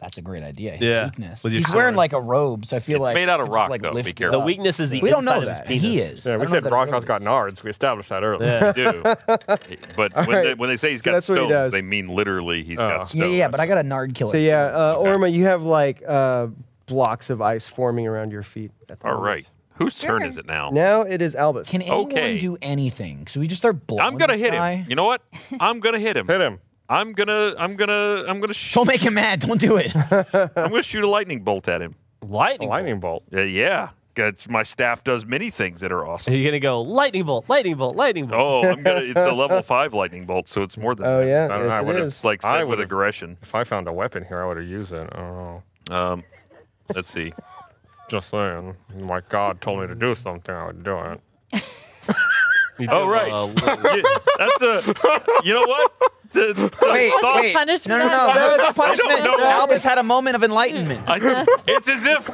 B: that's a great idea. His
F: Yeah,
B: Weakness.
F: with your
B: He's wearing
F: sword.
B: like a robe, so I feel
D: It's
B: like
D: made out
B: I
D: of
B: just,
D: rock,
B: like,
D: though.
B: lift
D: Be
B: it
D: careful.
F: The
B: up.
F: weakness is the
B: We don't know
F: inside of his
B: that.
F: penis.
B: He is.
C: Yeah,
B: I
C: we
B: don't know
C: said
B: if that really
C: Rockhawk's got nards. We established that earlier.
F: Yeah.
D: Do. but when, they, when they say he's
A: So
D: got
A: that's what he
D: stones,
A: does.
D: they mean literally he's
C: Oh.
D: got
B: Yeah,
D: stones.
B: yeah, yeah, but I got a nard killer.
A: So, yeah,
B: sword.
A: uh, Orma, you have like uh, blocks of ice forming around your feet. At the
D: All
A: moment.
D: right. Whose turn
E: Sure.
D: is it now?
A: Now it is Albus.
B: Can anyone
D: okay.
B: do anything? Should we just start blowing?
D: I'm gonna
B: this
D: hit
B: guy?
D: him. You know what? I'm gonna hit him.
C: Hit him.
D: I'm gonna. I'm gonna. I'm gonna. Sh-
B: Don't make him mad. Don't do it.
D: I'm gonna shoot a lightning bolt at him.
F: Lightning. bolt.
C: Lightning bolt.
D: Yeah, yeah. 'Cause my staff does many things that are awesome.
F: You're gonna go lightning bolt, lightning bolt, lightning bolt.
D: Oh, I'm gonna. It's a level five lightning bolt, so it's more than.
A: Oh,
D: that.
A: yeah.
C: I don't know, I
A: Yes, it
C: would've-
A: is.
D: Like
C: I
D: said with
C: would've-
D: aggression.
C: If I found a weapon here, I would have used it. I don't know.
D: Um, let's see.
C: Just saying. My God told me to do something, I would do it.
D: Oh right.
F: Uh,
C: uh,
D: Yeah, that's a. You know what? The- the
B: wait,
D: thought-
B: wait.
E: punished for
B: No, no, no.
E: that?
B: That
A: That's-
B: was a punishment.
D: know.
B: Albus had a moment of enlightenment.
D: I just, it's as if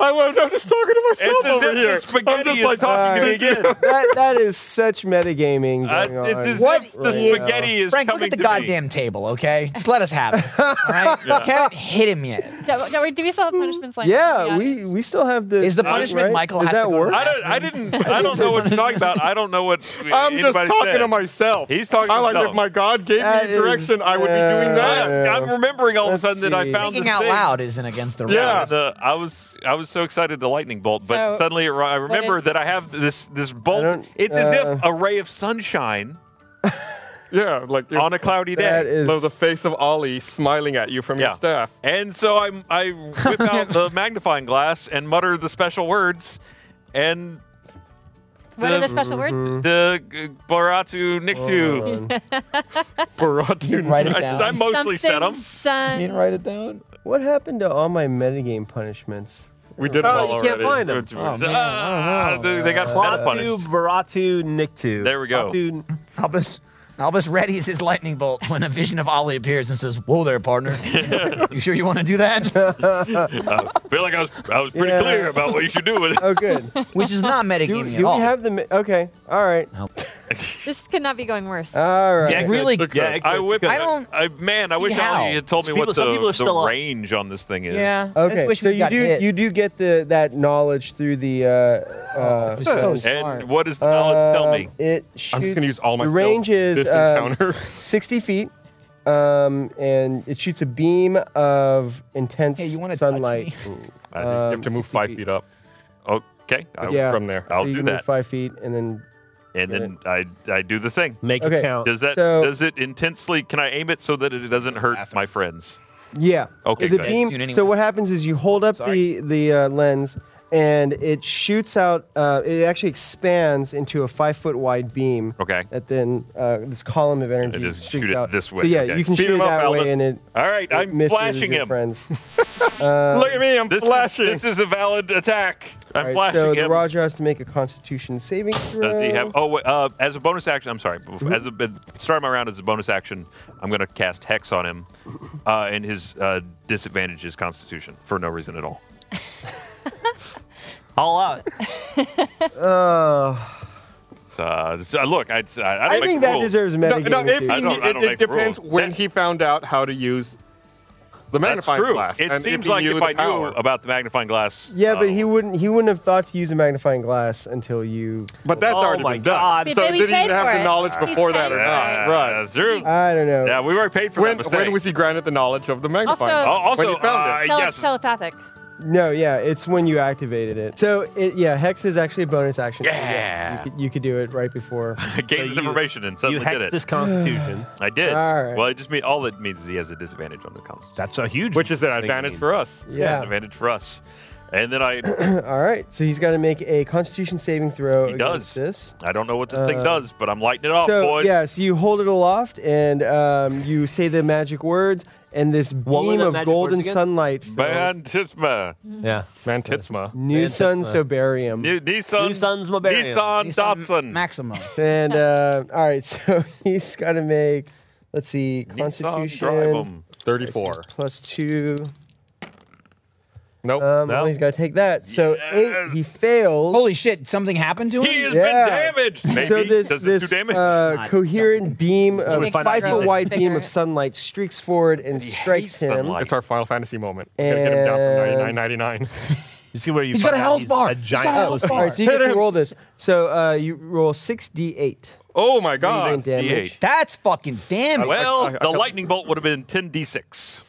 C: I, I'm just talking to myself
D: it's as
C: over
D: if
C: here.
D: the spaghetti
C: I'm just
D: is
C: like
D: talking to me again.
A: that, that is such metagaming.
D: Uh,
A: Going
D: it's
A: on.
D: as
B: What
D: if the
B: is-
D: spaghetti is
B: Frank, look
D: coming
B: at the
D: to
B: goddamn
D: me.
B: table, okay? Just let us have it. All right? You haven't hit him yet.
E: Don't- don't we- Do we still have punishments like
A: Mm. Yeah, we we still have the.
B: Is the
A: right?
B: punishment Michael
A: Does
B: has
A: that
B: to go to
A: work?
D: I don't. I didn't. I don't know what you're talking about. I don't know what
C: I'm just
D: anybody
C: talking
D: said.
C: to myself.
D: He's talking to
C: I like
D: himself.
C: if my God gave
A: That
C: me a direction,
A: is-
C: I would be doing that.
A: Yeah.
D: I'm remembering all of a
A: Let's
D: sudden that I
A: see.
D: found
B: Thinking
D: this
B: out
D: thing.
B: loud isn't against the rules.
C: Yeah.
D: The, I was I was so excited to lightning bolt, but
E: So,
D: suddenly it, ri- I remember
E: is-
D: that I have this this
A: don't-
D: bolt. It's as
A: uh,
D: if a ray of sunshine
C: Yeah, like
D: on a cloudy day.
A: That is.
C: the face of Ollie smiling at you from
D: yeah.
C: your staff.
D: And so I I whip out the magnifying glass and mutter the special words, and
E: What are the special
F: Mm-hmm.
E: words?
D: the uh, Baratu
A: Oh.
D: Niktu.
C: Baratu.
B: Write it down.
D: I, I mostly said
E: Something
D: them.
B: You didn't
E: sun.
B: write it down?
A: What happened to all my metagame punishments?
C: We did
F: Oh,
C: well
F: you can't
C: already.
F: find him.
D: Ah, they, they got meta
F: Klaatu,
D: punished.
F: Baratu, Niktu.
D: There we go.
F: Klaatu-
B: Albus. Albus readies his lightning bolt when a vision of Ollie appears and says, Whoa there, partner. you sure you want to do that?
D: I feel like I was, I was pretty
A: Yeah.
D: clear about what you should do with it.
A: Oh, good.
B: Which is not
A: Do,
B: metagaming
A: do
B: at
A: we
B: all.
A: have the? Mi- okay. All right.
E: This could not be going worse.
A: All right.
F: Yeah,
B: Really-
F: Could,
D: Yeah,
F: yeah,
D: I whip.
F: Could.
D: it.
B: I don't
D: I, man, I
B: see
D: wish
B: how.
D: Ollie had told me
F: People-
D: what
F: some
D: the,
F: people are
D: the
F: still up.
D: range on this thing is.
B: yeah. I just
A: Okay.
B: wish
A: So
B: we
A: you
B: got
A: do
B: hit.
A: you do get the that knowledge through the. Uh, uh,
B: It was so
A: thing.
D: And
B: smart.
D: what does the knowledge tell me?
A: Um, It shoots.
C: I'm just gonna use all my
A: The
C: skills
A: range is
C: this
A: um,
C: encounter.
A: 60 feet, um, and it shoots a beam of intense
B: Hey, you wanna touch
A: sunlight.
D: I
C: you
D: just-
C: have to move
A: 60
C: five
A: feet.
C: feet, up.
D: okay, I,
A: yeah.
C: From there,
D: I'll
A: You
D: do
A: can move
D: that,
A: Five feet, and then
D: and then I I do the thing.
F: Make
A: Okay.
F: it count.
D: Does that
A: Uh, So-
D: does it intensely? Can I aim it so that it doesn't hurt my friends?
A: yeah.
D: Okay,
A: The
D: good.
A: beam.
H: Soon anyway.
A: So what happens is you hold up the the uh, lens, and it shoots out. Uh, it actually expands into a five foot wide beam.
D: Okay.
A: That then uh, this column of energy
D: just
A: shoots
D: shoot it
A: out
D: this way,
A: So yeah,
D: okay.
A: you can
D: Beat
A: shoot
D: him
A: it
D: up,
A: that
D: Albus.
A: way, and it.
D: All right,
A: it
D: I'm
A: misses
D: flashing
A: your
D: him.
A: Friends.
C: Look at me, I'm
D: This
C: flashing.
D: Is, this is a valid attack. I'm
A: All right,
D: flashing
A: so the
D: him.
A: Roger has to make a Constitution saving throw.
D: Does he have? Oh, wait, uh, as a bonus action, I'm sorry.
A: Mm-hmm.
D: As a at the start of my round as a bonus action, I'm gonna cast hex on him, uh, and his uh, disadvantage is Constitution for no reason at all.
F: All out.
D: Uh, it's- uh, look, I, I, don't
A: I
D: make
A: think
D: the
A: that
D: rules.
A: deserves
C: No,
A: metagaming.
C: no, if
A: too.
C: he,
D: I don't- I
C: it,
D: don't
C: it
D: like
C: depends
D: rules.
C: when
D: That-
C: he found out how to use the
D: That's
C: magnifying
D: true.
C: glass.
D: It
C: and if
D: seems
C: he
D: like
C: knew
D: if
C: the
D: I knew
C: power.
D: about the magnifying glass.
A: Yeah, but
D: uh,
A: he wouldn't. He wouldn't have thought to use a magnifying glass until you.
C: But that's
F: Oh
C: already
F: my
C: been
F: God.
C: done. So
E: But we
C: did he
E: paid
C: even have
E: for
C: the
E: it.
C: knowledge
E: He's
C: before that
E: paid
C: or
E: for
C: not?
E: it.
C: Right.
D: That's true.
A: I don't know.
D: Yeah, we weren't paid for
C: When,
D: that mistake.
C: when was he granted the knowledge of the magnifying
E: Also-
D: Al-
C: glass?
D: also,
C: when he found
D: uh,
C: it.
E: Tele-
D: yes.
E: Telepathic.
A: No, yeah, it's when you activated it. So it, yeah, hex is actually a bonus action. so
D: Yeah.
A: you, could, you could do it right before.
D: I gained this
F: you-
D: information and
F: you
D: suddenly did
F: hexed
D: it.
F: this constitution.
D: I did.
A: All right.
D: Well, it just mean all it means is he has a disadvantage on the constitution.
F: That's a huge.
C: Which is an
D: I
C: advantage
D: mean-
C: for us.
D: That's an
A: Yeah.
D: advantage for us. And then I,
A: All right. So he's got to make a Constitution saving throw.
D: he
A: against
D: does. Oh,
A: this.
D: I don't know what this thing
A: Uh,
D: does, but I'm lighting it off,
A: so
D: boys.
A: yeah, so you hold it aloft and um, you say the magic words, and this
F: were
A: beam
F: the
A: of
F: magic words
A: golden
F: again?
A: sunlight fills
D: Man, Titsma.
F: yeah.
C: Mantitsma.
A: New
F: Man,
A: Sun
F: that's, uh,
A: Sobarium.
D: New, Nissan.
F: Nissan's Mobarium.
D: Nissan
B: Nissan
D: Datsun.
B: Maximum.
A: and uh, all right, so he's got to make. Let's see,
D: Nissan drive
A: Constitution
D: 'em.
C: 34.
A: plus two.
C: Nope.
A: Um,
F: No.
A: well, he's got to take that. So eight, he
D: Yes.
A: fails.
B: Holy shit, something happened to him?
D: He has
A: Yeah.
D: been damaged. Maybe.
A: so this
D: does
A: this
D: do damage?
A: uh,
B: Not
A: coherent beam of
E: Makes
A: five
E: it
A: foot wide
E: bigger.
A: beam of sunlight streaks forward and strikes him.
D: sunlight.
C: It's our Final Fantasy moment. We gotta get him down from
A: And-
C: 99.99.
F: You see where you
B: He's got
F: find
B: a
F: out
B: health
F: he's
B: bar.
F: A
B: He's
F: giant
B: got a health
F: pussy.
B: bar.
A: All right, so you get to roll this. So uh, you roll six d eight.
C: oh my
A: Radiant
C: god.
A: damage.
B: That's fucking damn it.
D: Well,
C: I- I- I
D: the
C: come-
D: lightning bolt would have been 10d6.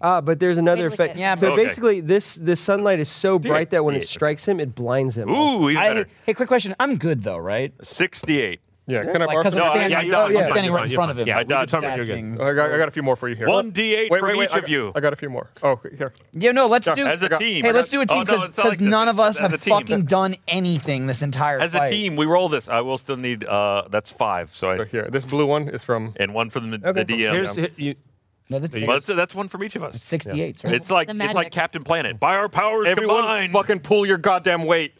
A: Ah, but there's another
E: Wait, look
A: effect.
E: at-
B: Yeah,
A: so
D: Okay.
A: basically, this this sunlight is so bright that when it
D: eight.
A: strikes him, it blinds him. also.
D: Ooh, even
B: I,
D: better.
B: hey, quick question. I'm good though, right?
D: 68.
C: Yeah, can I
B: Like, because
C: borrow
B: I'm,
D: No, I-
B: standing,
D: yeah,
B: I'm
D: you're fine, you're
B: standing
D: fine,
B: right in
D: you're
B: front of him.
D: Yeah, I dodged that.
B: Just
D: You're
B: asking.
C: I got, I got a few more for you here.
D: One D8
C: Wait,
D: for
C: wait, wait,
D: each
C: I
D: of
C: got-
D: you.
C: I got a few more. Oh, here.
B: Yeah, no, let's
C: Yeah,
B: do.
D: As a team.
B: hey, let's do a
D: Oh,
B: team
D: no,
B: because
D: it's not like this.
B: none of us
D: As a
B: have
D: team.
B: fucking done anything this entire
D: As a
B: fight.
D: team, we roll this. I will still need, uh, that's five. So I,
C: So here. This blue one is from.
D: and one from the,
A: Okay.
D: the DM.
F: Here's you,
B: No, that's,
D: Well, that's, that's one from each of us.
B: 68. right?
D: It's like
E: The
D: it's like
E: magic.
D: Captain Planet. By our powers
C: Everyone,
D: combined.
C: fucking pull your goddamn weight.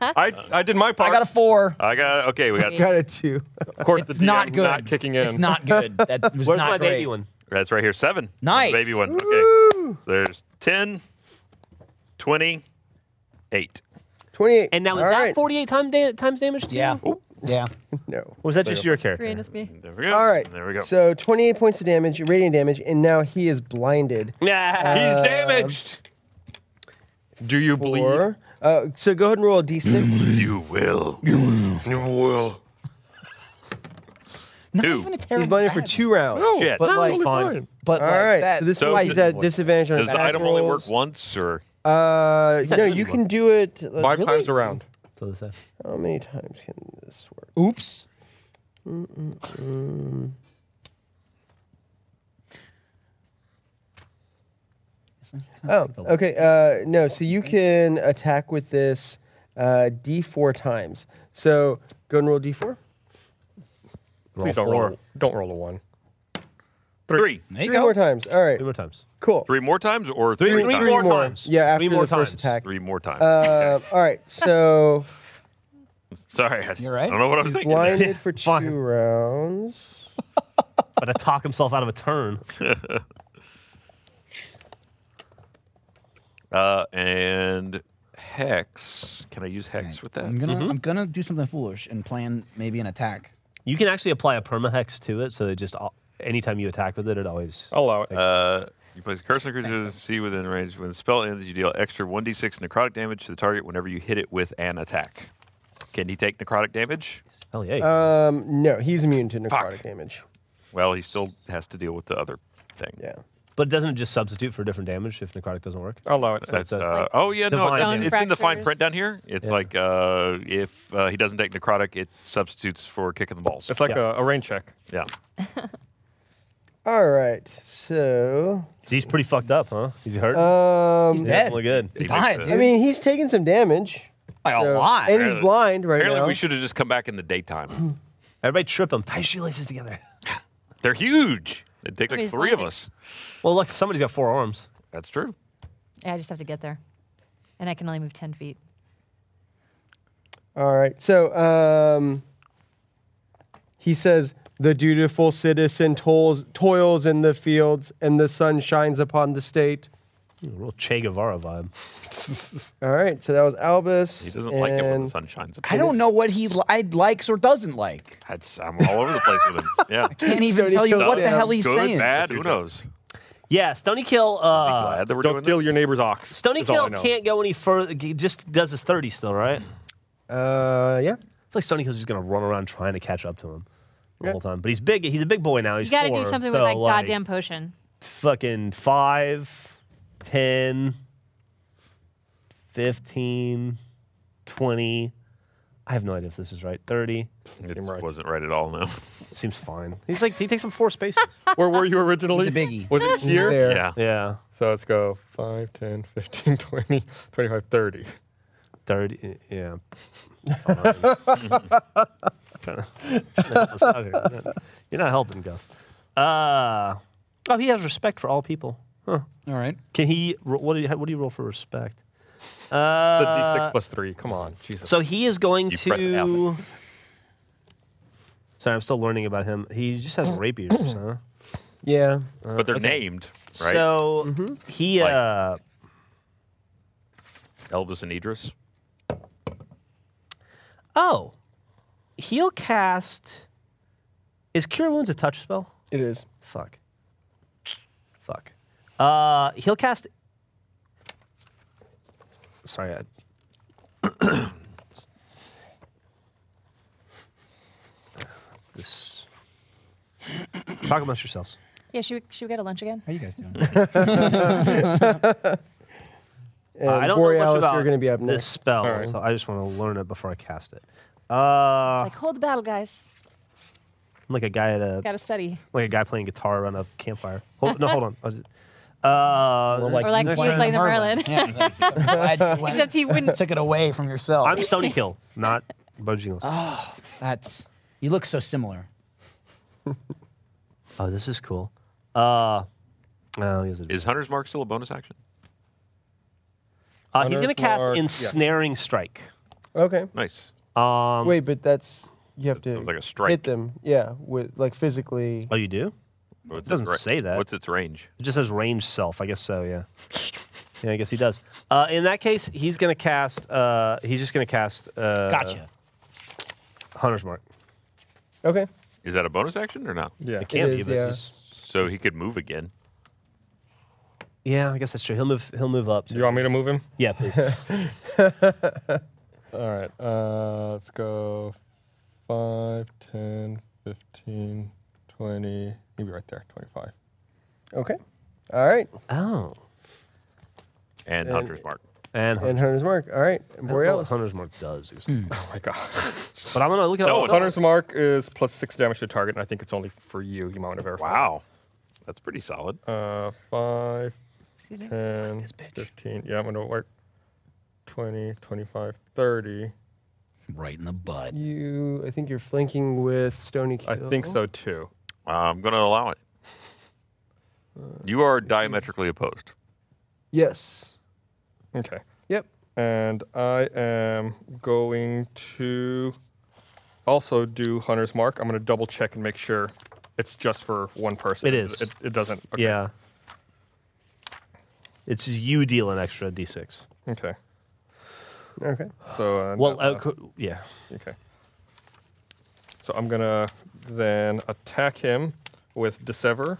C: I, I did my part.
B: I got a four.
D: I got okay. We got
E: Wait.
A: got a two.
C: of course,
B: It's
C: the DM
B: not good.
C: Not kicking in.
B: It's not good. That was
F: where's
B: not
F: my
B: great.
F: baby one?
D: that's right here. Seven.
B: Nice.
D: The baby one. Okay. There's 10, 20, 8.
A: Twenty-eight.
F: And now is
A: All
F: that
A: right.
F: 48 time da- times damage to
B: Yeah.
F: you?
B: Yeah.
A: No.
F: Or was that just your character?
E: Three and it's me.
D: There we go.
A: All right.
D: There we go.
A: So twenty-eight points of damage, radiant damage, and now he is blinded.
F: Nah.
D: He's damaged.
C: Do you bleed?
A: Or uh, so go ahead and roll a d6.
D: You will.
C: You will.
B: Not
D: Two.
B: even a terrible
A: He's blinded for
B: bad.
A: two rounds.
D: Shit.
B: But like,
C: Totally
F: fine.
C: fine.
B: but
A: All
B: like
A: right.
B: that-
A: so this
D: So
A: is why he's at
D: does-
A: disadvantage on
D: Does the
A: attack
D: item only work
A: rolls.
D: once or?
A: Uh, no,
F: that
A: you
F: good
A: can do it. let's
C: Five
A: see,
C: times around.
F: So this, uh,
A: How many times can this work?
B: oops.
A: Oh, okay. Uh, no, so you can attack with this uh, D4 times. So go and roll D4.
F: roll
C: Please don't
F: four.
C: roll. Don't roll a one.
D: Three.
B: There you
A: Three
B: go.
A: more times. All right.
F: Three more times.
A: Cool.
D: Three more times or three,
F: Three-
D: times?
F: three more times.
A: Yeah, after
F: Three more
A: the first
F: times.
A: attack.
D: Three more times.
A: Uh, all right. So
D: Sorry, I,
B: You're right.
D: I don't know what I was thinking.
A: Blinded for two
F: fine.
A: rounds.
F: But to talk himself out of a turn.
D: Uh, and hex. Can I use hex with that?
B: I'm gonna I'm gonna do something foolish and plan maybe an attack.
F: You can actually apply a permahex to it, so it just al- anytime you attack with it, it always.
C: I'll allow it.
D: Uh, you place a curse on creatures and see within range. When the spell ends, you deal extra 1d6 necrotic damage to the target whenever you hit it with an attack. Can he take necrotic damage?
F: Hell yeah!
B: Uh,
A: Um, no, he's immune to necrotic
D: Fuck.
A: damage.
D: Well, he still has to deal with the other thing.
A: Yeah.
F: but doesn't it just substitute for different damage if necrotic doesn't work?
C: I'll allow it.
D: That's
F: So it's
D: uh,
F: like
D: oh yeah no
F: divine
D: it's-
E: Bone
D: it's in the fine
E: fractures.
D: print down here. It's like uh, if uh, he doesn't take necrotic, it substitutes for kicking the balls.
C: It's like
F: Yeah.
C: a, a rain check.
D: yeah,
A: All right. So,
F: So he's pretty fucked up, huh? Is he hurt?
A: um,
B: dead.
F: Definitely good.
D: He makes
B: died,
D: a-
B: dude.
A: I mean, he's taken some damage.
B: By a
A: so-
B: lot.
A: And he's blind right
D: Apparently,
A: now.
D: we should have just come back in the daytime.
F: Everybody trip him. Tie his shoelaces together.
D: They're huge. It'd take like
E: Somebody's
D: three of
E: blinded.
D: us.
F: Well, look, somebody's got four arms.
D: That's true.
E: Yeah, I just have to get there, and I can only move ten feet.
A: All right. So, um, he says, "The dutiful citizen toils toils in the fields, and the sun shines upon the state."
F: Ooh, real Che Guevara vibe.
A: All right. So that was Albus.
D: He doesn't like it when the
A: and-
D: sun shines.
B: I don't know what he li- likes or doesn't like.
D: That's, I'm all over the place with him. Yeah.
B: Can't even
A: Stoney
B: tell you
A: kills
B: what the
A: him.
B: hell he's
D: Good,
B: saying.
D: bad, who knows?
F: Yeah, Stony Kill. Uh,
D: Glad that we're
C: Don't
D: doing
C: steal
D: this.
C: your neighbor's ox.
F: Stony
C: is all I
F: Kill
C: know.
F: can't go any further. He just does his 30 still, right? I feel
A: Uh, yeah.
F: like Stony Kill's just going to run around trying to catch up to him the
A: Yeah.
F: whole time. But he's big. He's a big boy now. He's
E: You got to
F: four,
E: do something
F: so,
E: with that
F: like,
E: goddamn potion.
F: fucking 5, 10, 15, 20. I have no idea if this is right. 30.
D: It
C: Seem right.
D: wasn't right at all, no.
F: Seems fine. He's like, he takes up four spaces.
C: Where were you originally?
B: He's a biggie.
C: Was it
A: He's
C: here?
A: there.
D: Yeah.
F: yeah.
C: So let's go 5, 10, 15, 20, 25, 30.
F: 30. eh, Yeah. Tryna- tryna help us out here. You're not- You're not helping, Gus. Uh, oh, he has respect for all people. Huh.
B: All right.
F: Can he? ro- What do you? What do you roll for respect?
C: It's a
F: Uh,
C: D6 plus 3. Come on. Jesus.
F: So he is going
D: You press
F: to. Sorry, I'm still learning about him. He just has rapiers, huh?
A: Yeah.
D: But they're named, right?
F: So he.
D: Like-
F: Uh,
D: Elvis and Idris.
F: oh, he'll cast. Is cure wounds a touch spell?
A: It is.
F: Fuck. Fuck. Uh, he'll cast. Sorry. I... this. Talk amongst yourselves.
E: Yeah, should we, should we get a lunch
A: Uh.
E: again?
B: How you guys doing?
A: And
F: Uh, I don't know much
A: Uh, Borealis,
F: about
A: you're going to be up
F: this
A: next.
F: spell,
C: Sorry.
F: so I just want to learn it before I cast it. Uh,
E: like hold the battle, guys.
F: I'm like a guy at a
E: Got to study.
F: like a guy playing guitar around a campfire. Hold, no, hold on. I was- Uh,
E: Or like you play the Merlin.
B: Yeah, that's- I'm glad you went-
E: Except he wouldn't.
B: took it away from yourself.
F: I'm Stony Kill, not Bungie.
B: That's you look so similar.
F: Oh, this is cool. Uh, oh, he has a-
D: Is Hunter's Mark still a bonus action?
F: uh, he's going
C: Hunter's
F: to cast
C: Mark, yeah.
F: Ensnaring Strike.
A: Okay.
D: Nice.
F: Um,
A: Wait, but that's you have to
D: sounds like a strike.
A: hit them. Yeah, with like physically.
F: Oh, you do?
D: What's its
F: doesn't say that.
D: What's its range?
F: It just says range self. I guess so, yeah. yeah, I guess he does. Uh, in that case, he's going to cast, uh, he's just going to cast uh,
B: Gotcha.
F: Hunter's Mark.
A: Okay.
D: Is that a bonus action or not?
C: Yeah.
F: It can
A: It
F: be,
A: is,
F: but
A: yeah.
F: it's just-
D: So he could move again.
F: yeah, I guess that's true. He'll move, he'll move up.
C: Do you want me to move him?
F: yeah, please.
C: All right. Uh, let's go 5, 10, 15, 20. You'll be right there. 25.
A: Okay. All right.
F: oh.
D: And, Hunter's Mark.
A: And
F: And, Hunter's,
A: Hunter's mark. All right. And Borealis.
F: Hunter's Mark does.
C: Oh my God.
F: But I'm going to look at
D: No,
F: all
D: it
C: Hunter's mark is plus 6 damage to target, and I think it's only for you. You might want to verify.
D: Wow. That's pretty solid.
C: Uh, 5,
E: Excuse me.
C: 10, 15. Yeah, I'm going to work 20, 25, 30.
B: Right in the butt.
A: You, I think you're flanking with Stony
C: I
A: Kill.
C: think so too.
D: Uh, I'm going to allow it.
B: Uh,
D: You are diametrically opposed.
A: Yes.
C: Okay.
A: Yep.
C: and I am going to also do Hunter's Mark. I'm going to double check and make sure it's just for one person.
F: It is.
C: It, it doesn't. Okay.
F: Yeah. It's you deal an extra d6.
C: Okay.
A: Okay.
C: So uh,
F: Well,
C: no,
F: uh, co- yeah.
C: Okay. So I'm gonna then attack him with Dissever.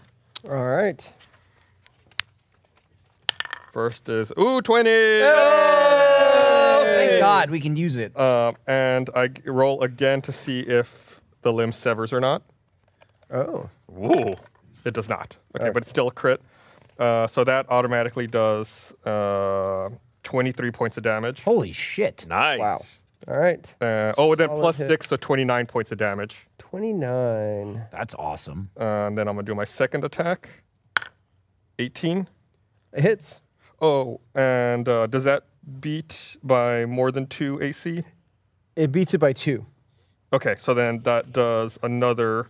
A: All right.
C: First is ooh twenty,
H: Oh, thank God we can use
B: Uh,
H: it.
C: Um, and I g- roll again to see if the limb severs or not.
A: Oh.
D: Ooh.
C: It does not. Okay, but it's still a crit. Uh, so that automatically does uh, twenty-three points of damage.
H: Holy shit.
D: Nice.
A: Wow. All right.
C: Uh, oh, and then
A: Solid
C: plus
A: hit.
C: six, so twenty-nine points of damage.
A: 29.
H: That's awesome.
C: Uh, and then I'm gonna do my second attack. Eighteen.
A: It hits.
C: Oh, and uh, does that beat by more than two AC?
A: It beats it by two.
C: Okay, so then that does another.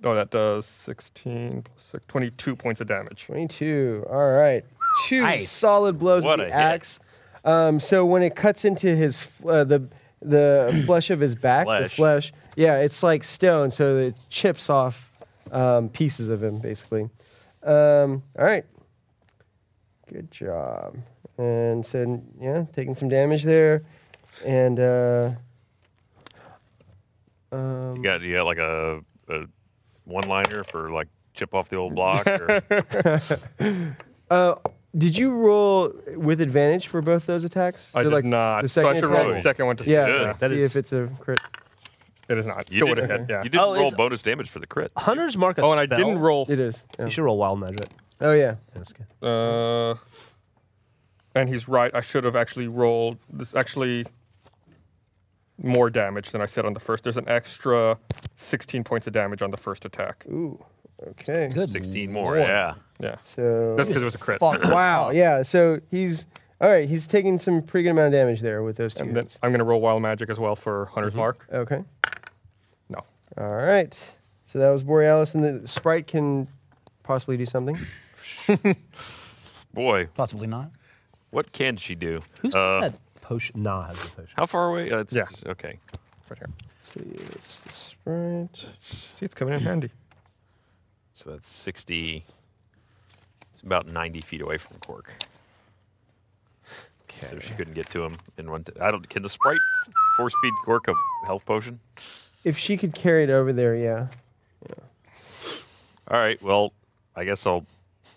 C: No, that does 16 plus 6, 22 points of damage.
A: 22. All right. Two
H: Nice.
A: solid blows
D: What
A: with the
D: a hit.
A: axe. Um, so when it cuts into his f- uh, the the flesh of his back, the
D: Flesh.
A: flesh, yeah, it's like stone, so it chips off um, pieces of him, basically. Um, all right. Good job. And so, yeah, taking some damage there. And uh,
D: You got you got like a, a one liner for like chip off the old block. Or,
A: did you roll with advantage for both those attacks?
C: I
A: So,
C: did not.
A: The
C: so
A: second
C: I should roll the
A: attack?
C: second one to
A: Yeah,
D: Good.
A: see
F: That is-
A: if it's a crit.
C: It is not.
D: you
C: Still would have
D: didn't-
C: hit, yeah.
D: You didn't
F: Oh,
D: roll
F: it's-
D: bonus damage for the crit.
F: Hunter's mark. A
C: Oh, and I
F: spell?
C: didn't roll.
A: It is. yeah.
F: You should roll wild magic.
A: Oh yeah.
F: That's good.
C: Uh, and he's right. I should have actually rolled. This actually more damage than I said on the first. There's an extra 16 points of damage on the first attack.
A: Ooh. Okay.
H: Good.
D: 16 more,
H: lord.
D: yeah.
C: Yeah.
A: So
C: That's because it was a crit.
H: Fuck.
A: wow. Yeah. So he's all right. He's taking some pretty good amount of damage there with those two.
C: And then
A: hits.
C: I'm going to roll Wild Magic as well for Hunter's Mark.
A: okay.
C: No.
A: All right. So that was Borealis, and the sprite can possibly do something.
D: Boy,
H: Possibly not.
D: what can she do?
F: Who's
D: Uh,
F: that potion? Nah, has a potion.
D: How far away? Uh, it's,
C: Yeah.
D: Okay.
C: Right here.
A: So it's the sprite.
C: See, it's coming in handy.
D: So that's 60. It's about 90 feet away from Cork. So she couldn't get to him in one. T- I don't. Can the sprite force feed Cork a health potion?
A: If she could carry it over there, yeah.
D: All right. Well, I guess I'll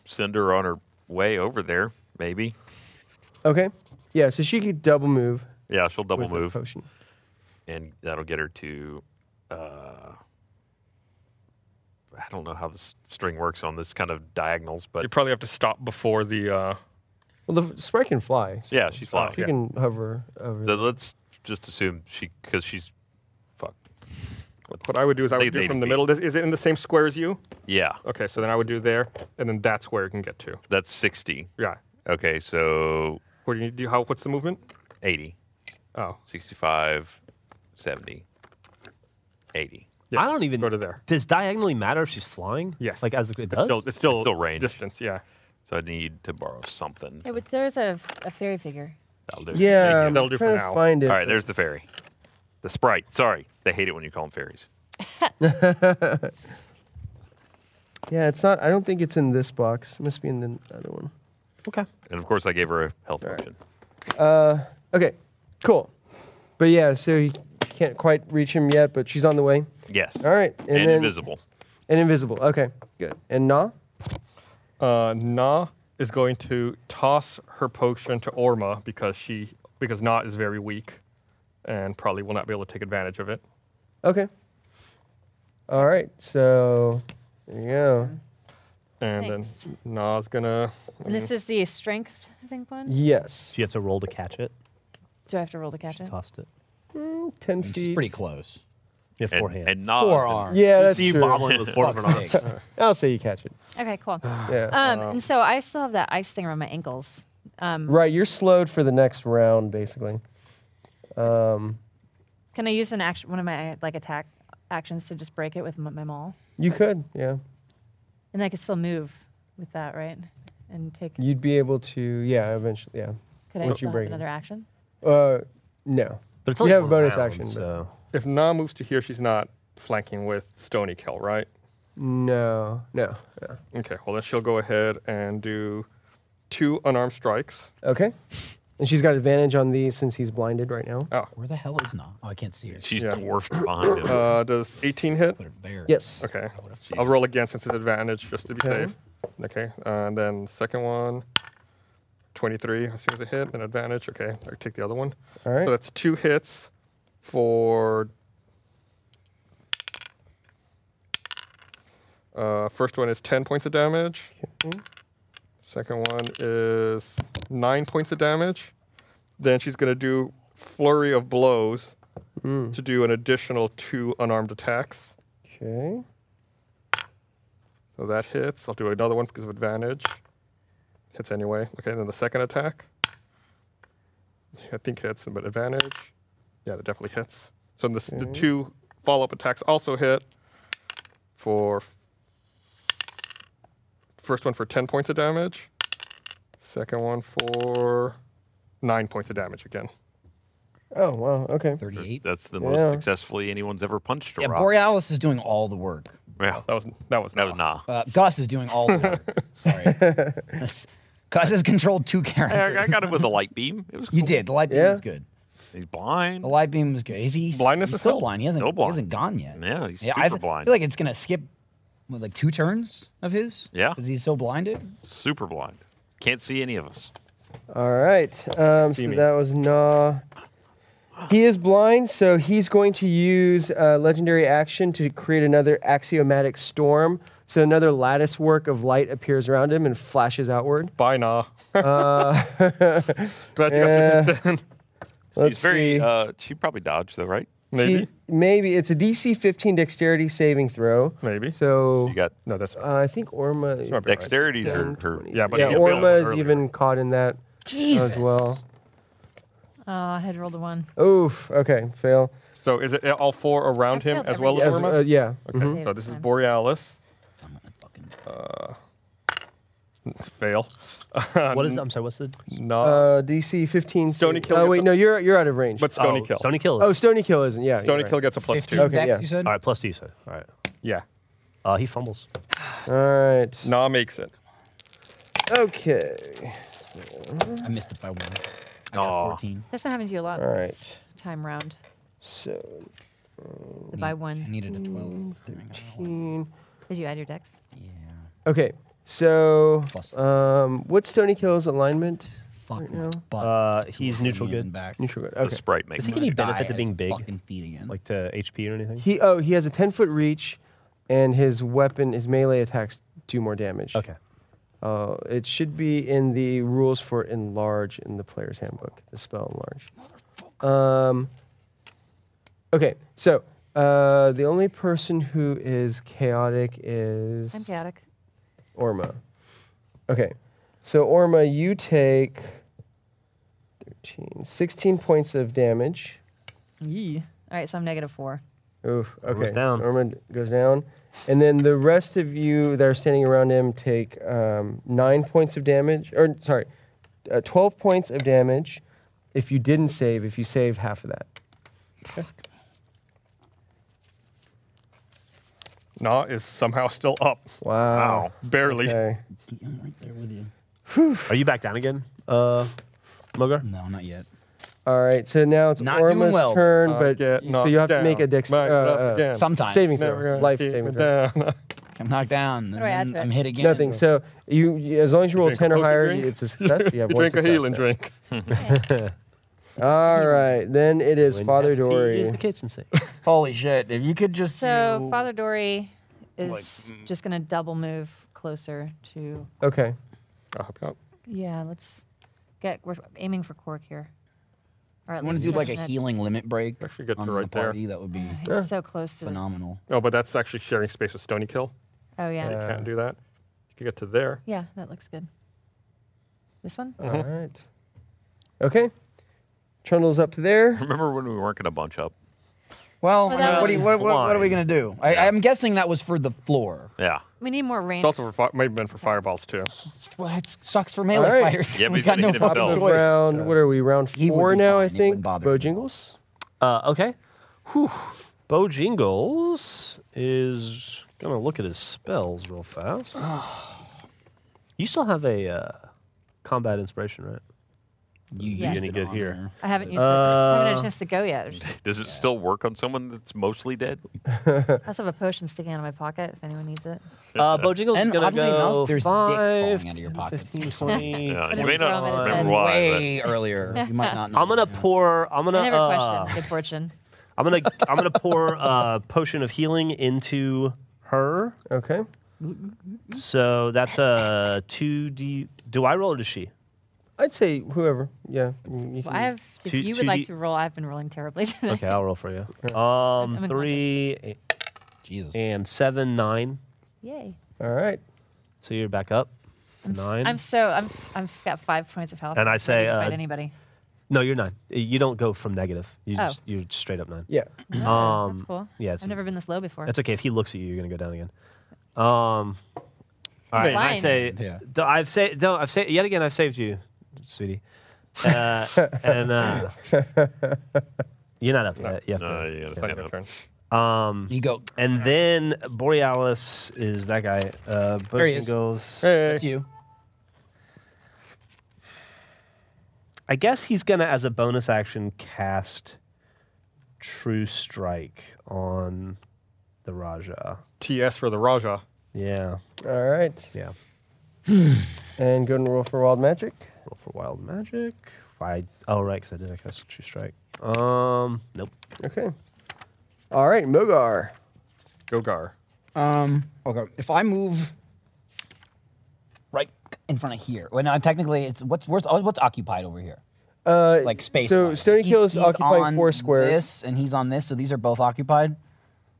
D: send her on her way over there. Maybe.
A: Okay. Yeah. So she could double move.
D: Yeah, she'll double
A: with the
D: move,
A: Potion.
D: and that'll get her to. Uh, I don't know how this string works on this kind of diagonals,
C: You
D: but
C: probably have to stop before the. Uh,
A: Well, the f- sprite can fly. So
D: yeah, she's flying.
A: She can hover over.
D: So let's just assume she, because she's, fuck.
C: what I would do is I
D: They-
C: would
D: they
C: do from the
D: defeat.
C: middle. Is, is it in the same square as you?
D: Yeah,
C: Okay, so then I would do there, and then that's where it can get to.
D: that's sixty.
C: Yeah.
D: Okay, so
C: Where do you do? How? What's the movement?
D: 80,
C: Oh,
D: 65, 70, 80.
C: Yeah,
F: I don't even
C: go to there.
F: Does diagonally matter if she's flying?
C: yes.
F: Like as the it
C: it's
F: does.
C: Still, it's still,
D: It's still range.
C: distance. Yeah.
D: So I need to borrow something.
E: Yeah, but there's a, a fairy figure.
D: That'll do.
A: yeah.
D: Thank
A: I'm
C: That'll do for
A: trying
C: now.
A: to find
D: you.
A: it.
D: All right, there's the fairy. The sprite. Sorry, they hate it when you call them fairies.
A: Yeah, it's not. I don't think it's in this box. It must be in the other one.
F: okay.
D: And of course, I gave her a health potion.
A: Okay, cool. But yeah, so he can't quite reach him yet, but she's on the way.
D: Yes.
A: All right, and,
D: And,
A: then,
D: invisible.
A: And invisible. Okay, good. And Na.
C: Uh, Na is going to toss her potion to Orma because she because Na is very weak, and probably will not be able to take advantage of it.
A: Okay. All right. So there you go.
C: And
E: Thanks.
C: then Na's gonna.
E: And this is the strength, I think, one.
A: Yes.
F: So you have to roll to catch it.
E: Do I have to roll to catch
F: She
E: it?
F: tossed it.
A: Ten
H: She's
A: feet.
H: pretty close.
F: You have
D: And,
F: four hands.
D: and Nas.
H: Forearm.
A: Yeah, that's
F: see you
A: true.
F: bobbling with four different arms.
H: Fuck's sake.
A: I'll say you catch it.
E: Okay, cool. Um,
A: Yeah.
E: and so I still have that ice thing around my ankles. Um,
A: right. You're slowed for the next round, basically.
E: can I use an action, one of my like attack actions to just break it with m- my maul?
A: You could. Yeah.
E: And I could still move with that, right? And take.
A: You'd be able to. Yeah. Eventually. Yeah.
E: Could I
A: Once you
E: still have
A: break it.
E: another action?
A: Uh, no.
F: But it's
A: You
F: only
A: have a
F: one
A: bonus
F: round,
A: action, but-
F: So.
C: If Na moves to here, she's not flanking with Stony Kill, right?
A: No. No. no.
C: Okay, well then she'll go ahead and do two unarmed strikes.
A: Okay. And she's got advantage on these since he's blinded right now.
B: Where the hell is not? Oh, I can't see it.
D: She's
C: Yeah.
D: dwarfed behind him.
C: Uh, does 18 hit?
B: Put it there.
A: Yes.
C: Okay. I'll roll again since it's advantage just to be
A: Okay.
C: safe. Okay. and then second one, 23. As soon as it hit, an advantage. Okay. I'll take the other one.
A: All right.
C: So that's two hits for. Uh, first one is 10 points of damage. Second one is nine points of damage. Then she's going to do flurry of blows to do an additional two unarmed attacks.
A: Okay.
C: So that hits. I'll do another one because of advantage. Hits anyway. Okay, then the second attack. I think hits, but advantage. Yeah, that definitely hits. So this, the two follow up attacks also hit for f- first one for 10 points of damage, second one for nine points of damage again.
A: Oh wow. Okay.
B: 38.
D: That's the most
A: Yeah.
D: successfully anyone's ever punched a
B: Yeah,
D: rock.
B: Borealis is doing all the work.
D: yeah,
C: That was that was
D: that was nah.
B: Uh, Gus is doing all the work. Sorry. That's- Gus has controlled two characters.
D: I, I got him with a light beam. It was
B: You
D: cool.
B: did. The light beam
A: Yeah.
B: was good.
D: He's blind.
B: The light beam was good. Is he
C: Blindness
B: he's
C: is
B: still
C: help.
B: blind? He hasn't,
D: Still
B: He hasn't
D: blind.
B: gone yet.
D: Yeah, he's
B: I
D: super
B: th-
D: blind.
B: feel like it's gonna skip what, like two turns of his.
D: Yeah.
B: because he's so blinded.
D: Super blind. Can't see any of us.
A: All right. Um,
C: See
A: so
C: me.
A: that was Nah. He is blind, so he's going to use uh, legendary action to create another axiomatic storm. So another lattice work of light appears around him and flashes outward.
C: Bye, nah. Glad you got your
A: Uh, Yeah.
C: hits in.
A: Uh, Let's
D: She's very.
A: see.
D: Uh, she probably dodged though, right?
A: He-
C: Maybe.
A: maybe it's a DC 15 Dexterity saving throw.
C: Maybe.
A: So
D: You got
C: No, that's
A: uh, I think Orma.
C: might be right.
D: dexterity's her, her.
C: Yeah, but
A: yeah,
C: she failed
A: Orma is
C: earlier.
A: even caught in that uh,
B: Jesus.
A: as well.
E: Oh, I had rolled a one.
A: Oof. Okay, fail.
C: So is it all four around
E: I
C: him
E: failed
C: as
E: every
C: well as
A: As-
E: time.
C: Orma?
A: uh, yeah.
C: Okay,
E: Mhm.
C: so this is
E: Fine.
C: Borealis.
B: I'm gonna fucking-
C: Fail.
F: What is? I'm sorry. What's the?
C: No.
A: Uh, DC 15.
C: Stony
A: save-
C: Kill
A: Oh
C: gets
A: wait,
C: a-
A: no, you're you're out of range.
C: but Stony
F: oh,
C: Kill.
F: Stony kill.
A: oh, Stony Kill isn't. Yeah.
C: Stony
A: you're
C: Kill
A: right.
C: gets a plus
B: 15
C: two.
A: Okay,
B: decks,
A: yeah.
B: you said?
F: All right, plus two. So all right.
C: Yeah.
F: Uh, he fumbles.
A: All right.
C: Nah makes it.
A: Okay.
B: I missed it by one. I got
D: Aw.
B: a 14.
E: That's been happening to you a lot.
A: All
E: this Time round.
A: So
E: The by
B: I
E: one.
B: needed a 12. Damn it, I got a one.
E: Did you add your decks?
B: Yeah.
A: okay. So
B: Plus-
A: um, what's Stony Kill's alignment?
B: Fuck
A: Right
B: my
A: now?
B: butt.
F: Uh, he's neutral
B: Leaning
F: good.
B: Back.
A: Neutral good.
D: The
A: Okay.
D: sprite makes
F: Does he
D: it.
F: get any
B: Die
F: benefit to
B: at
F: being
B: his
F: big,
B: Fucking feet again.
F: like to HP or anything?
A: He oh he has a 10 foot reach, and his weapon his melee attacks do more damage.
F: okay.
A: Uh, it should be in the rules for enlarge in the player's handbook. The spell enlarge. Um, okay, so uh, the only person who is chaotic is
E: I'm chaotic.
A: Orma. Okay, so Orma, you take 13, 16 points of damage.
E: All right, so I'm negative four.
A: Oof. Okay.
F: down.
A: So Irma d- goes down, and then the rest of you that are standing around him take um, nine points of damage, or sorry, uh, twelve points of damage. If you didn't save, if you saved half of that.
C: Nah is somehow still up.
A: Wow.
C: Barely.
A: Okay.
B: I'm right there with you.
F: Are you back down again, uh, Mogar?
B: No, not yet.
A: All right. So now it's
B: Not doing
A: Orma's
B: well.
A: turn,
C: I
A: but
C: get
A: so you have to make a
C: knocked
A: dex uh,
C: down, back up
A: uh,
C: again.
B: Sometimes.
A: saving
C: Never
A: throw,
C: gonna
A: life
C: keep
A: saving
C: me
A: throw.
C: down.
B: I'm knocked down. and
E: What do I add
B: then
E: to it?
B: I'm hit again.
A: Nothing. So you, you- as long as you roll
C: drink a
A: ten or
C: poker
A: higher,
C: drink?
A: it's a success. You have one
C: drink a
A: success
C: healing
A: now.
C: drink.
A: All right. Then it is
F: When
A: Father
F: happy
A: Dory.
F: Is the kitchen sink.
B: Holy shit. If you could just.
E: So
B: do-
E: Father Dory is just gonna double move closer to.
A: Oh, Okay.
C: I'll help you out.
E: Yeah, let's get. We're aiming for cork here. Or at
B: I want to do
E: least
B: like a
E: Cisnet.
B: healing limit break.
C: Actually get to
B: on the
C: right there.
B: party. That would be
E: It's so close to. the-
B: phenomenal.
C: Oh, but that's actually sharing space with Stony Kill.
E: Oh
C: You
E: yeah.
A: Uh,
C: can't do that. You can get to there.
E: Yeah, that looks good. This one.
F: Uh,
D: Uh-huh.
A: All right. Okay. Trundle's up to there.
D: Remember when we weren't going to bunch up?
B: Well, I
E: that
B: mean, what, do you,
F: was
B: what, what, what are we gonna do? I, I'm guessing that was for the floor.
D: Yeah.
E: We need more range.
C: It's also for fi- maybe meant for fireballs too.
B: Well, that sucks for melee
A: right.
B: fighters.
D: Yeah, but
B: we
D: he's
B: got
D: gonna
B: no
D: hit
B: fucking
D: himself.
B: choice.
A: Round, what are we? Round
H: He would
A: four
H: be fine.
A: now, I
H: It wouldn't
A: think.
H: bother
A: Bo
H: him.
A: Jingles.
F: Uh, okay. Whew. Bo Jingles is gonna look at his spells real fast. you still have a uh, combat inspiration, right?
H: You
E: Yeah.
H: used
F: Any
H: it
F: good
H: on
F: here?
H: her.
E: I haven't used it. I haven't had a chance to go yet.
D: Does it still work on someone that's mostly dead?
E: I also have a potion sticking out of my pocket if anyone needs it.
F: Uh, Bo Jingles
B: And
F: is gonna
B: oddly
F: go
B: enough, there's dicks
F: five,
B: falling out of your
F: 10,
B: pockets.
F: 15, 20.
D: Yeah, you
E: it's
D: may not
E: wrong, it is
D: remember
E: bad.
D: why.
H: Way earlier. You might not know.
F: I'm gonna pour. I'm gonna.
E: I never
F: uh,
E: question good fortune.
F: I'm gonna. I'm gonna pour a potion of healing into her.
A: Okay.
F: So that's a two D. Do I roll or does she?
A: I'd say whoever. Yeah. you- you
E: Well,
A: can-
E: I have. If
F: Two-
E: you
F: two
E: would like
F: D-
E: to roll, I've been rolling terribly today.
F: Okay, I'll roll for you. Um,
E: I'm
F: three eight,
H: but- Jesus.
F: and seven, nine.
E: Yay.
A: All right.
F: So you're back up.
E: I'm, s-
F: 9
E: I'm so I'm I'm at five points of health.
F: And I
E: I'm
F: say,
E: ready to
F: uh,
E: fight anybody.
F: no, you're nine. Uh, You don't go from negative. You
E: Oh.
F: just you're straight up nine.
A: Yeah.
E: Oh, that's cool.
F: yeah, it's-
E: I've never been this low before.
F: um, That's okay. If he looks at you, you're gonna go down again. Um, all right. I
E: fine.
F: say,
H: Yeah.
F: "D- I've saved. No, I've saved. Yet again, I've saved you, sweetie. Uh, and uh, you're not up yet. You have
D: No,
F: to.
D: yeah,
F: stand
D: it's
F: up.
D: not your turn.
F: Um,
H: You go.
F: and then Borealis is that guy. Uh,
B: There he is.
F: Bojangles.
C: Hey,
H: It's you.
F: I guess he's gonna, as a bonus action, cast True Strike on the Raja.
C: TS for the Raja.
F: Yeah,
A: All right.
F: yeah.
A: And go and roll for wild magic.
F: Roll for wild magic. Why? Oh, right, because I did. I cast True Strike. Um, nope.
A: Okay. All right, Mogar.
C: Gogar.
B: Um, okay. If I move right in front of here, well, now technically it's what's where's, oh, what's occupied over here,
A: Uh,
B: like space.
A: So
B: wise.
A: Stony Kill
B: He's-
A: is
B: he's
A: occupying
B: on
A: four squares.
B: This and he's on this, so these are both occupied.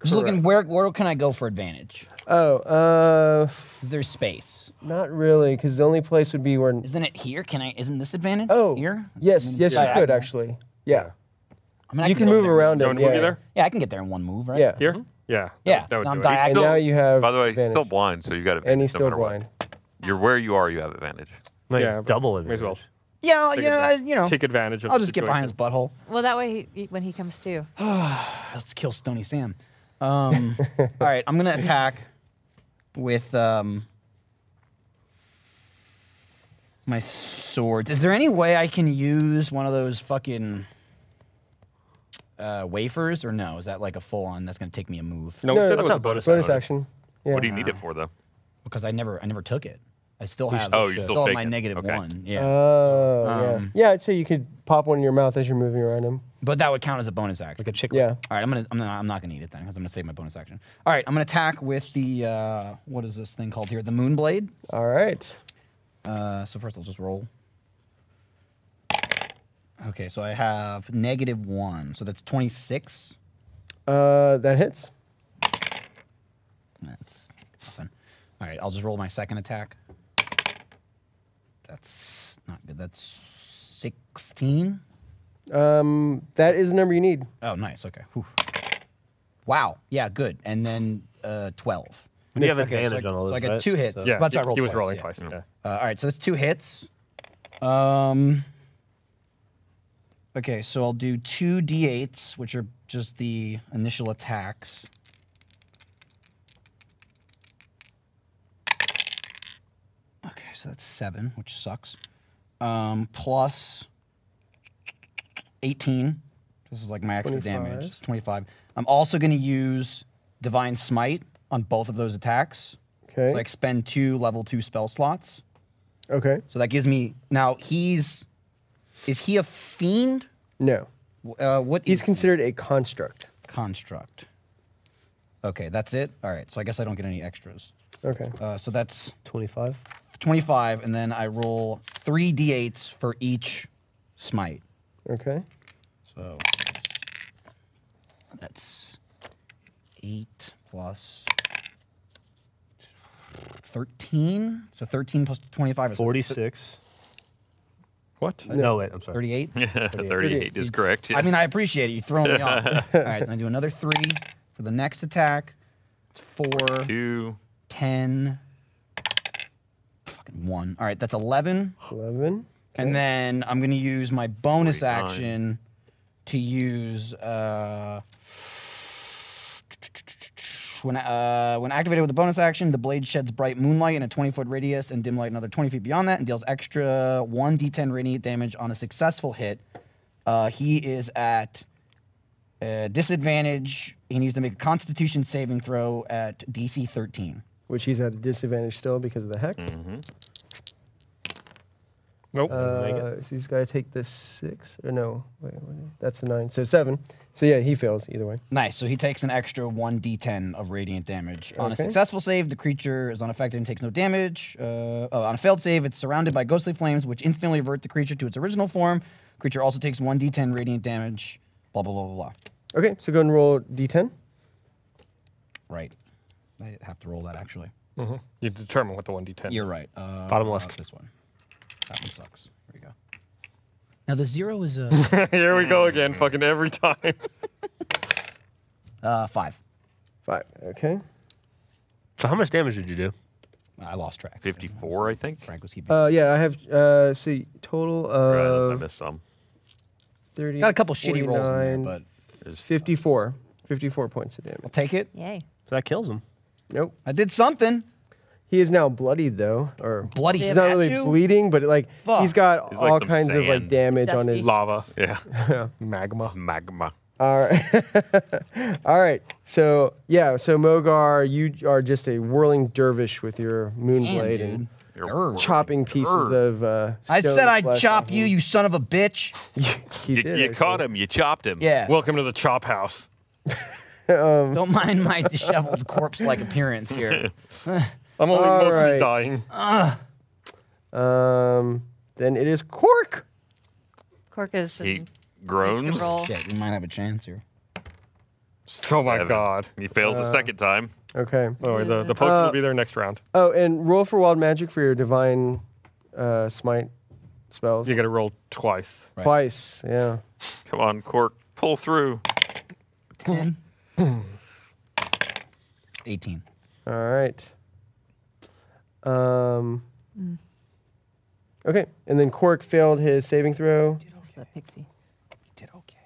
B: Just looking where where can I go for advantage?
A: Oh, uh, f-
B: There's space.
A: not really, because the only place would be where.
B: Isn't it here? Can I? Isn't this advantage?
A: Oh,
B: here. I
A: yes,
B: mean,
A: yes, you
B: I- I
A: could
B: can-
A: actually. Yeah,
B: I mean, I
A: you can
B: go
A: move
B: there.
A: around
C: You
A: it.
C: want to move
A: Yeah,
C: you there?
B: Yeah, I can get there in one move, right?
A: yeah.
C: Here? Yeah.
B: Yeah,
C: That would,
B: I'm
C: that would do it.
B: dying.
A: And
B: Still-
A: now you have.
D: By the way, he's still
A: advantage.
D: blind, so you got advantage.
A: and he's
D: no
A: still
D: matter what.
A: blind.
D: You're where you are. You have advantage.
F: Wait,
C: Yeah,
F: it's
C: but
F: double
C: may as well.
F: advantage.
B: Yeah,
C: Take
B: yeah. I,
C: advan-
B: you know,
C: Take advantage of
B: I'll
C: the
B: just get behind his
C: situation.
B: butthole.
E: well, that way he, when he comes to,
B: Let's kill Stony Sam. Um, all right, I'm gonna attack with um, my swords. Is there any way I can use one of those fucking uh, wafers, or no? Is that like a full on? That's gonna take me a move
C: No,
A: No,
C: we said
A: no,
C: it was
A: no,
C: a bonus.
A: Bonus
D: bonus.
A: action. Yeah.
D: What do you need it for, though?
B: because I never, I never took it. I still have.
D: still Oh, you should. still
B: have
D: take
B: my
D: it.
B: negative
D: Okay.
B: one. Yeah,
A: Oh,
B: Um,
A: yeah. Yeah, I'd say you could pop one in your mouth as you're moving around him.
B: but that would count as a bonus action.
F: Like a chick.
A: Yeah.
B: All right, I'm gonna, I'm not, I'm not gonna eat it then because I'm gonna save my bonus action. All right, I'm gonna attack with the uh, what is this thing called here? The moon blade.
A: All right.
B: Uh, so first I'll just roll. Okay, so I have negative one, so that's twenty six.
A: Uh, that hits.
B: That's nothing. All right, I'll just roll my second attack. That's not good. That's sixteen.
A: Um, that is the number you need.
B: Oh, nice. Okay. Whew. Wow. Yeah, good. And then uh, twelve.
F: You have
B: Okay, so I,
F: advantage on all
B: so I
F: those,
B: got
F: right?
B: two hits.
F: So-
C: Yeah,
B: That's
C: he,
B: why I rolled
C: he was
B: twice,
C: rolling
B: yeah.
C: twice. Yeah.
B: Uh, all right, so that's two hits. Um, okay, so I'll do two d8s, which are just the initial attacks. Okay, so that's seven, which sucks. Um, plus 18. This is like my extra damage. It's 25. I'm also going to use Divine Smite on both of those attacks.
A: Okay.
B: So I expend two level two spell slots.
A: Okay.
B: So that gives me now he's is he a fiend?
A: No.
B: W- Uh, what
A: He's
B: is
A: considered a construct.
B: construct? Okay, that's it. All right, so I guess I don't get any extras.
A: Okay.
B: Uh, so that's
F: 25.
B: 25, and then I roll three d8s for each smite.
A: Okay.
B: So that's eight plus 13. So 13 plus 25 is
F: 46.
C: What?
F: No, wait, I'm sorry.
B: 38.
D: 38 is correct.
B: I mean, I appreciate it. You throw me off. All right, then I do another three for the next attack. It's four,
D: two,
B: ten. Fucking one. All right, that's eleven.
A: Eleven.
B: And then I'm gonna use my bonus
D: 49.
B: action to use uh, when uh, when activated with the bonus action, the blade sheds bright moonlight in a 20 foot radius and dim light another 20 feet beyond that, and deals extra one d10 radiant damage on a successful hit. Uh, he is at uh, disadvantage. He needs to make a Constitution saving throw at DC 13.
A: Which he's at a disadvantage still because of the hex.
C: Mm-hmm. Nope.
A: Uh, so he's got to take the six or no? Wait, what is- that's a nine. So seven. So yeah, he fails either way.
B: Nice. So he takes an extra 1d10 of radiant damage. On a
A: Okay.
B: successful save, the creature is unaffected and takes no damage. Uh, oh, on a failed save, it's surrounded by ghostly flames, which instantly revert the creature to its original form. Creature also takes 1d10 radiant damage. Blah, blah, blah, blah, blah.
A: Okay, so go and roll d10.
B: Right. I have to roll that, actually.
C: You determine what the 1d10
B: You're
C: is.
B: right. Uh,
F: Bottom
B: uh,
F: left.
B: this one. That one sucks. There we go. Now, the zero is a
C: Here we go again, fucking every time.
B: uh, five.
A: Five. Okay.
F: So how much damage did you do?
B: I lost track.
D: 54, I think.
B: Frank was keeping.
A: Uh, yeah, I have. Uh, see, total
D: Or, uh, I
A: of
D: missed some.
A: thirty.
B: Got a couple shitty rolls in there,
A: 49,
B: but
A: fifty-four. Fifty-four points of
B: I'll
A: damage.
B: take it.
E: Yay.
F: So that kills him.
A: Nope.
B: I did something.
A: He is now bloodied though, or
B: Bloody
A: He's not really
B: statue?
A: bleeding, but like he's
B: Fuck.
A: got
D: He's like
A: all
D: some
A: kinds of like
D: sand.
A: damage on
E: Dusty.
A: his.
C: Lava.
D: Yeah.
C: Magma.
D: Magma.
A: All right. all right. So yeah. So Mogar, you are just a whirling dervish with your
B: Man,
A: moonblade and
B: dude.
D: You're
B: Grr.
A: chopping pieces
D: Grr.
A: of. Uh,
B: I
A: stone
B: said I'd
A: flesh
B: chop
A: off
B: you,
A: him.
B: you son of a bitch.
A: He
D: You,
A: did,
D: you
A: actually.
D: caught him. You chopped him.
B: Yeah.
C: Welcome to the chop house.
B: Don't mind my disheveled corpse-like appearance here.
C: I'm only
A: All
C: mostly
A: right.
C: dying.
A: Um. Then it is Cork.
E: Cork is.
D: He
E: in-
D: groans.
E: roll.
B: Shit, we might have a chance here.
C: Oh my
D: Seven.
C: god.
D: He fails the second time.
A: Okay.
C: Oh, wait, the, the potion will
B: Uh,
C: be there next round.
A: Oh, and roll for wild magic for your divine uh, smite spells.
C: You gotta roll twice.
B: Right.
A: Twice. Yeah.
D: Come on, Cork. Pull through.
B: 18.
A: All right. Um. Okay, and then Cork failed his saving throw.
E: the pixie.
B: Did okay.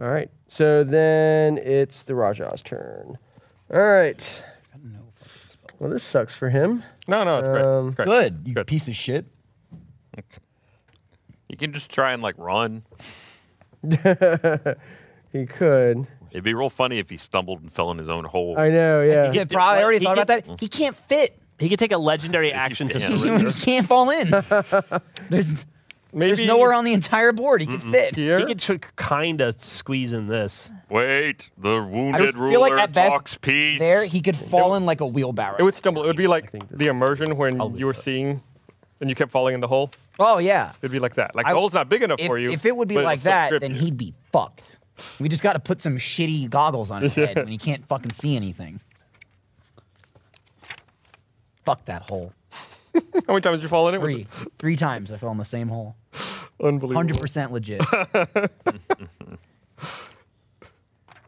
A: All right, so then it's the Rajah's turn. All right. Well, this sucks for him.
C: No, no, it's great.
B: um,
C: It's great.
B: Good, you
C: Good.
B: piece of shit.
D: You can just try and like run.
A: He could.
D: It'd be real funny if he stumbled and fell in his own hole.
A: I know. Yeah.
J: Yeah, probably I already
F: He
J: thought about
F: could-
J: that. He can't fit.
F: He could take a legendary action to
D: Yeah.
B: he
F: surrender.
B: can't fall in. There's,
C: Maybe
B: there's nowhere on the entire board he can fit.
C: here.
F: He could kind of squeeze in this.
D: Wait, the wounded
B: feel like
D: ruler
B: at best
D: talks peace.
B: There, he could fall in like a wheelbarrow.
C: It would stumble. It would be like the immersion when you were seeing and you kept falling in the hole.
B: oh, yeah.
C: It'd be like that. Like
B: I-
C: the hole's not big enough
B: If,
C: for you.
B: if it would be
C: but it'll
B: like
C: still
B: that,
C: grip
B: then
C: you.
B: he'd be fucked. We just got to put some shitty goggles on his head when he can't fucking see anything. Fuck that hole.
C: How many times did you fall in it? Was
B: Three.
C: it
B: Three times I fell in the same hole.
C: unbelievable.
B: 100% legit.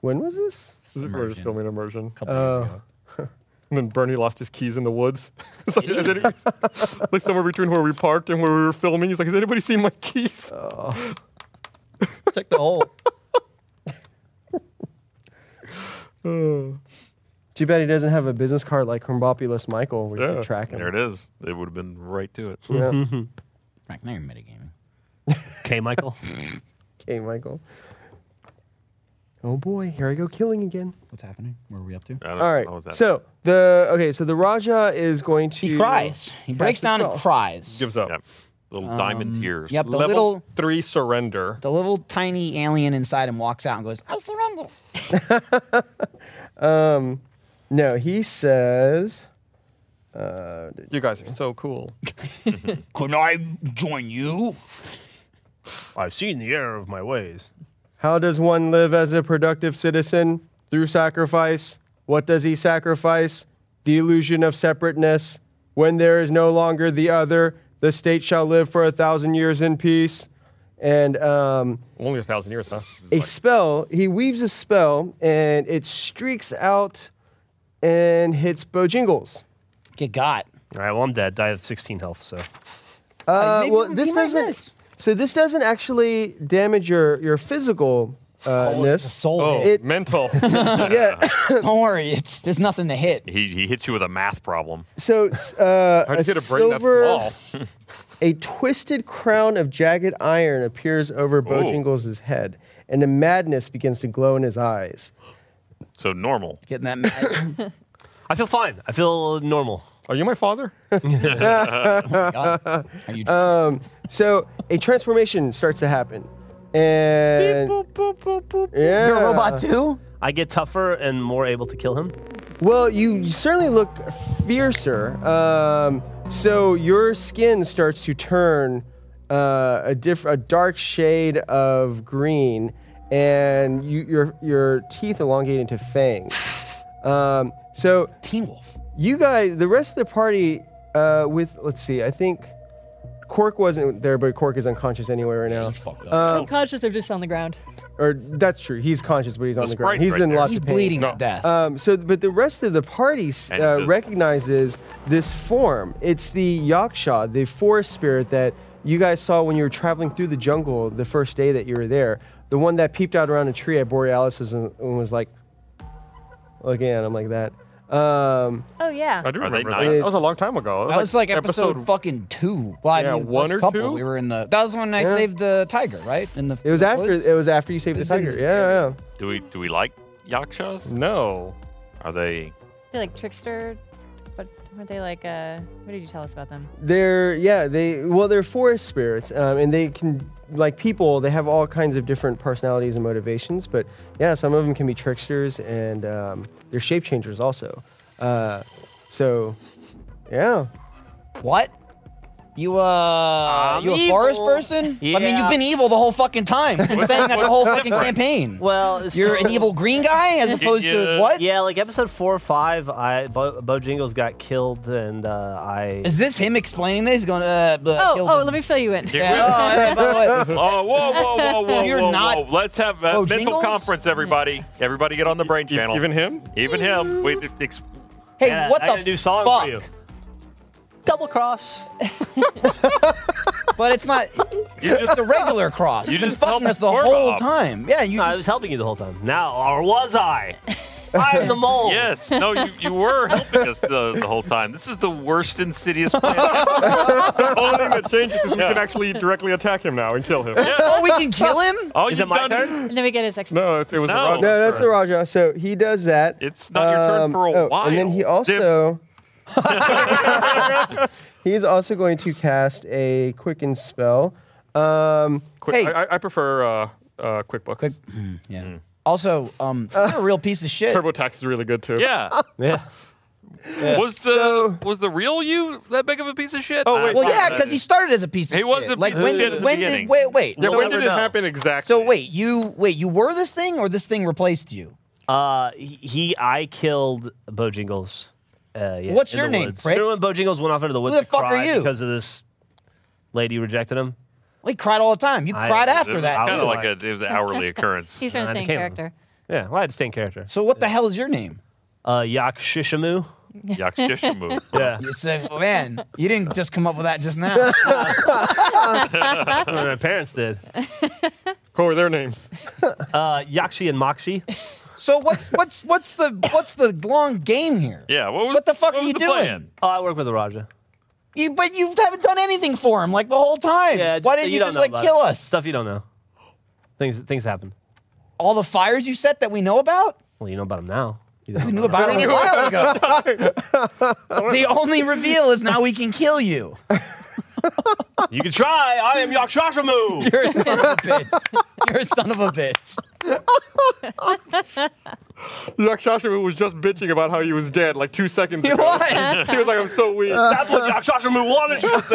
A: When was this?
C: This is- We're just
B: Immersion.
C: filming immersion.
B: couple years ago.
C: And then Bernie lost his keys in the woods. It's like, is any- like somewhere between where we parked and where we were filming. He's like, has anybody seen my keys?
B: Check the hole.
A: Too bad he doesn't have a business card like Crumbopulous Michael where you
C: Yeah.
A: can track him.
D: There it is. It would have been right to it.
A: Yeah.
B: Frank, now you're metagaming.
F: Okay, Michael.
A: okay, Michael. Oh boy, here I go killing again.
B: What's happening? Where are we up to?
D: I don't
A: All right.
D: know what that-
A: So the okay, so the Raja is going to.
B: He cries. He breaks
A: the
B: down and
A: spell.
B: cries.
C: Gives up.
D: Yeah. Little diamond tears.
B: Yep, the
C: Level
B: little
C: three surrender.
B: the little tiny alien inside him walks out and goes, I surrender.
A: No, he says. Uh,
C: You guys are so cool.
B: Can I join you?
F: I've seen the error of my ways.
A: How does one live as a productive citizen? Through sacrifice. What does he sacrifice? The illusion of separateness. When there is no longer the other, the state shall live for a thousand years in peace. And um,
C: Only a thousand years, huh?
A: a spell, he weaves a spell and it streaks out and hits Bojingles.
B: Get got.
F: All right, well, I'm dead. I have 16 health, so.
A: Uh,
B: maybe it
A: well,
B: would
A: this
B: be like
A: doesn't.
B: this.
A: So this doesn't actually damage your your physical uh,
B: It's a
A: ness.
B: soul
C: Oh,
B: hit.
A: It-
C: mental.
A: yeah.
B: Don't worry, it's there's nothing to hit.
D: He, he hits you with a math problem.
A: So s- uh,
C: How'd
A: a
C: you get a brain that
A: silver,
C: small?
A: a twisted crown of jagged iron appears over Bojingles' head, and a madness begins to glow in his eyes.
D: So normal.
H: Getting that mad.
F: I feel fine. I feel normal.
C: Are you my father?
B: Oh
H: God. Are you
A: So a transformation starts to happen, and Yeah.
B: You're a robot too?
F: I get tougher and more able to kill him.
A: Well, you certainly look fiercer. Um, so your skin starts to turn uh, a diff- a dark shade of green, and you, your your teeth elongate into fangs. Um, so
H: Teen Wolf.
A: you guys, the rest of the party, uh, with let's see, I think Cork wasn't there, but Cork is unconscious anyway right now.
H: He's fucked up.
E: I'm conscious. I'm just on the ground.
A: Or that's true. He's conscious, but he's on the ground.
D: sprite's
A: He's
D: right
A: in
D: there.
A: lots
H: He's
A: of pain.
H: bleeding to death.
A: Um, so, but the rest of the party s-
D: And
A: uh,
D: the-
A: recognizes this form. It's the Yaksha, the forest spirit that you guys saw when you were traveling through the jungle the first day that you were there. The one that peeped out around a tree at Borealis and, and was like, looking at him like that. Um,
E: Oh yeah.
C: I do
D: Are they
C: remember that.
D: nice?
C: That was a long time ago. It
B: That was like episode, fucking two. Well, I
C: Yeah,
B: mean,
C: one
B: first
C: or
B: couple,
C: two?
B: We were in the. That was when I
A: Yeah.
B: saved the tiger, right? In the.
A: it was
B: the
A: after.
B: woods?
A: It was after you saved the
B: It's in
A: tiger.
B: the-
A: Yeah, yeah.
D: Do we do we like
C: Mm.
D: yakshas?
C: No.
D: Are they?
E: They're like trickster, but weren't they like? Uh, what did you tell us about them?
A: They're yeah. They well, they're forest spirits, um, and they can like people. They have all kinds of different personalities and motivations. But yeah, some of them can be tricksters, and um, they're shape changers also. Uh, so yeah,
B: What? You uh, you a
F: evil.
B: forest person? I mean,
F: Yeah.
B: you've been evil the whole fucking time. You've been saying that the whole fucking campaign.
F: Well, it's
B: You're an evil green guy as opposed to
D: yeah.
B: what? Is
F: Yeah, like episode four or five, I Bo, Bojangles got killed, and uh, I.
B: this him explaining this? He's going to uh,
E: Oh, oh, let me fill you in.
D: Yeah.
B: Yeah. Oh, hey, by the way,
D: Oh, whoa, whoa, whoa, whoa,
B: You're
D: whoa,
B: not-
D: whoa! Let's have a
B: Oh,
D: mental
B: Jingles?
D: conference, everybody. Everybody, get on the brain
C: E-
D: channel.
C: Even him?
D: Even him. We ex-
B: hey,
F: Yeah,
B: what
F: I
B: the
F: got a new song
B: fuck?
F: for you? Double cross.
B: But it's not.
D: you
B: It's
D: just
B: a regular cross.
D: You
B: You've been
D: just helped
B: fucking us the
D: Orba
B: whole
D: up.
B: time. Yeah, you
F: No, I
B: just
F: was helping you the whole time. Now, or was I? I'm the mole.
D: yes. No, you, you were helping us the, the whole time. This is the worst insidious plan.
C: The only thing that changes is we
D: Yeah.
C: can actually directly attack him now and kill him.
B: Oh, we can kill him?
D: All
F: Is
D: you've
F: it my
D: done-
F: turn?
E: And then we get his ex.
C: No, it, it was
D: No.
C: the
A: no, that's the Raja. So he does that.
D: It's not your turn for a
A: oh, And then
D: while.
A: he also. He's also going to cast a quicken spell. Um,
C: Quick,
A: hey,
C: I, I- I prefer uh, uh, QuickBooks.
B: Yeah. Mm. Also, um, you're a real piece of shit.
C: TurboTax is really good too.
D: Yeah.
F: Yeah.
D: Was the
A: So-
D: was the real you that big of a piece of shit?
C: Oh, wait,
B: Well, yeah, because he started as a piece of
D: He
B: shit.
D: was a
B: like,
D: piece of
B: when,
D: shit
B: did-
D: at the
B: when
D: beginning.
B: did wait wait?
C: Yeah,
B: so,
C: when did it
F: know.
C: happen exactly?
B: so wait, you wait, you were this thing, or this thing replaced you?
F: Uh, he, he- I killed Bojangles. Uh, yeah,
B: What's
F: in
B: your
F: the
B: name,
F: woods.
B: prick?
F: Remember when Bojangles went off into the woods
B: the
F: to
B: fuck are
F: cry
B: you?
F: because of this lady rejected him?
B: We cried all the time. You
F: I-
B: cried
D: It
B: after
D: was
B: that.
D: kind
B: too.
D: of like a, it was an hourly occurrence.
E: He's trying to
F: I
E: stay in
F: became him.
E: character.
F: Yeah, well, I had to stay in character.
B: so what the hell is your name?
F: Uh, Yak Shishamu.
D: Yakshishimu.
F: Yeah.
B: You said, oh, man, you didn't just come up with that just now.
F: I mean, my parents did.
C: What were their names?
F: Uh, Yakshi and Mokshi.
B: so what's what's what's the what's the long game here?
D: Yeah. What was
B: What the fuck are
D: was
B: you
D: the
B: doing?
D: plan?
F: Oh, I work with the Raja.
B: You but you haven't done anything for him like the whole time.
F: Yeah.
B: Why didn't you,
F: don't
B: just
F: know
B: like
F: about
B: kill
F: it.
B: us?
F: Stuff you don't know. Things things happen.
B: All the fires you set that we know about.
F: Well, you know about him now. You don't
B: We knew
F: know.
B: about it a while ago. the only reveal is now we can kill you.
F: You can try. I am Yakshashamu.
B: You're a son of a bitch. You're a son of a bitch.
C: Yakshashimu was just bitching about how he was dead like two seconds
B: He
C: ago.
B: was.
C: he was like, I'm so weak.
A: Uh,
F: That's what Yakshashimu wanted you to say.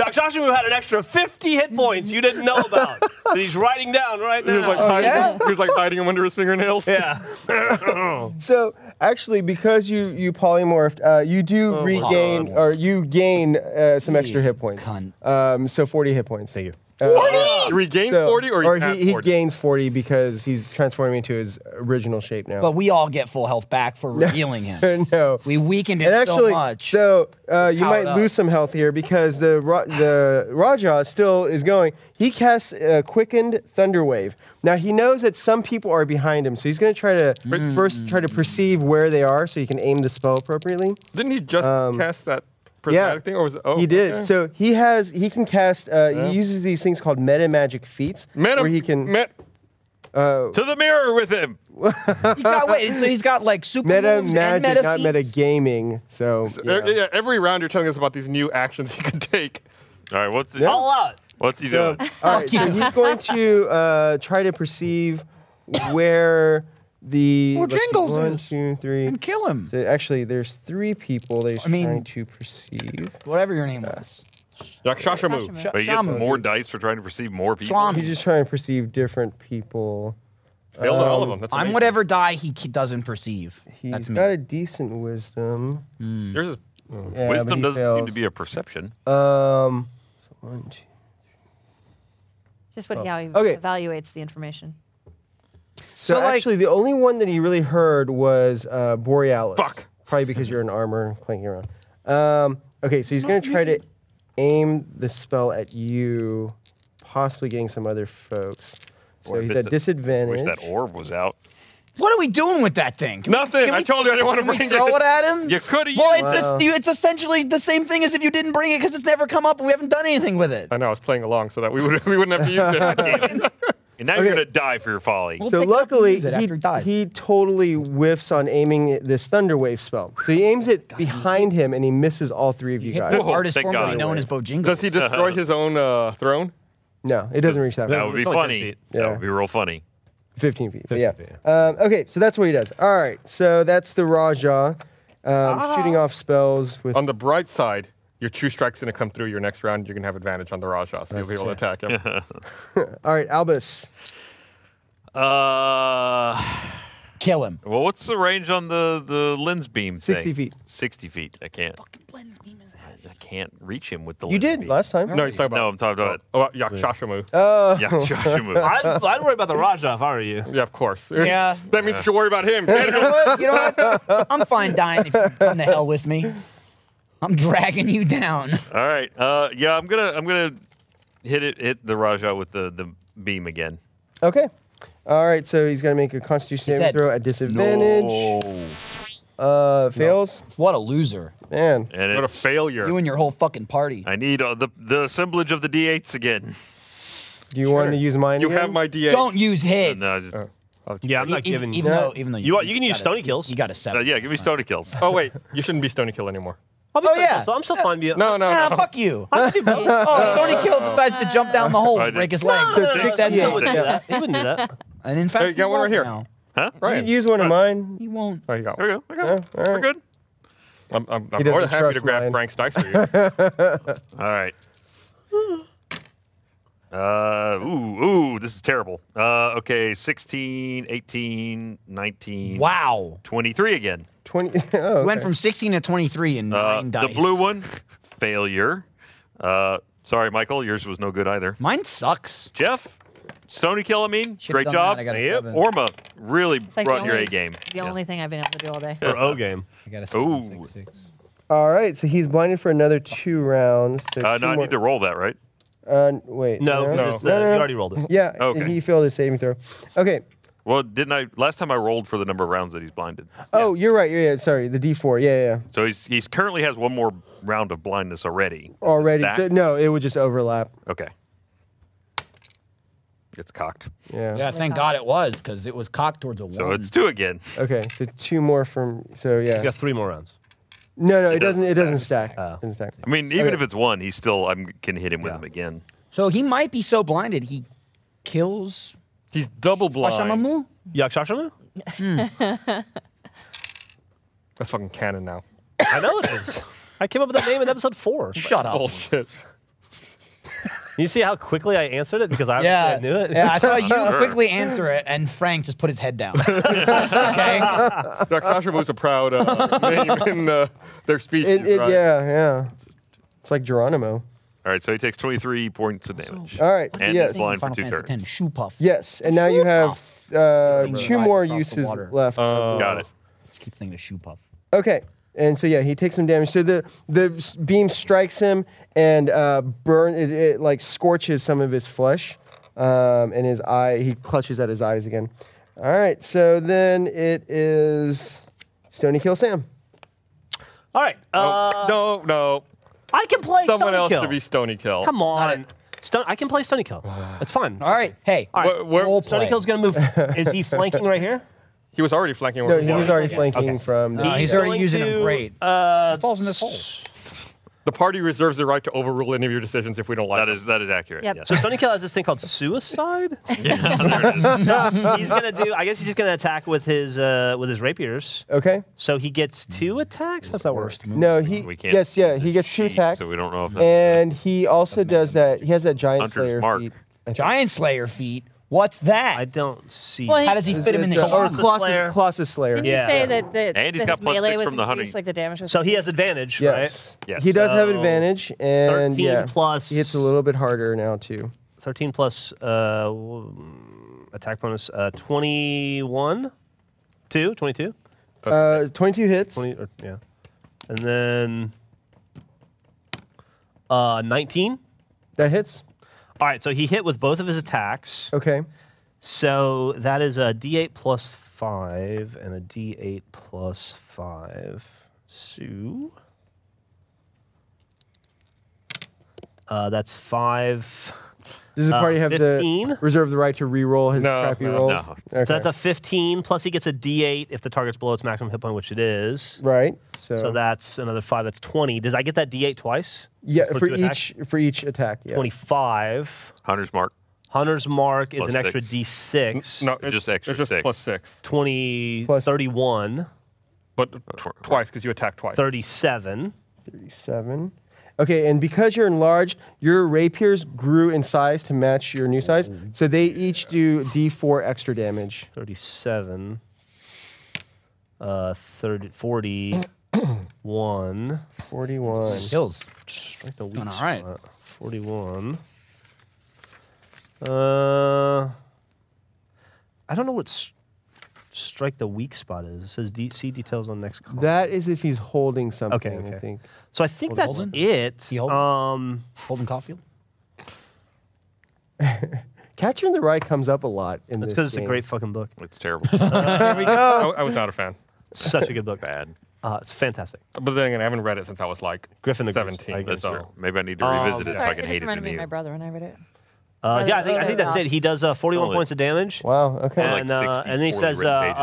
F: Yakshashimu had an extra 50 hit points you didn't know about. That he's writing down right
C: He
F: now.
C: was like hiding,
B: yeah?
C: he was like hiding him under his fingernails.
F: yeah.
A: So actually, because you you polymorphed, uh, you do regain or you gain uh, some extra hit points.
B: cunt.
A: Um, so forty hit points.
F: Thank you.
A: Uh,
C: he regains
A: So-
C: 40 or,
A: or
C: he's at
A: he, he
C: 40?
A: gains 40 because he's transforming into his original shape now.
B: But we all get full health back for revealing him.
A: no.
B: We weakened it
A: and actually,
B: so much.
A: uh, you
B: Power
A: might
B: it up.
A: lose some health here because the Ra- the Raja still is going. He casts uh, quickened thunder wave. Now he knows that some people are behind him, so he's going to try to first try to perceive where they are, so he can aim the spell appropriately.
C: Didn't he just cast that prismatic thing, or was it? Oh,
A: um, he did.
C: okay.
A: So he has he can cast. Uh, He uses these things called meta magic feats,
C: Meta-
A: where he can
C: met-
D: to the mirror with him.
B: He's got- wait, so he's got like super
A: meta
B: moves and
A: magic,
B: meta
A: not
B: feats.
A: meta gaming. So, yeah.
C: yeah. yeah, every round you're telling us about these new actions he can take.
D: All right, what's he,
F: All out.
D: what's he
A: So-
D: doing?
A: all right, so he's going to uh, try to perceive where the
H: Well,
A: let's see,
H: Jingles
A: one,
H: is.
A: two, three.
H: And kill him.
A: So actually, there's three people that he's
H: I mean-
A: trying to perceive.
B: Whatever your name was.
C: Yakshashamu.
D: But he gets
H: Shamu.
D: more dice for trying to perceive more people.
H: Shamu.
A: He's just trying to perceive different people.
C: Failed on
A: Um,
C: all of them. That's
B: I'm
C: amazing.
B: whatever die he k- doesn't perceive.
A: He's
B: That's me.
A: got a decent wisdom.
C: Yours is- oh.
A: Yeah, but
D: Wisdom
A: he
D: doesn't seem
A: fails.
D: to be a perception.
A: Um, so one, two.
E: Just what how he
A: okay.
E: evaluates the information.
A: So,
B: So, like-
A: actually, the only one that he really heard was uh, Borealis.
C: Fuck.
A: Probably because you're in armor clanking around. Um, okay, so he's going to try to aim the spell at you, possibly getting some other folks. So
D: Or
A: he's
D: dis-
A: at
D: Wish
A: disadvantage.
D: that orb was out.
B: What are we doing with that thing? Can we-
C: Nothing.
B: can
C: I
B: we-
C: told you I didn't want to
B: can we
C: bring
B: throw
C: it.
B: it at him.
D: You coulda
B: Well,
D: used
B: it's es- you- it's essentially the same thing as if you didn't bring it because it's never come up and we haven't done anything with it.
C: I know I was playing along so that we would we wouldn't have to use it.
D: And now you're gonna die for your folly.
A: so
B: pick it up and
A: luckily,
B: use it
A: he,
B: after he dies.
A: he totally whiffs on aiming this Thunderwave spell. So he aims it behind him and he misses all three of you
B: Hit
A: guys.
B: the artist
D: thank
B: formerly
D: God.
B: known as Bojangles.
C: Does he destroy his own uh, throne?
A: No, it doesn't reach that
D: that
A: far.
D: would be
F: It's only ten
D: funny.
F: feet.
A: Yeah.
D: That would be real funny.
A: 15 feet. but yeah. Um, okay, so that's what he does. All right, so that's the Raja um, shooting off spells with.
C: On the bright side, your two strikes gonna come through your next round. You're gonna have advantage on the Rajah, so you'll be able to attack him.
A: All right, Albus.
D: Uh,
B: Kill him.
D: well, what's the range on the the lens beam? thing?
A: 60 feet.
D: Sixty feet. I can't. I can't reach him with the.
A: You
D: lens
A: did
D: beam.
A: last time.
C: no, he's talking about.
D: No, I'm talking about.
C: Oh, uh, Yakshashamu.
D: Yakshashimu.
F: I'd, I'd worry about the Raja if I were you.
C: yeah, of course.
B: Yeah.
C: that means you should worry about him.
B: You know what? You know what? I'm fine dying if you come the hell with me. I'm dragging you down.
D: All right. Uh, yeah, I'm gonna I'm gonna hit it hit the Rajah with the the beam again.
A: Okay. All right, so he's going to make a constitution saving
B: dead.
A: throw at disadvantage.
D: Oh.
A: Uh, fails.
B: What a loser.
A: Man.
D: And
C: what a
D: it's,
C: failure.
B: You and your whole fucking party.
D: I need uh, the the assemblage of the d8s again.
A: Do you want to use mine?
C: You
A: again?
C: have my Oh, DA.
B: Don't use hits.
D: No, I just-
F: Yeah, I'm not
B: E-
F: giving.
B: even though, even though
F: You want- you can use
B: gotta-
F: stony kills.
B: You got a
D: uh,
B: seven.
D: yeah, give me stony kills.
C: Oh wait, you shouldn't be Stony Kill anymore.
F: I'll be
B: Oh,
F: fine,
B: yeah.
F: So I'm still fine. being-
C: No, no,
B: Nah,
C: no.
B: Ah, fuck you.
F: I can do both.
B: Oh, Stony Kill decides to jump down the hole
D: I
B: and
D: did.
B: break his legs.
A: So it's
B: That's- that's
A: 68.
B: not-
A: Yeah.
F: He wouldn't do that.
B: And in fact,
C: Hey, you got
B: he
C: one right
B: won't
C: here.
B: now.
D: Huh?
A: You
C: Ryan.
A: could use one of mine.
B: He won't.
C: Oh, you got
D: There
C: one.
D: we go. There we go. We're good.
C: I'm, I'm, I'm
A: He
C: more
A: doesn't
C: than happy to
A: trust
C: grab
A: Ryan.
C: Frank's dice for you.
D: All right. Uh, ooh, ooh, this is terrible. Uh, okay, 16, 18, 19,
B: Wow.
D: 23 again.
A: 20. Oh, okay.
B: Went from 16 to 23 in
D: Uh,
B: nine
D: the
B: dice.
D: blue one, failure. Uh, sorry, Michael, yours was no good either.
B: Mine sucks.
D: Jeff, Stony Kill, I mean,
B: Should've
D: great
B: done
D: job.
B: that, I got a seven.
D: Orma really
E: It's like
D: brought
E: the
D: your
E: only,
D: A game.
E: The only thing I've been able to do all day.
F: Or O game.
H: I got a
D: Ooh.
H: seven, six, six.
A: All right, so he's blinded for another two rounds. So
D: Uh,
A: two
D: no, I
A: more-
D: need to roll that, right?
A: Uh, wait.
F: No,
A: no,
F: 'cause it's, uh,
A: no, no.
F: you already rolled it.
A: Yeah,
D: Okay.
A: he failed his saving throw. Okay.
D: Well, didn't I? Last time I rolled for the number of rounds that he's blinded.
A: Oh, you're right. Yeah, yeah, sorry. The D4. Yeah, yeah, yeah.
D: So he's he's currently has one more round of blindness already. Does it
A: Already.
D: stack?
A: So, no, it would just overlap.
D: Okay. It's cocked.
A: Yeah.
B: Yeah, thank God it was, because it was cocked towards a one.
D: So it's two again.
A: Okay. So two more from. So yeah.
F: He's got three more rounds.
A: No, no, it,
D: doesn't
A: doesn't. It doesn't stack. Doesn't stack.
D: I mean, even
A: Okay.
D: if it's one, he still I can hit him with him again.
B: So he might be so blinded he kills
C: He's double blind.
B: Pashamamu.
F: Yakshashamu?
C: That's fucking canon now.
F: I know it is. I came up with that name in episode four.
B: Shut up.
C: Bullshit.
F: You see how quickly I answered it because I,
B: Yeah,
F: I knew it.
B: yeah, I saw you
D: Sure.
B: quickly answer it, and Frank just put his head down. okay,
C: Yakshashamu was a proud uh, name in uh, their species,
A: It, it,
C: right?
A: Yeah, yeah. It's like Geronimo.
D: All All right, so he takes 23 points of damage.
A: All right,
D: And
A: yes.
D: he's blind for
H: Final
D: two
H: Fantasy
D: turns.
H: X, shoe puff.
A: Yes, and now you have uh,
H: Thing
A: two
H: right
A: more
H: across the
A: uses
H: water.
A: left.
D: Got it.
H: Just keep thinking of shoe puff.
A: Okay. And so yeah, he takes some damage. So the the s- beam strikes him and uh, burn it, it like scorches some of his flesh, um, and his eye he clutches at his eyes again. All right. So then it is Stony Kill Sam.
F: All right. Uh,
C: no, no.
F: I can play
C: Oh, Someone
F: Stony
C: else
F: Kill.
C: should be Stony Kill.
F: Come on. Stun- I can play Stony Kill. That's fine.
B: All right. Hey.
F: All right.
C: Where- where-
F: Stony Kill's going to move. Is he flanking right here?
C: He was already flanking.
A: No,
C: where
A: he was
C: was.
A: already flanking from. The,
B: Uh, he's already
F: going
B: using
F: to,
B: him great.
F: Uh,
H: It falls in this hole.
C: The party reserves the right to overrule any of your decisions if we don't like
D: That
C: it.
D: is that is accurate.
E: Yep.
D: Yes.
F: so Stony Kill has this thing called Suicide.
D: yeah, there it is.
F: he's gonna do. I guess he's just gonna attack with his uh, with his rapiers.
A: okay.
F: So he gets two attacks. That's not worst.
A: No, he.
D: We can't.
A: Yes, yeah. He gets two
D: cheat,
A: attacks,
D: So we don't know if that's
A: and he also does that. He has that giant
D: Hunter's
A: slayer
D: mark.
A: feat.
B: Giant Slayer feet. What's
F: I
B: that?
F: don't see.
E: Well,
B: How does he fit him in the
A: Or
F: Colossus
B: shoulder?
A: Colossus,
F: Slayer.
A: Colossus Slayer.
E: Didn't
F: Yeah.
E: you say
F: Yeah.
E: that the
D: And he's
E: that
D: got
E: his
D: plus
E: melee
D: six
E: was
D: from the hunting.
E: increased, like the damage was
F: so he
E: increased?
F: has advantage,
A: Yes.
D: Yes.
A: He does have
F: So,
A: advantage, and
F: 13
A: yeah,
F: plus-
A: He hits a little bit harder now too.
F: right? Thirteen plus uh, w- attack bonus uh, twenty-one, two, 22?
A: Uh, Twenty-two hits.
F: 20, or, yeah, and then uh, nineteen.
A: That hits.
F: All right, so he hit with both of his attacks.
A: Okay.
F: So that is a D8 plus five and a D8 plus five. So uh, that's five.
A: Does the
F: Uh,
A: party have
F: 15?
A: the reserve the right to re-roll his
C: No,
A: crappy
C: no,
A: rolls?
D: no.
A: Okay.
F: So that's a 15. Plus he gets a D8 if the target's below its maximum hit point, which it is.
A: right. So,
F: So that's another five. That's 20. Does I get that D8 twice?
A: yeah,
F: For
A: for
F: two attacks?
A: each for each attack. Yeah.
F: 25.
D: Hunter's mark.
F: Hunter's mark is
D: Plus
F: an extra
D: six.
F: D6.
C: No,
D: It's
C: it's
D: just extra
C: It's just
D: six.
C: plus six,
F: 20,
A: Plus-
F: 31,
D: Uh,
C: but tw- twice because you attack
F: Uh.
C: twice.
F: 37.
A: Thirty-seven. Okay, and because you're enlarged, your rapiers grew in size to match your new size, so they each do D4 extra damage.
F: 37, uh, 30, 41,
A: Forty-one.
H: Hills.
F: like the
H: Doing
F: weak
H: all right.
F: spot, 41. Uh, I don't know what s- strike the weak spot is. It says D- see details on next column.
A: That is if he's holding something. I
F: okay.
A: think.
F: so I think that's
H: Oh, Holden?
F: it.
H: He Holden?
F: Um,
H: Holden Caulfield.
A: Catcher in the Rye comes up a lot in this.
F: that's because it's a
A: game.
F: great fucking book.
D: It's terrible.
C: I, I was not a fan,
F: Such a good book.
D: Bad.
F: Uh, it's fantastic.
C: but then again, I haven't read it since I was like
F: Griffin agrees. I
C: seventeen.
F: agree.
D: That's
C: so- um,
D: true. Maybe I need to revisit it so
E: Sorry,
D: I
E: it
D: can
E: just
D: hate it
E: reminded me of
D: anew.
E: my brother when I read it.
F: Uh,
E: Oh,
F: yeah, I
E: that's
F: think, I
E: so
F: think that's
E: good.
F: it. He does uh, 41
D: Only-
F: points of damage.
A: Wow. Okay.
D: Like
F: and, uh,
D: 60,
F: and he
D: 40
F: says, uh,
D: written pages,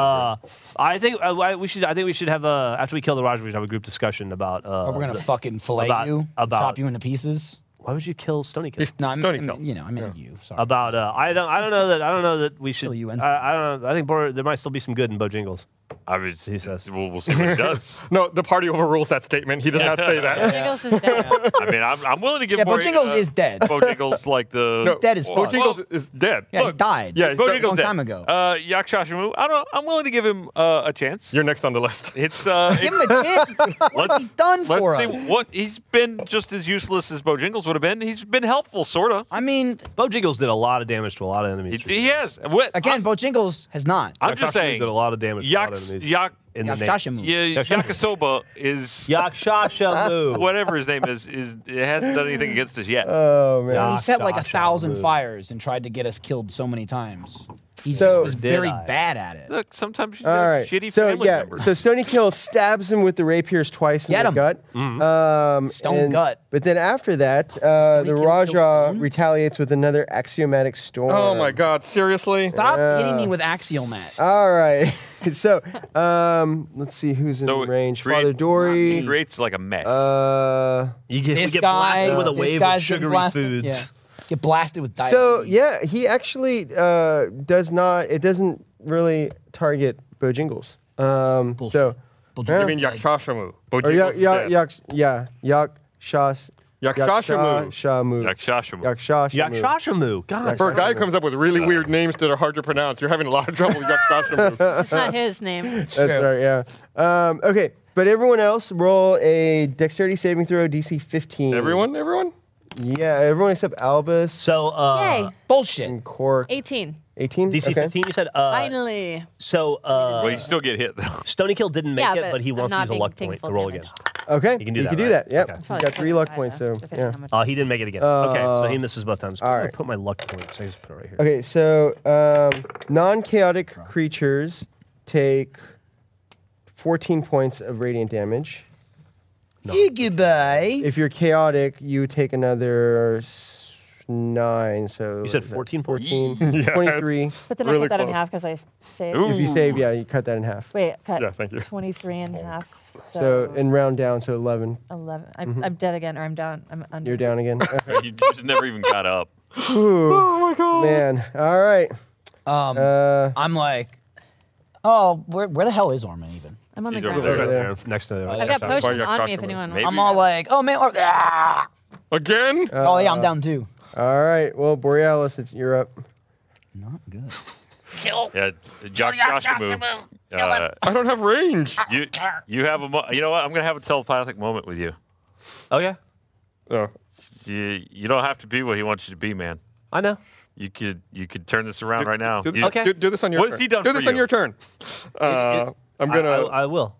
F: uh, I think uh, I- we should. I think we should have a after we kill the Rogers, we should have a group discussion about. Uh,
H: Or Oh, we're gonna
F: the-
H: fucking fillet
F: about-
H: you,
F: about-
H: chop you into pieces.
F: why would you kill Stony Kill?
C: He's
H: No, I'm,
C: Stony
H: I'm-
C: Kill.
H: you know, I meant you. Sorry.
F: About uh, I don't. I don't know that. I don't know that we should.
H: Kill you and-
F: I, I don't. know. I think Bor- there might still be some good in Bojangles.
D: I was,
F: He says.
D: We'll, we'll see what he does.
C: No, the party overrules that statement. He does not say that.
E: Jingles is dead.
D: I mean, I'm, I'm willing to give
H: Yeah,
D: more. uh,
H: Bojangles is dead.
D: Bojangles, like the.
C: No,
H: dead as fuck.
C: Bojangles is dead.
H: yeah, he
C: Look,
H: died.
C: Yeah, he's dead.
D: Bojangles
H: long
D: dead.
H: time ago.
D: Uh, Yakshashimu, I don't. I'm willing to give him uh, a chance.
C: You're next on the list.
D: it's uh,
H: Give
D: it's-
H: him a chance.
D: let's,
H: He's done
D: let's
H: for
D: see
H: us.
D: what he's been just as useless as Bojangles would have been. He's been helpful, sorta.
H: I mean,
F: Bojangles did a lot of damage to a lot of
D: He,
F: enemies.
D: he has. What,
H: again, Bojangles has not.
D: I'm, I'm just
F: Yakshamu
D: saying.
F: did a lot of damage to a lot of
D: Yaks,
F: enemies.
D: Yak,
F: in the name.
H: Yashashimu.
D: yeah, Yakisoba is
F: Yakshashamu.
D: whatever his name is. Is it hasn't done anything against us yet.
A: Oh man.
H: He set like a
F: Yashashamu.
H: thousand fires and tried to get us killed so many times. He
A: So-
H: just was
F: Did
H: very
F: I?
H: bad at it.
D: Look, sometimes you
A: All
D: have
A: right.
D: shitty
A: so
D: family
A: yeah.
D: members.
A: So Stony Kill stabs him with the rapiers twice in
H: Get
A: the
H: him.
A: gut.
C: Mm-hmm.
A: Um,
H: Stone
A: and-
H: gut.
A: But then after that, uh,
H: Stony
A: the
H: Kill kills
A: Raja
H: stone?
A: retaliates with another axiomatic storm.
C: Oh my God! Seriously?
H: Stop hitting me with axial mat.
A: All right. so um, let's see who's in
D: So it
A: range.
D: creates-
A: Father
D: He
A: Dory.
D: creates like a mess.
A: Uh,
F: You get, we
H: this
F: get
H: guy
F: blasted with a
H: this
F: wave of
H: guy's getting
F: sugary
H: blasted,
F: foods.
H: yeah. Get blasted with diabetes.
A: so yeah, he actually uh, does not. It doesn't really target Bojingles. Um, so.
H: Bullshit.
A: Yeah.
C: You mean Yakshashamu?
A: Or
C: Bojangles
A: yak,
C: is
A: yak,
C: dead.
A: yak, yeah, yak, shas, yakshashamu,
C: Yakshashamu.
D: Yakshashimu.
A: yakshashamu.
F: Yakshashamu. God.
C: For a guy who comes up with really weird names that are hard to pronounce, you're having a lot of trouble with Yakshashamu.
E: It's not his name.
A: That's right, yeah. Um, okay, but everyone else, roll a dexterity saving throw, DC 15.
C: Everyone, everyone.
A: Yeah, everyone except Albus
F: So, uh,
E: Yay.
B: Bullshit.
A: and Cork.
E: 18.
A: 18?
F: DC 15, you said? Uh,
E: Finally.
F: so,
D: Well,
F: uh,
D: you still get hit though.
F: Stony Kill didn't make
E: Yeah,
F: it,
E: but
F: but he
E: I'm
F: wants to
E: not
F: use a
E: being
F: luck
E: taking
F: point to
E: full
F: roll
E: damage.
F: again.
A: Okay.
F: You can do
A: you
F: that,
A: Can do
F: right?
A: that. Yep.
F: Okay.
A: You got three luck points, so yeah.
F: Uh, he didn't make it again. okay, so
C: Uh,
F: he misses both times. I'm gonna
A: alright.
F: put my luck point, so I just put it right here.
A: Okay, so um, non-chaotic creatures take 14 points of radiant damage.
B: Goodbye.
A: If you're chaotic, you take another s- nine. So
F: You said 14, 14.
A: 14,
C: it's
A: 23.
E: But then I
C: Really
E: cut that in
C: close.
E: half because I saved.
A: If you save, yeah, you cut that in half.
E: Wait, cut
C: Yeah, thank you.
E: 23 and half. So,
A: So and round down, so 11.
E: 11. I'm, I'm dead again, or I'm down. I'm under.
A: You're down again. Okay.
D: You, you just never even got up.
A: oh my god, man! All right.
B: Um,
A: Uh,
B: I'm like, oh, where, where the hell is Orman even?
E: I'm on the
D: He's
E: ground.
D: over
F: Right
A: there.
F: there, Next to the.
E: I've got
C: That's why
E: potion
C: you're
E: on me
C: crushing
E: if
C: me.
E: anyone
D: Maybe
E: wants.
B: I'm all
D: not.
B: like, oh man, Or- ah!
C: Again?
B: oh
A: Uh,
B: yeah, I'm down too.
A: all right. Well, Borealis, it's, you're up.
H: Not good.
D: Yeah, Josh, Josh, move. Uh,
C: I don't have range.
D: you, you have a. Mo- you know what? I'm gonna have a telepathic moment with you.
F: Oh, yeah.
C: Oh,
D: You, you don't have to be what he wants you to be, man.
F: I know.
D: You could, you could turn this around right now.
C: do,
D: You-
C: do, do this on your
D: What
C: turn.
D: has he done
C: do
D: for
C: this on
D: you?
C: your turn. Uh, I'm
F: I,
C: gonna
F: I,
C: I,
F: I will.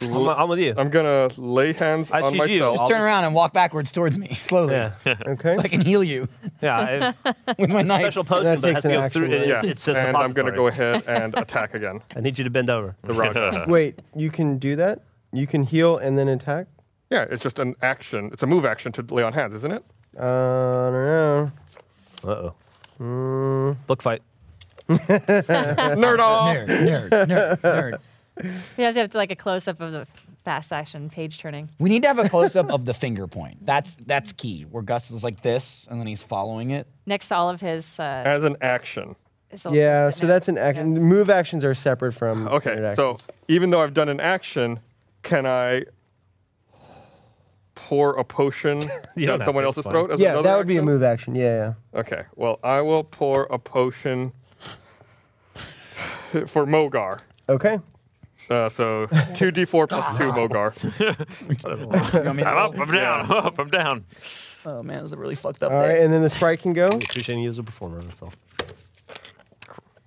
F: I'm, I'm with you.
C: am gonna lay hands
F: I
C: on
F: choose you.
C: myself.
F: I'll-
B: Turn around and walk backwards towards me slowly.
F: yeah.
A: Okay.
H: I can heal you
F: Yeah. I,
H: with my knife.
F: special potion, but it
A: takes
F: has to
A: an
F: go
A: action,
F: through. It,
A: right?
C: yeah,
F: It's just
C: and I'm gonna
F: suppository.
C: go ahead and attack again.
F: I need you to bend over.
C: The round.
A: Wait, you can do that. You can heal and then attack.
C: yeah, it's just an action. It's a move action to lay on hands, isn't it?
A: Uh, I don't know.
F: Uh oh. Book fight.
C: Nerd off.
B: Nerd, nerd, nerd, nerd.
E: You guys have to like a close up of the fast action page turning.
B: We need to have a close up of the finger point. That's that's key. Where Gus is like this, and then he's following it.
E: Next to all of his. Uh,
C: As an action.
E: his little
A: Yeah.
E: things that
A: So
E: make-
A: that's an action.
E: Yeah.
A: Move actions are separate from.
C: Okay,
A: standard
C: so
A: actions.
C: even though I've done an action, can I pour a potion
F: You don't
C: down
F: have
C: someone
F: to,
C: else's
F: it's fine.
C: throat? As
A: yeah, that
C: another
A: would be a
C: action?
A: move action. Yeah, yeah.
C: Okay, well, I will pour a potion for Mogar.
A: Okay.
C: Uh, so 2d4 plus 2 Mogar.
B: You know what I mean?
D: I'm up. I'm down. I'm up. I'm down.
B: Oh man, this is really fucked up.
A: All right,
B: there.
A: and then the sprite can go,
F: Appreciating you as a performer. That's all.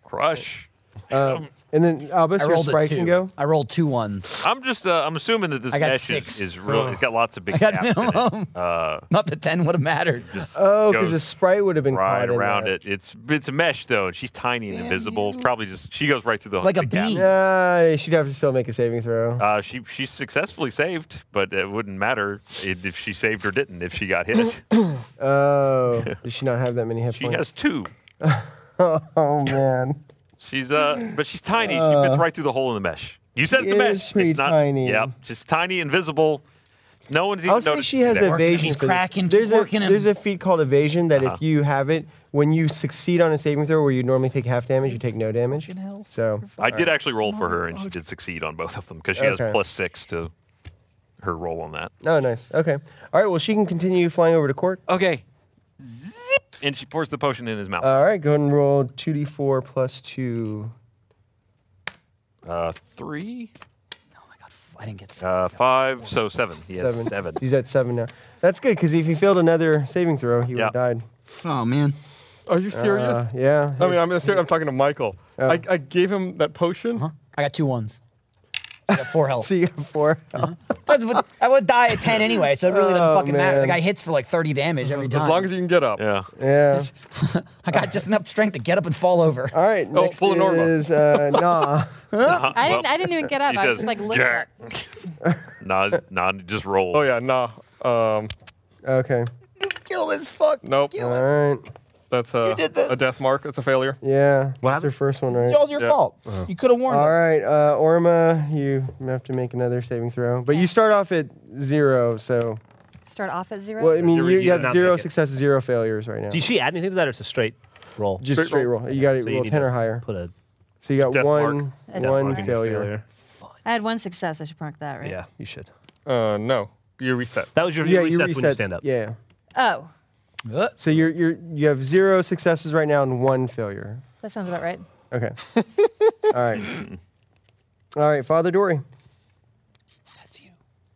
D: Crush.
A: and then Albus,
B: I
A: your
B: rolled a
A: sprite
B: two.
A: can go.
B: I rolled two ones.
D: I'm just. Uh, I'm assuming that this
B: I got
D: mesh
B: six.
D: is, is
A: Oh.
D: real. It's got lots of big
B: I got
D: gaps in it.
B: minimum.
D: Uh,
B: Not the ten would have mattered.
A: Oh, because
D: goes
A: the sprite would have been
D: right
A: caught in
D: around
A: that.
D: it. It's it's a mesh though, and she's tiny and invisible. Probably just she goes right through the
B: Like a
D: the gap.
B: bee.
A: Nah, she'd have to still make a saving throw.
D: Uh, she she successfully saved, but it wouldn't matter it- if she saved or didn't if she got hit.
A: Oh, does she not have that many hit
D: she
A: points?
D: has two.
A: Oh man.
D: She's uh, but she's tiny. she fits right through the hole in the mesh. You said it's a
A: is
D: mesh.
A: pretty
D: it's not,
A: tiny.
D: Yep, just tiny, invisible. No one's even
A: I'll say
D: noticed
A: she has
D: that.
A: evasion.
B: He's
A: for this.
B: cracking, keep
A: there's a
B: working him.
A: there's a feat called evasion that
D: Uh-huh.
A: if you have it, when you succeed on a saving throw where you normally take half damage, you take no damage. So
D: I did actually roll for her, and she did succeed on both of them because she
A: Okay.
D: has plus six to her roll on that.
A: oh nice. Okay. All right. Well, she can continue flying over to Cork.
D: Okay. Zip. And she pours the potion in his mouth.
A: All right. Go ahead and roll two d four plus two.
D: Uh, three,
B: Oh my god, f- I didn't get. Six.
D: uh, five, so seven. He has
A: Seven.
D: seven.
A: He's at seven now. That's good because if he failed another saving throw, he would
D: Yeah.
A: have died.
H: Oh man.
C: Are you serious?
A: Uh, yeah.
C: I mean, I'm, ser- I'm talking to Michael. I, I gave him that potion.
B: I got two ones. I got four health.
A: see you have four.
B: That's what- I would die at ten anyway, so it really doesn't
A: Oh,
B: fucking matter. The
A: man.
B: guy hits for like thirty damage every time.
C: As long as you can get up.
D: Yeah.
A: Yeah.
B: I got just enough strength to get up and fall over.
A: All right.
C: Oh,
A: Next
C: full of Norma.
A: is uh, Nah.
C: Uh,
E: I didn't. I didn't even get up. I was just like looking.
D: yeah.
E: At,
D: nah, nah, just roll.
C: Oh, yeah, nah. Um,
A: Okay.
B: Kill this fuck.
C: nope.
A: All right.
C: That's a,
B: did this.
C: a death mark. It's a failure.
A: Yeah. That's
F: happened?
A: your first one,
B: It's
A: right?
B: all your
C: Yeah. Uh,
B: fault. You could have warned
A: All
B: us.
A: right, uh, Orma, you have to make another saving throw, but you start off at zero. So,
E: start off at zero.
A: well, I mean, you,
F: You're-
A: you
F: you did
A: have
F: not
A: zero
F: make it.
A: successes, zero failures right now.
F: Did she add anything to that, or it's a straight roll?
A: Just straight roll. You got to
F: So
A: roll
F: need
A: ten
F: to
A: or higher.
F: Put a
A: So you got
C: Death mark.
A: one,
E: Death
A: one
E: mark.
F: fucking
A: failure.
E: I had one success. I should mark that, right?
F: Yeah, you should.
C: Uh, no. You reset.
F: That was your
A: Yeah,
F: resets
A: you
F: when you
A: reset.
F: stand up.
A: Yeah.
E: Oh,
B: Uh,
A: So you're you're you have zero successes right now and one failure.
E: that sounds about right.
A: Okay. all right. All right, Father Dory.
H: That's you.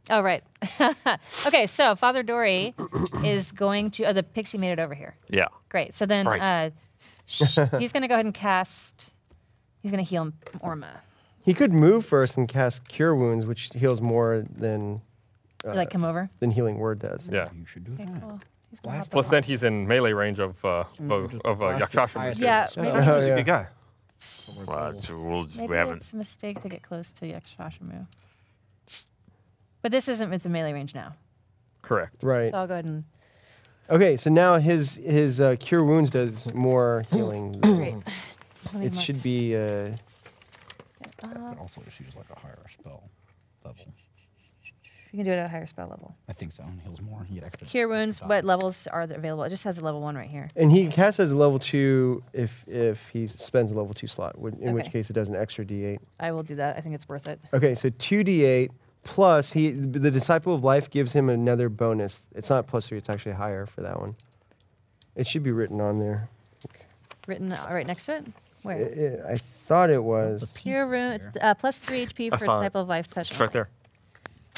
E: Oh, right. okay, so Father Dory is going to. Oh, the pixie made it over here.
D: Yeah.
E: Great. So then
D: Sprite.
E: uh, sh- he's going to go ahead and cast. He's going to heal Orma.
A: He could move first and cast Cure Wounds, which heals more than
E: You, like come over.
A: than Healing Word does.
C: Yeah.
B: You should do
E: Okay,
B: that.
E: cool. He's gonna hop
C: Plus,
E: up.
C: then he's in melee range of uh, bo- of uh,
B: Blast it.
C: Yakshasha.
B: Blast it.
E: Yeah,
B: Shut
E: maybe,
B: up.
A: Oh,
C: He's a
A: yeah.
C: good guy.
D: Well, it's- we'll-
E: maybe
D: we haven't.
E: it's a mistake to get close to Yakshashimu. But this isn't with the melee range now.
C: Correct.
A: Right.
E: So I'll go ahead and.
A: Okay, so now his his uh, Cure Wounds does more healing. than-
E: Great. Let me
A: It
E: mark-
A: should be. Uh,
B: But also, she was like a higher spell level.
E: You can do it at a higher spell level.
B: I think so. And heals more. He had extra.
E: Cure wounds.
B: extra
E: What
B: die.
E: levels are there available? It just has a level one right here.
A: and he casts as a level two if if he spends a level two slot, whi- in which
E: Okay.
A: case it does an extra d8.
E: I will do that. I think it's worth it.
A: Okay, so two d8 plus he the disciple of life gives him another bonus. It's not plus three; it's actually higher for that one. It should be written on there.
E: Written uh, right next to it.
A: I-
E: Where?
A: I, I thought it was.
E: Cure
B: Pizza's
E: wound. It's
B: here.
E: uh, plus three HP
D: I
E: for
D: saw it.
E: disciple of life touch.
D: It's right there.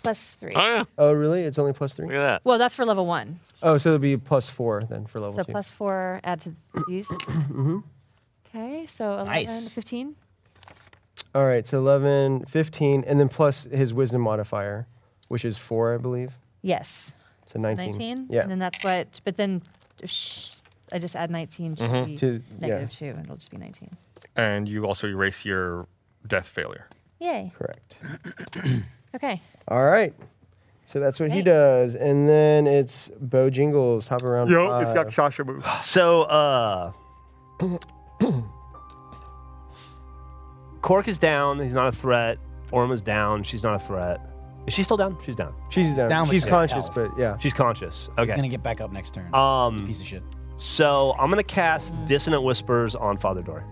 E: Plus three.
D: Oh yeah.
A: Oh, really? It's only plus
D: Look
A: three.
D: at that.
E: Well, that's for level one.
A: Oh, so it'll be plus four then for level
E: So
A: two.
E: plus four, add to these.
A: Mm-hmm.
E: Okay, so 11,
B: Nice.
E: 15.
A: All right, so 11, 15, and then plus his wisdom modifier, which is four, I believe.
E: Yes.
A: So 19.
E: 19.
A: Yeah.
E: And then that's what, but then sh- I just add 19 to be
A: Mm-hmm. To-
E: negative 2, and it'll just be 19.
C: And you also erase your death failure.
E: Yay.
A: Correct.
E: Okay.
A: All right. So that's what he
E: Thanks.
A: does. And then it's Bo Jingles, top around.
C: Yo, it's
A: five.
C: Yakshasha move.
F: So, uh. Cork is down. He's not a threat. Orma's down. She's not a threat. Is she still down? She's down.
A: She's down.
B: Down with
A: She's
B: the
A: conscious,
B: health.
A: but yeah.
F: She's conscious.
B: Gonna
F: Okay.
B: get back up next turn. you
F: Um,
B: piece of shit.
F: so I'm going to cast Dissonant Whispers on Father Dory.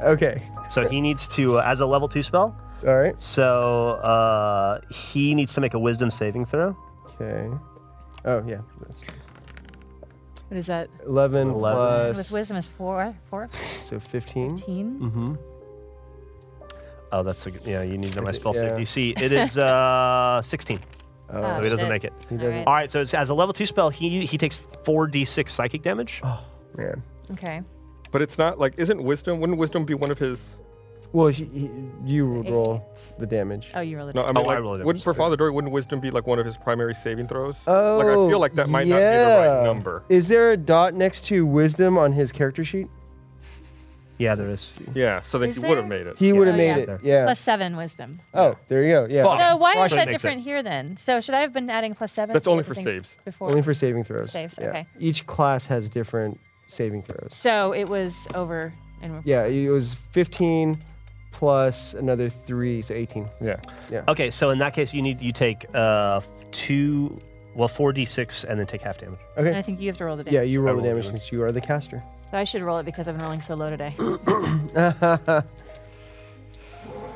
A: Okay.
F: So he needs to, uh, as a level two spell,
A: All right.
F: so uh, he needs to make a wisdom saving throw.
A: Okay. Oh, yeah. That's true.
E: What is that?
A: 11,
F: 11.
E: With
A: plus.
E: wisdom is 4, 4,
A: So 15.
E: 15.
A: Mm-hmm.
F: Oh, that's a good, yeah, you need to know my spell
A: Yeah.
F: save. You see, it is uh, 16,
E: Oh,
F: so he doesn't
E: shit.
F: make it.
A: He
E: All
A: doesn't-
E: right.
F: All right, so it's, as a level two spell, he he takes 4d6 psychic damage.
A: Man.
E: Okay.
C: But it's not like isn't wisdom? Wouldn't wisdom be one of his?
A: Well, he, he, you would roll
E: Eight.
A: the damage.
E: Oh, you rolled it.
C: No, I
F: Oh,
C: mean,
F: I
C: like,
F: rolled it.
C: wouldn't for Father Dory? Wouldn't wisdom be like one of his primary saving throws?
A: Oh,
C: like I feel like that might not be the
A: yeah.
C: right number.
A: Is there a dot next to wisdom on his character sheet?
F: Yeah, there is.
C: Yeah, so then
E: Is
C: he would have
E: there-
C: made it.
A: He would have
E: Oh,
A: made
E: yeah.
A: it. Yeah.
E: Plus 7 wisdom.
A: oh, there you go. Yeah.
B: Fuck.
E: So why is
B: Crush it.
E: that
F: Makes
E: different
F: sense.
E: here then? So should I have been adding plus 7?
C: That's only for saves.
E: Before?
A: Only for saving throws.
E: Saves,
A: Yeah.
E: okay.
A: Each class has different saving throws.
E: So it was over and we're
A: Yeah, it was 15 plus another three, so 18.
C: Yeah.
A: Yeah.
F: Okay, so in that case, you need you take uh, two, well, 4d6 and then take half damage.
E: And I
A: Okay.
E: think you have to roll the damage.
A: Yeah, you roll
F: I
A: the
F: rolled
A: damage
F: it.
A: since you are the caster.
E: So I should roll it because I've been rolling so low today.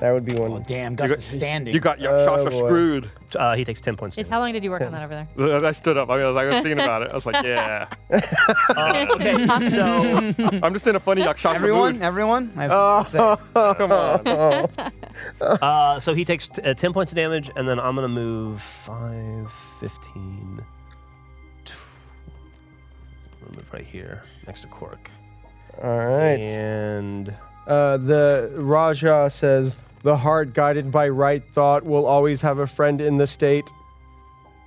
A: That would be
B: Oh
A: one.
B: damn, Gus
C: got-
B: is standing.
C: You got Yakshasha
A: Oh, boy.
C: screwed.
F: Uh, he takes 10 points.
E: It's,
F: damage.
E: how long did you work on that over there?
C: I stood up. I was like, I was thinking about it. I was like, yeah.
F: Uh, okay, so
C: I'm just in a funny Yakshasha
B: everyone,
C: mood.
B: everyone. I have
C: Uh,
B: something to say.
C: Come on.
F: uh, so he takes t- uh, 10 points of damage, and then I'm going to move 5, 15, tw- I'm gonna move right here next to Cork.
A: All right.
F: And
A: Uh, the Raja says the heart guided by right thought will always have a friend in the state.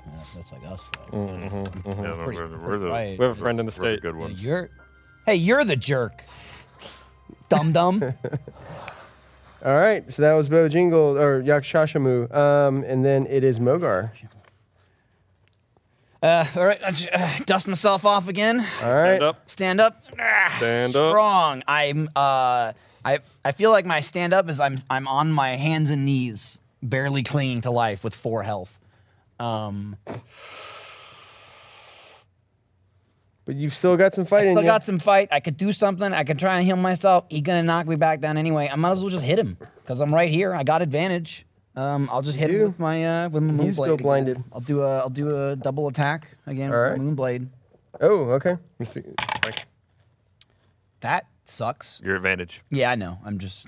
B: Yeah, that's like us. Though.
D: Yeah, no,
B: Pretty-
D: we're the-
B: pretty
D: we're the-
B: quiet.
C: We have a friend in the
D: we're the
C: state.
D: good
B: Yeah,
D: ones.
B: you're, hey, you're the jerk. Dum dum.
A: All right, so that was Bo Jingle or Yakshashamu. Um, and then it is Mogar.
B: Uh, all right, I just, uh, dust myself off again.
A: All right.
C: Stand up.
B: Stand up. Ah,
C: Stand up.
B: strong. I'm. Uh, I. I feel like my stand up is I'm. I'm on my hands and knees, barely clinging to life with four health. Um,
A: But you've still got some fight in
B: still
A: you.
B: got some fight. I could do something. I could try and heal myself. He gonna knock me back down anyway. I might as well just hit him because I'm right here. I got advantage. Um, I'll just hit him
A: do.
B: with my uh, with my moonblade.
A: He's still
B: again.
A: blinded.
B: I'll do a I'll do a double attack again
A: All
B: with
A: right.
B: my moonblade.
A: oh, okay.
C: Let me see. Like,
B: That sucks.
D: Your advantage.
B: Yeah, I know. I'm just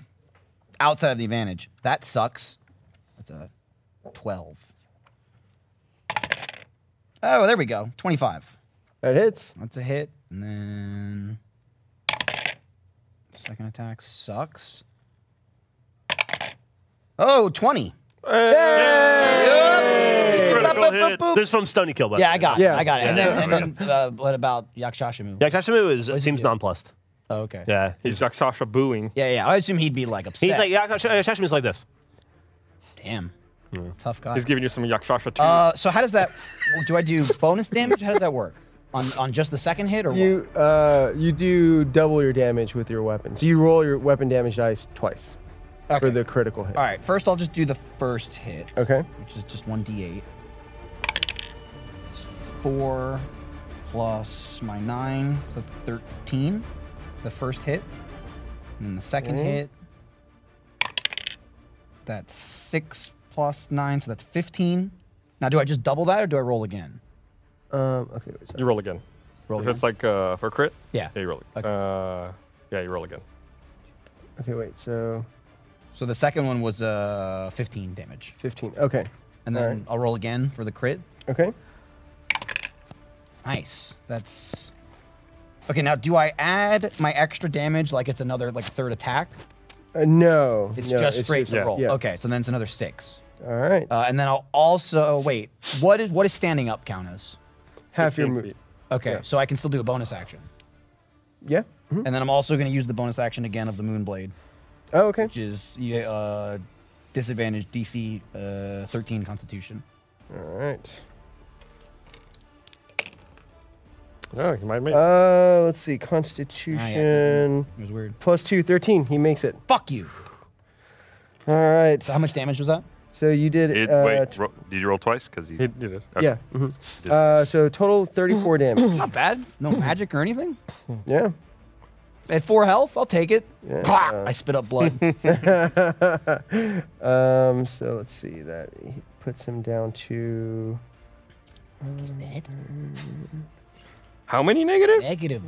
B: outside of the advantage. That sucks. That's a twelve. Oh, there we go. 25.
A: That hits.
B: That's a hit. And then second attack sucks. Oh, 20.
D: Critical hit.
F: This is from Stony Kill, by
K: Yeah, I got it.
A: Yeah.
K: I got it. And
D: Yeah,
K: then, and then uh, what about Yakshashimu?
F: Yeah, Kashimu is seems nonplussed.
K: Oh, okay.
F: Yeah,
C: He's like Sasha booing.
K: Yeah, yeah. I assume he'd be like upset.
F: he's like yeah. Kashimu's like this.
B: Damn. Tough guy.
C: He's giving you some Yakshasha too.
B: Uh, so how does that? Do I do bonus damage? How does that work? On on just the second hit, or
A: You uh, you do double your damage with your weapon. So you roll your weapon damage dice twice
B: what?
A: for
B: Okay.
A: the critical hit.
B: All right. First, I'll just do the first hit,
A: Okay.
B: which is just one d8. It's Four plus my nine, so that's thirteen. The first hit, and then the 2nd hit. That's six plus nine, so that's fifteen. Now, do I just double that, or do I roll again?
A: Um, okay. Wait, sorry.
C: you roll again.
B: Roll
C: if
B: again?
C: it's like uh, for crit,
B: Yeah.
C: yeah, you roll. it. Uh, yeah, you roll again.
A: Okay. Wait. So
B: So the second one was uh 15 damage.
A: fifteen. Okay.
B: And then I'll roll again for the crit.
A: Okay.
B: Nice. That's Okay, now do I add my extra damage like it's another like third attack?
A: Uh, no.
B: It's
A: no,
B: just straight to
C: yeah,
B: roll.
A: yeah.
B: Okay, so then it's another 6.
A: All right.
B: Uh, and then I'll also wait. What is what is standing up count as?
A: Half your
C: 15
A: move.
C: feet.
B: Okay, so I can still do a bonus action.
A: Yeah. Mhm.
B: And then I'm also going to use the bonus action again of the Moonblade,
A: Oh, okay.
B: which is uh, disadvantage DC uh, 13 Constitution.
A: All right.
C: No, you might make.
A: Uh, let's see. Constitution
B: It was weird.
A: plus two, 13. He makes it.
B: Fuck you.
A: All right.
B: So how much damage was that?
A: So you did.
D: It,
A: uh,
D: wait,
A: tw-
D: ro- did you roll twice? Because he,
C: he did it.
A: yeah. mhm. Uh, so total 34 damage.
B: Not bad. No magic or anything.
A: Yeah.
B: At four health, I'll take it. Pah! I spit up blood.
A: Um, so let's see. That he puts him down to.
C: How many negative?
B: Negative.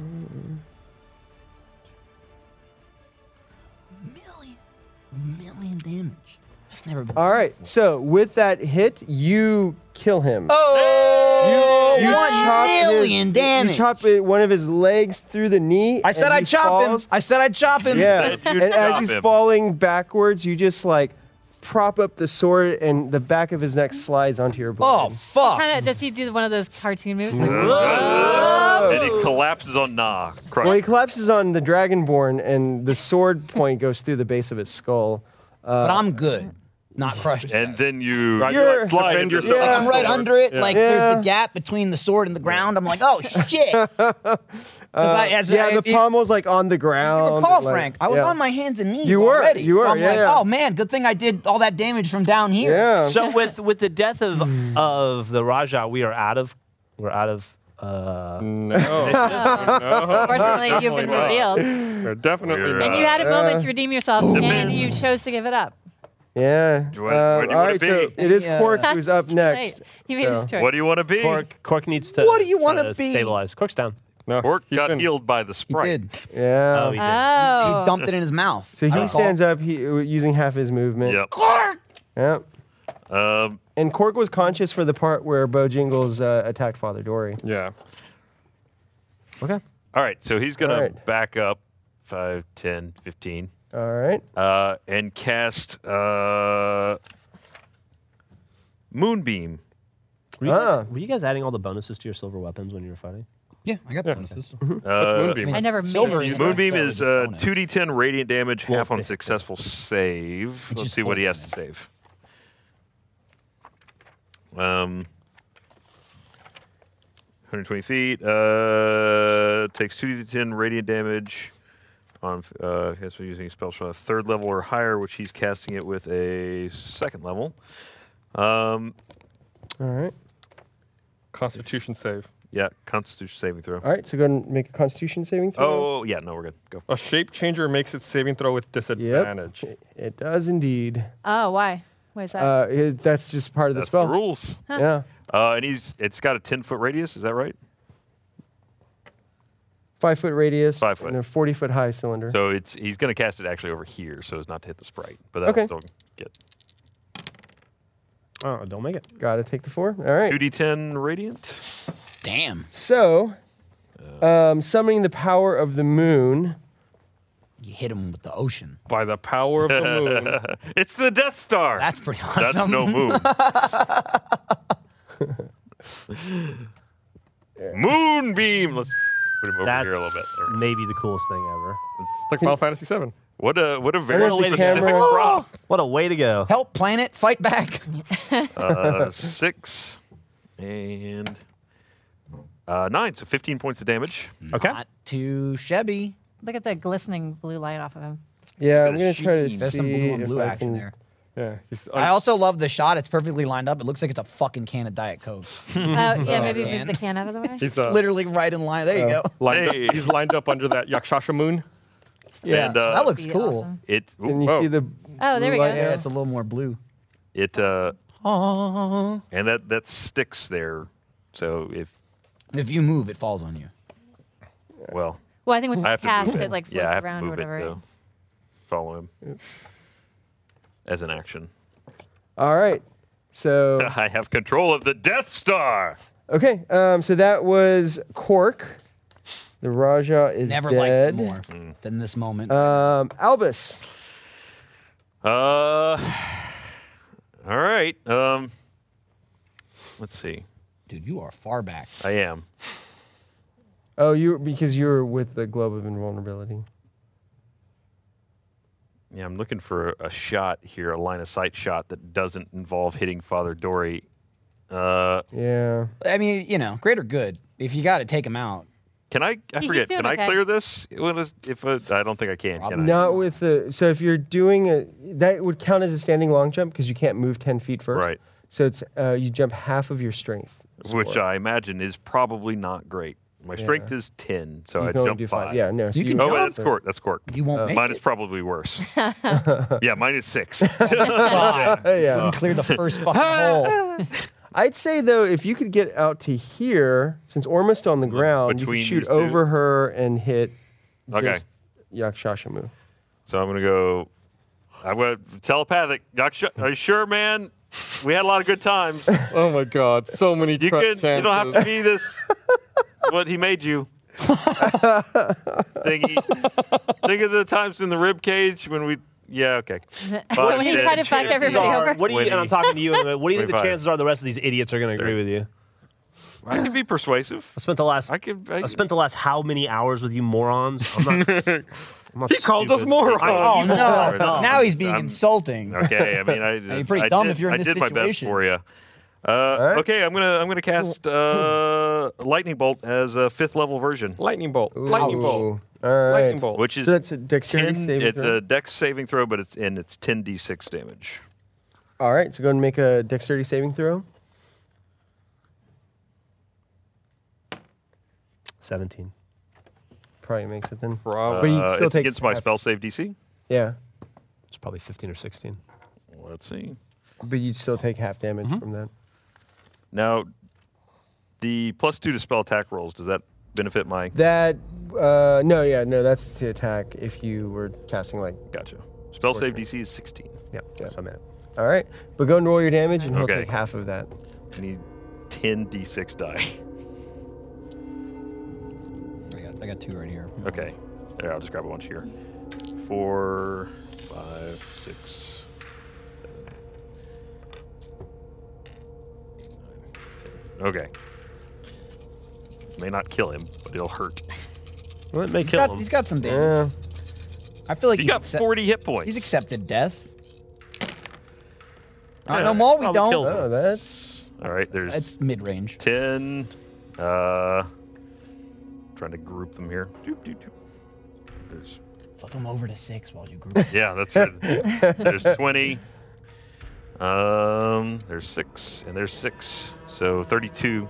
B: Million. Million damage. That's never been.
A: All right. So with that hit, you kill him.
B: Oh!
A: You chop his-
B: million
A: You
B: damage.
A: chop it- one of his legs through the knee.
K: I said
A: and he
K: I'd chop
A: falls.
K: him. I said I'd chop him.
A: Yeah.
D: You
A: and as
D: chop
A: he's
D: him.
A: falling backwards, you just like prop up the sword, and the back of his neck slides onto your
K: Oh
A: blade.
K: fuck.
E: Kinda, does he do one of those cartoon moves? Like,
B: oh.
D: and he collapses on Nah. Crushed.
A: Well, he collapses on the dragonborn, and the sword point goes through the base of his skull.
B: But I'm good. Not crushed.
D: and then you
A: You're-
D: like, slide
C: defend
D: into
C: yourself.
D: the
A: Yeah.
B: I'm right
D: sword.
B: under it. Like there's
A: Yeah. Uh,
B: the gap between the sword and the ground. I'm like, oh shit. 'Cause I- as
A: yeah,
B: I-
A: the
B: if you-
A: pommel's like on the
B: if
A: ground.
B: you recall,
A: like-
B: Frank, I was
A: yeah.
B: on my hands and knees
A: You were,
B: already.
A: you were,
B: so I'm
A: yeah,
B: like,
A: yeah.
B: oh man, good thing I did all that damage from down here.
A: Yeah.
F: So with with the death of of the Raja, we are out of we're out of. Uh,
C: No.
E: Fortunately, you've
C: Definitely
E: been
C: not.
E: revealed, and
C: They're definitely
D: Weird.
C: not.
E: you had a
A: Uh,
E: moment to redeem yourself, and you chose to give it up.
A: Yeah. Uh,
D: Where- where do you
A: all
D: wanna
A: right, so
D: be?
A: it is Quark
E: Yeah.
A: who's up
E: That's
A: next.
E: right. He made his
A: So-
E: choice.
D: What do you want to be?
F: Cork, Cork needs to.
B: What do you wanna
F: to
B: be?
F: Stabilize. Cork's down.
C: No,
D: Orc
C: he's
D: got
C: been-
D: healed by the
B: He
D: sprite.
B: did.
A: Yeah.
F: Oh, he did.
E: Oh,
B: He dumped it in his mouth.
A: so he stands up he, uh, using half his movement.
D: Yep.
A: Yeah.
D: Um,
A: And Cork was conscious for the part where Bo Jingles uh, attacked Father Dory.
C: Yeah.
A: Okay.
D: all right, so he's going
A: All
D: to
A: right.
D: back up 5, 10, 15,
A: All right.
D: uh, and cast uh, Moonbeam.
F: Were you, guys,
A: Ah.
F: were you guys adding all the bonuses to your silver weapons when you were fighting?
B: Yeah, I got bonuses.
C: That's
D: Uh,
C: Moonbeam.
E: I never
B: Silver
E: made
B: is
E: it.
D: Moonbeam
B: necessarily
D: is uh,
B: bonus.
D: 2d10 radiant damage, half on successful save.
B: Which
D: Let's
B: is
D: see what he
B: four.
D: has to save. Um, 120 feet. Uh, takes 2d10 radiant damage on uh, if he's using a spell shot of third level or higher, which he's casting it with a second level. Um,
A: All right.
C: Constitution save.
D: yeah, Constitution saving throw.
A: All right. So go and make a Constitution saving throw.
D: Oh, yeah, no, we're good. Go.
C: A shape changer makes its saving throw with disadvantage.
A: It does indeed.
E: Oh, why? Why is that?
A: Uh, it, that's just part of the
D: That's
A: spell.
D: the rules.
A: Yeah.
D: Uh, and he's it's got a 10 foot radius. Is that right?
A: Five foot radius.
D: Five foot.
A: And a 40 foot high cylinder.
D: So it's he's gonna cast it actually over here, so as not to hit the sprite. But that'll
A: Okay.
D: still get.
F: Oh, don't make it.
A: Gotta take the four. All right.
D: 2d10 radiant.
B: Damn.
A: So, um, summoning the power of the moon.
B: You hit him with the ocean.
C: By the power of the moon,
D: It's the Death Star.
B: That's pretty awesome.
D: That's no moon. Moonbeam. Let's put him over
F: That's
D: here a little bit. There we go.
F: maybe the coolest thing ever.
C: it's like Final Fantasy VII.
D: What a what a very
A: Where's the
D: specific
A: camera? Oh!
D: prop.
F: What a way to go.
B: Help planet fight back.
D: Uh, six and uh, nine, so fifteen points of damage.
F: Okay.
B: Not too shabby.
E: Look at the glistening blue light off of him.
A: Yeah, I'm gonna try to
D: Jeez.
B: There's
A: see
B: some blue on
A: if
B: blue
A: I
B: action
A: can-
B: there.
C: Yeah, he's
B: I also love the shot. It's perfectly lined up. It looks like it's a fucking can of Diet Coke.
D: Uh.
E: Oh, yeah, maybe
B: man.
E: move the can out of the way.
C: he's uh,
B: It's literally right in line. There you
A: Uh,
B: go.
C: lined
D: Hey.
C: up, he's lined up under that Yakshasha moon.
B: Yeah,
D: and, uh,
B: that looks
E: Be
B: cool.
E: awesome.
D: It ooh,
A: Can you
D: whoa.
A: see the?
E: Oh, there we
A: blue
E: go.
A: light?
B: Yeah, it's a little more blue.
D: it uh,
B: Oh.
D: and that that sticks there. So if
B: If you move, it falls on you.
D: well,
E: Well, I think once
D: I have
E: it's
D: to
E: cast,
D: move
E: it.
D: it.
E: like floats
D: yeah, I have
E: around
D: to
E: or
D: move
E: whatever.
D: it though. Follow him as an action.
A: All right. So
D: I have control of the Death Star.
A: okay. Um, so that was Cork. The Raja is
B: Never
A: dead.
B: liked it more
D: Mm.
B: than this moment.
A: Um, Albus.
D: Uh, all right. Um, let's see.
B: Dude, you are far back.
D: I am.
A: Oh, you because you were with the globe of invulnerability.
D: Yeah, I'm looking for a shot here, a line of sight shot that doesn't involve hitting Father Dory. Uh,
A: Yeah.
B: I mean, you know, greater good. If you got to take him out,
D: can I? I
E: he's
D: forget.
E: doing
D: Can I
E: okay.
D: clear this? When is- If uh, I don't think I can. can I?
A: Not with the. So if you're doing a, that would count as a standing long jump because you can't move ten feet first.
D: Right.
A: So it's uh, you jump half of your strength.
D: Which I imagine is probably not great. My strength is ten, so
A: You
D: I
A: can only
D: jump
A: do
D: five.
A: Yeah. No. so
B: You can
D: Oh,
B: No.
D: wait, that's cork. That's cork.
B: you won't make
D: Mine
B: it.
D: is probably worse. yeah, mine is six.
A: Oh, yeah.
D: Uh.
B: You clear the first fucking hole.
A: I'd say though, if you could get out to here, since Orma's still on the ground, you
D: Between
A: could shoot
D: these two?
A: over her and hit.
D: Okay.
A: Just Yakshashamu.
D: So I'm gonna go. I'm gonna telepathic. Doc, sh- Are you sure, man? We had a lot of good times.
C: Oh my God, so many.
D: You
C: tra-
D: could. You don't have
C: chances.
D: to be this. what he made you. Thingy. Think of the times in the rib cage when we. Yeah. Okay. Five,
E: When he
D: ten,
E: tried to fuck
D: chances
E: everybody
D: are-
E: over.
F: uh, What do you, and I'm
D: Winnie.
F: talking to you. in a minute. What do you think the
D: 25.
F: chances are the rest of these idiots are going to agree with you?
D: I can be persuasive.
F: I spent the last.
D: I can. I,
F: I spent the last how many hours with you morons? I'm not, I'm not
C: He called us
F: stupid.
C: morons.
F: I-
B: Oh
D: You
B: no!
D: are dumb.
B: Now he's being
D: I'm-
B: insulting.
D: Okay, I mean, I,
B: You're pretty
D: I
B: dumb
D: did,
B: if you're in
D: I
B: this
D: did my best
B: situation.
D: for you. Uh, Okay, I'm gonna I'm gonna cast uh, lightning bolt as a fifth level version,
C: Lightning bolt. Lightning bolt.
A: All right.
C: Lightning bolt.
D: which is
A: So that's a dexterity
D: 10
A: saving
D: It's
A: throw?
D: a dex saving throw, but it's and it's 10d6 damage.
A: All right. So go ahead and make a dexterity saving throw.
F: 17.
A: Probably makes it then.
C: Probably.
A: But he
D: Uh,
A: still
D: it's
A: takes
D: against my
A: half-
D: spell save DC.
A: Yeah.
F: It's probably 15 or 16.
D: Let's see.
A: But you'd still take half damage
C: Mm-hmm.
A: from that.
D: Now, the plus two to spell attack rolls does that benefit my?
A: That uh, no, yeah, no, that's to attack if you were casting like.
D: Gotcha. Spell save DC is 16.
F: Yeah, that's what I meant.
A: All right, but go and roll your damage, and he'll
D: Okay.
A: take half of that.
D: I need 10d6 die.
B: I got, I got two right here.
D: Okay. There, I'll just grab a bunch here. Four, five, six, seven, eight, nine, ten. Okay. May not kill him, but it'll hurt.
F: Well, it may
B: He's
F: kill
B: got,
F: him.
B: he's got some damage.
A: Yeah.
B: I feel like
D: He
B: he's
D: got
B: accept-
D: 40 hit points.
B: He's accepted death. I
D: Yeah,
B: no more. We
D: probably
B: don't.
D: kills him.
A: Oh, that's
D: All right, there's
B: It's mid range.
D: 10. Uh, trying to group them here. Doop, doop, doop. There's,
B: Flip him over to six while you group.
D: yeah, that's good. there's 20. Um, there's six, and there's six. So 32.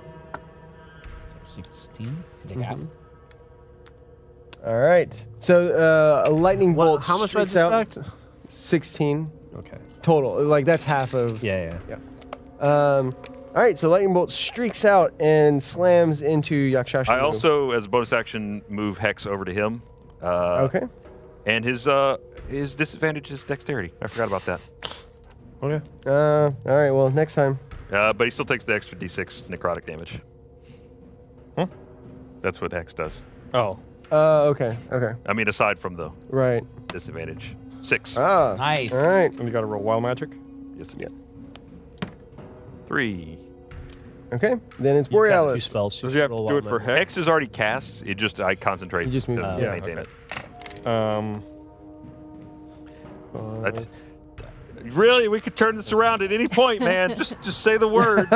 B: Sixteen. They got him.
A: all right. So uh, a lightning
F: What-
A: bolt.
F: how much
A: streaks
F: red
A: out?
F: distract?
A: Sixteen
F: Okay.
A: total. Like that's half of.
F: Yeah, yeah.
A: Yeah. Um, all right. So lightning bolt streaks out and slams into Yakshasha.
D: I also, as a bonus action, move Hex over to him. Uh,
A: Okay.
C: Oh.
D: And his uh, his disadvantage is dexterity. I forgot about that. Okay.
A: Uh, all right. Well, next time.
D: Uh, but he still takes the extra d6 necrotic damage.
C: Huh?
D: That's what X does.
C: Oh.
A: Uh, okay. Okay.
D: I mean, aside from the
A: Right.
D: disadvantage. Six.
A: Ah.
B: Nice.
A: All right.
C: And you gotta roll wild magic.
D: yes, it Three.
A: Okay. Then it's
F: You cast two
A: Borealis.
F: spells.
C: Does he have
F: roll
C: to do
F: out
C: it for
F: loud.
C: hex?
D: X is already cast. It just I concentrate.
A: You just move
D: to
A: it.
D: yeah,
C: Yeah,
D: maintain
C: okay. Um.
D: it. That's really we could turn this around at any point, man. just just say the word.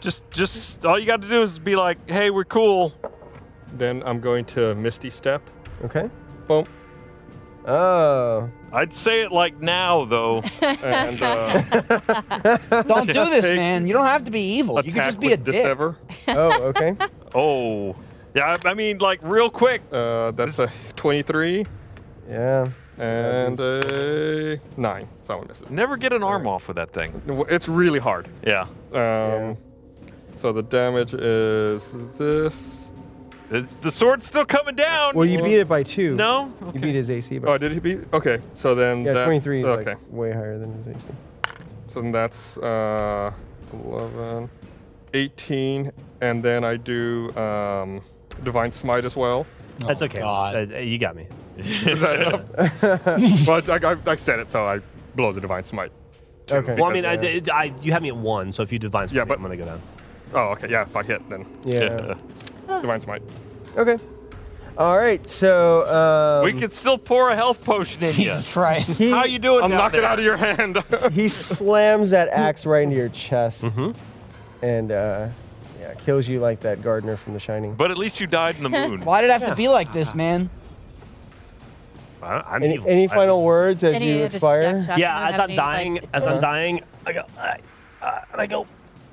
D: just just all you got to do is be like, hey, we're cool.
C: Then I'm going to Misty Step.
A: Okay.
C: Boom.
A: Oh.
D: I'd say it like now though.
C: And uh,
B: Don't do this,
C: Take-
B: man. You don't have to be evil. You can
C: attack
B: just be a
C: with
B: dick.
C: Dissever.
A: Oh. Okay.
D: oh, yeah. I, I mean like real quick.
C: Uh, that's a 23
A: yeah.
C: and a nine. Someone misses.
D: Never get an arm off with that thing.
C: It's really hard.
D: Yeah.
C: Um, So the damage is this.
D: It's, the sword's still coming down.
A: Well, you beat it by two.
D: no.
A: You beat his AC by.
C: Oh, did he beat? Okay, so then
A: yeah,
C: that's,
A: 23 is
C: Okay,
A: like way higher than his AC.
C: so then that's uh, 11, 18, and then I do um, divine smite as well.
F: That's okay.
B: Oh, God.
F: Uh, you got me.
C: Is that enough? well, I, I, I said it, so I blow the divine smite.
A: Okay.
F: Well, I mean, I,
A: Because,
F: I, I, you had me at one, so if you divine smite,
C: Yeah, but-
F: I'm gonna go down.
C: Oh, okay. Yeah, if I hit, then
A: Yeah.
C: divine smite.
A: okay. All right. So. Um,
D: we could still pour a health potion in you.
B: Jesus Christ.
A: He,
D: How you doing?
C: I'm
D: down
C: knocking
D: there?
C: out of your hand.
A: he slams that axe right into your chest and uh, yeah, kills you like that gardener from The Shining.
D: But at least you died in the moon.
B: Why did it have to be like this, man?
F: I, I'm
A: any,
F: evil.
A: any
F: I-
A: final words as you expire?
F: Yeah, as I'm dying, as I'm dying, I go, I, uh, and I go,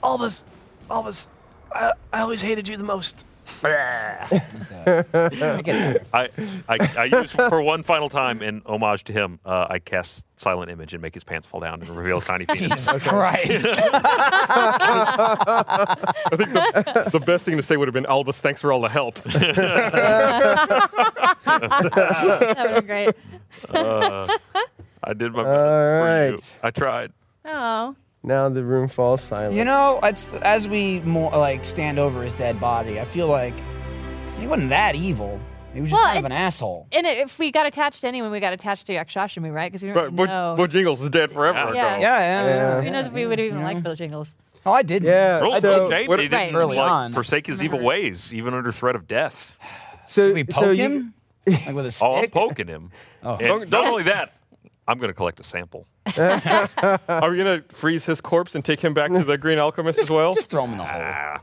F: Albus, Albus, I, I always hated you the most.
B: I get that.
D: I, I, I use for one final time in homage to him. Uh, I cast silent image and make his pants fall down and reveal a tiny penis.
B: Christ.
C: I think the, the best thing to say would have been Albus. Thanks for all the help.
E: that would be great.
D: I did my best.
A: All
D: for you.
A: right.
D: I tried.
E: Oh,
A: Now the room falls silent.
B: You know, it's, as we more, like stand over his dead body, I feel like he wasn't that evil. He was just
E: Well,
B: kind of
E: it-
B: an asshole.
E: and if we got attached to anyone, we got attached to Yakshashimi, right? Because we
C: but
E: don't
C: but,
E: know.
C: but Jingles is dead forever.
E: Yeah.
D: ago.
B: Yeah, yeah,
A: Yeah.
B: yeah.
E: Who knows if we would even like Little Jingles?
B: Oh, I did.
A: yeah.
D: Roll
A: So,
D: shame.
C: what-
D: He didn't
E: Right.
B: Early
D: like,
B: on.
D: forsake his evil
E: Remember.
D: ways, even under threat of death.
A: so
B: We poke
A: so you-
B: him like with a
D: Oh, I'm
B: stick.
D: poking him.
A: Oh.
D: And
C: Don't-
D: not
C: don't-
D: only that, I'm going to collect a sample.
C: Are we gonna freeze his corpse and take him back to the Green Alchemist as well?
B: Just throw him in the hole.
D: Ah,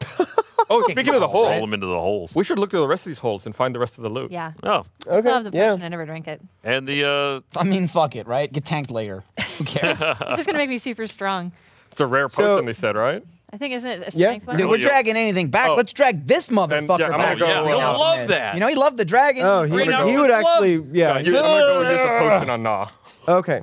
C: Oh, speaking of the
D: roll
C: hole,
D: him into the holes.
C: we should look through the rest of these holes and find the rest of the loot.
E: Yeah.
D: Oh,
E: I still
A: Okay,
E: have the
A: yeah.
E: potion. I never drank it.
D: and the uh,
B: I mean, fuck it, right? Get tanked later. Who cares?
C: Oh,
E: It's just gonna make me super strong.
C: It's a rare
A: So-
C: potion, they said, right?
E: I think isn't it a
A: Yeah.
E: strength
B: Dude,
E: weapon?
B: we're
D: yeah.
B: dragging anything back.
C: Oh.
B: Let's drag this motherfucker
C: yeah, I'm gonna
B: back.
C: go
B: to
C: roll
B: Green
C: out.
D: Love
B: Alchemist.
D: that.
B: You know, he loved the dragon.
A: Oh, he
D: Green
A: would, he
D: Alchemist
A: would
D: gloves.
A: actually, yeah.
C: I'm not going to use a potion on Nah.
A: Okay.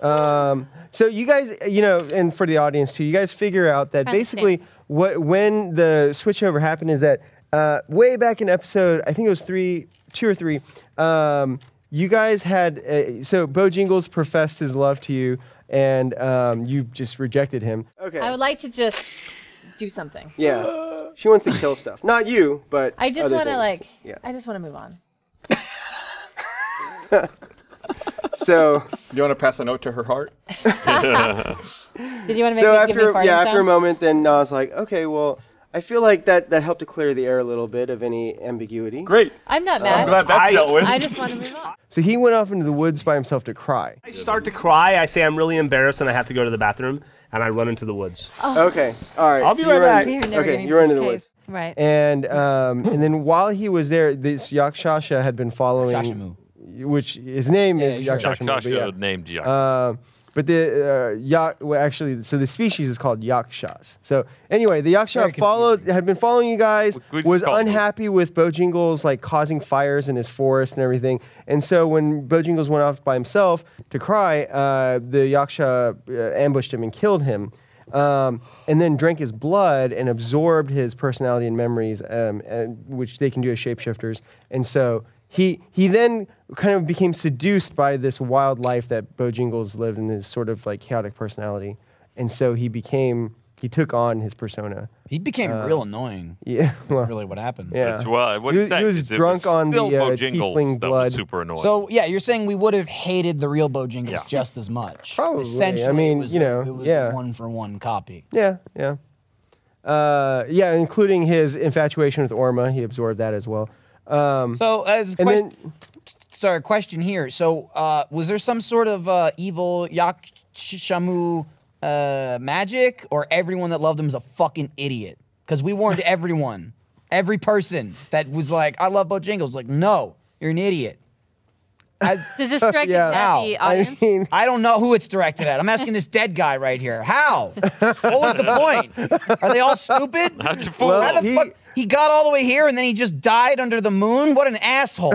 A: Um, so you guys, you know, and for the audience too, you guys figure out that
E: Kinda
A: basically
E: changed.
A: what when the switchover happened is that uh, way back in episode, I think it was three, two or three. Um, you guys had uh, so Bo Jingles professed his love to you, and um, you just rejected him. Okay.
E: I would like to just do something.
A: yeah. She wants to kill stuff, not you, but
E: I just
A: other
E: want to
A: things.
E: like.
A: Yeah.
E: I just want to move on.
A: So.
C: You want to pass a note to her heart?
E: Did you want to make
A: so
E: me
A: after
E: give me farting
A: yeah, after a
E: sounds?
A: moment, then I was like, okay, well, I feel like that that helped to clear the air a little bit of any ambiguity.
C: Great.
E: I'm
A: Uh,
E: not mad.
F: that's I- dealt
C: with.
E: I just want to move on.
A: So he went off into the woods by himself to cry.
F: I start to cry. I say I'm really embarrassed and I have to go to the bathroom, and I run into the woods.
A: Okay, all right.
F: I'll be
A: so you're
F: right
A: in-
E: We are never
A: okay,
E: getting
A: you're
E: into
A: into the
E: this
A: woods.
E: cave. Right.
A: And um, and then while he was there, this Yakshasha had been following,
B: Yakshashimu.
A: which his name is
B: sure.
A: Yakshashimu. but
D: Tasha
A: yeah.
D: uh, named Jack.
A: Um, but the uh, yak, well, actually, so the species is called yakshas. So anyway, the yaksha followed, had been following you guys,
D: We- we
A: was
D: call it-
A: unhappy with Bojingles like causing fires in his forest and everything. And so when Bojingles went off by himself to cry, uh, the yaksha uh, ambushed him and killed him. Um, and then drank his blood and uh, absorbed his personality and memories, um, and, which they can do as shapeshifters. And so he he then kind of became seduced by this wild life that Bojangles lived in his sort of like chaotic personality, and so he became he took on his persona.
H: He became real annoying.
A: Yeah,
H: That's
A: Uh, well,
H: really what happened.
A: yeah.
D: That's why. What
A: he,
D: is
A: was-
D: that?
A: he was
D: 'Cause it
A: drunk on the
D: still
A: uh,
D: Bojangles
A: tiefling
D: that
A: blood.
D: Was super annoying.
B: So yeah, you're saying we would have hated the real Bojangles just as much.
A: Probably. I
B: Essentially,
A: mean,
B: it was,
A: you
B: a-
A: know,
B: it was
A: yeah.
B: a one for one copy.
A: Yeah, yeah. Uh, yeah, including his infatuation with Orma. He absorbed that as well. Um,
B: So as
A: and
B: question,
A: then
B: sorry, question here. So uh, was there some sort of uh, evil Yakshamu uh, magic, or everyone that loved him is a fucking idiot? Because we warned everyone, every person that was like, "I love Bojangles," like, no, you're an idiot. I,
E: Does this directed
A: Yeah.
E: at the
B: Ow. I
E: audience?
A: mean-
B: I don't know who it's directed at. I'm asking this dead guy right here. How? What was the point? Are they all stupid?
D: How'd you fool
B: How the
A: him?
B: fuck? He got all the way here and then he just died under the moon. What an asshole!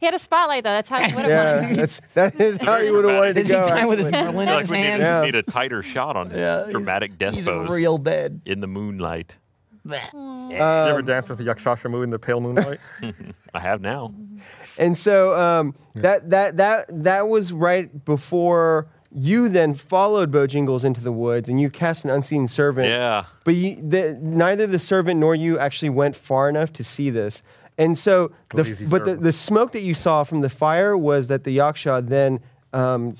E: he had a spotlight though. That's how you would have wanted.
A: yeah, that's that is how you would have wanted to
B: Did he
A: go.
B: die with his
A: actually.
B: Merlin in
D: like
B: his
D: we need,
B: hand?
A: Yeah.
D: need a tighter shot on his dramatic death
B: He's
D: pose
B: real dead.
D: in the moonlight.
C: you ever dance with the Yakshashamu in the pale moonlight?
D: I have now.
A: And so um, that that that that was right before you then followed Bojangles into the woods and you cast an unseen servant.
D: Yeah.
A: But you, the, neither the servant nor you actually went far enough to see this. And so, the,
C: Lazy
A: but the,
C: servant.
A: the smoke that you saw from the fire was that the Yaksha then um,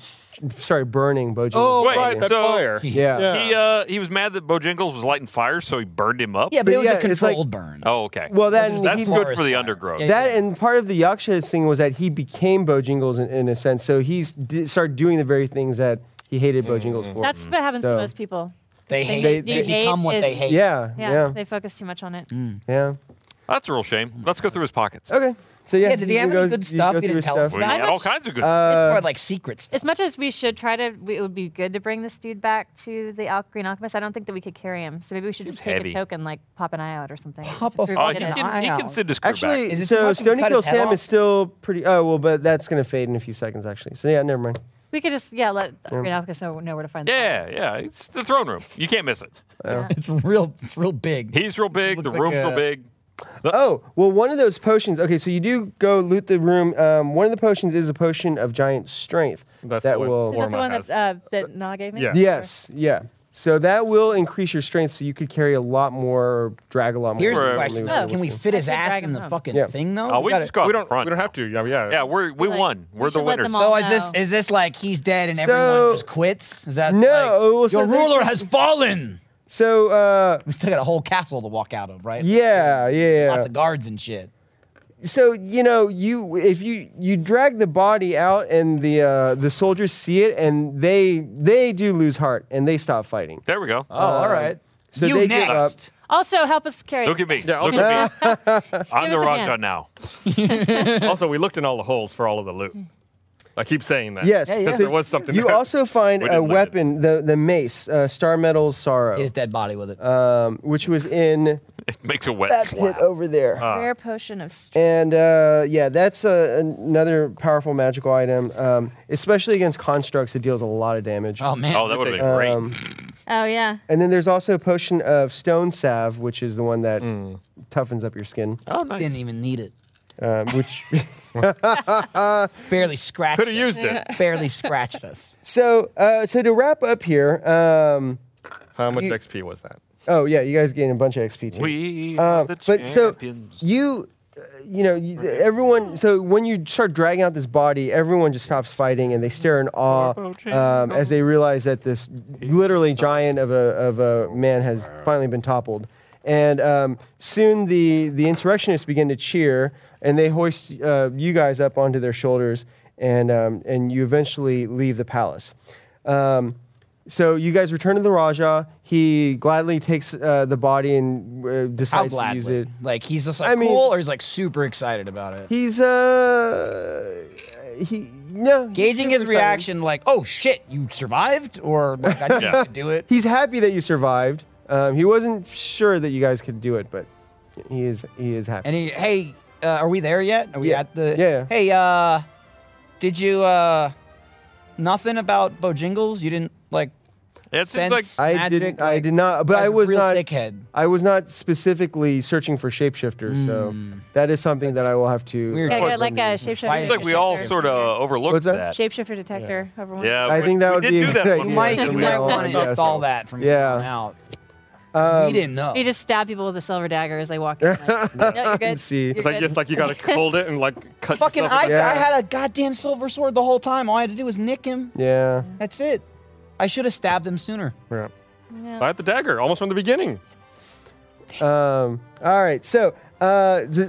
A: started burning Bojangles.
C: Oh,
D: Wait,
C: right, that
D: so-
C: fire.
A: yeah.
C: Yeah.
D: He uh, he was mad that Bojangles was lighting fires, so he burned him up.
B: Yeah, but, it was
A: yeah,
B: a
A: it's like-
B: controlled burn.
D: Oh, okay.
A: Well, then
D: that's
A: he-
D: good for the undergrowth.
A: That and part of the Yaksha thing was that he became Bojangles in, in a sense. So he s- did, started doing the very things that he hated
D: Mm.
A: Bojangles for.
E: That's what happens
A: So-
E: to most people.
B: They hate.
A: they-
B: They,
A: they-
B: become what
E: hate
B: they
E: is-
B: hate.
A: yeah,
E: Yeah,
A: yeah,
E: they focus too much on it.
A: yeah.
D: That's a real shame. Let's go through his pockets.
A: Okay. So yeah,
B: Yeah, did he
A: you
B: have
A: go-
B: any good
A: you
B: stuff?
A: go through
B: He didn't
A: his
B: tell us
A: stuff.
D: We
E: How
D: had all
E: much-
D: kinds of good.
A: uh,
B: or like secret stuff.
E: As much as we should try to, we, it would be good to bring this dude back to the Al- Green Alchemist. I don't think that we could carry him, so maybe we should
D: Seems
E: just take
D: heavy.
E: a token, like pop an eye out or something. just
B: Pop
E: to
B: a
E: prove
D: oh,
E: we
D: he
E: did
B: fucking
E: it.
B: eye
D: can, he
B: out.
D: can send his crew
A: Actually,
D: back.
B: Is it too
A: so
B: much if we
A: Stony
B: cut
A: Kill
B: his head
A: Sam
B: off?
A: is still pretty. Oh well, but that's gonna fade in a few seconds actually. So yeah, never mind.
E: We could just yeah let Green Alchemist know, know where to find. the
D: Yeah, yeah. It's the throne room. You can't miss it.
B: It's real. It's real big.
D: He's real big. The
H: Looks like
D: room's real
H: a-
D: big.
A: Oh well, one of those potions. Okay, so you do go loot the room. Um, one of the potions is a potion of giant strength
C: That's
A: that
C: the one.
A: will.
E: Is that the
C: Orma
E: one that
C: has-
E: uh, that Nala gave me?
C: Yeah.
A: Yes, yeah. So that will increase your strength, so you could carry a lot more, or drag a lot more.
B: Here's
A: than
B: the
D: Right.
B: question:
A: you
B: though.
E: No.
B: Oh, Can we fit his
E: That's a
B: ass
E: dragon
B: in the
E: home.
B: fucking
A: Yeah.
B: thing though?
D: Oh, we
B: gotta-
D: just go out
C: We don't.
D: front.
C: We don't have to. Yeah, yeah.
D: Yeah, we're, we
E: Like,
D: won.
E: we
D: We're the
E: should let
D: winners.
E: them
B: So
E: all
B: is this
E: know.
B: is this like he's dead and
A: So-
B: everyone just quits? Is that
A: No,
B: like,
A: well, so
B: your
A: there's-
B: ruler has fallen?
A: So uh,
B: We still got a whole castle to walk out of, right?
A: yeah, yeah.
B: lots of guards and shit.
A: so you know you if you you drag the body out and the uh, the soldiers see it and they they do lose heart and they stop fighting.
D: There we go.
B: Oh, all right.
A: so
B: you
A: they give up.
B: next.
E: Also, help us carry.
D: Look at me.
C: Yeah,
D: Look at me. I'm
E: Give
D: the
E: us a
D: rock
E: hand.
D: shot now.
C: also, we looked in all the holes for all of the loot. I keep saying that.
A: Yes,
C: Because there was something.
A: You
C: there.
A: also find
D: We
A: a
D: didn't let it.
A: weapon, the the mace, uh, Star Metal's Sorrow,
B: Hit his dead body with it.
A: um, which was in
D: It makes a wet
A: that pit
D: slap.
A: over there.
D: uh,
E: Rare potion of strength.
A: and uh, yeah, that's uh, another powerful magical item, um, especially against constructs. It deals a lot of damage.
B: oh man.
D: Oh, that would have been great.
E: Oh yeah.
A: And then there's also a potion of Stone Salve, which is the one that toughens up your skin,
D: oh, nice.
B: didn't even need it.
A: um, which.
B: Barely scratched.
C: could have
B: us.
C: used it.
B: Barely scratched us.
A: So, uh, so to wrap up here, um,
C: How much XP was that?
A: oh yeah, you guys gained a bunch of XP too.
D: We
A: Uh,
D: are the
A: but so
D: champions.
A: you, uh, you know, you, everyone. So when you start dragging out this body, everyone just stops fighting and they stare in awe um, as they realize that this literally giant of a of a man has finally been toppled. And um, soon the the insurrectionists begin to cheer and they hoist uh, you guys up onto their shoulders and um, and you eventually leave the palace. Um, so you guys return to the Raja. He gladly takes uh, the body and uh,
B: How
A: decides to use
B: gladly.
A: it.
B: Like he's just like
A: I mean-
B: cool, or he's like super excited about it.
A: He's uh he no he's
B: Gauging
A: super
B: his
A: excited.
B: reaction, like, "Oh shit, you survived," or like, "I didn't
D: Yeah.
B: have to do it."
A: He's happy that you survived. Um, he wasn't sure that you guys could do it, but he is he is happy.
B: And he, hey, uh, are we there yet? Are we
A: Yeah.
B: at the?
A: Yeah, yeah.
B: Hey, uh, did you uh, nothing about Bojangles? You didn't like
D: It seems
B: sense
D: like
A: I
B: magic,
A: did. I
B: like,
A: did not. But
B: guy's
A: I
B: a
A: was
B: real
A: not.
B: dickhead.
A: I was not specifically searching for shapeshifter, so that is something that I will have to.
B: Mm. weird.
E: Yeah,
B: Well,
E: good, like a shapeshifter.
B: Fight.
D: seems like we all
E: detector.
D: sort of overlooked
A: What's that?
D: that.
E: shapeshifter detector over one.
D: Yeah,
A: I
D: we-
A: think that
D: we
A: would
D: did
A: be a
D: do that
A: good
D: one
A: idea.
B: You might,
A: Yeah,
B: you
A: we
B: might
A: all
B: want
A: wanna
B: to
A: guess.
B: install that from here
A: Yeah.
B: on out. we
A: Um,
B: didn't know.
E: You just stab people with a silver dagger as they walk in. Like, no, you're good.
A: see.
E: You're
A: It's
C: It's like
E: good.
C: it's like you gotta hold it and like cut.
B: Fucking,
C: yourself
B: I,
C: in
A: Yeah.
B: I had a goddamn silver sword the whole time. All I had to do was nick him.
A: yeah.
B: That's it. I should have stabbed him sooner.
C: the- Yeah.
E: Yeah.
C: I had the dagger almost from the beginning.
A: Um, all right. So, uh, d-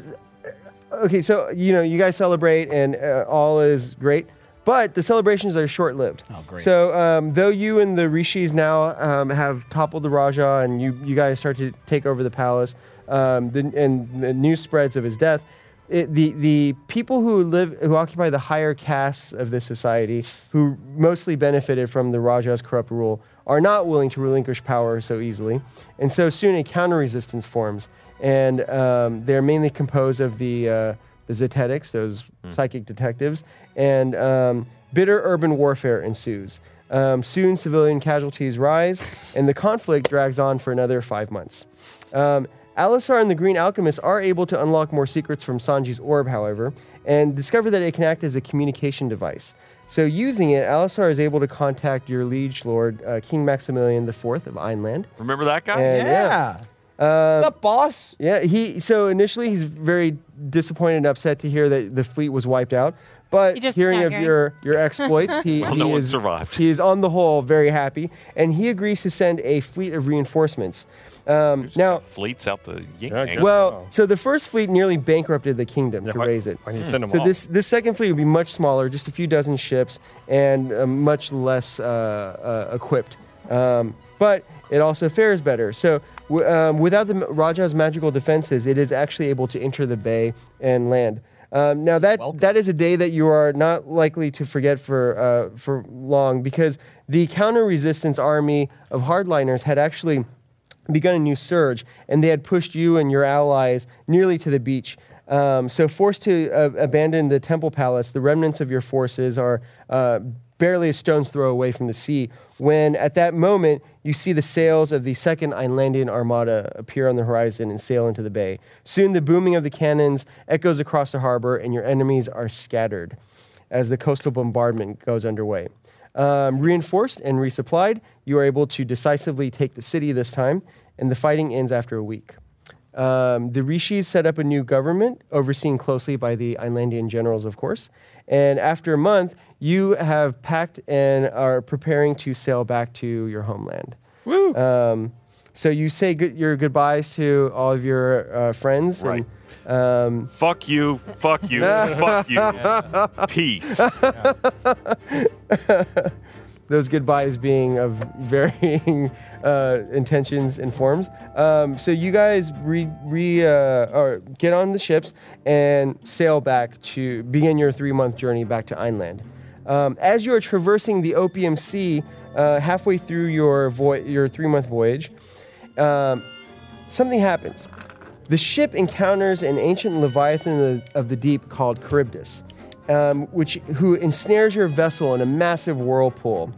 A: okay. So you know, you guys celebrate, and uh, all is great. But the celebrations are short-lived. Oh,
B: great.
A: So um, though you and the rishis now um, have toppled the Raja, and you you guys start to take over the palace, um, the, and the news spreads of his death. It, the the people who live who occupy the higher castes of this society, who mostly benefited from the Raja's corrupt rule, are not willing to relinquish power so easily, and so soon a counter resistance forms, and um, they're mainly composed of the uh, the Zetetics, those psychic detectives, and um, bitter urban warfare ensues. Um, soon, civilian casualties rise, and the conflict drags on for another five months. Um, Alisar and the Green Alchemist are able to unlock more secrets from Sanji's orb, however, and discover that it can act as a communication device. So, using it, Alisar is able to contact your liege lord, uh, King Maximilian IV of Einland.
D: Remember that guy?
A: And
B: Yeah.
A: Uh,
B: What's up, boss?
A: yeah, he. So initially, he's very disappointed and upset to hear that the fleet was wiped out. But
E: He just
A: hearing
E: not
A: of
E: caring.
A: your your exploits, he,
D: Well,
A: he
D: no one
A: is
D: survived.
A: He is on the whole very happy, and he agrees to send a fleet of reinforcements. Um, now,
D: Fleets out the yin
C: Yeah,
D: yang.
C: good.
A: well, so the first fleet nearly bankrupted the kingdom to
C: why-
A: raise it.
C: why didn't you send 'em
A: so
C: all?
A: this this second fleet would be much smaller, just a few dozen ships, and uh, much less uh, uh, equipped. Um, but it also fares better. So w- um, without the m- Raja's magical defenses, it is actually able to enter the bay and land. Um, now that that is a day that you are not likely to forget for uh, for long because the counter resistance army of hardliners had actually begun a new surge, and they had pushed you and your allies nearly to the beach. Um, so, forced to uh, abandon the temple palace, the remnants of your forces are uh, barely a stone's throw away from the sea. When at that moment, you see the sails of the second Islandian armada appear on the horizon and sail into the bay. Soon, the booming of the cannons echoes across the harbor, and your enemies are scattered as the coastal bombardment goes underway. Um, reinforced and resupplied, you are able to decisively take the city this time, and the fighting ends after a week. Um, the Rishis set up a new government, overseen closely by the Islandian generals, of course. And after a month, you have packed and are preparing to sail back to your homeland. Woo! Um, so you say good, your goodbyes to all of your uh, friends.
D: Right.
A: And, um,
D: Fuck you. Fuck you. fuck you. Peace.
A: those goodbyes being of varying uh, intentions and forms. Um, so you guys re, re uh, or get on the ships and sail back to begin your three month journey back to Einland. Um, as you are traversing the Opium Sea, uh, halfway through your vo- your three month voyage, um, something happens. The ship encounters an ancient leviathan of the, of the deep called Charybdis, um, which who ensnares your vessel in a massive whirlpool.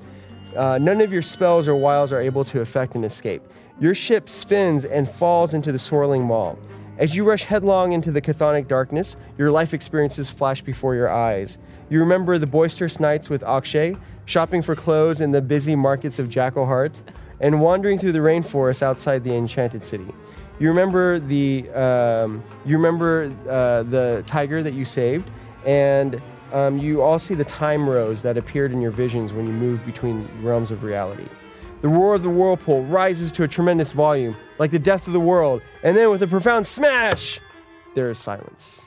A: Uh, none of your spells or wiles are able to effect an escape. Your ship spins and falls into the swirling maw. As you rush headlong into the chthonic darkness, your life experiences flash before your eyes. You remember the boisterous nights with Akshay, shopping for clothes in the busy markets of Jackal Heart, and wandering through the rainforest outside the enchanted city. You remember the um, you remember uh, the tiger that you saved, and um, you all see the time rose that appeared in your visions when you moved between realms of reality. The roar of the whirlpool rises to a tremendous volume, like the death of the world, and then with a profound smash, there is silence.